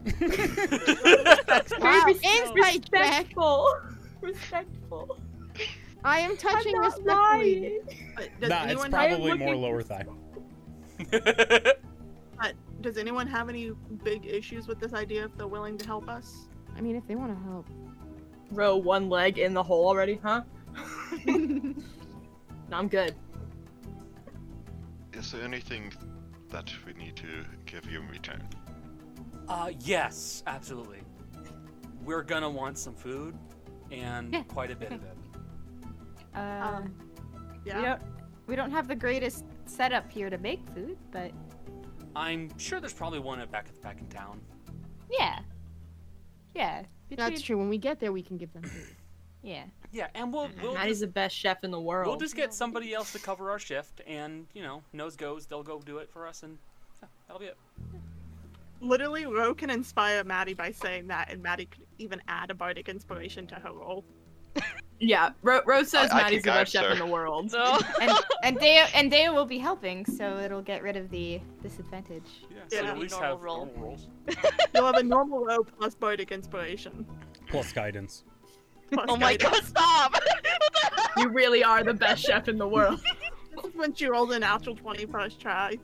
Speaker 10: Wow, insight check.
Speaker 11: respectful. Respectful.
Speaker 10: I am touching
Speaker 11: I'm not
Speaker 10: respectfully.
Speaker 5: Does
Speaker 1: nah, it's
Speaker 5: anyone- I am
Speaker 1: probably more
Speaker 5: looking-
Speaker 1: lower thigh.
Speaker 5: But does anyone have any big issues with this idea if they're willing to help us?
Speaker 10: I mean, if they want to help.
Speaker 11: Row one leg in the hole already, huh? no, I'm good.
Speaker 8: Is there anything that we need to give you in return?
Speaker 2: Uh, yes, absolutely. We're gonna want some food, and quite a bit of it.
Speaker 4: Um,
Speaker 5: yeah.
Speaker 4: We don't, we don't have the greatest setup here to make food, but
Speaker 2: I'm sure there's probably one at back at back in town.
Speaker 4: yeah, yeah.
Speaker 10: That's
Speaker 4: between-
Speaker 10: true. When we get there, we can give them food.
Speaker 4: Yeah.
Speaker 2: Yeah, and we'll we'll
Speaker 11: Maddie's
Speaker 2: just,
Speaker 11: the best chef in the world.
Speaker 2: we'll just get somebody else to cover our shift, and you know, nose goes, they'll go do it for us, and yeah, that'll be it.
Speaker 5: Literally, Ro can inspire Maddie by saying that, and Maddie could even add a bardic inspiration to her role.
Speaker 11: Yeah, Ro, Ro says
Speaker 5: I- I
Speaker 11: Maddie's the
Speaker 5: think I'm
Speaker 11: best chef
Speaker 5: sure.
Speaker 11: in the world.
Speaker 4: and and Deo and Deo will be helping, so it'll get rid of the disadvantage.
Speaker 2: Yeah,
Speaker 5: so Yeah. at least have
Speaker 2: normal rolls.
Speaker 5: You'll have a normal row plus bardic inspiration.
Speaker 1: Plus guidance.
Speaker 5: oh my god,
Speaker 6: stop!
Speaker 11: you really are the best chef in the world.
Speaker 5: when she rolls an actual 20 first try.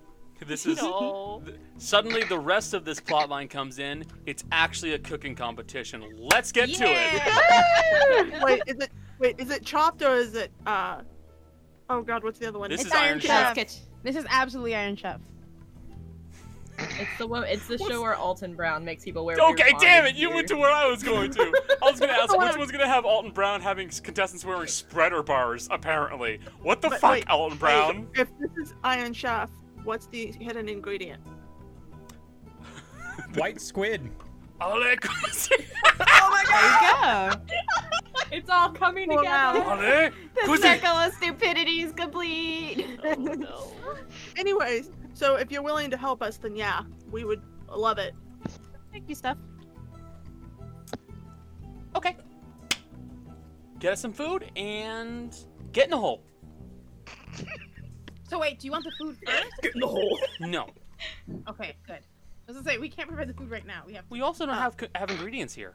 Speaker 2: This is
Speaker 5: No.
Speaker 2: th- suddenly the rest of this plot line comes in. It's actually a cooking competition. Let's get to it.
Speaker 5: wait, is it wait, is it chopped or is it uh Oh god, what's the other one?
Speaker 2: This It's is Iron Iron Chef. Chef.
Speaker 10: This is absolutely Iron Chef.
Speaker 11: It's the one. It's the show where Alton Brown makes people wear.
Speaker 2: Okay,
Speaker 11: weird
Speaker 2: damn
Speaker 11: bodies.
Speaker 2: it! You went to where I was going to. I was gonna ask which one's gonna have Alton Brown having s- contestants wearing spreader bars. Apparently, what the
Speaker 5: But
Speaker 2: fuck,
Speaker 5: wait,
Speaker 2: Alton Brown?
Speaker 5: If this is Iron Chef, what's the hidden ingredient?
Speaker 1: White squid.
Speaker 2: Alexi.
Speaker 4: Oh my god! There
Speaker 10: you go. It's all coming together.
Speaker 2: Allez,
Speaker 10: The circle of stupidity is complete.
Speaker 5: Oh, Anyways, so if you're willing to help us, then yeah, we would love it.
Speaker 10: Thank you, Steph.
Speaker 2: Okay. Get us some food and get in the hole.
Speaker 3: So wait, do you want the food first?
Speaker 2: Get in the hole. No.
Speaker 3: Okay, good. I was gonna say we can't prepare the food right now. We have.
Speaker 2: We also don't have have ingredients here.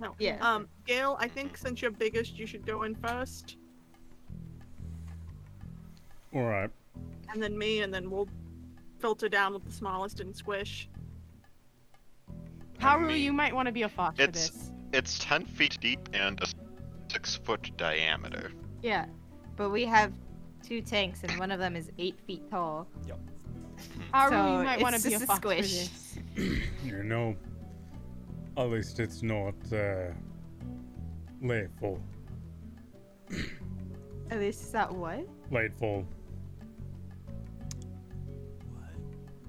Speaker 5: No.
Speaker 3: Yeah.
Speaker 5: Um, Gail, I think since you're biggest, you should go in first,
Speaker 9: All right.
Speaker 5: and then me, and then we'll filter down with the smallest and squish.
Speaker 10: Haru, you might want to be a fox for
Speaker 8: It's
Speaker 10: this.
Speaker 8: it's ten feet deep and a six foot diameter.
Speaker 4: Yeah, but we have two tanks, and one of them is eight feet tall.
Speaker 2: Yep.
Speaker 4: Hmm.
Speaker 10: Haru,
Speaker 4: So
Speaker 10: you might
Speaker 4: it's
Speaker 10: want to be a
Speaker 4: just a
Speaker 10: fox for
Speaker 4: squish.
Speaker 10: this.
Speaker 9: You know, at least it's not uh, late fall.
Speaker 4: At least it's not what?
Speaker 9: Late fall.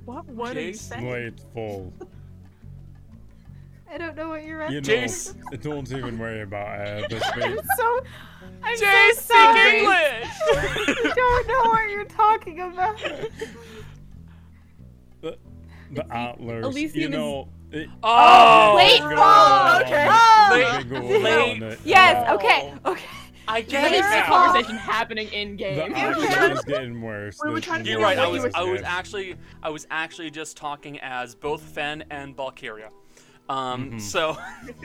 Speaker 5: What? What are you
Speaker 9: Jace?
Speaker 5: saying?
Speaker 9: Late fall.
Speaker 4: I don't know what you're
Speaker 9: You know,
Speaker 4: referencing.
Speaker 9: don't even worry about uh, this
Speaker 4: I'm
Speaker 9: week.
Speaker 4: so. I'm
Speaker 2: Jace,
Speaker 4: so
Speaker 2: speak
Speaker 4: sorry.
Speaker 2: English!
Speaker 4: I don't know what you're talking about.
Speaker 9: The, the antlers.
Speaker 4: Elysium
Speaker 9: you
Speaker 4: is-
Speaker 9: know. It,
Speaker 2: Oh!
Speaker 4: Wait,
Speaker 9: Go
Speaker 4: oh,
Speaker 9: on,
Speaker 4: okay.
Speaker 9: go
Speaker 4: Oh!
Speaker 9: on,
Speaker 2: Late-
Speaker 9: on it.
Speaker 4: Yes. Okay. Okay.
Speaker 2: I
Speaker 11: Get
Speaker 2: get
Speaker 11: this
Speaker 2: it
Speaker 11: is a
Speaker 2: now.
Speaker 11: conversation happening in
Speaker 9: The
Speaker 11: game.
Speaker 9: outlaw is getting worse.
Speaker 11: We were
Speaker 9: This
Speaker 11: trying to
Speaker 9: is
Speaker 2: You're right. I
Speaker 9: getting
Speaker 2: was I was
Speaker 9: worse.
Speaker 2: actually I was actually just talking as both Fen and Valkyria. Um,
Speaker 9: Mhm.
Speaker 2: so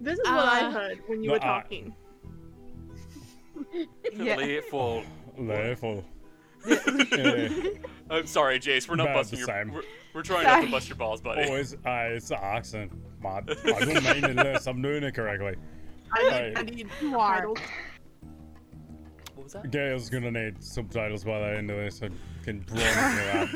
Speaker 5: This is what I
Speaker 10: Uh,
Speaker 5: heard when you
Speaker 9: No,
Speaker 5: were
Speaker 9: I-
Speaker 5: talking.
Speaker 2: late fall.
Speaker 9: Late fall.
Speaker 2: I'm sorry, Jace. We're not
Speaker 9: About
Speaker 2: busting
Speaker 9: the
Speaker 2: your.
Speaker 9: same.
Speaker 2: We're, we're trying not to
Speaker 4: Sorry.
Speaker 2: bust your balls, buddy.
Speaker 9: Always, uh, it's the accent. My, I don't mean unless I'm doing it correctly.
Speaker 5: I need, I
Speaker 9: Right.
Speaker 5: need subtitles.
Speaker 2: What was that?
Speaker 9: Gail's gonna need subtitles by the end of this. I can promise you that.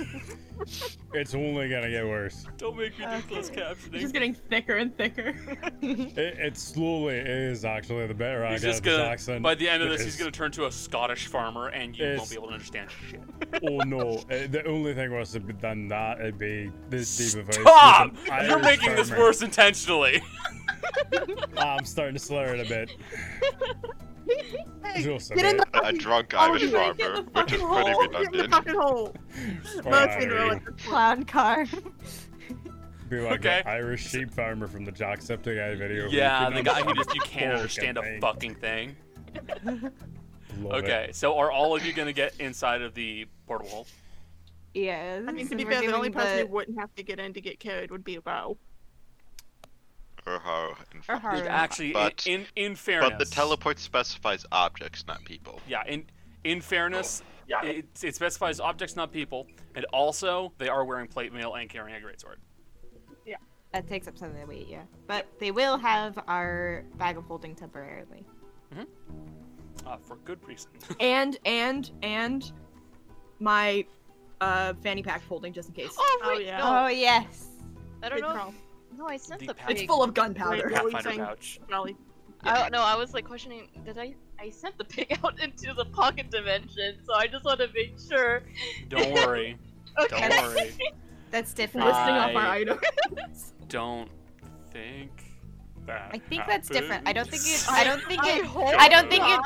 Speaker 9: It's only gonna get worse.
Speaker 2: Don't make me do closed
Speaker 11: It's
Speaker 2: captioning.
Speaker 11: just getting thicker and thicker.
Speaker 9: It, it slowly is actually the better I
Speaker 2: He's
Speaker 9: get
Speaker 2: just
Speaker 9: at this
Speaker 2: gonna.
Speaker 9: accent.
Speaker 2: By the end of
Speaker 9: it
Speaker 2: this, he's
Speaker 9: is.
Speaker 2: gonna turn to a Scottish farmer, and you
Speaker 9: It's-
Speaker 2: won't be able to understand shit.
Speaker 9: Oh no! Uh, the only thing worse than that would be this deep of a-
Speaker 2: Tom,
Speaker 9: with an
Speaker 2: you're
Speaker 9: Irish
Speaker 2: making this
Speaker 9: farmer.
Speaker 2: worse intentionally.
Speaker 1: Um,
Speaker 9: I'm starting to slur it a bit. Just a
Speaker 5: get in
Speaker 9: bit.
Speaker 8: A drunk
Speaker 5: Oh,
Speaker 8: Irish
Speaker 5: dude, get in
Speaker 8: farmer,
Speaker 5: the
Speaker 8: which is
Speaker 5: fucking
Speaker 8: pretty
Speaker 5: hole. Get in the
Speaker 8: redundant.
Speaker 5: fucking hole. Both in a row at this point.
Speaker 4: Clown car.
Speaker 9: Be like
Speaker 2: Okay.
Speaker 9: the Irish sheep farmer from the Jacksepticeye video. where you
Speaker 2: Yeah,
Speaker 9: can
Speaker 2: the guy who
Speaker 9: understand
Speaker 2: just you can't
Speaker 9: pork
Speaker 2: understand a
Speaker 9: and
Speaker 2: fucking thing.
Speaker 9: paint. Love it.
Speaker 2: Okay, so are all of you gonna get inside of the portal hole?
Speaker 4: Yeah.
Speaker 5: I mean, to
Speaker 4: since
Speaker 5: be
Speaker 4: we're
Speaker 5: fair, the only
Speaker 4: doing
Speaker 5: person who wouldn't have to get in to get carried would be Row.
Speaker 8: Urho and
Speaker 4: Or
Speaker 8: fuck.
Speaker 4: Haru.
Speaker 2: Actually, in,
Speaker 8: But-
Speaker 2: in in fairness,
Speaker 8: But the teleport specifies objects, not people.
Speaker 2: yeah, in in fairness, it, it specifies objects, not people, and also they are wearing plate mail and carrying a greatsword.
Speaker 4: That takes up some of the weight, yeah. But they will have our bag of holding temporarily.
Speaker 2: Uh, Mm-hmm. for good reason.
Speaker 13: Eh.
Speaker 12: And and and my uh fanny pack holding just in case.
Speaker 6: Oh,
Speaker 5: Oh,
Speaker 6: wait,
Speaker 5: yeah.
Speaker 6: no.
Speaker 4: Oh yes.
Speaker 6: I don't
Speaker 5: Big
Speaker 6: know.
Speaker 5: crawl.
Speaker 6: No, I sent
Speaker 2: The
Speaker 6: the
Speaker 2: pack-
Speaker 6: pig.
Speaker 12: It's full of
Speaker 5: Wait,
Speaker 12: gunpowder.
Speaker 5: what were you
Speaker 2: Pathfinder
Speaker 5: saying,
Speaker 2: pouch.
Speaker 5: Raleigh?
Speaker 6: I don't know. Oh, I was like questioning. Did I? I sent the pig out into the pocket dimension, so I just want to make sure.
Speaker 2: Don't worry.
Speaker 6: Okay.
Speaker 2: Don't worry.
Speaker 4: That's different.
Speaker 2: Uh,
Speaker 11: Listing off our
Speaker 2: I-
Speaker 11: items.
Speaker 2: Don't think that.
Speaker 4: I think that's different. I don't think it.
Speaker 2: happens.
Speaker 4: I don't think it.
Speaker 6: hope
Speaker 4: I don't think it.
Speaker 6: not.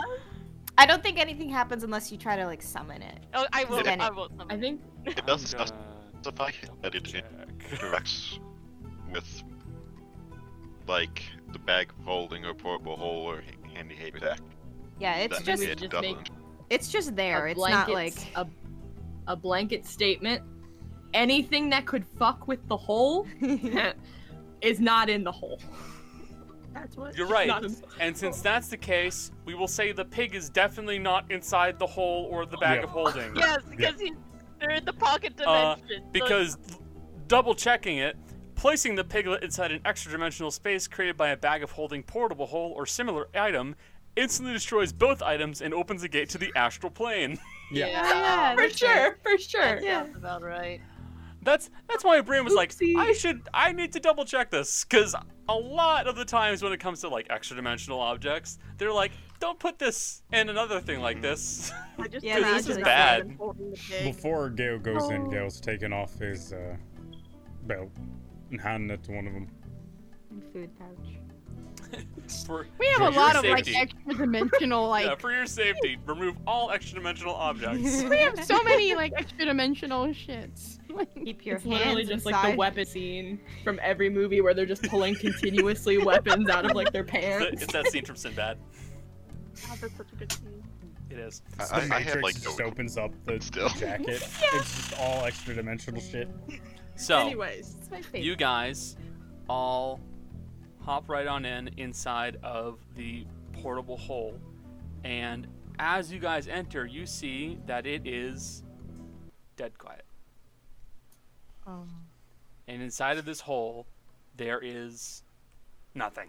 Speaker 4: I don't think anything happens unless you try to like summon it.
Speaker 6: Oh, I will.
Speaker 4: Then it-
Speaker 6: I will.
Speaker 11: I think
Speaker 8: It
Speaker 2: I'm
Speaker 8: does
Speaker 2: gonna
Speaker 8: specify that it
Speaker 2: check.
Speaker 8: interacts with, like, the bag of holding or portable hole or handy haystack.
Speaker 4: Yeah, it's
Speaker 8: That
Speaker 4: just.
Speaker 8: it
Speaker 12: just
Speaker 8: doesn't.
Speaker 12: make-
Speaker 4: It's just there.
Speaker 12: a
Speaker 4: It's
Speaker 12: blanket,
Speaker 4: not like.
Speaker 12: a, a blanket statement. Anything that could fuck with the hole is not in the hole.
Speaker 5: That's what.
Speaker 2: You're right.
Speaker 11: Not in-
Speaker 2: And since that's the case, we will say the pig is definitely not inside the hole or the bag
Speaker 9: Yeah.
Speaker 2: of holding.
Speaker 6: Yes, because he, they're in the pocket
Speaker 2: Uh,
Speaker 6: dimension. so-
Speaker 2: because double checking it, placing the piglet inside an extra dimensional space created by a bag of holding portable hole or similar item instantly destroys both items and opens a gate to the astral plane.
Speaker 9: Yeah.
Speaker 4: Yeah,
Speaker 12: for
Speaker 4: that's
Speaker 12: sure, for sure.
Speaker 6: That sounds about right.
Speaker 2: That's that's why my brain was
Speaker 12: Oopsie.
Speaker 2: like, I should I need to double check this because a lot of the times when it comes to like extra dimensional objects, they're like, don't put this in another thing like this.
Speaker 5: I just
Speaker 4: Yeah,
Speaker 5: imagine
Speaker 4: that's just
Speaker 5: that
Speaker 2: bad.
Speaker 5: man holding the pig.
Speaker 9: Before Gail goes in,
Speaker 4: Oh.
Speaker 9: Gail's taking off his uh, belt. and handing it to one of them.
Speaker 4: And food pouch.
Speaker 2: For-
Speaker 5: We have
Speaker 2: for
Speaker 5: a
Speaker 2: your
Speaker 5: lot of
Speaker 2: safety.
Speaker 5: like extra dimensional like.
Speaker 2: yeah, for your safety, remove all extra dimensional objects.
Speaker 5: we have so many like extra dimensional shits.
Speaker 4: Keep your
Speaker 5: It's
Speaker 13: literally just like the weapon scene from every movie where they're just pulling continuously weapons out of like their
Speaker 2: It's that-
Speaker 13: pants.
Speaker 2: it's that scene from Sinbad.
Speaker 5: Oh, that's such a good scene.
Speaker 2: It is.
Speaker 1: It's the
Speaker 8: I- I had,
Speaker 1: Matrix
Speaker 8: like,
Speaker 1: just
Speaker 8: no-
Speaker 1: opens up the
Speaker 8: Still.
Speaker 1: jacket. It's just all extra dimensional shit.
Speaker 2: So,
Speaker 5: Anyways, it's my favorite.
Speaker 2: you guys all hop right on in inside of the portable hole. And as you guys enter, you see that it is dead quiet.
Speaker 5: Um,
Speaker 2: And inside of this hole, there is nothing.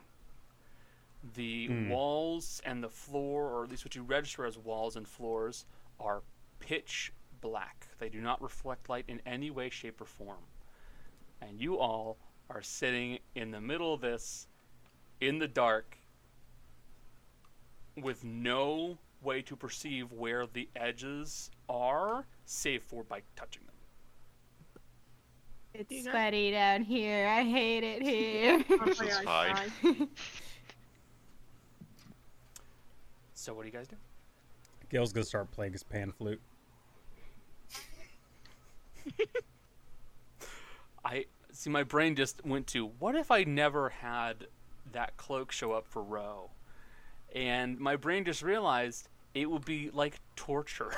Speaker 2: The
Speaker 14: Hmm.
Speaker 2: walls and the floor, or at least what you register as walls and floors, are pitch black. They do not reflect light in any way, shape, or form. And you all are sitting in the middle of this, in the dark, with no way to perceive where the edges are, save for by touching them.
Speaker 4: It's sweaty down here. I hate it here.
Speaker 8: This is fine.
Speaker 2: So, what do you guys do?
Speaker 1: Gail's gonna start playing his pan flute.
Speaker 2: I see my brain just went to what if I never had that cloak show up for Roe? And my brain just realized it would be like torture.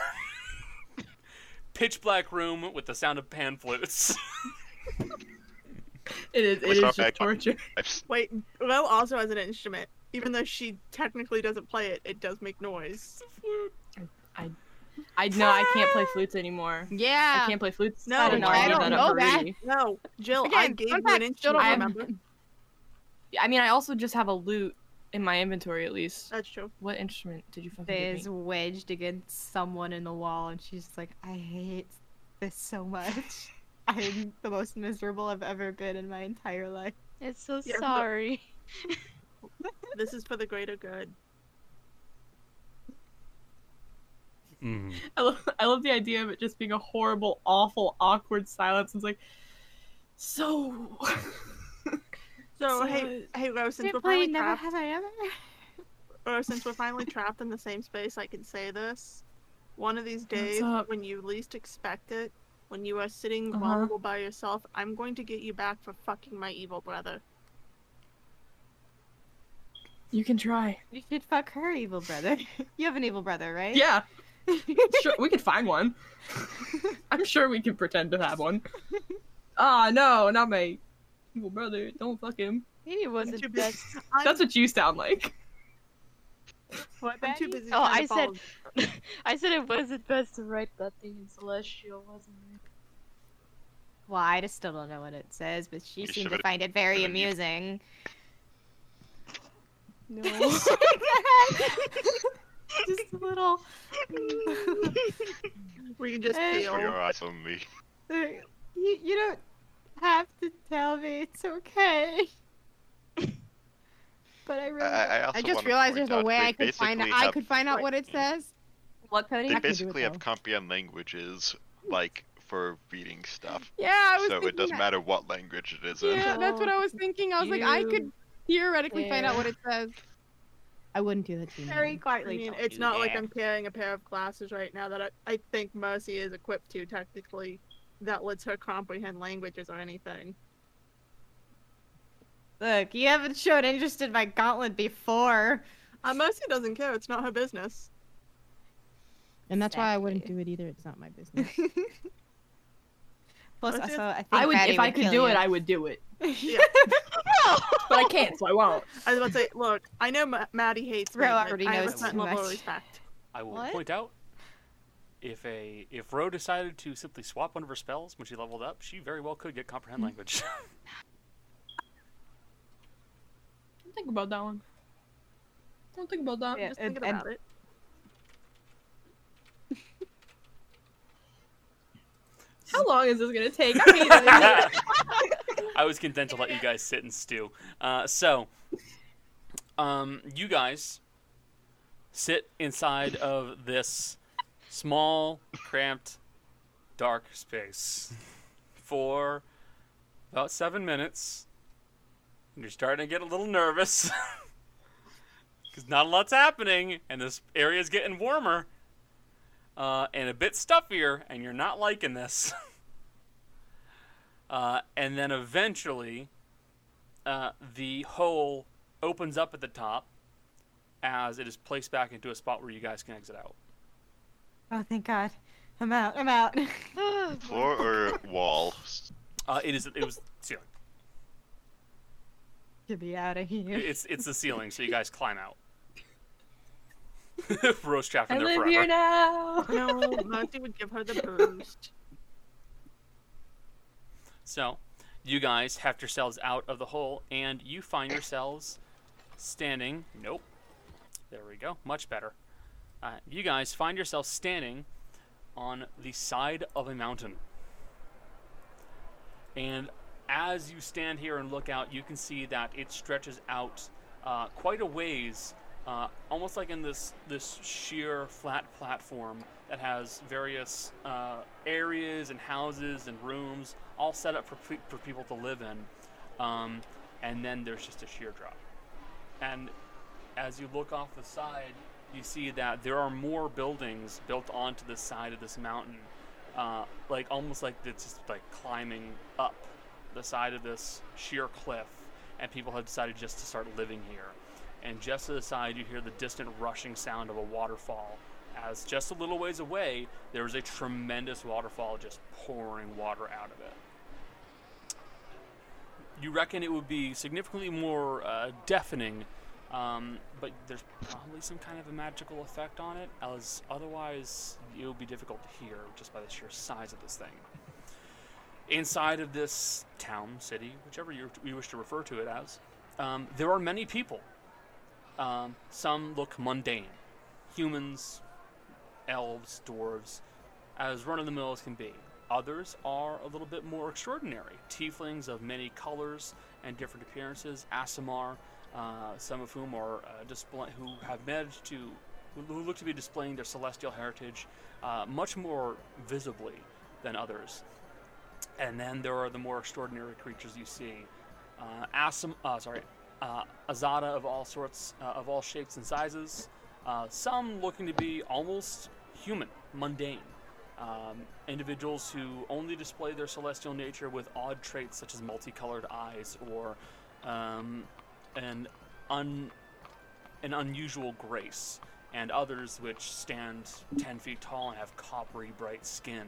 Speaker 2: Pitch black room with the sound of pan flutes.
Speaker 11: It is. It
Speaker 2: Which
Speaker 11: is
Speaker 2: are
Speaker 11: just
Speaker 2: back-
Speaker 11: torture.
Speaker 5: Wait, Ro also has an instrument. Even though she technically doesn't play it, it does make noise.
Speaker 13: I, I no, I can't play flutes anymore.
Speaker 5: Yeah.
Speaker 13: I can't play flutes.
Speaker 5: No,
Speaker 13: I don't know. I, gave that up for Rudy.
Speaker 5: No, Jill, I
Speaker 13: Again,
Speaker 5: gave
Speaker 13: fun
Speaker 5: you an
Speaker 13: fact,
Speaker 5: instrument.
Speaker 13: still don't
Speaker 5: I-
Speaker 13: remember. I mean, I also just have a lute in my inventory at least.
Speaker 5: That's true.
Speaker 13: What instrument did you fucking give
Speaker 4: is
Speaker 13: me?
Speaker 4: wedged against someone in the wall, and she's just like, I hate this so much. I'm the most miserable I've ever been in my entire life.
Speaker 6: It's so
Speaker 5: Yeah, but-
Speaker 6: sorry.
Speaker 5: This is for the greater good.
Speaker 13: I love, I love the idea of it just being a horrible, awful, awkward silence. It's like, so
Speaker 5: So,
Speaker 13: So,
Speaker 5: hey, hey, Ro, since we're
Speaker 4: Simply
Speaker 5: finally
Speaker 4: never
Speaker 5: trapped,
Speaker 4: have I ever.
Speaker 5: Ro, since we're finally trapped in the same space, I can say this. One of these days,
Speaker 13: up?
Speaker 5: when you least expect it, when you are sitting
Speaker 13: Uh-huh.
Speaker 5: vulnerable by yourself, I'm going to get you back for fucking my evil brother.
Speaker 13: you can try.
Speaker 4: You should fuck her evil brother. You have an evil brother, right?
Speaker 13: Yeah, sure, we could find one. I'm sure we can pretend to have one. Ah, no, not my evil brother. Don't fuck him.
Speaker 4: Maybe it wasn't best.
Speaker 13: That's what you sound like.
Speaker 5: I'm too busy
Speaker 6: Oh,
Speaker 5: trying
Speaker 6: I
Speaker 5: to
Speaker 6: said,
Speaker 5: follow-
Speaker 6: I said it wasn't best to write that thing in Celestial, wasn't it?
Speaker 4: Well, I just still don't know what it says, but she
Speaker 6: You
Speaker 4: seemed to
Speaker 6: should've-
Speaker 4: find it very
Speaker 6: should've used-
Speaker 4: amusing. No. just a little.
Speaker 5: we can just
Speaker 8: Just
Speaker 5: feel.
Speaker 8: for your eyes on me.
Speaker 4: You, you don't have to tell me. It's okay. But I really.
Speaker 8: I- I also
Speaker 10: just
Speaker 8: wanna
Speaker 10: realized
Speaker 8: point
Speaker 10: there's a
Speaker 8: out
Speaker 10: way
Speaker 8: they
Speaker 10: I could find out.
Speaker 8: basically
Speaker 10: I
Speaker 8: have-
Speaker 10: could find out what it says.
Speaker 4: What Cody?
Speaker 8: They basically have comprehend languages, like for reading stuff.
Speaker 10: Yeah, I was
Speaker 8: so
Speaker 10: thinking
Speaker 8: it doesn't
Speaker 10: that.
Speaker 8: matter what language it is in.
Speaker 10: Yeah, that's what I was thinking. I was like, I could theoretically find out
Speaker 4: there.
Speaker 10: what it says.
Speaker 4: I wouldn't do that to you.
Speaker 10: Very
Speaker 5: Mm-hmm. I
Speaker 10: quietly.
Speaker 5: mean,
Speaker 10: don't
Speaker 5: it's
Speaker 10: do
Speaker 5: not like
Speaker 10: that.
Speaker 5: I'm carrying a pair of glasses right now that I, I think Mercy is equipped to technically that lets her comprehend languages or anything.
Speaker 4: Look, you haven't shown interest in my gauntlet before.
Speaker 5: Uh, Mercy doesn't care. It's not her business.
Speaker 10: And that's why I wouldn't do it either. It's not my business.
Speaker 4: Plus,
Speaker 5: Let's
Speaker 4: also,
Speaker 5: just-
Speaker 4: I think
Speaker 13: I would,
Speaker 4: Fatty
Speaker 13: if I could
Speaker 4: kill
Speaker 13: do
Speaker 4: you.
Speaker 13: it, I would do it.
Speaker 5: Yeah.
Speaker 13: But I can't, so I won't.
Speaker 5: I was about to say, look, I know Ma- Maddie hates me.
Speaker 4: Ro
Speaker 5: but
Speaker 4: already
Speaker 5: I have a
Speaker 4: knows
Speaker 5: certain
Speaker 4: too
Speaker 5: level of
Speaker 4: much.
Speaker 5: respect.
Speaker 2: I will
Speaker 5: What?
Speaker 2: point out if a if Ro decided to simply swap one of her spells when she leveled up, she very well could get comprehend language.
Speaker 13: Don't think about that one. Don't think about that.
Speaker 5: Yeah,
Speaker 13: Just
Speaker 5: and-
Speaker 13: thinking about
Speaker 5: and- it.
Speaker 13: How long is this gonna take? I hate it.
Speaker 2: I was content to let you guys sit and stew. Uh, so, um, you guys sit inside of this small, cramped, dark space for about seven minutes, and you're starting to get a little nervous because not a lot's happening, and this area's getting warmer uh, and a bit stuffier, and you're not liking this. uh, and then eventually, uh, the hole opens up at the top as it is placed back into a spot where you guys can exit out.
Speaker 4: Oh, thank God. I'm out. I'm out.
Speaker 8: Floor or wall?
Speaker 2: Uh, it is. It was ceiling.
Speaker 4: Get me out of here.
Speaker 2: It's it's the ceiling, so you guys climb out. Rose trapped in
Speaker 5: I
Speaker 2: there
Speaker 5: live
Speaker 2: forever.
Speaker 5: here
Speaker 12: now.
Speaker 5: No, Monty would give her the boost.
Speaker 2: So, you guys heft yourselves out of the hole, and you find yourselves standing. Nope. There we go. Much better. Uh, you guys find yourselves standing on the side of a mountain. And as you stand here and look out, you can see that it stretches out uh, quite a ways, uh, almost like in this this sheer flat platform that has various uh, areas and houses and rooms all set up for pe- for people to live in. Um, and then there's just a sheer drop. And as you look off the side, you see that there are more buildings built onto the side of this mountain, uh, like almost like it's just like climbing up the side of this sheer cliff, and people have decided just to start living here. And just to the side, you hear the distant rushing sound of a waterfall. As just a little ways away, there is a tremendous waterfall just pouring water out of it you reckon it would be significantly more uh, deafening, um, but there's probably some kind of a magical effect on it, as otherwise it would be difficult to hear just by the sheer size of this thing. Inside of this town, city, whichever you, you wish to refer to it as, um, there are many people. Um, some look mundane humans, elves, dwarves, as run of the mill as can be. Others are a little bit more extraordinary. Tieflings of many colors and different appearances, Asimar, uh, some of whom are uh, display- who have managed to, who- who look to be displaying their celestial heritage uh, much more visibly than others. And then there are the more extraordinary creatures you see. Uh, Asim, uh, sorry, uh, Azada of all sorts, uh, of all shapes and sizes. Uh, some looking to be almost human, mundane. Um, individuals who only display their celestial nature with odd traits such as multicolored eyes or um, an un, an unusual grace, and others which stand 10 feet tall and have coppery bright skin.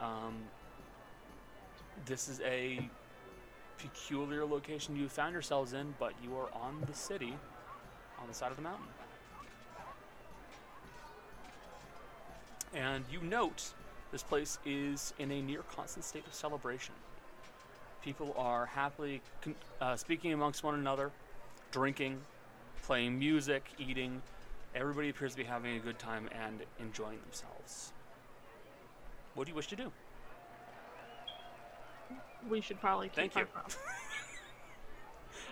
Speaker 2: Um, this is a peculiar location you found yourselves in, but you are on the city on the side of the mountain. And you note this place is in a near constant state of celebration. People are happily con- uh, speaking amongst one another, drinking, playing music, eating. Everybody appears to be having a good time and enjoying themselves. What do you wish to do?
Speaker 5: We should probably keep
Speaker 2: Thank
Speaker 5: our
Speaker 2: you.
Speaker 5: promise.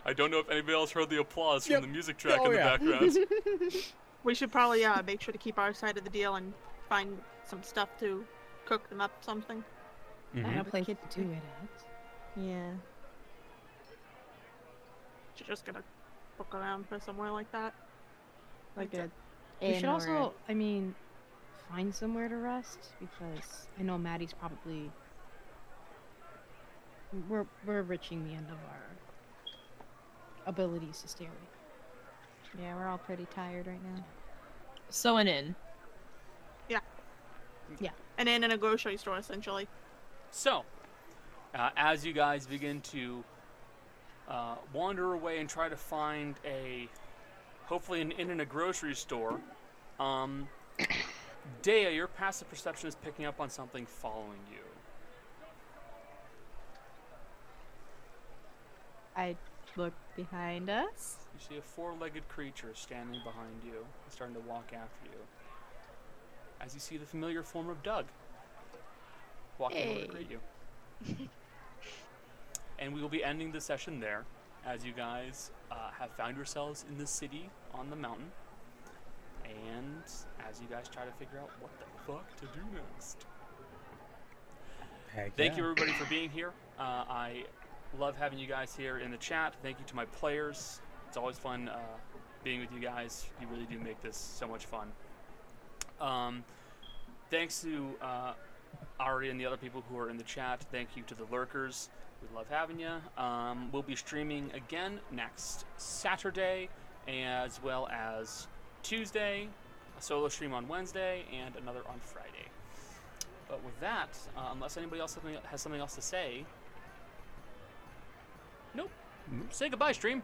Speaker 2: I don't know if anybody else heard the applause
Speaker 5: Yep. Oh,
Speaker 2: Oh,
Speaker 5: we should probably uh, make sure to keep our side of the deal and find some stuff to cook them up something.
Speaker 10: I
Speaker 13: Um,
Speaker 5: Mhm.
Speaker 10: have a place to do it at. Yeah.
Speaker 5: She's just gonna look around for somewhere like that.
Speaker 10: Like a.
Speaker 5: Inn
Speaker 10: We should
Speaker 5: or
Speaker 10: also, I mean, find somewhere to rest because I know Maddie's probably. We're we're reaching the end of our abilities to stay awake.
Speaker 4: Yeah, we're all pretty tired right now.
Speaker 13: So an inn.
Speaker 5: Yeah.
Speaker 10: Yeah.
Speaker 5: And in in a grocery store essentially.
Speaker 2: So, uh, as you guys begin to uh, wander away and try to find a, hopefully an inn in a grocery store, um, Dea, your passive perception is picking up on something following you.
Speaker 4: I look behind us.
Speaker 2: You see a four-legged creature standing behind you, and starting to walk after you. As you see the familiar form of Doug walking over
Speaker 6: Hey.
Speaker 2: to greet you. and we will be ending the session there, as you guys uh, have found yourselves in the city on the mountain, and as you guys try to figure out what the fuck to do next. Thank you everybody for being here. Uh, I Love having you guys here in the chat. Thank you to my players. It's always fun uh, being with you guys. You really do make this so much fun. Um, thanks to uh, Ari and the other people who are in the chat. Thank you to the lurkers. We love having you. Um, we'll be streaming again next Saturday, as well as Tuesday, a solo stream on Wednesday, and another on Friday. But with that, uh, unless anybody else something- has something else to say, nope. Say goodbye, stream.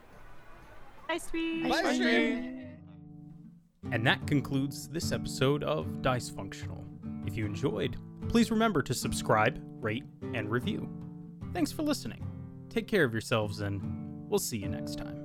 Speaker 4: Bye, stream.
Speaker 1: Bye, stream. And that concludes this episode of Dice Functional. If you enjoyed, please remember to subscribe, rate, and review. Thanks for listening. Take care of yourselves, and we'll see you next time.